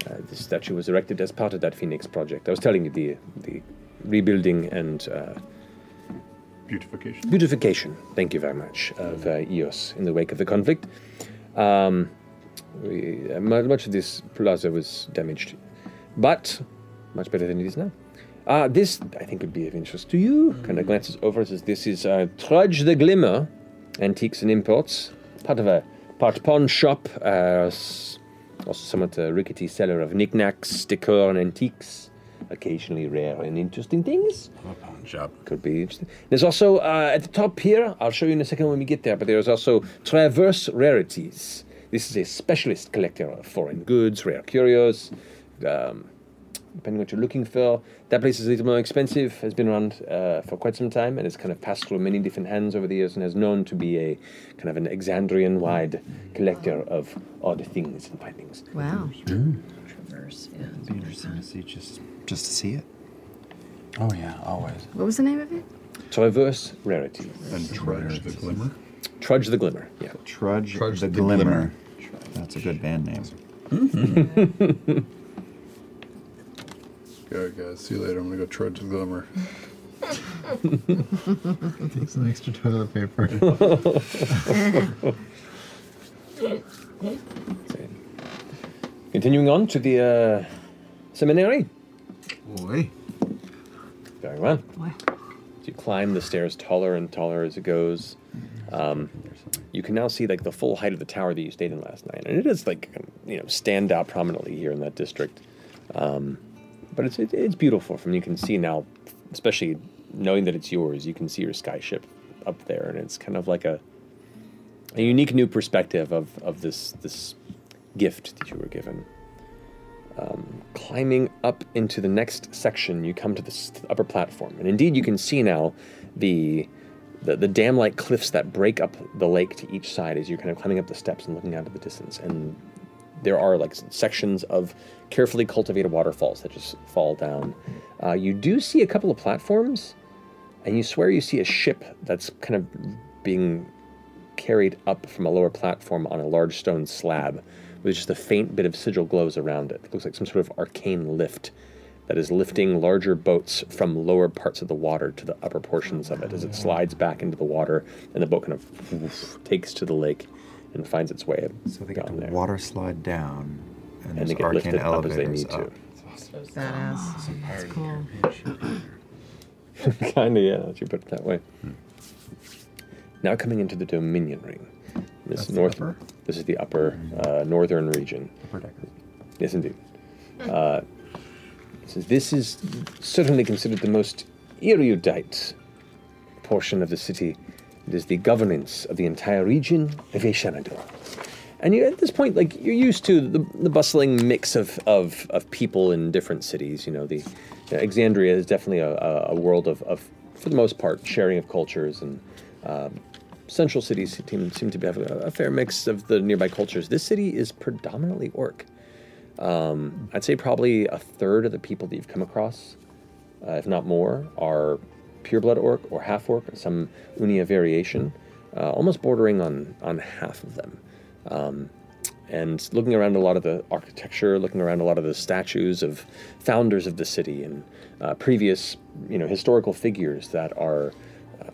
Speaker 4: Uh, this statue was erected as part of that Phoenix project. I was telling you the the rebuilding and uh,
Speaker 5: Beautification.
Speaker 4: beautification. Thank you very much of uh, Eos in the wake of the conflict. Um, we, uh, mu- much of this plaza was damaged, but much better than it is now. Uh, this I think would be of interest to you. Kind of glances over, says, "This is uh, Trudge the Glimmer, antiques and imports, part of a part pawn shop, uh, s- also somewhat a rickety seller of knickknacks, decor, and antiques." Occasionally rare and interesting things. pawn shop. Could be interesting. There's also, uh, at the top here, I'll show you in a second when we get there, but there's also Traverse Rarities. This is a specialist collector of foreign goods, rare curios, um, depending what you're looking for. That place is a little more expensive, has been around uh, for quite some time, and it's kind of passed through many different hands over the years and is known to be a kind of an Exandrian wide collector of odd things and findings.
Speaker 11: Wow.
Speaker 5: Mm.
Speaker 2: Traverse. Yeah. It'd be interesting to see just just to see it.
Speaker 50: Oh yeah, always.
Speaker 11: What was the name of it?
Speaker 4: Traverse Rarities. And
Speaker 5: Trudge the Glimmer?
Speaker 4: Trudge the Glimmer, yeah.
Speaker 2: Trudge,
Speaker 4: Trudge
Speaker 2: the,
Speaker 4: the
Speaker 2: Glimmer. That's a good band name.
Speaker 4: Mm-hmm.
Speaker 5: All right, guys. See you later. I'm gonna go trudge the glimmer.
Speaker 8: Take some extra toilet paper.
Speaker 4: Continuing on to the uh, seminary.
Speaker 8: Boy.
Speaker 4: Very well. So you climb the stairs taller and taller as it goes. Um, you can now see like the full height of the tower that you stayed in last night, and it is like um, you know stand out prominently here in that district. Um, but it's it, it's beautiful from you can see now, especially knowing that it's yours. You can see your skyship up there, and it's kind of like a a unique new perspective of of this this gift that you were given. Um, climbing up into the next section, you come to this upper platform, and indeed you can see now the the, the dam-like cliffs that break up the lake to each side as you're kind of climbing up the steps and looking out at the distance. And there are like s- sections of carefully cultivated waterfalls that just fall down. Uh, you do see a couple of platforms, and you swear you see a ship that's kind of being carried up from a lower platform on a large stone slab with just a faint bit of sigil glows around it. It looks like some sort of arcane lift that is lifting larger boats from lower parts of the water to the upper portions of it as it slides back into the water and the boat kind of takes to the lake and finds its way so they down there.
Speaker 2: Water slide down, and,
Speaker 4: And
Speaker 2: there's
Speaker 4: they get
Speaker 2: arcane
Speaker 4: lifted up as they
Speaker 2: elevators
Speaker 4: need
Speaker 2: up.
Speaker 4: to.
Speaker 5: Badass. That's cool.
Speaker 8: Oh,
Speaker 4: kind of, yeah, if you put it that way. Now coming into the Dominion Ring. This
Speaker 2: That's the
Speaker 4: north.
Speaker 2: upper?
Speaker 4: This is the upper uh, northern region. Upper Yes, indeed. Uh, so this is certainly considered the most erudite portion of the city. It is the governance of the entire region of Yeshanador. And you, at this point, like you're used to the, the bustling mix of, of, of people in different cities. You know, the, the Exandria is definitely a, a, a world of, of, for the most part, sharing of cultures, and um, central cities seem, seem to have a, a fair mix of the nearby cultures. This city is predominantly orc. Um, I'd say probably a third of the people that you've come across, uh, if not more, are pureblood orc or half orc, some Unia variation, uh, almost bordering on, on half of them. Um, and looking around a lot of the architecture, looking around a lot of the statues of founders of the city and uh, previous, you know, historical figures that are, uh,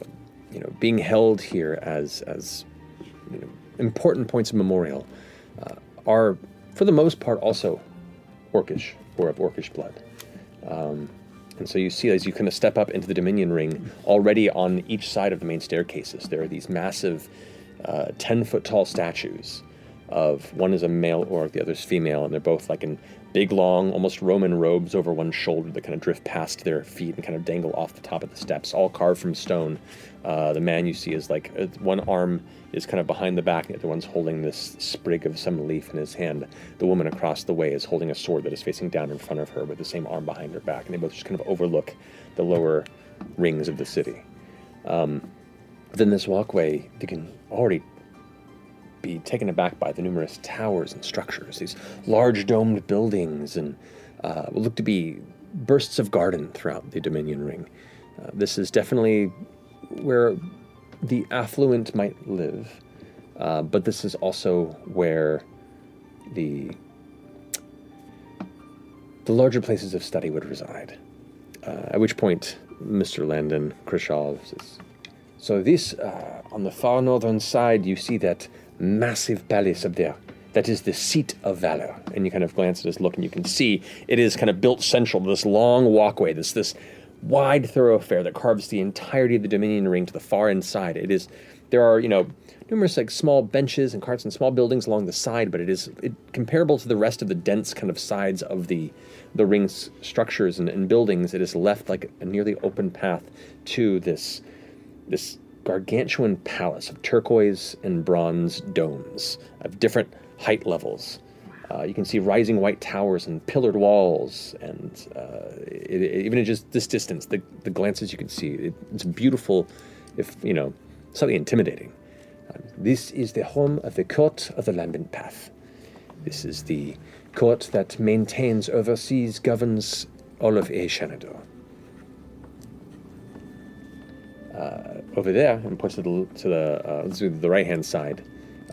Speaker 4: you know, being held here as as you know, important points of memorial, uh, are for the most part also orcish or of orcish blood. Um, and so you see, as you kind of step up into the Dominion Ring, already on each side of the main staircases, there are these massive, uh, ten foot tall statues. Of one is a male orc, the other is female, and they're both like in big, long, almost Roman robes over one shoulder that kind of drift past their feet and kind of dangle off the top of the steps, all carved from stone. Uh, the man you see is like uh, one arm is kind of behind the back, and the other one's holding this sprig of some leaf in his hand. The woman across the way is holding a sword that is facing down in front of her with the same arm behind her back, and they both just kind of overlook the lower rings of the city. Um, within this walkway, you can already be taken aback by the numerous towers and structures, these large domed buildings, and uh, what look to be bursts of garden throughout the Dominion Ring. Uh, this is definitely where the affluent might live, uh, but this is also where the the larger places of study would reside. Uh, at which point, Mr. Landon Krishaw says, So, this uh, on the far northern side, you see that massive palace up there. That is the seat of valor. And you kind of glance at this look, and you can see it is kind of built central to this long walkway, this this wide thoroughfare that carves the entirety of the Dominion Ring to the far end side. It is there are you know numerous like small benches and carts and small buildings along the side, but it is it, comparable to the rest of the dense kind of sides of the the ring's structures and, and buildings. It is left like a nearly open path to this this gargantuan palace of turquoise and bronze domes of different height levels. Uh, you can see rising white towers and pillared walls, and uh, it, it- even in just this distance, the, the glances you can see, it, it's beautiful, if you know, slightly intimidating. Um, this is the home of the court of the Lambent Path. This is the court that maintains, oversees, governs all of Aeshanador. Uh, over there, and points to the to the uh, to the right hand side.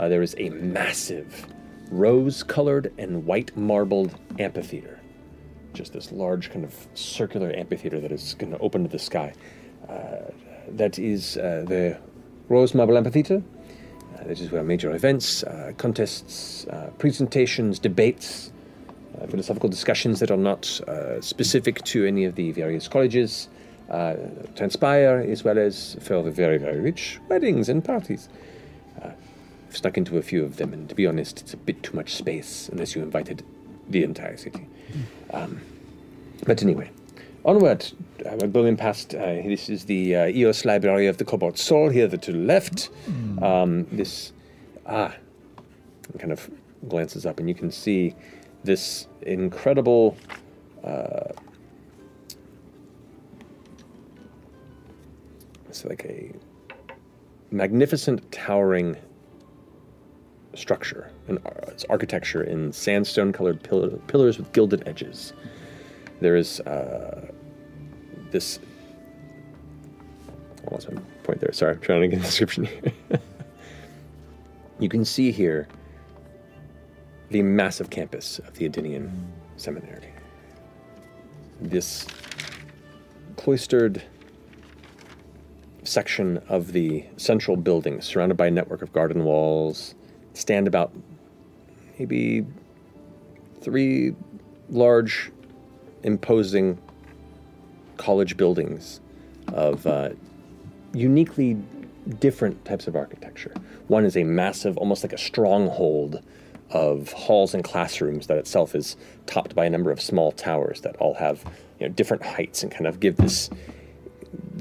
Speaker 4: Uh, there is a massive, rose-colored and white marbled amphitheater. Just this large kind of circular amphitheater that is going to open to the sky. Uh, that is uh, the rose marble amphitheater. Uh, this is where major events, uh, contests, uh, presentations, debates, uh, philosophical discussions that are not uh, specific to any of the various colleges uh, transpire, as well as for the very, very rich, weddings and parties. Uh, I've snuck into a few of them, and to be honest, it's a bit too much space unless you invited the entire city. Um, but anyway, onward. Uh, we're going past. Uh, this is the uh, Eos Library of the Cobalt Soul here to the left. Um, this. Ah, and kind of glances up, and you can see this incredible uh, it's like a magnificent towering structure and ar- its architecture in sandstone colored pill- pillars with gilded edges there is uh, this what was my point there. Sorry, I'm trying to get the description here. you can see here the massive campus of the Adinian Seminary. This cloistered section of the central building, surrounded by a network of garden walls, stand about maybe three large, imposing college buildings of uh, uniquely different types of architecture. One is a massive, almost like a stronghold of halls and classrooms that itself is topped by a number of small towers that all have you know, different heights and kind of give this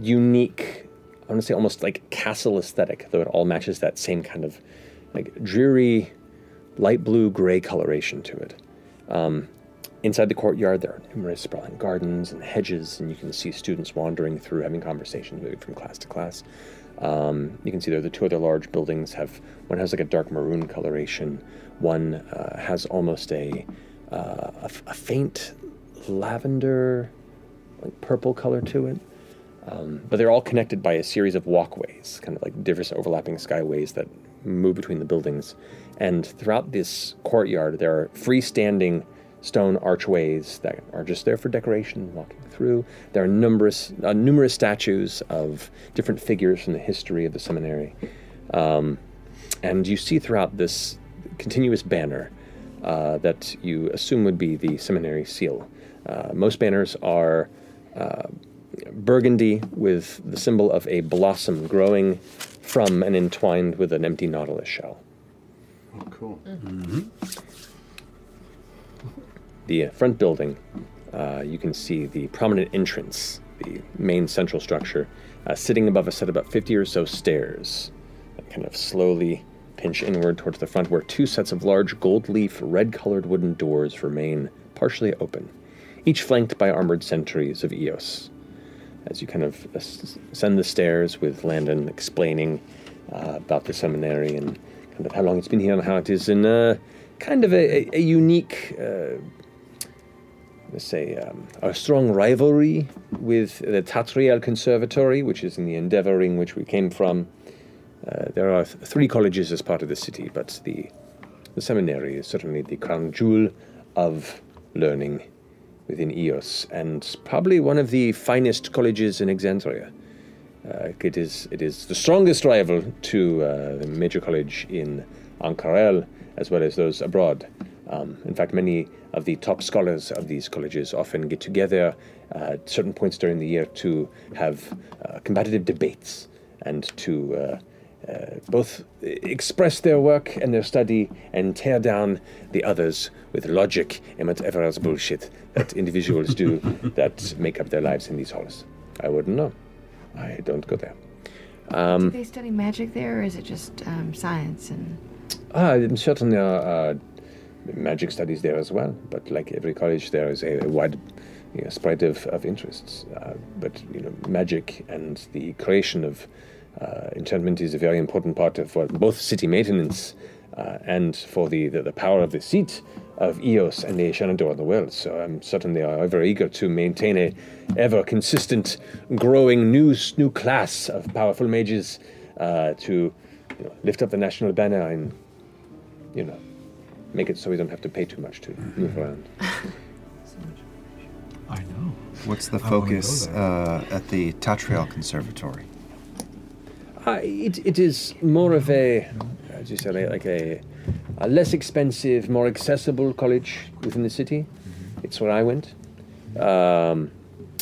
Speaker 4: unique, I want to say almost like castle aesthetic, though it all matches that same kind of like dreary light blue gray coloration to it. Um, inside the courtyard, there are numerous sprawling gardens and hedges, and you can see students wandering through, having conversations, moving from class to class. Um, you can see there the two other large buildings have one has like a dark maroon coloration, one uh, has almost a, uh, a f- a faint lavender, like purple color to it. Um, but they're all connected by a series of walkways, kind of like diverse overlapping skyways that move between the buildings. And throughout this courtyard, there are freestanding stone archways that are just there for decoration, walking through. There are numerous, uh, numerous statues of different figures from the history of the seminary. Um, and you see throughout this continuous banner uh, that you assume would be the seminary seal. Uh, most banners are uh, burgundy with the symbol of a blossom growing from and entwined with an empty nautilus shell.
Speaker 5: Oh, cool.
Speaker 4: Mm-hmm.
Speaker 8: Mm-hmm.
Speaker 4: The front building, uh, you can see the prominent entrance, the main central structure, uh, sitting above a set of about 50 or so stairs that kind of slowly pinch inward towards the front, where two sets of large gold leaf, red colored wooden doors remain partially open, each flanked by armored sentries of Eos. As you kind of ascend the stairs with Landon explaining uh, about the seminary and kind of how long it's been here and how it is in a kind of a, a, a unique, uh, let's say, um, a strong rivalry with the Tatriel Conservatory, which is in the Endeavour Ring, which we came from. Uh, there are th- three colleges as part of the city, but the, the seminary is certainly the crown jewel of learning within EOS, and probably one of the finest colleges in Exandria. Uh, it is it is the strongest rival to uh, the major college in Ankarel, as well as those abroad. Um, in fact, many of the top scholars of these colleges often get together uh, at certain points during the year to have uh, competitive debates and to uh, uh, both express their work and their study and tear down the others with logic and whatever else bullshit that individuals do that make up their lives in these halls. I wouldn't know. I don't go there.
Speaker 11: Do
Speaker 4: Um,
Speaker 11: they study magic there, or is it just um, science? And
Speaker 4: ah, I'm certain there are uh, magic studies there as well, but like every college, there is a, a wide you know, spread of, of interests. Uh, but you know, magic and the creation of uh, enchantment is a very important part of what, both city maintenance uh, and for the, the, the power of the seat of Eos and the Shenandoah of the world. So I'm certain they are ever eager to maintain a ever consistent, growing new s- new class of powerful mages uh, to you know, lift up the national banner and you know make it so we don't have to pay too much to move around.
Speaker 2: I know. What's the
Speaker 4: I wanna go
Speaker 2: focus uh, at the Tatriel Conservatory?
Speaker 4: Uh, it, it is more of a, as you said, a- like a, a less expensive, more accessible college within the city. It's where I went. Um,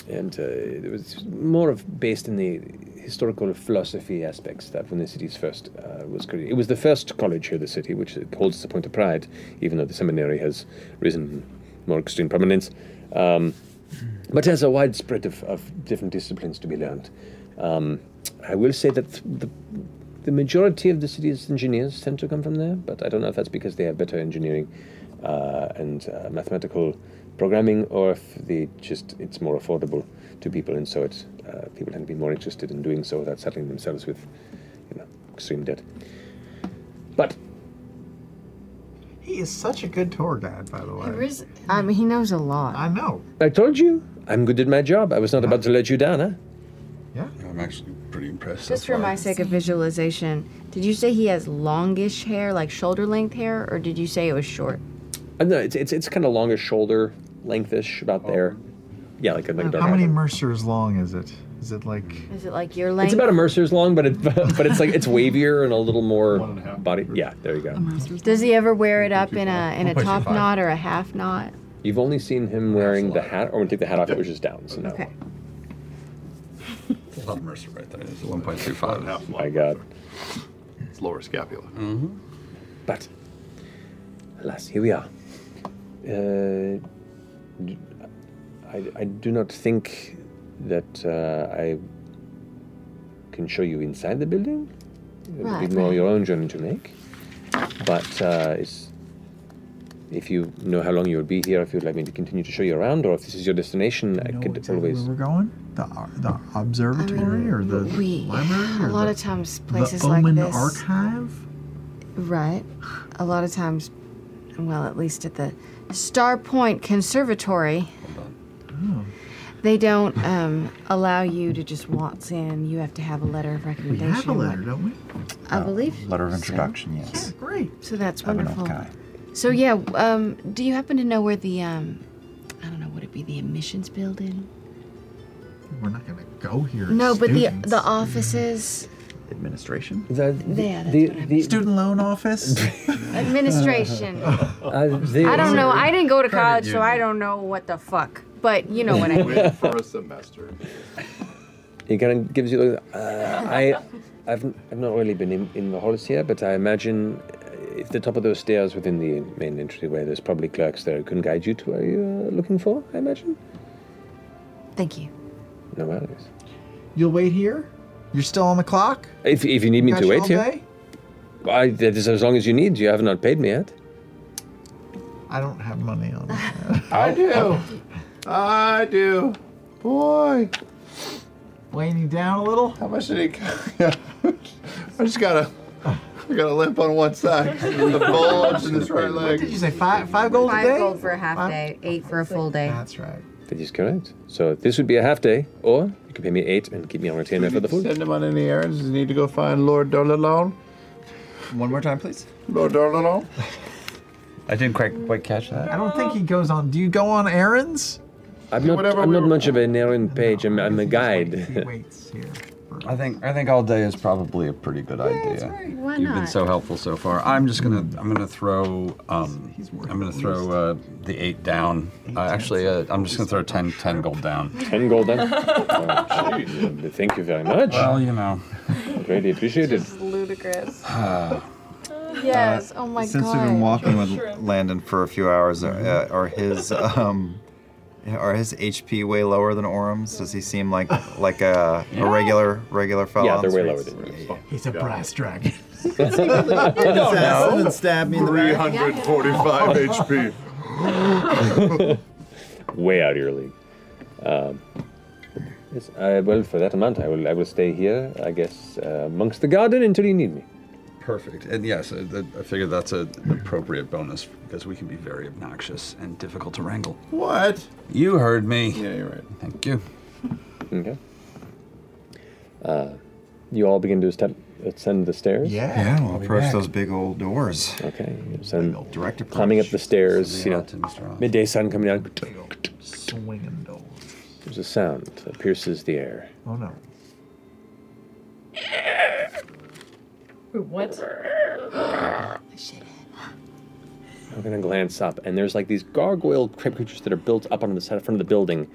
Speaker 4: and uh, it was more of based in the historical philosophy aspects that when the city's first uh, was created. It was the first college here in the city, which it holds as a point of pride, even though the seminary has risen more extreme prominence. Um, but there's a wide spread of, of different disciplines to be learned. Um, I will say that the, the majority of the city's engineers tend to come from there, but I don't know if that's because they have better engineering uh, and uh, mathematical programming, or if they just it's more affordable to people, and so it's, uh, people tend to be more interested in doing so without settling themselves with, you know, extreme debt. But
Speaker 8: He is such a good tour guide, by the way.
Speaker 11: I mean, he knows a lot.
Speaker 8: I know.
Speaker 4: I told you I'm good at my job. I was not about to let you down, huh?
Speaker 8: Yeah.
Speaker 3: I'm actually pretty impressed. so
Speaker 11: Just
Speaker 3: far.
Speaker 11: for my sake of visualization, did you say he has longish hair, like shoulder length hair, or did you say it was short?
Speaker 4: I know it's it's, it's kind of longish shoulder lengthish about there. Yeah, like a like a dark
Speaker 8: How many
Speaker 4: apple.
Speaker 8: Mercers long is it? Is it like
Speaker 11: Is it like your
Speaker 4: It's
Speaker 11: length?
Speaker 4: about a Mercer's long, but it but it's like it's wavier and a little more body. Yeah, there you go.
Speaker 11: Does he ever wear it up in a in a
Speaker 4: 1.25.
Speaker 11: top knot or a half knot?
Speaker 4: You've only seen him wearing the hat, or when you take the hat off, it was just down. So no.
Speaker 11: Okay.
Speaker 3: Love Mercer right there. It's 1.25.
Speaker 4: My God.
Speaker 51: It's lower scapula.
Speaker 3: Mm-hmm.
Speaker 52: But, alas, here we are.
Speaker 4: Uh, d- I, I do not think that uh, I can show you inside the building. It would
Speaker 5: Right,
Speaker 4: be more
Speaker 5: right.
Speaker 4: your own journey to make. But uh, it's, if you know how long you will be here, if you'd like me to continue to show you around, or if this is your destination, I could always.
Speaker 8: where we're going? The the observatory or the
Speaker 11: We
Speaker 8: library?
Speaker 11: a
Speaker 8: or
Speaker 11: lot
Speaker 8: the-
Speaker 11: of times places
Speaker 8: the
Speaker 11: like
Speaker 8: Omen
Speaker 11: this.
Speaker 8: Archive.
Speaker 11: Right. A lot of times, well, at least at the Star Point Conservatory,
Speaker 8: Oh.
Speaker 11: they don't um, allow you to just waltz in. You have to have a letter of
Speaker 8: We
Speaker 11: recommendation.
Speaker 8: have a
Speaker 11: and
Speaker 8: letter,
Speaker 11: what-
Speaker 8: don't we? Oh,
Speaker 11: I believe.
Speaker 2: Letter of introduction, yes.
Speaker 8: Great.
Speaker 11: So that's
Speaker 2: I'm an off
Speaker 11: wonderful.
Speaker 2: guy.
Speaker 11: So yeah, um, do you happen to know where the um, I don't know, would it be the admissions building?
Speaker 8: We're not gonna go here.
Speaker 11: No, but the
Speaker 8: students.
Speaker 11: the offices,
Speaker 8: administration.
Speaker 4: The,
Speaker 11: Yeah, that's what I mean.
Speaker 8: student loan office.
Speaker 11: administration.
Speaker 4: Uh, the,
Speaker 11: I don't know. I didn't go to
Speaker 8: Credit
Speaker 11: college, so I
Speaker 8: union.
Speaker 11: don't know what the fuck. But you know what I mean.
Speaker 51: Wait for a semester.
Speaker 4: He kind of gives you. Uh, I, I've, I've not really been in, in the halls here, but I imagine uh, if the top of those stairs within the main entryway, there's probably clerks there who can guide you to where you're looking for. I imagine.
Speaker 11: Thank you.
Speaker 4: No worries.
Speaker 8: You'll wait here. You're still on the clock.
Speaker 4: If, if you need me
Speaker 8: Got
Speaker 4: to
Speaker 8: you
Speaker 4: wait
Speaker 8: all
Speaker 4: here,
Speaker 8: day?
Speaker 4: I, that is as long as you need. You have not paid me yet.
Speaker 8: I don't have money on.
Speaker 9: I do. I do. Boy.
Speaker 8: Weighing you down a little?
Speaker 9: How much did he count? I just got a, I got a limp on one side. The bulge in this right leg.
Speaker 8: Did you say five five gold
Speaker 11: Five
Speaker 8: a day?
Speaker 11: gold for a half day, eight for a full day.
Speaker 8: That's right.
Speaker 4: That is correct. So this would be a half day, or you could pay me eight and keep me on retainer for the full.
Speaker 9: Send him on any errands. Does he need to go find Lord Darlalon?
Speaker 2: One more time, please.
Speaker 9: Lord Darlalon?
Speaker 2: I didn't quite quite catch that.
Speaker 8: I don't think he goes on. Do you go on errands?
Speaker 4: I'm not. I'm not much of an errand page. I'm, I'm a guide.
Speaker 8: waits here.
Speaker 3: I think I think all day is probably a pretty good idea.
Speaker 11: Why
Speaker 3: You've been so helpful so far. I'm just gonna I'm gonna throw um I'm gonna throw uh, the eight down. Uh, actually, uh, I'm just gonna throw 10, 10 gold down.
Speaker 4: 10 gold down? Oh, gee, Thank you very much.
Speaker 3: Well, you know.
Speaker 4: Greatly appreciated.
Speaker 8: Uh,
Speaker 53: ludicrous.
Speaker 54: Yes.
Speaker 2: Uh,
Speaker 54: oh my
Speaker 2: Since
Speaker 54: god.
Speaker 2: we've been walking with
Speaker 54: Shrimp.
Speaker 2: Landon for a few hours, uh, are his um, are his HP way lower than Orum's? Does he seem like like a, a regular regular fellow?
Speaker 4: Yeah,
Speaker 2: on
Speaker 4: they're
Speaker 2: the
Speaker 4: way lower
Speaker 2: streets?
Speaker 4: than yours.
Speaker 8: He's a brass dragon.
Speaker 2: Assassin
Speaker 51: stabbed
Speaker 2: me in the back.
Speaker 51: 345 HP.
Speaker 4: Way out of your league. Um, yes, I, well, for that amount, I will. I will stay here. I guess uh, amongst the garden until you need me.
Speaker 3: Perfect. And yes, I, I figure that's a- an appropriate bonus because we can be very obnoxious and difficult to wrangle.
Speaker 9: What?
Speaker 3: You heard me.
Speaker 9: Yeah, you're right.
Speaker 3: Thank you.
Speaker 4: Okay. Uh, you all begin to step, ascend the stairs.
Speaker 2: Yeah, Yeah, we'll I'll be approach back. those big old doors.
Speaker 4: Okay. So direct Climbing up the stairs, you know, midday sun coming down.
Speaker 8: Swinging doors.
Speaker 4: There's a sound that pierces the air.
Speaker 8: Oh no.
Speaker 6: Wait, what?
Speaker 4: I'm gonna glance up, and there's like these gargoyle crypt creatures that are built up onto the side front of the building,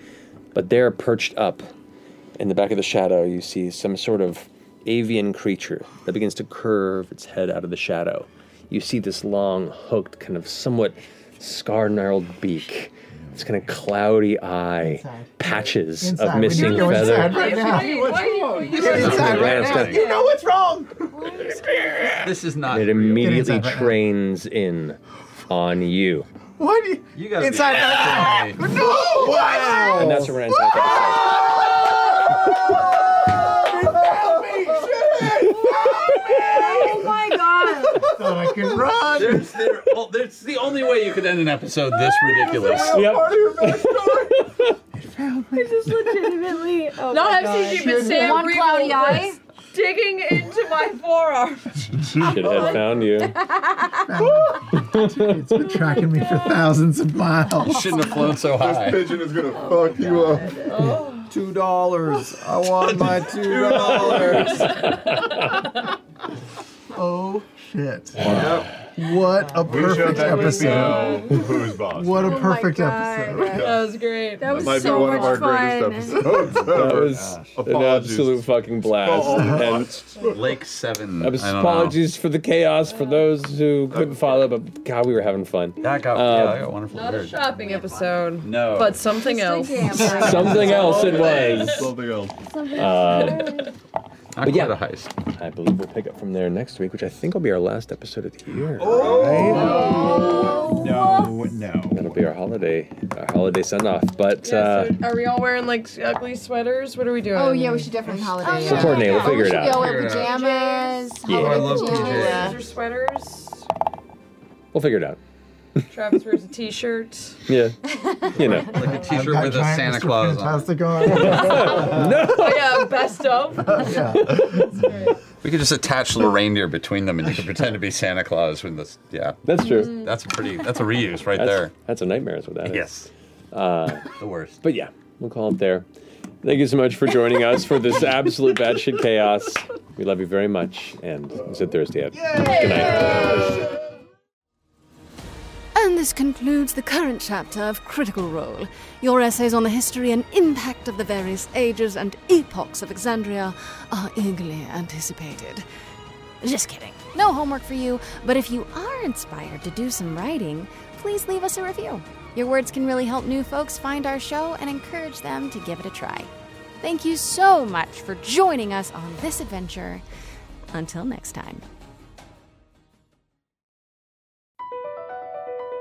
Speaker 4: but they're perched up. In the back of the shadow, you see some sort of avian creature that begins to curve its head out of the shadow. You see this long, hooked, kind of somewhat scar gnarled beak, this kind of cloudy eye, patches
Speaker 8: Inside. We
Speaker 4: of
Speaker 8: need
Speaker 4: missing
Speaker 8: to go inside
Speaker 4: feather.
Speaker 8: right now.
Speaker 5: Hey,
Speaker 8: What's
Speaker 5: why are you-
Speaker 8: wrong?
Speaker 5: you-
Speaker 8: Get inside right
Speaker 4: Glanced
Speaker 8: now.
Speaker 4: at it.
Speaker 8: You know what's wrong.
Speaker 3: This is not.
Speaker 4: And it immediately
Speaker 3: Get inside right now.
Speaker 4: trains in on you.
Speaker 8: What? do You,
Speaker 3: you
Speaker 8: gotta inside right now. No. Wow.
Speaker 4: And that's where we're going to stop episode.
Speaker 5: Oh
Speaker 11: my god!
Speaker 8: Thought I could run.
Speaker 3: There's, there, oh, there's the only way you could end an episode this ridiculous.
Speaker 8: Yep.
Speaker 6: I just legitimately
Speaker 12: oh my
Speaker 6: not FCG,
Speaker 12: gosh.
Speaker 6: but Sam
Speaker 12: One cloudy
Speaker 6: Rebo
Speaker 12: eye.
Speaker 6: was digging into my forearm.
Speaker 4: Should have found you.
Speaker 8: it's been tracking me for thousands of miles.
Speaker 3: shouldn't have flown so high.
Speaker 8: This
Speaker 55: pigeon is gonna fuck you up.
Speaker 5: Two dollars. I want my two dollars.
Speaker 8: oh shit! What a perfect episode.
Speaker 55: Who's boss?
Speaker 8: What
Speaker 6: Oh
Speaker 8: a perfect episode.
Speaker 6: That was great.
Speaker 55: That was might so be one of our greatest episodes
Speaker 4: That
Speaker 55: ever.
Speaker 4: was an absolute fucking blast. And
Speaker 3: Lake Seven.
Speaker 4: I was- apologies for the chaos for those who couldn't follow, but God, we were having fun.
Speaker 3: That got,
Speaker 4: Um,
Speaker 3: yeah, I got wonderful.
Speaker 6: Not a
Speaker 3: words.
Speaker 6: shopping episode.
Speaker 3: No.
Speaker 6: But something else.
Speaker 4: Something else it was.
Speaker 55: Something else.
Speaker 6: Something
Speaker 4: Um, but yeah,
Speaker 3: a heist.
Speaker 4: I believe we'll pick up from there next week, which I think will be our last episode of the year.
Speaker 55: Oh,
Speaker 5: No, no.
Speaker 4: That'll be our holiday, our holiday send off. But uh,
Speaker 6: Are we all wearing like ugly sweaters? What are we doing?
Speaker 56: Oh, yeah, we should definitely holiday.
Speaker 4: We'll yeah. coordinate, we'll figure it out.
Speaker 56: all wear
Speaker 4: Figure it
Speaker 6: out.
Speaker 56: pajamas. holiday
Speaker 4: Yeah. Oh, I love
Speaker 56: pajamas.
Speaker 6: Or sweaters.
Speaker 4: we'll figure it out.
Speaker 6: Travis wears a t-shirt.
Speaker 4: Yeah, you know.
Speaker 3: Like a
Speaker 8: I've
Speaker 3: T-shirt
Speaker 8: got
Speaker 3: with a
Speaker 8: giant
Speaker 3: Santa
Speaker 8: Mr.
Speaker 3: Claus on.
Speaker 8: Fantastic on.
Speaker 6: no. Oh, yeah, best of. yeah.
Speaker 3: We could just attach little reindeer between them, and you could pretend to be Santa Claus with this. Yeah,
Speaker 4: that's true.
Speaker 3: That's pretty. That's a reuse right
Speaker 4: That's-
Speaker 3: there.
Speaker 4: That's a nightmare. Is what that is.
Speaker 3: Yes.
Speaker 4: Uh,
Speaker 3: the worst.
Speaker 4: But yeah, we'll call it there. Thank you so much for joining us for this absolute batshit chaos. We love you very much, and it's a Thursday out. Good night.
Speaker 11: And this concludes the current chapter of Critical Role. Your essays on the history and impact of the various ages and epochs of Exandria are eagerly anticipated. Just kidding. No homework for you, but if you are inspired to do some writing, please leave us a review. Your words can really help new folks find our show and encourage them to give it a try. Thank you so much for joining us on this adventure. Until next time.